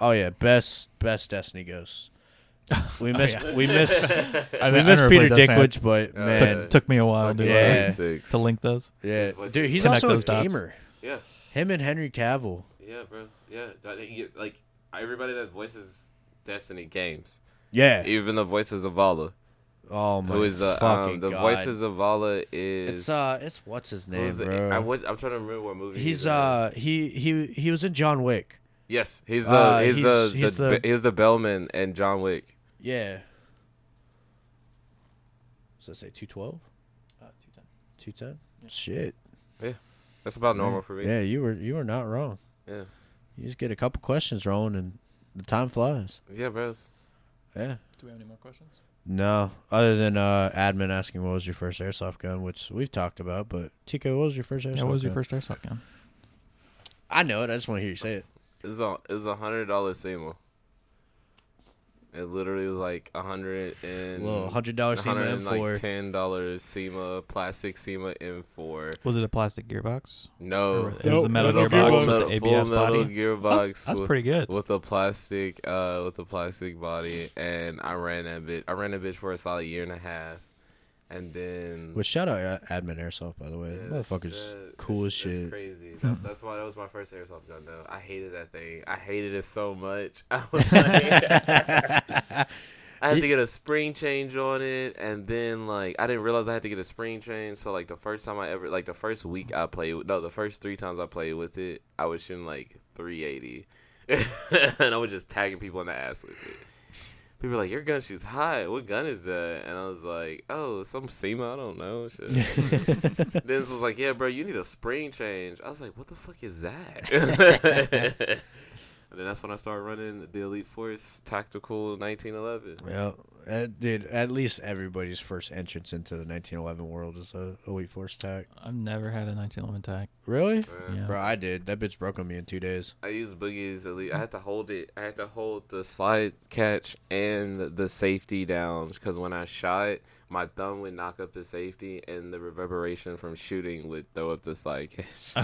Speaker 1: oh yeah. Best best Destiny Ghost. We
Speaker 3: Oh,
Speaker 1: missed we missed
Speaker 3: I,
Speaker 1: we missed Peter Dinklage, but
Speaker 2: Uh,
Speaker 1: man,
Speaker 2: Took-
Speaker 3: Took me a while
Speaker 2: Fucking
Speaker 3: to,
Speaker 1: dude.
Speaker 3: uh,
Speaker 1: Yeah.
Speaker 2: Arcade Six.
Speaker 3: to link those.
Speaker 1: yeah,
Speaker 2: What's-
Speaker 1: dude, he's
Speaker 3: Connect
Speaker 1: also a
Speaker 3: those dots.
Speaker 1: gamer.
Speaker 2: Yeah.
Speaker 1: Him and Henry Cavill.
Speaker 2: Yeah, bro. Yeah, that, you, like everybody that voices Destiny games,
Speaker 1: Yeah.
Speaker 2: even the voices of Vala,
Speaker 1: Oh my.
Speaker 2: who is uh,
Speaker 1: fucking
Speaker 2: um, the
Speaker 1: God.
Speaker 2: voices of Vala is.
Speaker 1: It's uh, it's what's his
Speaker 2: who
Speaker 1: name,
Speaker 2: is it? I
Speaker 1: bro?
Speaker 2: would, I'm trying to remember what movie
Speaker 1: He's
Speaker 2: in.
Speaker 1: uh, he he he was in John Wick.
Speaker 2: Yes, he's uh,
Speaker 1: uh,
Speaker 2: he's,
Speaker 1: he's-
Speaker 2: the,
Speaker 1: he's
Speaker 2: the,
Speaker 1: the-
Speaker 2: be- he's the bellman and John Wick.
Speaker 1: Yeah. Does that say two twelve?
Speaker 3: Uh,
Speaker 1: Two ten. Shit.
Speaker 2: That's about normal for me.
Speaker 1: Yeah, you were you were not wrong.
Speaker 2: Yeah,
Speaker 1: You just get a couple questions wrong, and the time flies.
Speaker 2: yeah, bro.
Speaker 1: Yeah.
Speaker 3: Do we have any more questions?
Speaker 1: No, other than uh, admin asking what was your first airsoft gun, which we've talked about. But TK, what was your first airsoft?
Speaker 3: Yeah, what was your
Speaker 1: gun?
Speaker 3: first airsoft gun?
Speaker 1: I know it. I just want to hear you say it.
Speaker 2: It's a it's a hundred dollar SEMA. It literally was like a hundred and
Speaker 1: Little hundred dollar SEMA M4.
Speaker 2: ten dollars SEMA plastic SEMA M4.
Speaker 3: Was it a plastic gearbox?
Speaker 2: No,
Speaker 3: Or it was the metal
Speaker 1: Nope, metal
Speaker 3: gearbox
Speaker 1: gearbox.
Speaker 3: with the ABS
Speaker 2: full metal
Speaker 3: body?
Speaker 2: gearbox.
Speaker 3: That's, that's
Speaker 2: with,
Speaker 3: pretty good.
Speaker 2: With a plastic, uh, with a plastic body, and I ran that bitch. I ran that bitch for a solid year and a half, and then
Speaker 1: Which shout out uh, admin airsoft by the way.
Speaker 2: Yeah, uh, that's-
Speaker 1: Motherfuckers,
Speaker 2: that-
Speaker 1: cool as
Speaker 2: that's- that's
Speaker 1: shit.
Speaker 2: Crazy. That, that's why that was my first airsoft gun though. I hated that thing. I hated it so much. I was like, I had to get a spring change on it, and then like I didn't realize I had to get a spring change. So like the first time I ever, like the first week I played, with- no, the first three times I played with it, I was shooting like 380, and I was just tagging people in the ass with it. People are like, your gun shoots high. What gun is that? And I was like, oh, some SEMA. I don't know. Shit. then it was like, yeah, bro, you need a spring change. I was like, what the fuck is that? and then that's when I started running the Elite Force Tactical 1911.
Speaker 1: Well, uh, dude, at least everybody's first entrance into the 1911 world is a Elite Force tack.
Speaker 3: I've never had a 1911 tack.
Speaker 1: Really?
Speaker 2: Uh,
Speaker 3: Yeah.
Speaker 1: Bro, I did. That bitch broke on me in two days.
Speaker 2: I used Boogie's Elite. I had to hold it. I had to hold the slide catch and the safety down because when I shot, my thumb would knock up the safety, and the reverberation from shooting would throw up the slide catch.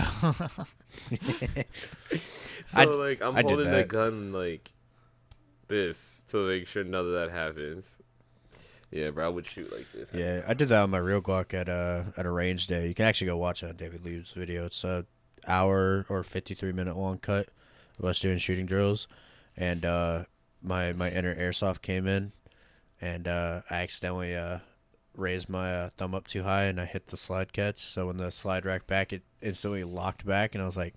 Speaker 2: So
Speaker 1: I-
Speaker 2: like I'm
Speaker 1: I did
Speaker 2: holding the
Speaker 1: that.
Speaker 2: gun like this to make sure none of that happens. Yeah, bro, I would shoot like this.
Speaker 1: Yeah, I did that on my real Glock at a at a range day. You can actually go watch it on David Lee's video. It's a hour or fifty three minute long cut of us doing shooting drills, and uh, my my inner airsoft came in, and uh, I accidentally uh, raised my uh, thumb up too high and I hit the slide catch. So when the slide rack back, it instantly locked back, and I was like,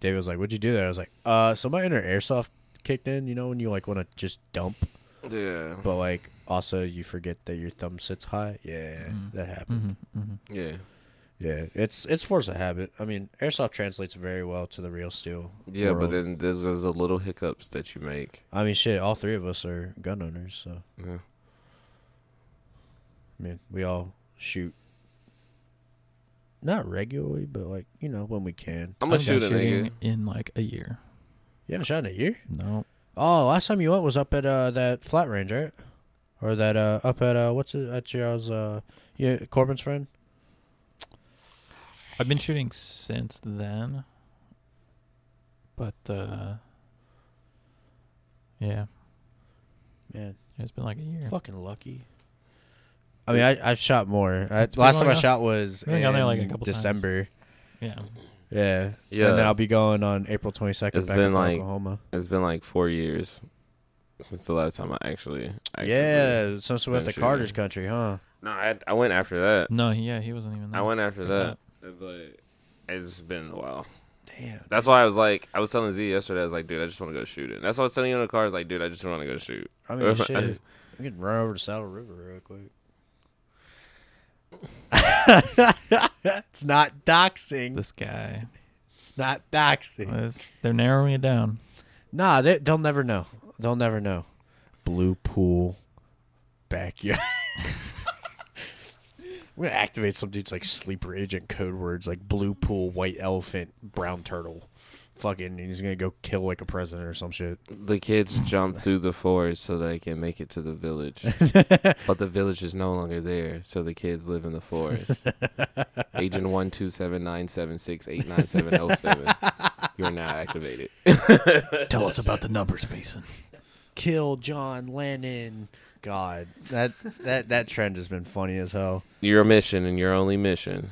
Speaker 1: David was like, "What'd you do there?" I was like, "Uh, so my inner airsoft kicked in. You know when you like want to just dump."
Speaker 2: Yeah.
Speaker 1: But like, also you forget that your thumb sits high. Yeah, that happened.
Speaker 2: Yeah.
Speaker 1: Yeah, it's it's force of habit. I mean, airsoft translates very well to the real steel.
Speaker 2: Yeah, but
Speaker 1: world.
Speaker 2: then there's, there's the little hiccups that you make.
Speaker 1: I mean, shit, all three of us are gun owners, so
Speaker 2: Yeah.
Speaker 1: I mean, we all shoot. Not regularly, but like you know when we can.
Speaker 2: I'm gonna
Speaker 3: I haven't
Speaker 2: shoot
Speaker 3: been
Speaker 2: a nigga.
Speaker 3: shooting in like a year.
Speaker 1: You haven't shot in a year.
Speaker 3: No,
Speaker 1: Oh, last time you went was up at uh that flat range, right? Or that uh up at uh what's it at y'all's uh yeah Corbin's friend.
Speaker 3: I've been shooting since then, but uh, yeah,
Speaker 1: Man,
Speaker 3: it's been like a year.
Speaker 1: fucking lucky. I mean, I I've shot more. I,
Speaker 3: It's been
Speaker 1: last time I
Speaker 3: going up.
Speaker 1: shot was
Speaker 3: Been going there, like, a
Speaker 1: in
Speaker 3: couple times.
Speaker 1: December.
Speaker 3: Yeah,
Speaker 1: Yeah.
Speaker 2: Yeah.
Speaker 1: And then I'll be going on April 22nd
Speaker 2: It's
Speaker 1: back
Speaker 2: been
Speaker 1: to
Speaker 2: like-
Speaker 1: Oklahoma.
Speaker 2: It's been like four years since the last time I actually. actively-
Speaker 1: Yeah, since we went
Speaker 2: been
Speaker 1: to Carter's
Speaker 2: shooting.
Speaker 1: country, huh?
Speaker 2: No, I, I went after that.
Speaker 3: no, he- yeah, he wasn't even. There.
Speaker 2: I went after
Speaker 3: for
Speaker 2: that. But it's been a while.
Speaker 1: Damn.
Speaker 2: That's why I was like, I was telling Z yesterday. I was like, dude, I just want to go shoot it. And that's why I was telling you in the car. I was like, dude, I just want to go shoot.
Speaker 1: I mean,
Speaker 2: I
Speaker 1: shit.
Speaker 2: just-
Speaker 1: We could run over to Saddle River real quick. it's not doxing.
Speaker 3: This guy,
Speaker 1: It's not doxing.
Speaker 3: This- they're narrowing it down.
Speaker 1: Nah, they, they'll never know. They'll never know. Blue pool backyard. I'm gonna activate some dude's like sleeper agent code words like blue pool, white elephant, brown turtle. Fucking, and he's gonna go kill like a president or some shit.
Speaker 2: The kids jump through the forest so they can make it to the village. but the village is no longer there, so the kids live in the forest. Agent one two seven nine seven six eight nine seven zero seven. You're now activated.
Speaker 3: Tell us about the numbers, Mason.
Speaker 1: Kill John Lennon. God, that that that trend has been funny as hell.
Speaker 2: Your mission and your only mission.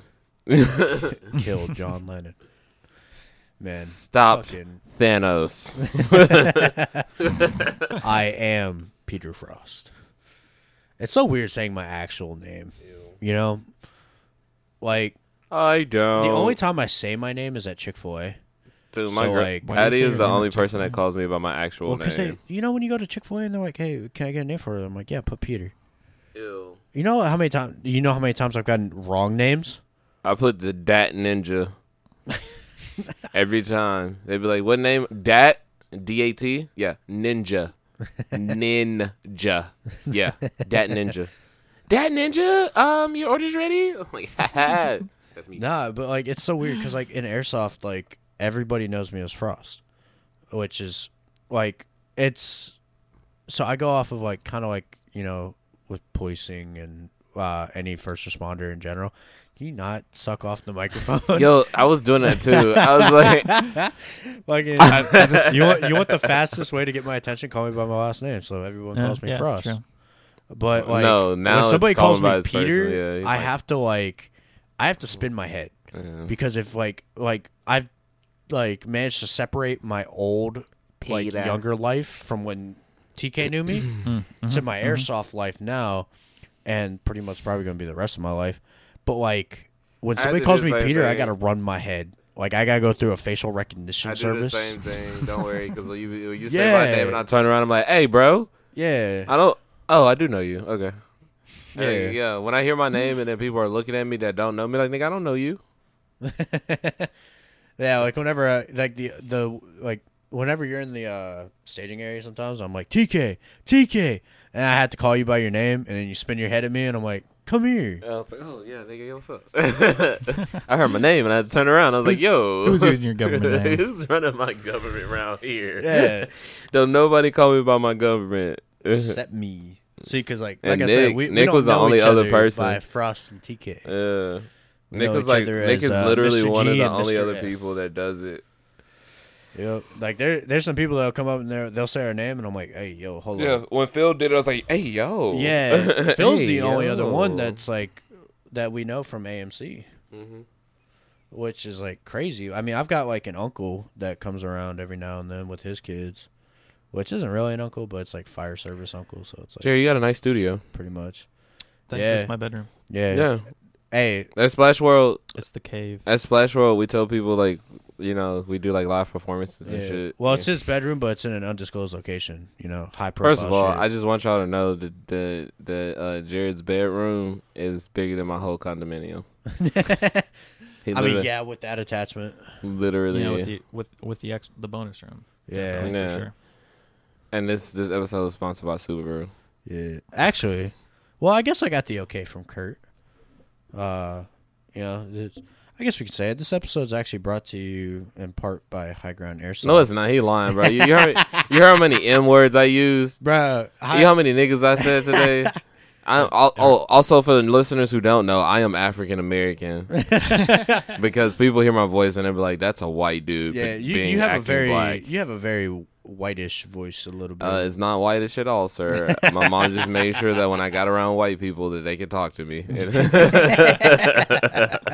Speaker 1: Kill John Lennon. Man,
Speaker 2: Stop
Speaker 1: fucking,
Speaker 2: Thanos.
Speaker 1: I am Peter Frost. It's so weird saying my actual name. You know, like
Speaker 2: I don't.
Speaker 1: the only time I say my name is at Chick Fil A.
Speaker 2: Dude, Oh. my
Speaker 1: so,
Speaker 2: girl,
Speaker 1: like-
Speaker 3: Why do you
Speaker 2: Addie
Speaker 3: say
Speaker 2: is
Speaker 3: your
Speaker 2: the
Speaker 3: name
Speaker 2: only
Speaker 3: at Chick-fil-A?
Speaker 2: person that calls me by my actual
Speaker 1: Well, because they,
Speaker 2: name.
Speaker 1: you know, when you go to Chick Fil A and they're like, "Hey, can I get a name for it?" I'm like, "Yeah, put Peter."
Speaker 2: Ew.
Speaker 1: You know how many times? You know how many times I've gotten wrong names?
Speaker 2: I put the Dat Ninja every time. They'd be like, "What name? Dat D A T? Yeah, Ninja, Ninja. Yeah, Dat Ninja. Dat Ninja. Um, your order's ready. I'm like, ha ha. That's me.
Speaker 1: Nah, but like it's so weird because like in airsoft, like everybody knows me as Frost, which is like it's. So I go off of like kind of like you know with policing and uh, any first responder in general. Can you not suck off the microphone?
Speaker 2: Yo, I was doing that too. I was like,
Speaker 1: Like, I, I just, you want you want the fastest way to get my attention? Call me by my last name, so everyone calls me
Speaker 3: yeah,
Speaker 1: Frost.
Speaker 3: true.
Speaker 1: But like,
Speaker 2: No, now
Speaker 1: when
Speaker 2: it's
Speaker 1: somebody
Speaker 2: call
Speaker 1: calls
Speaker 2: him by
Speaker 1: me
Speaker 2: his first name. Yeah,
Speaker 1: Peter,
Speaker 2: he's
Speaker 1: I
Speaker 2: like-
Speaker 1: have to like, I have to spin my head
Speaker 2: Mm-hmm.
Speaker 1: because if like like I've like managed to separate my old like
Speaker 2: Peter.
Speaker 1: younger life from when TK knew me
Speaker 2: Mm-hmm.
Speaker 1: to my airsoft life now, and pretty much probably gonna be the rest of my life. But like when
Speaker 2: I
Speaker 1: somebody
Speaker 2: do
Speaker 1: calls me
Speaker 2: the same
Speaker 1: Peter, I
Speaker 2: thing.
Speaker 1: gotta run my head. Like I gotta go through a facial
Speaker 2: I
Speaker 1: recognition
Speaker 2: do the
Speaker 1: service.
Speaker 2: same thing. Don't worry, because when you when you say
Speaker 1: Yeah.
Speaker 2: my name and I turn around, I'm like, "Hey, bro,
Speaker 1: Yeah.
Speaker 2: I don't. Oh, I do know you. Okay. Yeah.
Speaker 1: Yeah.
Speaker 2: yeah. When I hear my name and then people are looking at me that don't know me, like, nigga, I don't know you.
Speaker 1: yeah, like whenever I, like the the like whenever you're in the uh staging area sometimes I'm like TK, TK and I had to call you by your name and then you spin your head at me and I'm like, Come here.
Speaker 2: I was like, oh, yeah, nigga, yo, what's up? I heard my name and I had to turn around. I was like, yo.
Speaker 3: who's using your government name?
Speaker 2: who's running my government around here?
Speaker 1: Yeah.
Speaker 2: don't nobody call me by my government.
Speaker 1: Set me. See, because like like
Speaker 2: And
Speaker 1: I said,
Speaker 2: Nick-
Speaker 1: we, we
Speaker 2: Nick
Speaker 1: don't
Speaker 2: was the
Speaker 1: know
Speaker 2: only
Speaker 1: each
Speaker 2: other
Speaker 1: other
Speaker 2: person.
Speaker 1: by Frost and TK.
Speaker 2: Yeah.
Speaker 1: We
Speaker 2: Nick
Speaker 1: know
Speaker 2: is
Speaker 1: each
Speaker 2: like
Speaker 1: other
Speaker 2: Nick
Speaker 1: as,
Speaker 2: is
Speaker 1: uh,
Speaker 2: literally
Speaker 1: Mr.
Speaker 2: one of
Speaker 1: G
Speaker 2: the
Speaker 1: and
Speaker 2: only
Speaker 1: Mr.
Speaker 2: other
Speaker 1: F.
Speaker 2: people that does it.
Speaker 1: Yep. Like there there's some people that'll come up and they'll they'll say our name and I'm like, Hey yo, hold
Speaker 2: Yeah,
Speaker 1: on.
Speaker 2: when Phil did it, I was like, "Hey, yo."
Speaker 1: Yeah. Phil's the
Speaker 2: Hey,
Speaker 1: only other one
Speaker 2: yo.
Speaker 1: that's like that we know from AMC.
Speaker 2: Mhm.
Speaker 1: which is like crazy. I mean, I've got like an uncle that comes around every now and then with his kids, which isn't really an uncle, but it's like fire service uncle, so it's like
Speaker 2: Jerry, you got a nice studio.
Speaker 1: pretty much.
Speaker 3: Thanks,
Speaker 1: Yeah.
Speaker 3: it's my bedroom.
Speaker 1: Yeah.
Speaker 2: Yeah,
Speaker 1: Hey,
Speaker 2: at Splash World,
Speaker 3: It's the cave.
Speaker 2: at Splash World, we tell people like, you know, we do like live performances and
Speaker 1: yeah.
Speaker 2: shit.
Speaker 1: well, it's his bedroom, but it's in an undisclosed location. You know, high profile.
Speaker 2: First of all,
Speaker 1: shit.
Speaker 2: I just want y'all to know that the the uh, Jared's bedroom is bigger than my whole condominium. He
Speaker 1: I
Speaker 2: literally,
Speaker 1: mean, yeah, with that attachment,
Speaker 2: literally.
Speaker 3: yeah, with the with with the ex- the bonus room.
Speaker 1: uh, yeah,
Speaker 2: Yeah.
Speaker 3: For sure.
Speaker 2: and this this episode is sponsored by Subaru.
Speaker 1: yeah. Actually, well, I guess I got the okay from Kurt. Uh, you know, it's- I guess we could say it. This episode's actually brought to you in part by High Ground Air.
Speaker 2: No, it's not. He lying, bro. You, you, heard, you heard how many M words I used.
Speaker 1: bro.
Speaker 2: You know how many niggas I said today? I, al- al- also, for the listeners who don't know, I am African American because people hear my voice and they be like, "That's a white dude."
Speaker 1: Yeah,
Speaker 2: but
Speaker 1: you,
Speaker 2: being
Speaker 1: you have a
Speaker 2: acting
Speaker 1: very
Speaker 2: black."
Speaker 1: you have a very whitish voice a little bit.
Speaker 2: Uh, it's not whitish at all, sir. my mom just made sure that when I got around white people, that they could talk to me.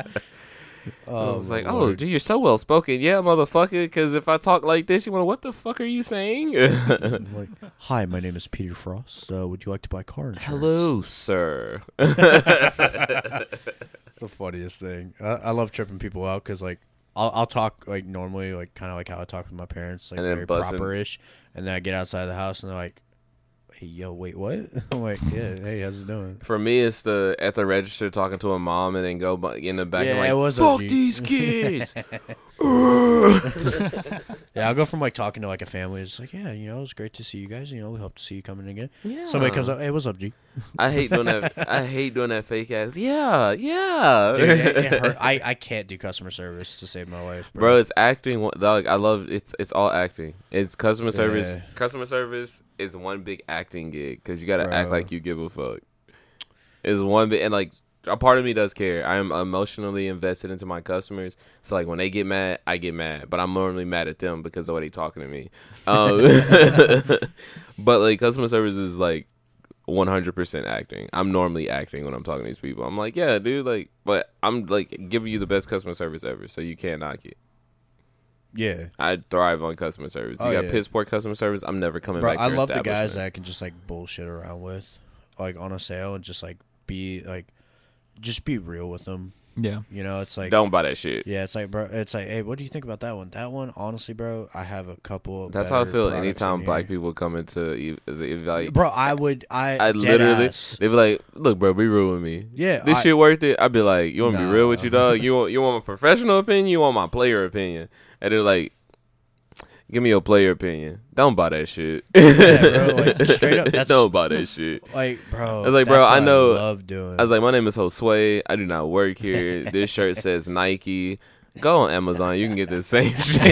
Speaker 2: I was like, "Oh, dude, you're so well spoken, yeah, motherfucker." Because if I talk like this, you want, "What the fuck are you saying?"
Speaker 1: I'm like, hi, my name is Peter Frost. Uh, would you like to buy car insurance?
Speaker 2: Hello, sir.
Speaker 1: It's the funniest thing. I, I love tripping people out because like I'll, I'll talk like normally, like kind of like how I talk with my parents, like
Speaker 2: And then
Speaker 1: very
Speaker 2: buzzing.
Speaker 1: proper-ish, and then I get outside the house and they're like, "Hey, yo, wait, what?" I'm like, "Yeah, hey, how's it doing?"
Speaker 2: For me, it's the at the register talking to a mom and then go bu- in the back
Speaker 1: Yeah,
Speaker 2: and like,
Speaker 1: it was OG."
Speaker 2: "Fuck these kids."
Speaker 1: Yeah, I'll go from like talking to like a family. It's like, yeah, you know, it's great to see you guys. You know, we hope to see you coming again. Somebody comes up, hey, what's up, G?
Speaker 2: I hate doing that. I hate doing that fake ass. Yeah, yeah.
Speaker 1: Dude, it, it hurt. I, I can't do customer service to save my life,
Speaker 2: Bro,
Speaker 1: bro.
Speaker 2: it's acting. one- Dog, I love it's. It's all acting. It's customer service.
Speaker 1: Yeah.
Speaker 2: Customer service is one big acting gig because you gotta act
Speaker 1: Bro.
Speaker 2: like you give a fuck. Is one big and like a part of me does care. I am emotionally invested into my customers, so like when they get mad, I get mad, but I'm normally mad at them because of what they talking to me. Um, but like customer service is like 100% acting. I'm normally acting when I'm talking to these people. I'm like, yeah, dude, like, but I'm like giving you the best customer service ever, so you can't knock it.
Speaker 1: Yeah,
Speaker 2: I thrive on customer service. You
Speaker 1: Oh,
Speaker 2: got
Speaker 1: yeah.
Speaker 2: piss poor customer service. I'm never coming
Speaker 1: bro.
Speaker 2: back. To
Speaker 1: I
Speaker 2: your
Speaker 1: love the guys that
Speaker 2: establishment.
Speaker 1: I can just like bullshit around with, like on a sale, and just like be like, just be real with them.
Speaker 3: Yeah.
Speaker 1: You know, it's like,
Speaker 2: don't buy that shit.
Speaker 1: yeah, it's like, bro, it's like, hey, what do you think about that one? That one, honestly, bro, I have a couple.
Speaker 2: That's how I
Speaker 1: better
Speaker 2: feel.
Speaker 1: products
Speaker 2: Anytime
Speaker 1: in
Speaker 2: black
Speaker 1: here.
Speaker 2: people come into e- the- like,
Speaker 1: bro, I would, I,
Speaker 2: I
Speaker 1: I
Speaker 2: literally
Speaker 1: literally,
Speaker 2: they be like, look, bro, be real with me.
Speaker 1: Yeah,
Speaker 2: this
Speaker 1: I-
Speaker 2: shit worth it. I'd be like, you want to
Speaker 1: Nah.
Speaker 2: be real with you, dog? You want you want my professional opinion? You want my player opinion? And they're like, give me your player opinion. Don't buy that shit.
Speaker 1: bro, like, straight up, that's-
Speaker 2: don't buy that shit.
Speaker 1: like, bro.
Speaker 2: I was like, bro,
Speaker 1: that's
Speaker 2: I
Speaker 1: what
Speaker 2: know-
Speaker 1: love doing.
Speaker 2: I was like, my name is Josue. I do not work here. This shirt says Nike. Go on Amazon. You can get this same shit.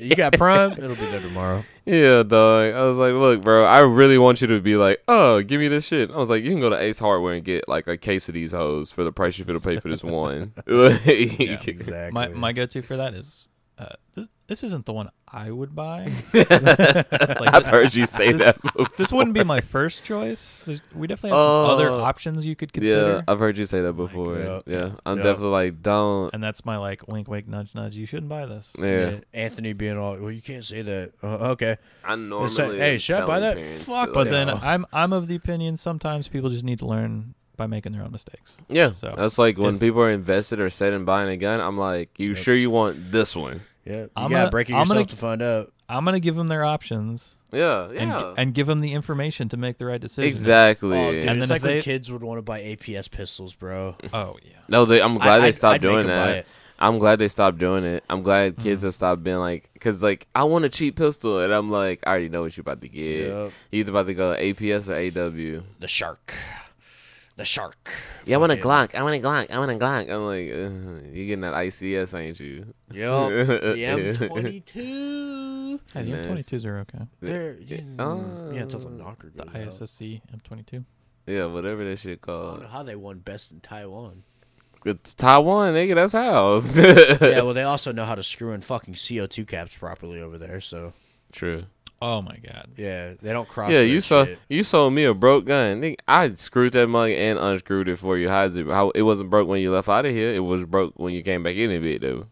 Speaker 1: you got Prime? It'll be there tomorrow.
Speaker 2: yeah, dog. I was like, look, bro, I really want you to be like, oh, give me this shit. I was like, you can go to Ace Hardware and get like a case of these hoes for the price you're going to pay for this one. Like-
Speaker 1: Exactly.
Speaker 3: My my go to for that is uh, this, this isn't the one I would buy. It's like,
Speaker 2: I've heard you say
Speaker 3: This-
Speaker 2: that.
Speaker 3: this wouldn't be my first choice. There's, we definitely have some other
Speaker 2: Oh.
Speaker 3: options you could
Speaker 2: Yeah,
Speaker 3: consider.
Speaker 2: I've heard you say that before.
Speaker 1: yeah,
Speaker 2: yeah, I'm
Speaker 1: yeah.
Speaker 2: definitely like, don't.
Speaker 3: and that's my like wink, wink, nudge, nudge. You shouldn't buy this.
Speaker 2: Yeah,
Speaker 1: Yeah, Anthony being all, well, you can't say that. Uh, okay.
Speaker 2: I normally.
Speaker 1: like, hey,
Speaker 2: am
Speaker 1: should I buy
Speaker 2: telling
Speaker 1: that?
Speaker 2: parents
Speaker 1: Fuck,
Speaker 2: to,
Speaker 3: But
Speaker 2: like-
Speaker 3: then
Speaker 1: Yeah.
Speaker 3: I'm I'm of the opinion sometimes people just need to learn by making their own mistakes.
Speaker 2: Yeah,
Speaker 3: So,
Speaker 2: that's like when
Speaker 3: if-
Speaker 2: people are invested or set in buying a gun. I'm like, you sure you want this one?
Speaker 1: Yeah, you
Speaker 3: I'm
Speaker 1: gotta
Speaker 3: gonna-
Speaker 1: break it
Speaker 3: I'm
Speaker 1: yourself
Speaker 3: gonna-
Speaker 1: to find out.
Speaker 3: I'm gonna give them their options
Speaker 2: Yeah,
Speaker 3: and,
Speaker 2: yeah.
Speaker 3: and give them the information to make the right decision.
Speaker 2: exactly.
Speaker 1: Oh, dude,
Speaker 3: And then
Speaker 1: it's
Speaker 3: if
Speaker 1: like when
Speaker 3: they-
Speaker 1: kids would want to buy APS pistols, bro.
Speaker 3: Oh yeah.
Speaker 2: No, they, I'm glad
Speaker 1: I-
Speaker 2: they
Speaker 1: I'd-
Speaker 2: stopped
Speaker 1: I'd make
Speaker 2: doing
Speaker 1: him buy
Speaker 2: that.
Speaker 1: it. Mm-hmm.
Speaker 2: I'm glad they stopped doing it. I'm glad kids have stopped being like, because like I want a cheap pistol, and I'm like, I already know what you're about to get.
Speaker 1: Yup.
Speaker 2: You either about to go APS or AW.
Speaker 1: The shark, the shark.
Speaker 2: Yeah, I want a
Speaker 1: Fucking-
Speaker 2: Glock. I want a Glock. I want a Glock. I'm like, uh, you getting that ICS, ain't you?
Speaker 1: Yup. the M twenty two.
Speaker 3: Hey, the
Speaker 2: Nice.
Speaker 3: M22s are okay.
Speaker 1: There, yeah,
Speaker 2: Oh.
Speaker 1: yeah, until the knocker
Speaker 3: The
Speaker 1: goes out.
Speaker 3: ISSC M22.
Speaker 2: Yeah, whatever that shit
Speaker 1: I don't
Speaker 2: called.
Speaker 1: know how they won best in Taiwan.
Speaker 2: It's Taiwan, nigga. That's house.
Speaker 1: yeah, well, they also know how to screw in fucking CO two caps properly over there. So
Speaker 2: True.
Speaker 3: Oh my god.
Speaker 1: yeah, they don't cross.
Speaker 2: yeah,
Speaker 1: that
Speaker 2: you saw
Speaker 1: shit.
Speaker 2: you sold me a broke gun. Nigga, I screwed that mug and unscrewed it for you. How is it? How it wasn't broke when you left out of here. It was broke when you came back in a bit though.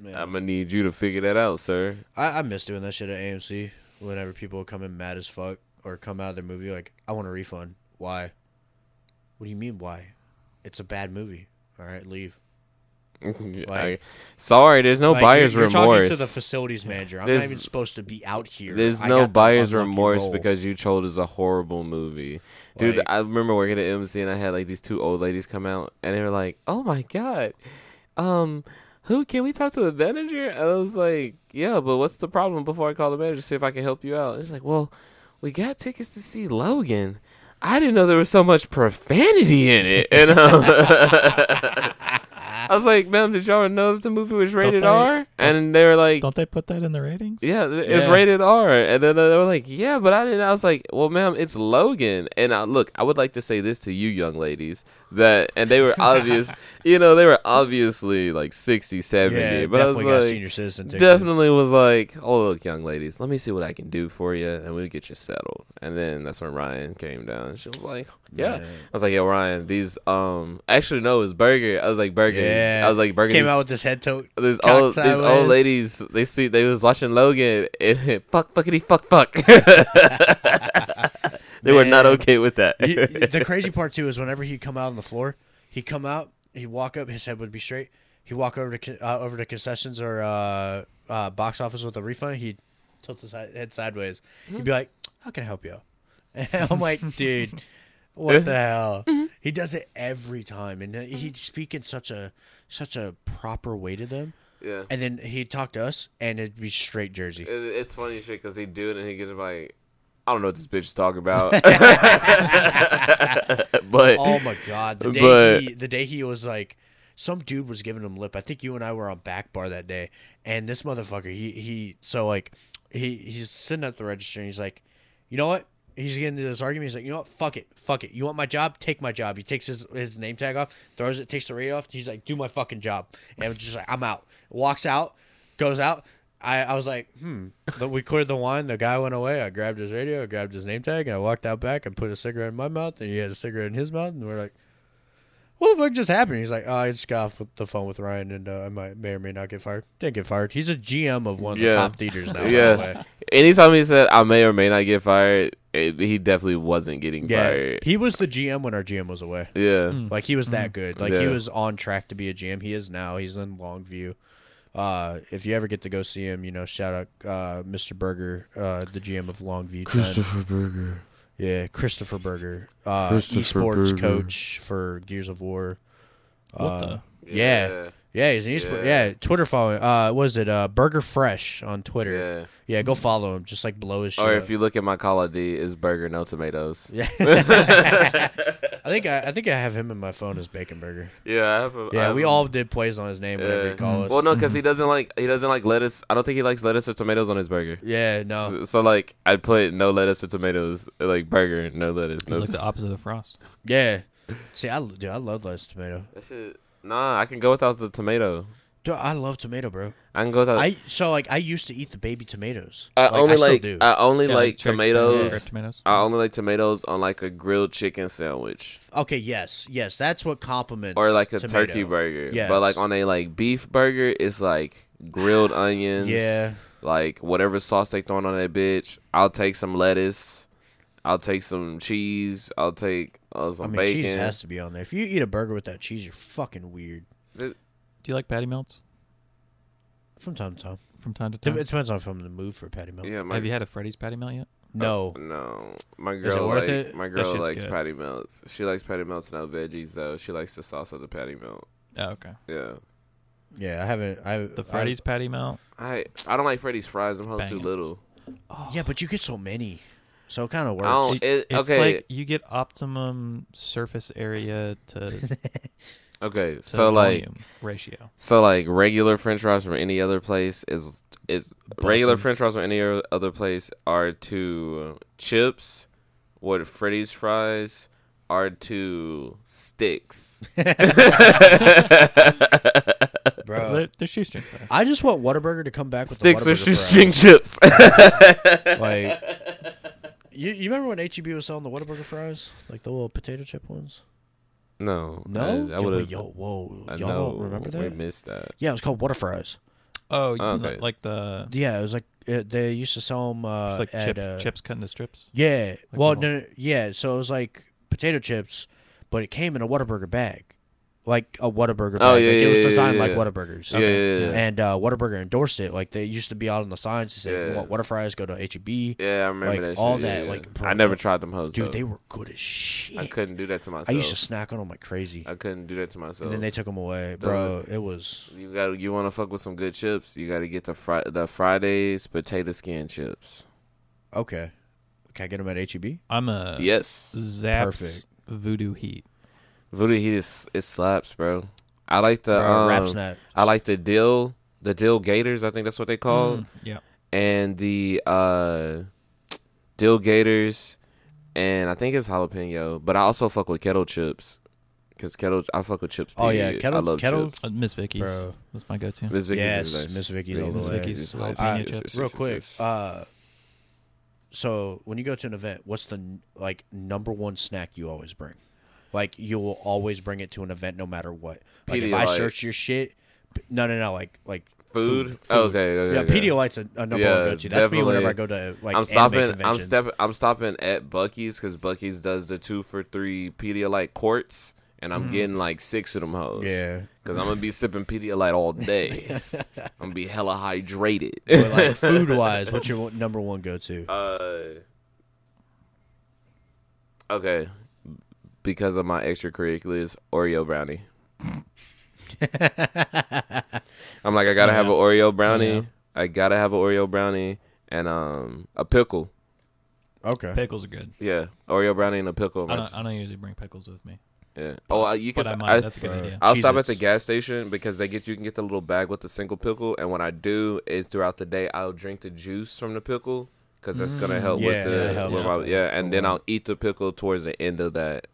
Speaker 1: Man,
Speaker 2: I'm gonna need you to figure that out, sir.
Speaker 1: I, I miss doing that shit at AMC. Whenever people would come in mad as fuck or come out of their movie like, I want a refund. Why? What do you mean why? It's a bad movie. All right, leave.
Speaker 2: I- sorry, there's no
Speaker 1: Like,
Speaker 2: buyer's
Speaker 1: you're, you're
Speaker 2: remorse.
Speaker 1: Talking to the facilities manager. I'm
Speaker 2: There's-
Speaker 1: not even supposed to be out here.
Speaker 2: There's
Speaker 1: I
Speaker 2: no
Speaker 1: got the
Speaker 2: buyer's
Speaker 1: unlucky
Speaker 2: remorse
Speaker 1: roll.
Speaker 2: because you chose is a horrible movie. Dude,
Speaker 1: Like-
Speaker 2: I remember working at MC and I had like these two old ladies come out and they were like, "Oh my god. Um who can we talk to the manager?" And I was like, "Yeah, but what's the problem before I call the manager see if I can help you out?" And it's like, "Well, we got tickets to see Logan." I didn't know there was so much profanity in it. And um, I was like, "Ma'am, did y'all know that the movie was rated
Speaker 3: they-
Speaker 2: R?" And they were like,
Speaker 3: Don't they put that in the ratings?
Speaker 2: yeah, th- it's
Speaker 1: Yeah.
Speaker 2: rated R. And then they were like, yeah, but I didn't. I was like, well, ma'am, it's Logan. And I, look, I would like to say this to you, young ladies, that, and they were obvious, you know, they were obviously like 60, 70.
Speaker 1: yeah,
Speaker 2: but I was
Speaker 1: definitely got
Speaker 2: like,
Speaker 1: senior citizen tickets.
Speaker 2: definitely was like, oh, look, young ladies, let me see what I can do for you, and we'll get you settled. And then that's when Ryan came down. and She was like, yeah.
Speaker 1: Man.
Speaker 2: I was like, yo, Ryan, these, um, actually, no, it was Burger. I was like, Burger.
Speaker 1: Yeah,
Speaker 2: I was like, Burger.
Speaker 1: came
Speaker 2: these-
Speaker 1: out with this head tote.
Speaker 2: these
Speaker 1: cock
Speaker 2: old these old
Speaker 1: sideways.
Speaker 2: ladies they see they was watching Logan and fuck fuckity fuck fuck. they were not
Speaker 1: Man.
Speaker 2: okay with that.
Speaker 1: You- the crazy part too is whenever he'd come out on the floor, he'd come out, he'd walk up, his head would be straight. He'd walk over to con- uh, over to concessions or uh, uh, box office with a refund. He'd tilt his hi- head sideways. He'd be like, "How can I help you?" out?" And I'm like, "Dude, what the hell?" He does it every time, and he'd speak in such a such a proper way to them.
Speaker 2: yeah,
Speaker 1: And then he'd talk to us, and it'd be straight Jersey.
Speaker 2: It- it's funny shit because he do it and he gets like, I don't know what this bitch is talking about, but
Speaker 1: Oh my god! The day
Speaker 2: But-
Speaker 1: he, the day he was like, some dude was giving him lip. I think you and I were on back bar that day, and this motherfucker, he he, so like, he he's sitting at the register and he's like, you know what? He's getting into this argument. He's like, you know what? Fuck it, fuck it. You want my job? Take my job. He takes his his name tag off, throws it, takes the radio off. He's like, do my fucking job, and I'm just like, I'm out. Walks out, goes out. I, I was like, hmm. But we cleared the line. The guy went away. I grabbed his radio. I grabbed his name tag, and I walked out back and put a cigarette in my mouth, and he had a cigarette in his mouth, and we're like, "What the fuck just happened?" He's like, oh, "I just got off with the phone with Ryan, and uh, I might may or may not get fired. Didn't get fired. He's a GM of one of
Speaker 2: Yeah.
Speaker 1: the top theaters now. yeah, by the
Speaker 2: yeah.
Speaker 1: way.
Speaker 2: Anytime he said I may or may not get fired, it, he definitely wasn't getting
Speaker 1: yeah. Mm.
Speaker 2: fired.
Speaker 1: He was the GM when our GM was away.
Speaker 2: yeah,
Speaker 1: Like he was that good. Like he
Speaker 2: Yeah.
Speaker 1: was on track to be a GM. He is now. He's in Longview. Uh, if you ever get to go see him, you know, shout out uh, Mr. Berger, uh, the GM of Longview. Ten.
Speaker 2: Burger.
Speaker 1: Yeah, Christopher Berger, uh,
Speaker 2: Christopher
Speaker 1: esports
Speaker 2: Berger.
Speaker 1: coach for Gears of War. Uh,
Speaker 3: What the?
Speaker 1: Yeah.
Speaker 2: Yeah.
Speaker 1: yeah, he's an esports.
Speaker 2: Yeah.
Speaker 1: Yeah. Twitter following. Uh, was it uh Burger Fresh on Twitter?
Speaker 2: Yeah.
Speaker 1: Yeah, go follow him. Just like blow his shit.
Speaker 2: Or
Speaker 1: up.
Speaker 2: if you look at my Call of D, it's burger, no tomatoes.
Speaker 1: yeah, I think I, I think I have him in my phone as Bacon Burger.
Speaker 2: Yeah, I have a, I
Speaker 1: Yeah,
Speaker 2: have
Speaker 1: we
Speaker 2: a-
Speaker 1: all did plays on his name, whatever
Speaker 2: Um, Yeah.
Speaker 1: you call us.
Speaker 2: Well, no, because he doesn't like he doesn't like lettuce. I don't think he likes lettuce or tomatoes on his burger.
Speaker 1: Yeah, no.
Speaker 2: So, so, like I put no lettuce or tomatoes, like burger, no lettuce.
Speaker 3: It's
Speaker 2: No.
Speaker 3: like the opposite of Frost.
Speaker 1: Yeah. See, I dude, I love lettuce tomato.
Speaker 2: That shit- nah, I can go without the tomato.
Speaker 1: Dude, I love tomato, bro.
Speaker 2: I can go without.
Speaker 1: I so like I used to eat the baby tomatoes.
Speaker 2: Uh, I only
Speaker 1: still
Speaker 2: like uh,
Speaker 1: do.
Speaker 2: I only
Speaker 3: Yeah,
Speaker 2: like
Speaker 3: cherry
Speaker 2: tomatoes.
Speaker 3: grape tomatoes.
Speaker 2: I only like tomatoes on like a grilled chicken sandwich
Speaker 1: Okay, yes, yes, that's what compliments
Speaker 2: or like a
Speaker 1: tomato.
Speaker 2: turkey burger.
Speaker 1: Yes.
Speaker 2: But like on a like beef burger, it's like grilled onions.
Speaker 1: Yeah.
Speaker 2: Like whatever sauce they throwing on that bitch. I'll take some lettuce. I'll take some cheese. I'll take uh, some
Speaker 1: I mean,
Speaker 2: bacon.
Speaker 1: cheese has to be on there. If you eat a burger without cheese, you're fucking weird.
Speaker 3: Do you like patty melts?
Speaker 1: From time to time.
Speaker 3: from time to
Speaker 1: Dep-
Speaker 3: time?
Speaker 1: It depends on if I'm in the mood for a patty melt.
Speaker 2: Yeah, my
Speaker 3: Have you had a Freddy's patty melt yet?
Speaker 1: No.
Speaker 2: no, my
Speaker 1: it
Speaker 2: girl
Speaker 1: worth
Speaker 2: like
Speaker 1: it?
Speaker 2: my
Speaker 3: That
Speaker 2: girl
Speaker 3: shit's
Speaker 2: likes
Speaker 3: good.
Speaker 2: patty melts. She likes patty melts, no veggies though. She likes the sauce of the patty melt.
Speaker 3: Oh, okay.
Speaker 2: Yeah,
Speaker 1: Yeah, I haven't. I
Speaker 3: The
Speaker 1: I-
Speaker 3: Freddy's patty melt.
Speaker 2: I I don't like Freddy's fries. Them hoes too
Speaker 3: Bangin'.
Speaker 2: little.
Speaker 3: Oh,
Speaker 1: yeah, but you get so many, so it kind of
Speaker 2: I don't.
Speaker 1: works.
Speaker 2: it-
Speaker 3: It's
Speaker 2: okay,
Speaker 3: like you get optimum surface area to, to
Speaker 2: okay. So like,
Speaker 3: volume ratio.
Speaker 2: so like regular French fries from any other place is is regular
Speaker 1: Bussin'.
Speaker 2: French fries from any o- other place are to chips. What Freddy's fries are to sticks.
Speaker 1: Bro,
Speaker 2: uh,
Speaker 3: They're, they're shoestring fries.
Speaker 1: I just want Whataburger to come back with
Speaker 2: sticks
Speaker 1: the
Speaker 2: are
Speaker 1: Whataburger fries.
Speaker 2: shoestring chips.
Speaker 1: Like, you, you remember when HEB was selling the Whataburger fries, like the little potato chip ones?
Speaker 2: no,
Speaker 1: No,
Speaker 2: I, I
Speaker 1: Yeah,
Speaker 2: would
Speaker 1: wait,
Speaker 2: have.
Speaker 1: Yo, whoa,
Speaker 2: I
Speaker 1: y'all
Speaker 2: know.
Speaker 1: don't remember
Speaker 2: We
Speaker 1: that?
Speaker 2: missed that.
Speaker 1: yeah, it was called Water Fries.
Speaker 3: Oh, you
Speaker 2: Okay.
Speaker 3: like- like the
Speaker 1: Yeah, it was like uh they used to sell them uh,
Speaker 3: like
Speaker 1: at
Speaker 3: chip,
Speaker 1: uh,
Speaker 3: chips cut into strips.
Speaker 1: Yeah.
Speaker 3: Like
Speaker 1: well,
Speaker 3: the
Speaker 1: no, no, yeah. So it was like potato chips, but it came in a Whataburger bag, like a Whataburger. bag.
Speaker 2: Oh,
Speaker 1: like,
Speaker 2: yeah,
Speaker 1: It
Speaker 2: yeah,
Speaker 1: was
Speaker 2: yeah,
Speaker 1: designed
Speaker 2: yeah,
Speaker 1: like
Speaker 2: yeah.
Speaker 1: Whataburgers.
Speaker 2: Yeah,
Speaker 3: Okay,
Speaker 2: yeah, yeah, yeah.
Speaker 1: And uh, Whataburger endorsed it. Like they used to be out on the signs to say, if you
Speaker 2: Yeah.
Speaker 1: want Water Fries, go to E HEB.
Speaker 2: Yeah, I remember
Speaker 1: Like,
Speaker 2: that.
Speaker 1: all
Speaker 2: shit,
Speaker 1: that,
Speaker 2: yeah.
Speaker 1: like, bro,
Speaker 2: I never
Speaker 1: that-
Speaker 2: tried them hoes.
Speaker 1: Dude,
Speaker 2: though.
Speaker 1: they were good as shit.
Speaker 2: I couldn't do that to myself.
Speaker 1: I used to snack on them like crazy,
Speaker 2: I couldn't do that to myself.
Speaker 1: and then they took them away, bro. It was
Speaker 2: you got to you want to fuck with some good chips. You got to get the fri- the Fridays potato skin chips.
Speaker 1: okay. Can I get them at E HEB?
Speaker 3: I'm a
Speaker 2: yes,
Speaker 3: Zaps
Speaker 1: Perfect.
Speaker 3: Voodoo Heat.
Speaker 2: voodoo heat is it slaps, bro. I like the
Speaker 1: Bro, Wrap
Speaker 2: um,
Speaker 1: Snap.
Speaker 2: I like the dill the dill gators. I think that's what they call. 'em,
Speaker 3: Mm, yeah,
Speaker 2: And the uh, dill gators, and I think it's jalapeno. But I also fuck with kettle chips, cause kettle I fuck with chips.
Speaker 1: Oh, yeah,
Speaker 2: period.
Speaker 1: kettle-
Speaker 2: I love
Speaker 1: kettle-
Speaker 2: chips.
Speaker 3: Uh, Miss Vicky's.
Speaker 1: Bro.
Speaker 3: That's my go-to.
Speaker 2: Miss Vicky's
Speaker 1: Yes,
Speaker 2: is nice.
Speaker 1: Miss Vicky's all the
Speaker 2: Miss
Speaker 1: way.
Speaker 2: Vicky's is nice.
Speaker 3: Miss Vicky's
Speaker 2: Yes,
Speaker 3: jalapeno
Speaker 2: yes,
Speaker 1: real
Speaker 2: yes, yes,
Speaker 1: quick
Speaker 2: yes.
Speaker 1: uh so when you go to an event what's the n- like number one snack you always bring like you'll always bring it to an event no matter what like if i
Speaker 2: Pedialyte.
Speaker 1: search your shit p- no no no like like
Speaker 2: Food? Oh,
Speaker 1: food,
Speaker 2: Okay, okay,
Speaker 1: yeah
Speaker 2: okay.
Speaker 1: pedialight's a, a number
Speaker 2: Yeah,
Speaker 1: one go-to that's me whenever i go
Speaker 2: definitely.
Speaker 1: to like
Speaker 2: I'm stopping.
Speaker 1: anime
Speaker 2: I'm
Speaker 1: conventions.
Speaker 2: stepping. I'm stopping at Bucky's because Bucky's does the two for three Pedialyte quarts, and
Speaker 3: Mm-hmm.
Speaker 2: I'm getting like six of them hoes.
Speaker 1: yeah
Speaker 2: because I'm gonna be sipping Pedialyte all day. I'm gonna be hella hydrated.
Speaker 1: but like food wise what's your one- number one go-to
Speaker 2: uh, okay, because of my extracurriculars, Oreo brownie. I'm like, I gotta have an Oreo brownie.
Speaker 3: Yeah.
Speaker 2: I gotta have an Oreo brownie and um a pickle.
Speaker 1: okay
Speaker 3: Pickles are good.
Speaker 2: Yeah, Oreo brownie and a pickle.
Speaker 3: I don't, I don't usually bring pickles with me,
Speaker 2: Yeah. Oh, I, you can.
Speaker 3: but I might.
Speaker 2: I,
Speaker 3: that's a good
Speaker 1: Bro.
Speaker 3: idea.
Speaker 2: I'll stop at
Speaker 1: Cheez-Its.
Speaker 2: the gas station because they get you can get the little bag with the single pickle, and what I do is throughout the day I'll drink the juice from the pickle because that's gonna help
Speaker 1: Mm, yeah,
Speaker 2: with the
Speaker 1: that helps.
Speaker 2: with my- yeah, and then I'll eat the pickle towards the end of that.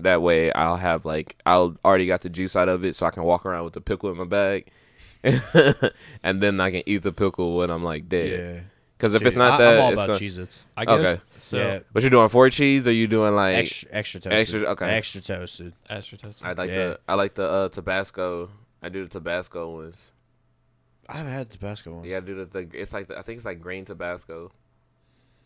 Speaker 2: That way I'll have like I'll already got the juice out of it, so I can walk around with the pickle in my bag, and then I can eat the pickle when I'm like dead.
Speaker 1: yeah
Speaker 2: Because if
Speaker 1: See,
Speaker 2: it's not
Speaker 1: I,
Speaker 2: that,
Speaker 1: i'm all
Speaker 2: it's
Speaker 1: about
Speaker 2: gonna-
Speaker 1: cheez-its
Speaker 3: I get
Speaker 2: okay.
Speaker 3: so
Speaker 1: yeah
Speaker 2: what you doing four cheese? Or you doing like
Speaker 1: extra extra toasted
Speaker 2: extra- okay.
Speaker 1: extra toasted
Speaker 3: extra toasted.
Speaker 2: I like
Speaker 1: Yeah.
Speaker 2: the I like the uh, Tabasco. I do the Tabasco ones.
Speaker 1: i haven't had the Tabasco one
Speaker 2: You gotta do the thing. It's like the, I think it's like green Tabasco.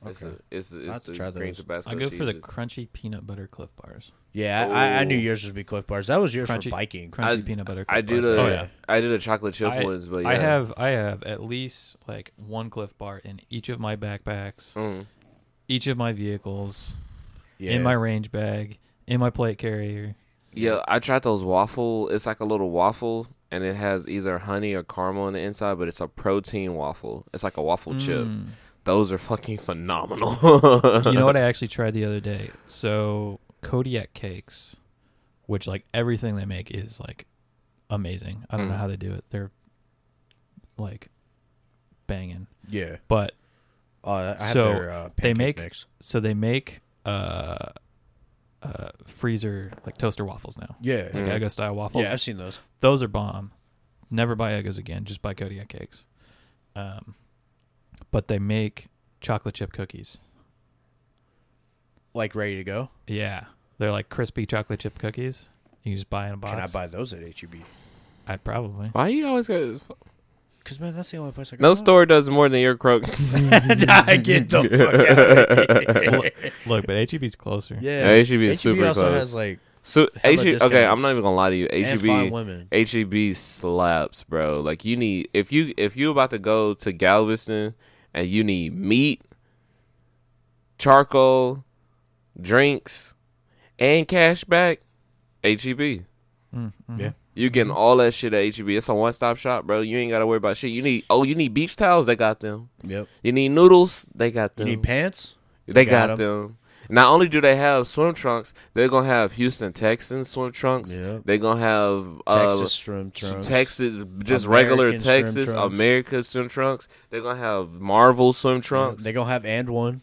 Speaker 2: It's
Speaker 1: Okay.
Speaker 2: a, it's, a-
Speaker 1: I'll have
Speaker 2: it's
Speaker 1: to
Speaker 2: the
Speaker 1: try
Speaker 2: green
Speaker 1: those.
Speaker 2: Tabasco.
Speaker 3: I go for the
Speaker 2: cheeses.
Speaker 3: crunchy peanut butter Cliff bars.
Speaker 1: Yeah, I, I knew
Speaker 2: Ooh.
Speaker 1: yours would be Cliff Bars. That was yours
Speaker 3: Oh. Crunchy-
Speaker 1: for biking.
Speaker 3: Crunchy
Speaker 2: I-
Speaker 3: peanut butter. Cliff
Speaker 2: I do
Speaker 3: bars.
Speaker 2: the
Speaker 1: Oh, yeah.
Speaker 2: I do the chocolate chip
Speaker 3: I,
Speaker 2: ones, but yeah.
Speaker 3: I have I have at least like one Cliff bar in each of my backpacks,
Speaker 2: Mm.
Speaker 3: each of my vehicles,
Speaker 1: Yeah.
Speaker 3: in my range bag, in my plate carrier.
Speaker 2: Yeah, I tried those waffle. It's like a little waffle, and it has either honey or caramel on the inside, but it's a protein waffle. It's like a waffle chip.
Speaker 3: Mm.
Speaker 2: Those are fucking phenomenal.
Speaker 3: you know what I actually tried the other day? So Kodiak cakes, which like everything they make is like amazing. I don't know
Speaker 2: Mhm.
Speaker 3: how they do it. They're like banging.
Speaker 1: yeah.
Speaker 3: But
Speaker 1: Uh, I have
Speaker 3: So,
Speaker 1: their uh,
Speaker 3: they
Speaker 1: pancake
Speaker 3: make-
Speaker 1: mix.
Speaker 3: so they make uh uh freezer like toaster waffles now.
Speaker 1: Yeah.
Speaker 2: Mm.
Speaker 3: Like Eggo style waffles.
Speaker 1: Yeah, I've seen those.
Speaker 3: Those are bomb. Never buy Eggos again, just buy Kodiak cakes. Um but they make chocolate chip cookies.
Speaker 1: Like ready to go.
Speaker 3: Yeah. They're like crispy chocolate chip cookies. You just buy in a box.
Speaker 1: Can I buy those at E HEB?
Speaker 3: I probably.
Speaker 2: Why you always got
Speaker 1: Because man, that's the only place I go.
Speaker 2: no store does more than your croak?
Speaker 1: I get the fuck out.
Speaker 3: Look, but HEB's closer.
Speaker 1: Yeah.
Speaker 2: Yeah, HEB E is
Speaker 1: HEB
Speaker 2: super
Speaker 1: also
Speaker 2: close. E
Speaker 1: has like
Speaker 2: So
Speaker 1: Hella
Speaker 2: H- okay, I'm
Speaker 1: discounts.
Speaker 2: not even gonna lie to you.
Speaker 1: and fine
Speaker 2: HEB
Speaker 1: women.
Speaker 2: HEB E slaps, bro. Like you need if you if you about to go to Galveston and you need meat, charcoal, drinks, and cash back, HEB.
Speaker 3: Mm, mhm.
Speaker 1: Yeah.
Speaker 2: You getting all that shit at HEB. It's a one stop shop, bro. You ain't gotta worry about shit. You need oh, you need beach towels, they got them.
Speaker 1: Yep.
Speaker 2: You need noodles, they got
Speaker 1: You
Speaker 2: them.
Speaker 1: need pants?
Speaker 2: They got,
Speaker 1: Got
Speaker 2: them. Not only do they have swim trunks, they're gonna have Houston Texans swim trunks.
Speaker 1: Yep.
Speaker 2: They're gonna have uh,
Speaker 1: Texas shrimp trunks.
Speaker 2: Texas, just regular
Speaker 1: American swim
Speaker 2: Texas,
Speaker 1: trunks.
Speaker 2: America swim trunks. They're gonna have Marvel swim trunks.
Speaker 1: They're going to have and one.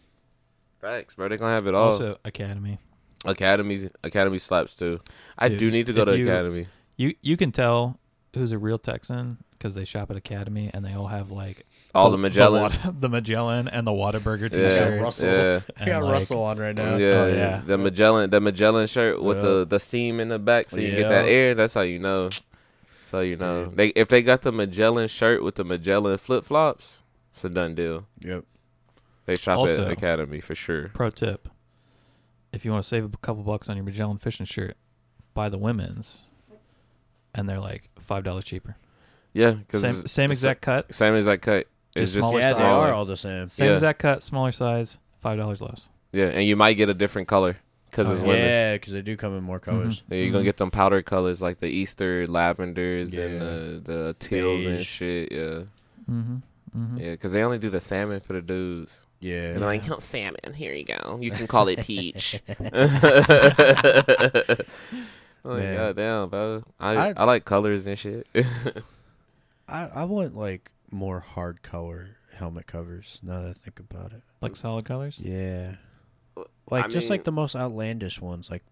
Speaker 2: Facts, bro. They're gonna have it all.
Speaker 3: Also, Academy.
Speaker 2: Academy, Academy slaps too. I
Speaker 3: Dude,
Speaker 2: do need to go
Speaker 3: if
Speaker 2: to
Speaker 3: you-
Speaker 2: Academy.
Speaker 3: You you can tell who's a real Texan because they shop at Academy and they all have like
Speaker 2: All the, Magellans.
Speaker 3: the, Whata- the Magellan, and the Whataburger
Speaker 2: yeah,
Speaker 1: Yeah,
Speaker 3: T-shirts.
Speaker 1: Russell.
Speaker 2: yeah.
Speaker 1: I
Speaker 3: and,
Speaker 1: got
Speaker 3: like,
Speaker 1: Russell on right now.
Speaker 2: Yeah,
Speaker 3: Oh, yeah.
Speaker 2: the Magellan, the Magellan shirt with
Speaker 1: Yeah.
Speaker 2: the the seam in the back, so you get that
Speaker 1: Yeah.
Speaker 2: air. That's how you know. So you know, they if they got the Magellan shirt with the Magellan flip flops, it's a done deal.
Speaker 1: Yep.
Speaker 2: They shop
Speaker 3: Also-
Speaker 2: at Academy for sure.
Speaker 3: Pro tip: If you want to save a couple bucks on your Magellan fishing shirt, buy the women's, and they're like five dollars cheaper.
Speaker 2: Yeah, because
Speaker 3: Same same exact cut,
Speaker 2: same exact cut. It's
Speaker 3: Just
Speaker 2: just
Speaker 3: smaller
Speaker 1: Yeah,
Speaker 2: yeah,
Speaker 1: they
Speaker 3: size.
Speaker 1: are all the same.
Speaker 3: same
Speaker 2: yeah.
Speaker 3: exact cut, smaller size, five dollars less.
Speaker 2: yeah, and you might get a different color because
Speaker 3: Oh,
Speaker 2: it's
Speaker 3: yeah.
Speaker 2: women's.
Speaker 1: Yeah, because they do come in more colors.
Speaker 3: Mm-hmm.
Speaker 2: Yeah, You're gonna get them powder colors like the Easter lavenders
Speaker 1: Yeah.
Speaker 2: and the the teals and
Speaker 1: Beige.
Speaker 2: shit. Yeah,
Speaker 3: Mm-hmm. Mm-hmm.
Speaker 2: yeah, because they only do the salmon for the dudes.
Speaker 1: Yeah.
Speaker 2: And they're like,
Speaker 3: Yeah.
Speaker 2: "Oh, salmon, here you go. You can call it peach. like,
Speaker 1: Man.
Speaker 2: Oh, goddamn, bro. I, I
Speaker 1: I-
Speaker 2: like colors and shit.
Speaker 1: I, I want like more hard color helmet covers now that I think about it.
Speaker 3: Like solid colors.
Speaker 1: Yeah.
Speaker 2: Well,
Speaker 1: Like
Speaker 2: I
Speaker 1: just
Speaker 2: mean-
Speaker 1: like the most outlandish ones, like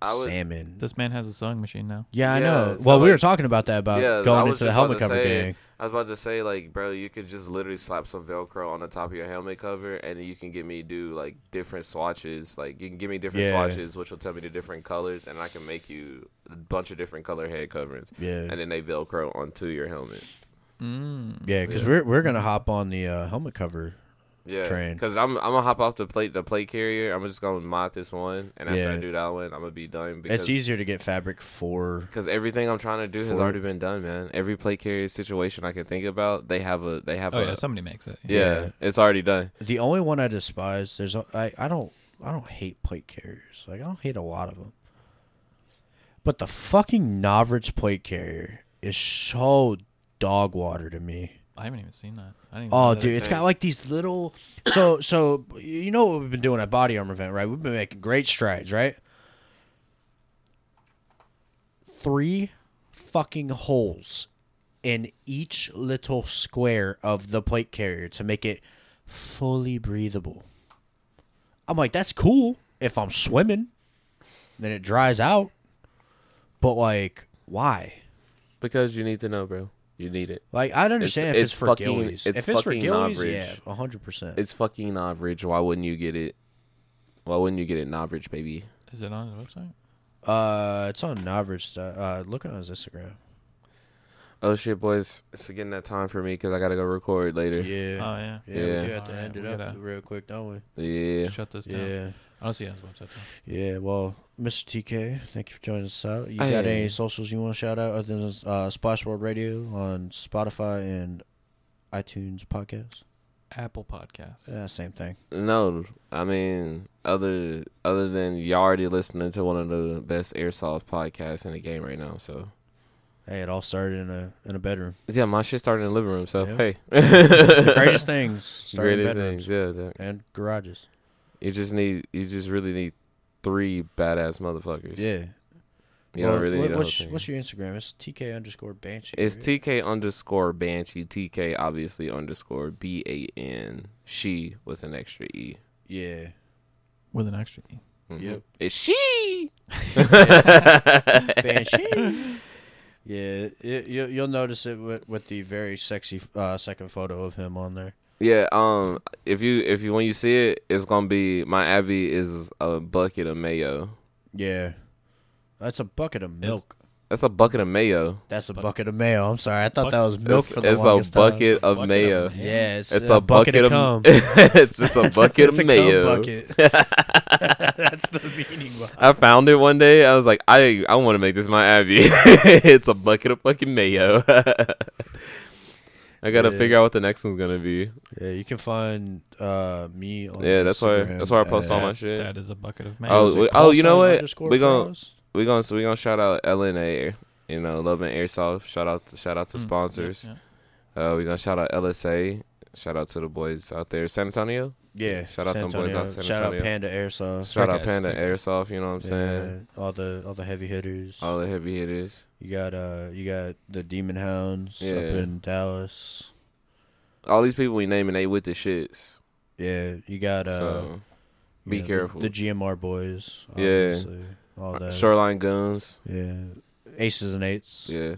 Speaker 2: I was,
Speaker 1: salmon.
Speaker 3: This man has a sewing machine now.
Speaker 1: yeah, I
Speaker 2: Yeah,
Speaker 1: know.
Speaker 2: so,
Speaker 1: well, we
Speaker 2: like-
Speaker 1: were talking about that about
Speaker 2: Yeah, I
Speaker 1: going
Speaker 2: was
Speaker 1: into the
Speaker 2: just about
Speaker 1: helmet
Speaker 2: to
Speaker 1: cover
Speaker 2: say,
Speaker 1: gang.
Speaker 2: I was about to say, like, bro, you could just literally slap some Velcro on the top of your helmet cover, and you can get me do like different swatches. Like, you can give me different
Speaker 1: Yeah.
Speaker 2: swatches, which will tell me the different colors, and I can make you a bunch of different color head coverings,
Speaker 1: Yeah,
Speaker 2: and then they Velcro onto your helmet.
Speaker 3: Mm.
Speaker 1: yeah, because
Speaker 2: Yeah.
Speaker 1: we're we're gonna hop on the uh, helmet cover.
Speaker 2: Yeah,
Speaker 1: train.
Speaker 2: Because I'm I'm gonna hop off the plate the plate carrier. I'm just gonna mod this one, and after I
Speaker 1: Yeah.
Speaker 2: do that one, I'm gonna be done. Because,
Speaker 1: it's easier to get fabric for.
Speaker 2: Because everything I'm trying to do has
Speaker 1: For-
Speaker 2: already been done, man. Every plate carrier situation I can think about, they have a they have
Speaker 3: Oh
Speaker 2: a
Speaker 3: yeah, somebody makes it.
Speaker 2: yeah,
Speaker 1: Yeah.
Speaker 2: It's already done.
Speaker 1: The only one I despise there's a- I I don't I don't hate plate carriers. Like I don't hate a lot of them. But the fucking Novrich plate carrier is so dog water to me.
Speaker 3: I haven't even seen that. I didn't even know
Speaker 1: Oh,
Speaker 3: that
Speaker 1: dude, it's
Speaker 3: existed.
Speaker 1: got like these little. So, so you know what we've been doing at Body Armor Event, right? We've been making great strides, right? Three fucking holes in each little square of the plate carrier to make it fully breathable. I'm like, that's cool if I'm swimming. Then it dries out, but like, why?
Speaker 2: Because you need to know, bro. You need it.
Speaker 1: Like, I'd understand if
Speaker 2: it's
Speaker 1: it's, for
Speaker 2: fucking-
Speaker 1: gillies.
Speaker 2: it's
Speaker 1: if it's for
Speaker 2: fucking
Speaker 1: gillies,
Speaker 2: Novrich.
Speaker 1: yeah, 100. percent
Speaker 2: It's fucking Novridge. Why wouldn't you get it? Why wouldn't you get it, Novridge, baby?
Speaker 3: Is it on the website?
Speaker 1: Uh, it's on Novrich. Uh, look on his Instagram.
Speaker 2: Oh shit, boys! It's getting that time for me because I gotta go record later. Yeah.
Speaker 1: Yeah,
Speaker 3: Oh yeah.
Speaker 1: yeah.
Speaker 2: Yeah.
Speaker 1: We got to
Speaker 3: Alright,
Speaker 1: end it
Speaker 3: we
Speaker 1: up
Speaker 3: gotta-
Speaker 1: real quick, don't we?
Speaker 3: Shut this down.
Speaker 1: Yeah,
Speaker 3: I don't see it on his website. Though.
Speaker 1: yeah. Well, Mr. TK, thank you for joining us out. You got
Speaker 2: Hey.
Speaker 1: any socials you want to shout out other than uh, Splash World Radio on Spotify and iTunes podcast?
Speaker 3: Apple Podcasts.
Speaker 1: Yeah, same thing.
Speaker 2: No, I mean other other than y'all already listening to one of the best airsoft podcasts in the game right now. So
Speaker 1: Hey, it all started in a in a bedroom.
Speaker 2: yeah, my shit started in the living room. So
Speaker 1: Yeah.
Speaker 2: hey,
Speaker 1: The greatest things started in
Speaker 2: greatest
Speaker 1: bedrooms
Speaker 2: things. Yeah, that-
Speaker 1: and garages.
Speaker 2: you just need you just really need three badass motherfuckers.
Speaker 1: Yeah.
Speaker 2: you
Speaker 1: Well,
Speaker 2: don't really
Speaker 1: what-
Speaker 2: need a whole
Speaker 1: what's,
Speaker 2: thing.
Speaker 1: what's your Instagram? It's TK underscore Banshee.
Speaker 2: It's
Speaker 1: right?
Speaker 2: TK underscore Banshee. TK obviously underscore B A N. She with an extra E.
Speaker 1: Yeah.
Speaker 3: With an extra E.
Speaker 2: Mhm.
Speaker 1: Yep.
Speaker 2: It's she.
Speaker 1: Banshee. Yeah, y you, you'll notice it with, with the very sexy uh, second photo of him on there.
Speaker 2: Yeah, um, if you if you when you see it, it's gonna be my Abby is a bucket of mayo.
Speaker 1: Yeah, that's a bucket of milk.
Speaker 2: That's a bucket of mayo.
Speaker 1: that's a
Speaker 3: bucket-
Speaker 1: bucket, of mayo. I'm sorry, I thought that was milk
Speaker 2: It's,
Speaker 1: for the
Speaker 2: it's a
Speaker 1: longest time.
Speaker 2: bucket of
Speaker 3: Bucket
Speaker 2: mayo.
Speaker 3: of mayo.
Speaker 1: Yeah, it's,
Speaker 2: It's a bucket of
Speaker 1: cum.
Speaker 2: it's just a
Speaker 1: It's
Speaker 2: bucket of
Speaker 1: a cum
Speaker 2: mayo.
Speaker 1: bucket.
Speaker 5: That's the meaning. behind
Speaker 2: I found it one day. I was like, I I want to make this my Abby. it's a bucket of fucking mayo. I gotta
Speaker 1: Yeah.
Speaker 2: figure out what the next one's gonna be.
Speaker 1: Yeah, you can find uh, me on
Speaker 2: Yeah, that's why-
Speaker 1: Instagram
Speaker 2: that's why I post all
Speaker 1: at-
Speaker 2: my shit.
Speaker 3: That is a bucket of Mm. mayo.
Speaker 2: Oh,
Speaker 1: is it
Speaker 2: we-
Speaker 1: call
Speaker 2: you know
Speaker 1: sign
Speaker 2: what?
Speaker 1: underscore
Speaker 2: We gon-
Speaker 1: Fellows?
Speaker 2: We gonna so we gonna shout out LNA. You know, Love and Airsoft. Shout out shout out to
Speaker 3: Mm, yeah,
Speaker 2: sponsors.
Speaker 3: yeah.
Speaker 2: Uh, we gonna shout out LSA. Shout out to the boys out there, San Antonio.
Speaker 1: Yeah,
Speaker 2: Shout out
Speaker 1: San
Speaker 2: them boys out
Speaker 1: Antonio.
Speaker 2: San
Speaker 1: Shout out
Speaker 2: Antonio.
Speaker 1: Panda Airsoft.
Speaker 2: Shout
Speaker 3: Great
Speaker 2: out
Speaker 3: guys,
Speaker 2: Panda
Speaker 3: great guys.
Speaker 2: Airsoft. You know what I'm saying? Uh,
Speaker 1: Yeah, all the all the heavy hitters.
Speaker 2: All the heavy hitters.
Speaker 1: You got uh, you got the Demon Hounds
Speaker 2: Yeah.
Speaker 1: up in Dallas.
Speaker 2: All these people we naming, they with the shits.
Speaker 1: Yeah, you got uh,
Speaker 2: so
Speaker 1: you
Speaker 2: be
Speaker 1: know, the-
Speaker 2: careful.
Speaker 1: The, GMR boys.
Speaker 2: Yeah. Uh,
Speaker 1: Obviously. all that.
Speaker 2: shoreline guns.
Speaker 1: Yeah, aces and eights.
Speaker 2: Yeah.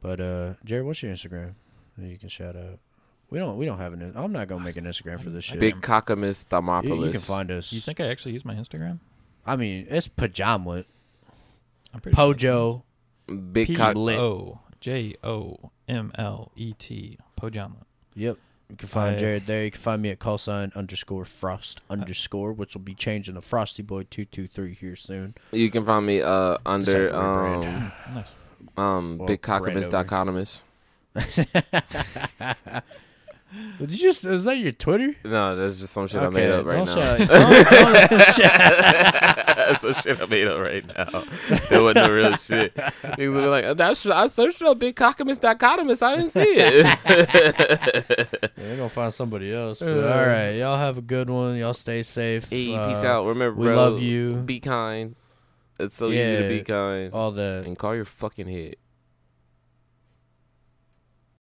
Speaker 1: But uh, Jared, what's your Instagram? That you can shout out. We don't we don't have an. I'm not gonna make an Instagram for this
Speaker 3: I
Speaker 1: shit.
Speaker 2: Big Cockamus
Speaker 1: You,
Speaker 2: Thermopolis.
Speaker 1: you can find us.
Speaker 3: You think I actually use my Instagram?
Speaker 1: I mean, it's pajama.
Speaker 3: I'm pretty sure.
Speaker 1: Pojo.
Speaker 2: Big
Speaker 3: P
Speaker 2: Cock.
Speaker 3: O J O M L E T Pojama.
Speaker 1: Yep. You can find
Speaker 3: I-
Speaker 1: Jared there. You can find me at call sign underscore frost underscore, which will be changing to Frosty Boy two two three here soon.
Speaker 2: You can find me uh under
Speaker 1: Just like the word brand.
Speaker 2: um
Speaker 3: Nice.
Speaker 2: um
Speaker 1: Well,
Speaker 2: Big
Speaker 1: brand
Speaker 2: Cockamus
Speaker 1: over.
Speaker 2: Dichotomous.
Speaker 1: Did you just is that your Twitter?
Speaker 2: No, that's just some shit I
Speaker 1: Okay,
Speaker 2: made up right
Speaker 1: don't
Speaker 2: now.
Speaker 1: shout- don't- don't
Speaker 2: that's some shit I made up right now. It wasn't the real shit. Niggas will be like, that's I searched up Big Cockamus Dichotomous. I didn't see it.
Speaker 1: They're gonna find somebody else. But all right, y'all have a good one. Y'all stay safe.
Speaker 2: hey, peace
Speaker 1: Uh,
Speaker 2: out. Remember,
Speaker 1: we
Speaker 2: bro,
Speaker 1: love you.
Speaker 2: Be kind. It's so easy to
Speaker 1: Yeah. Oh.
Speaker 2: be kind.
Speaker 1: All the
Speaker 2: and call your fucking head.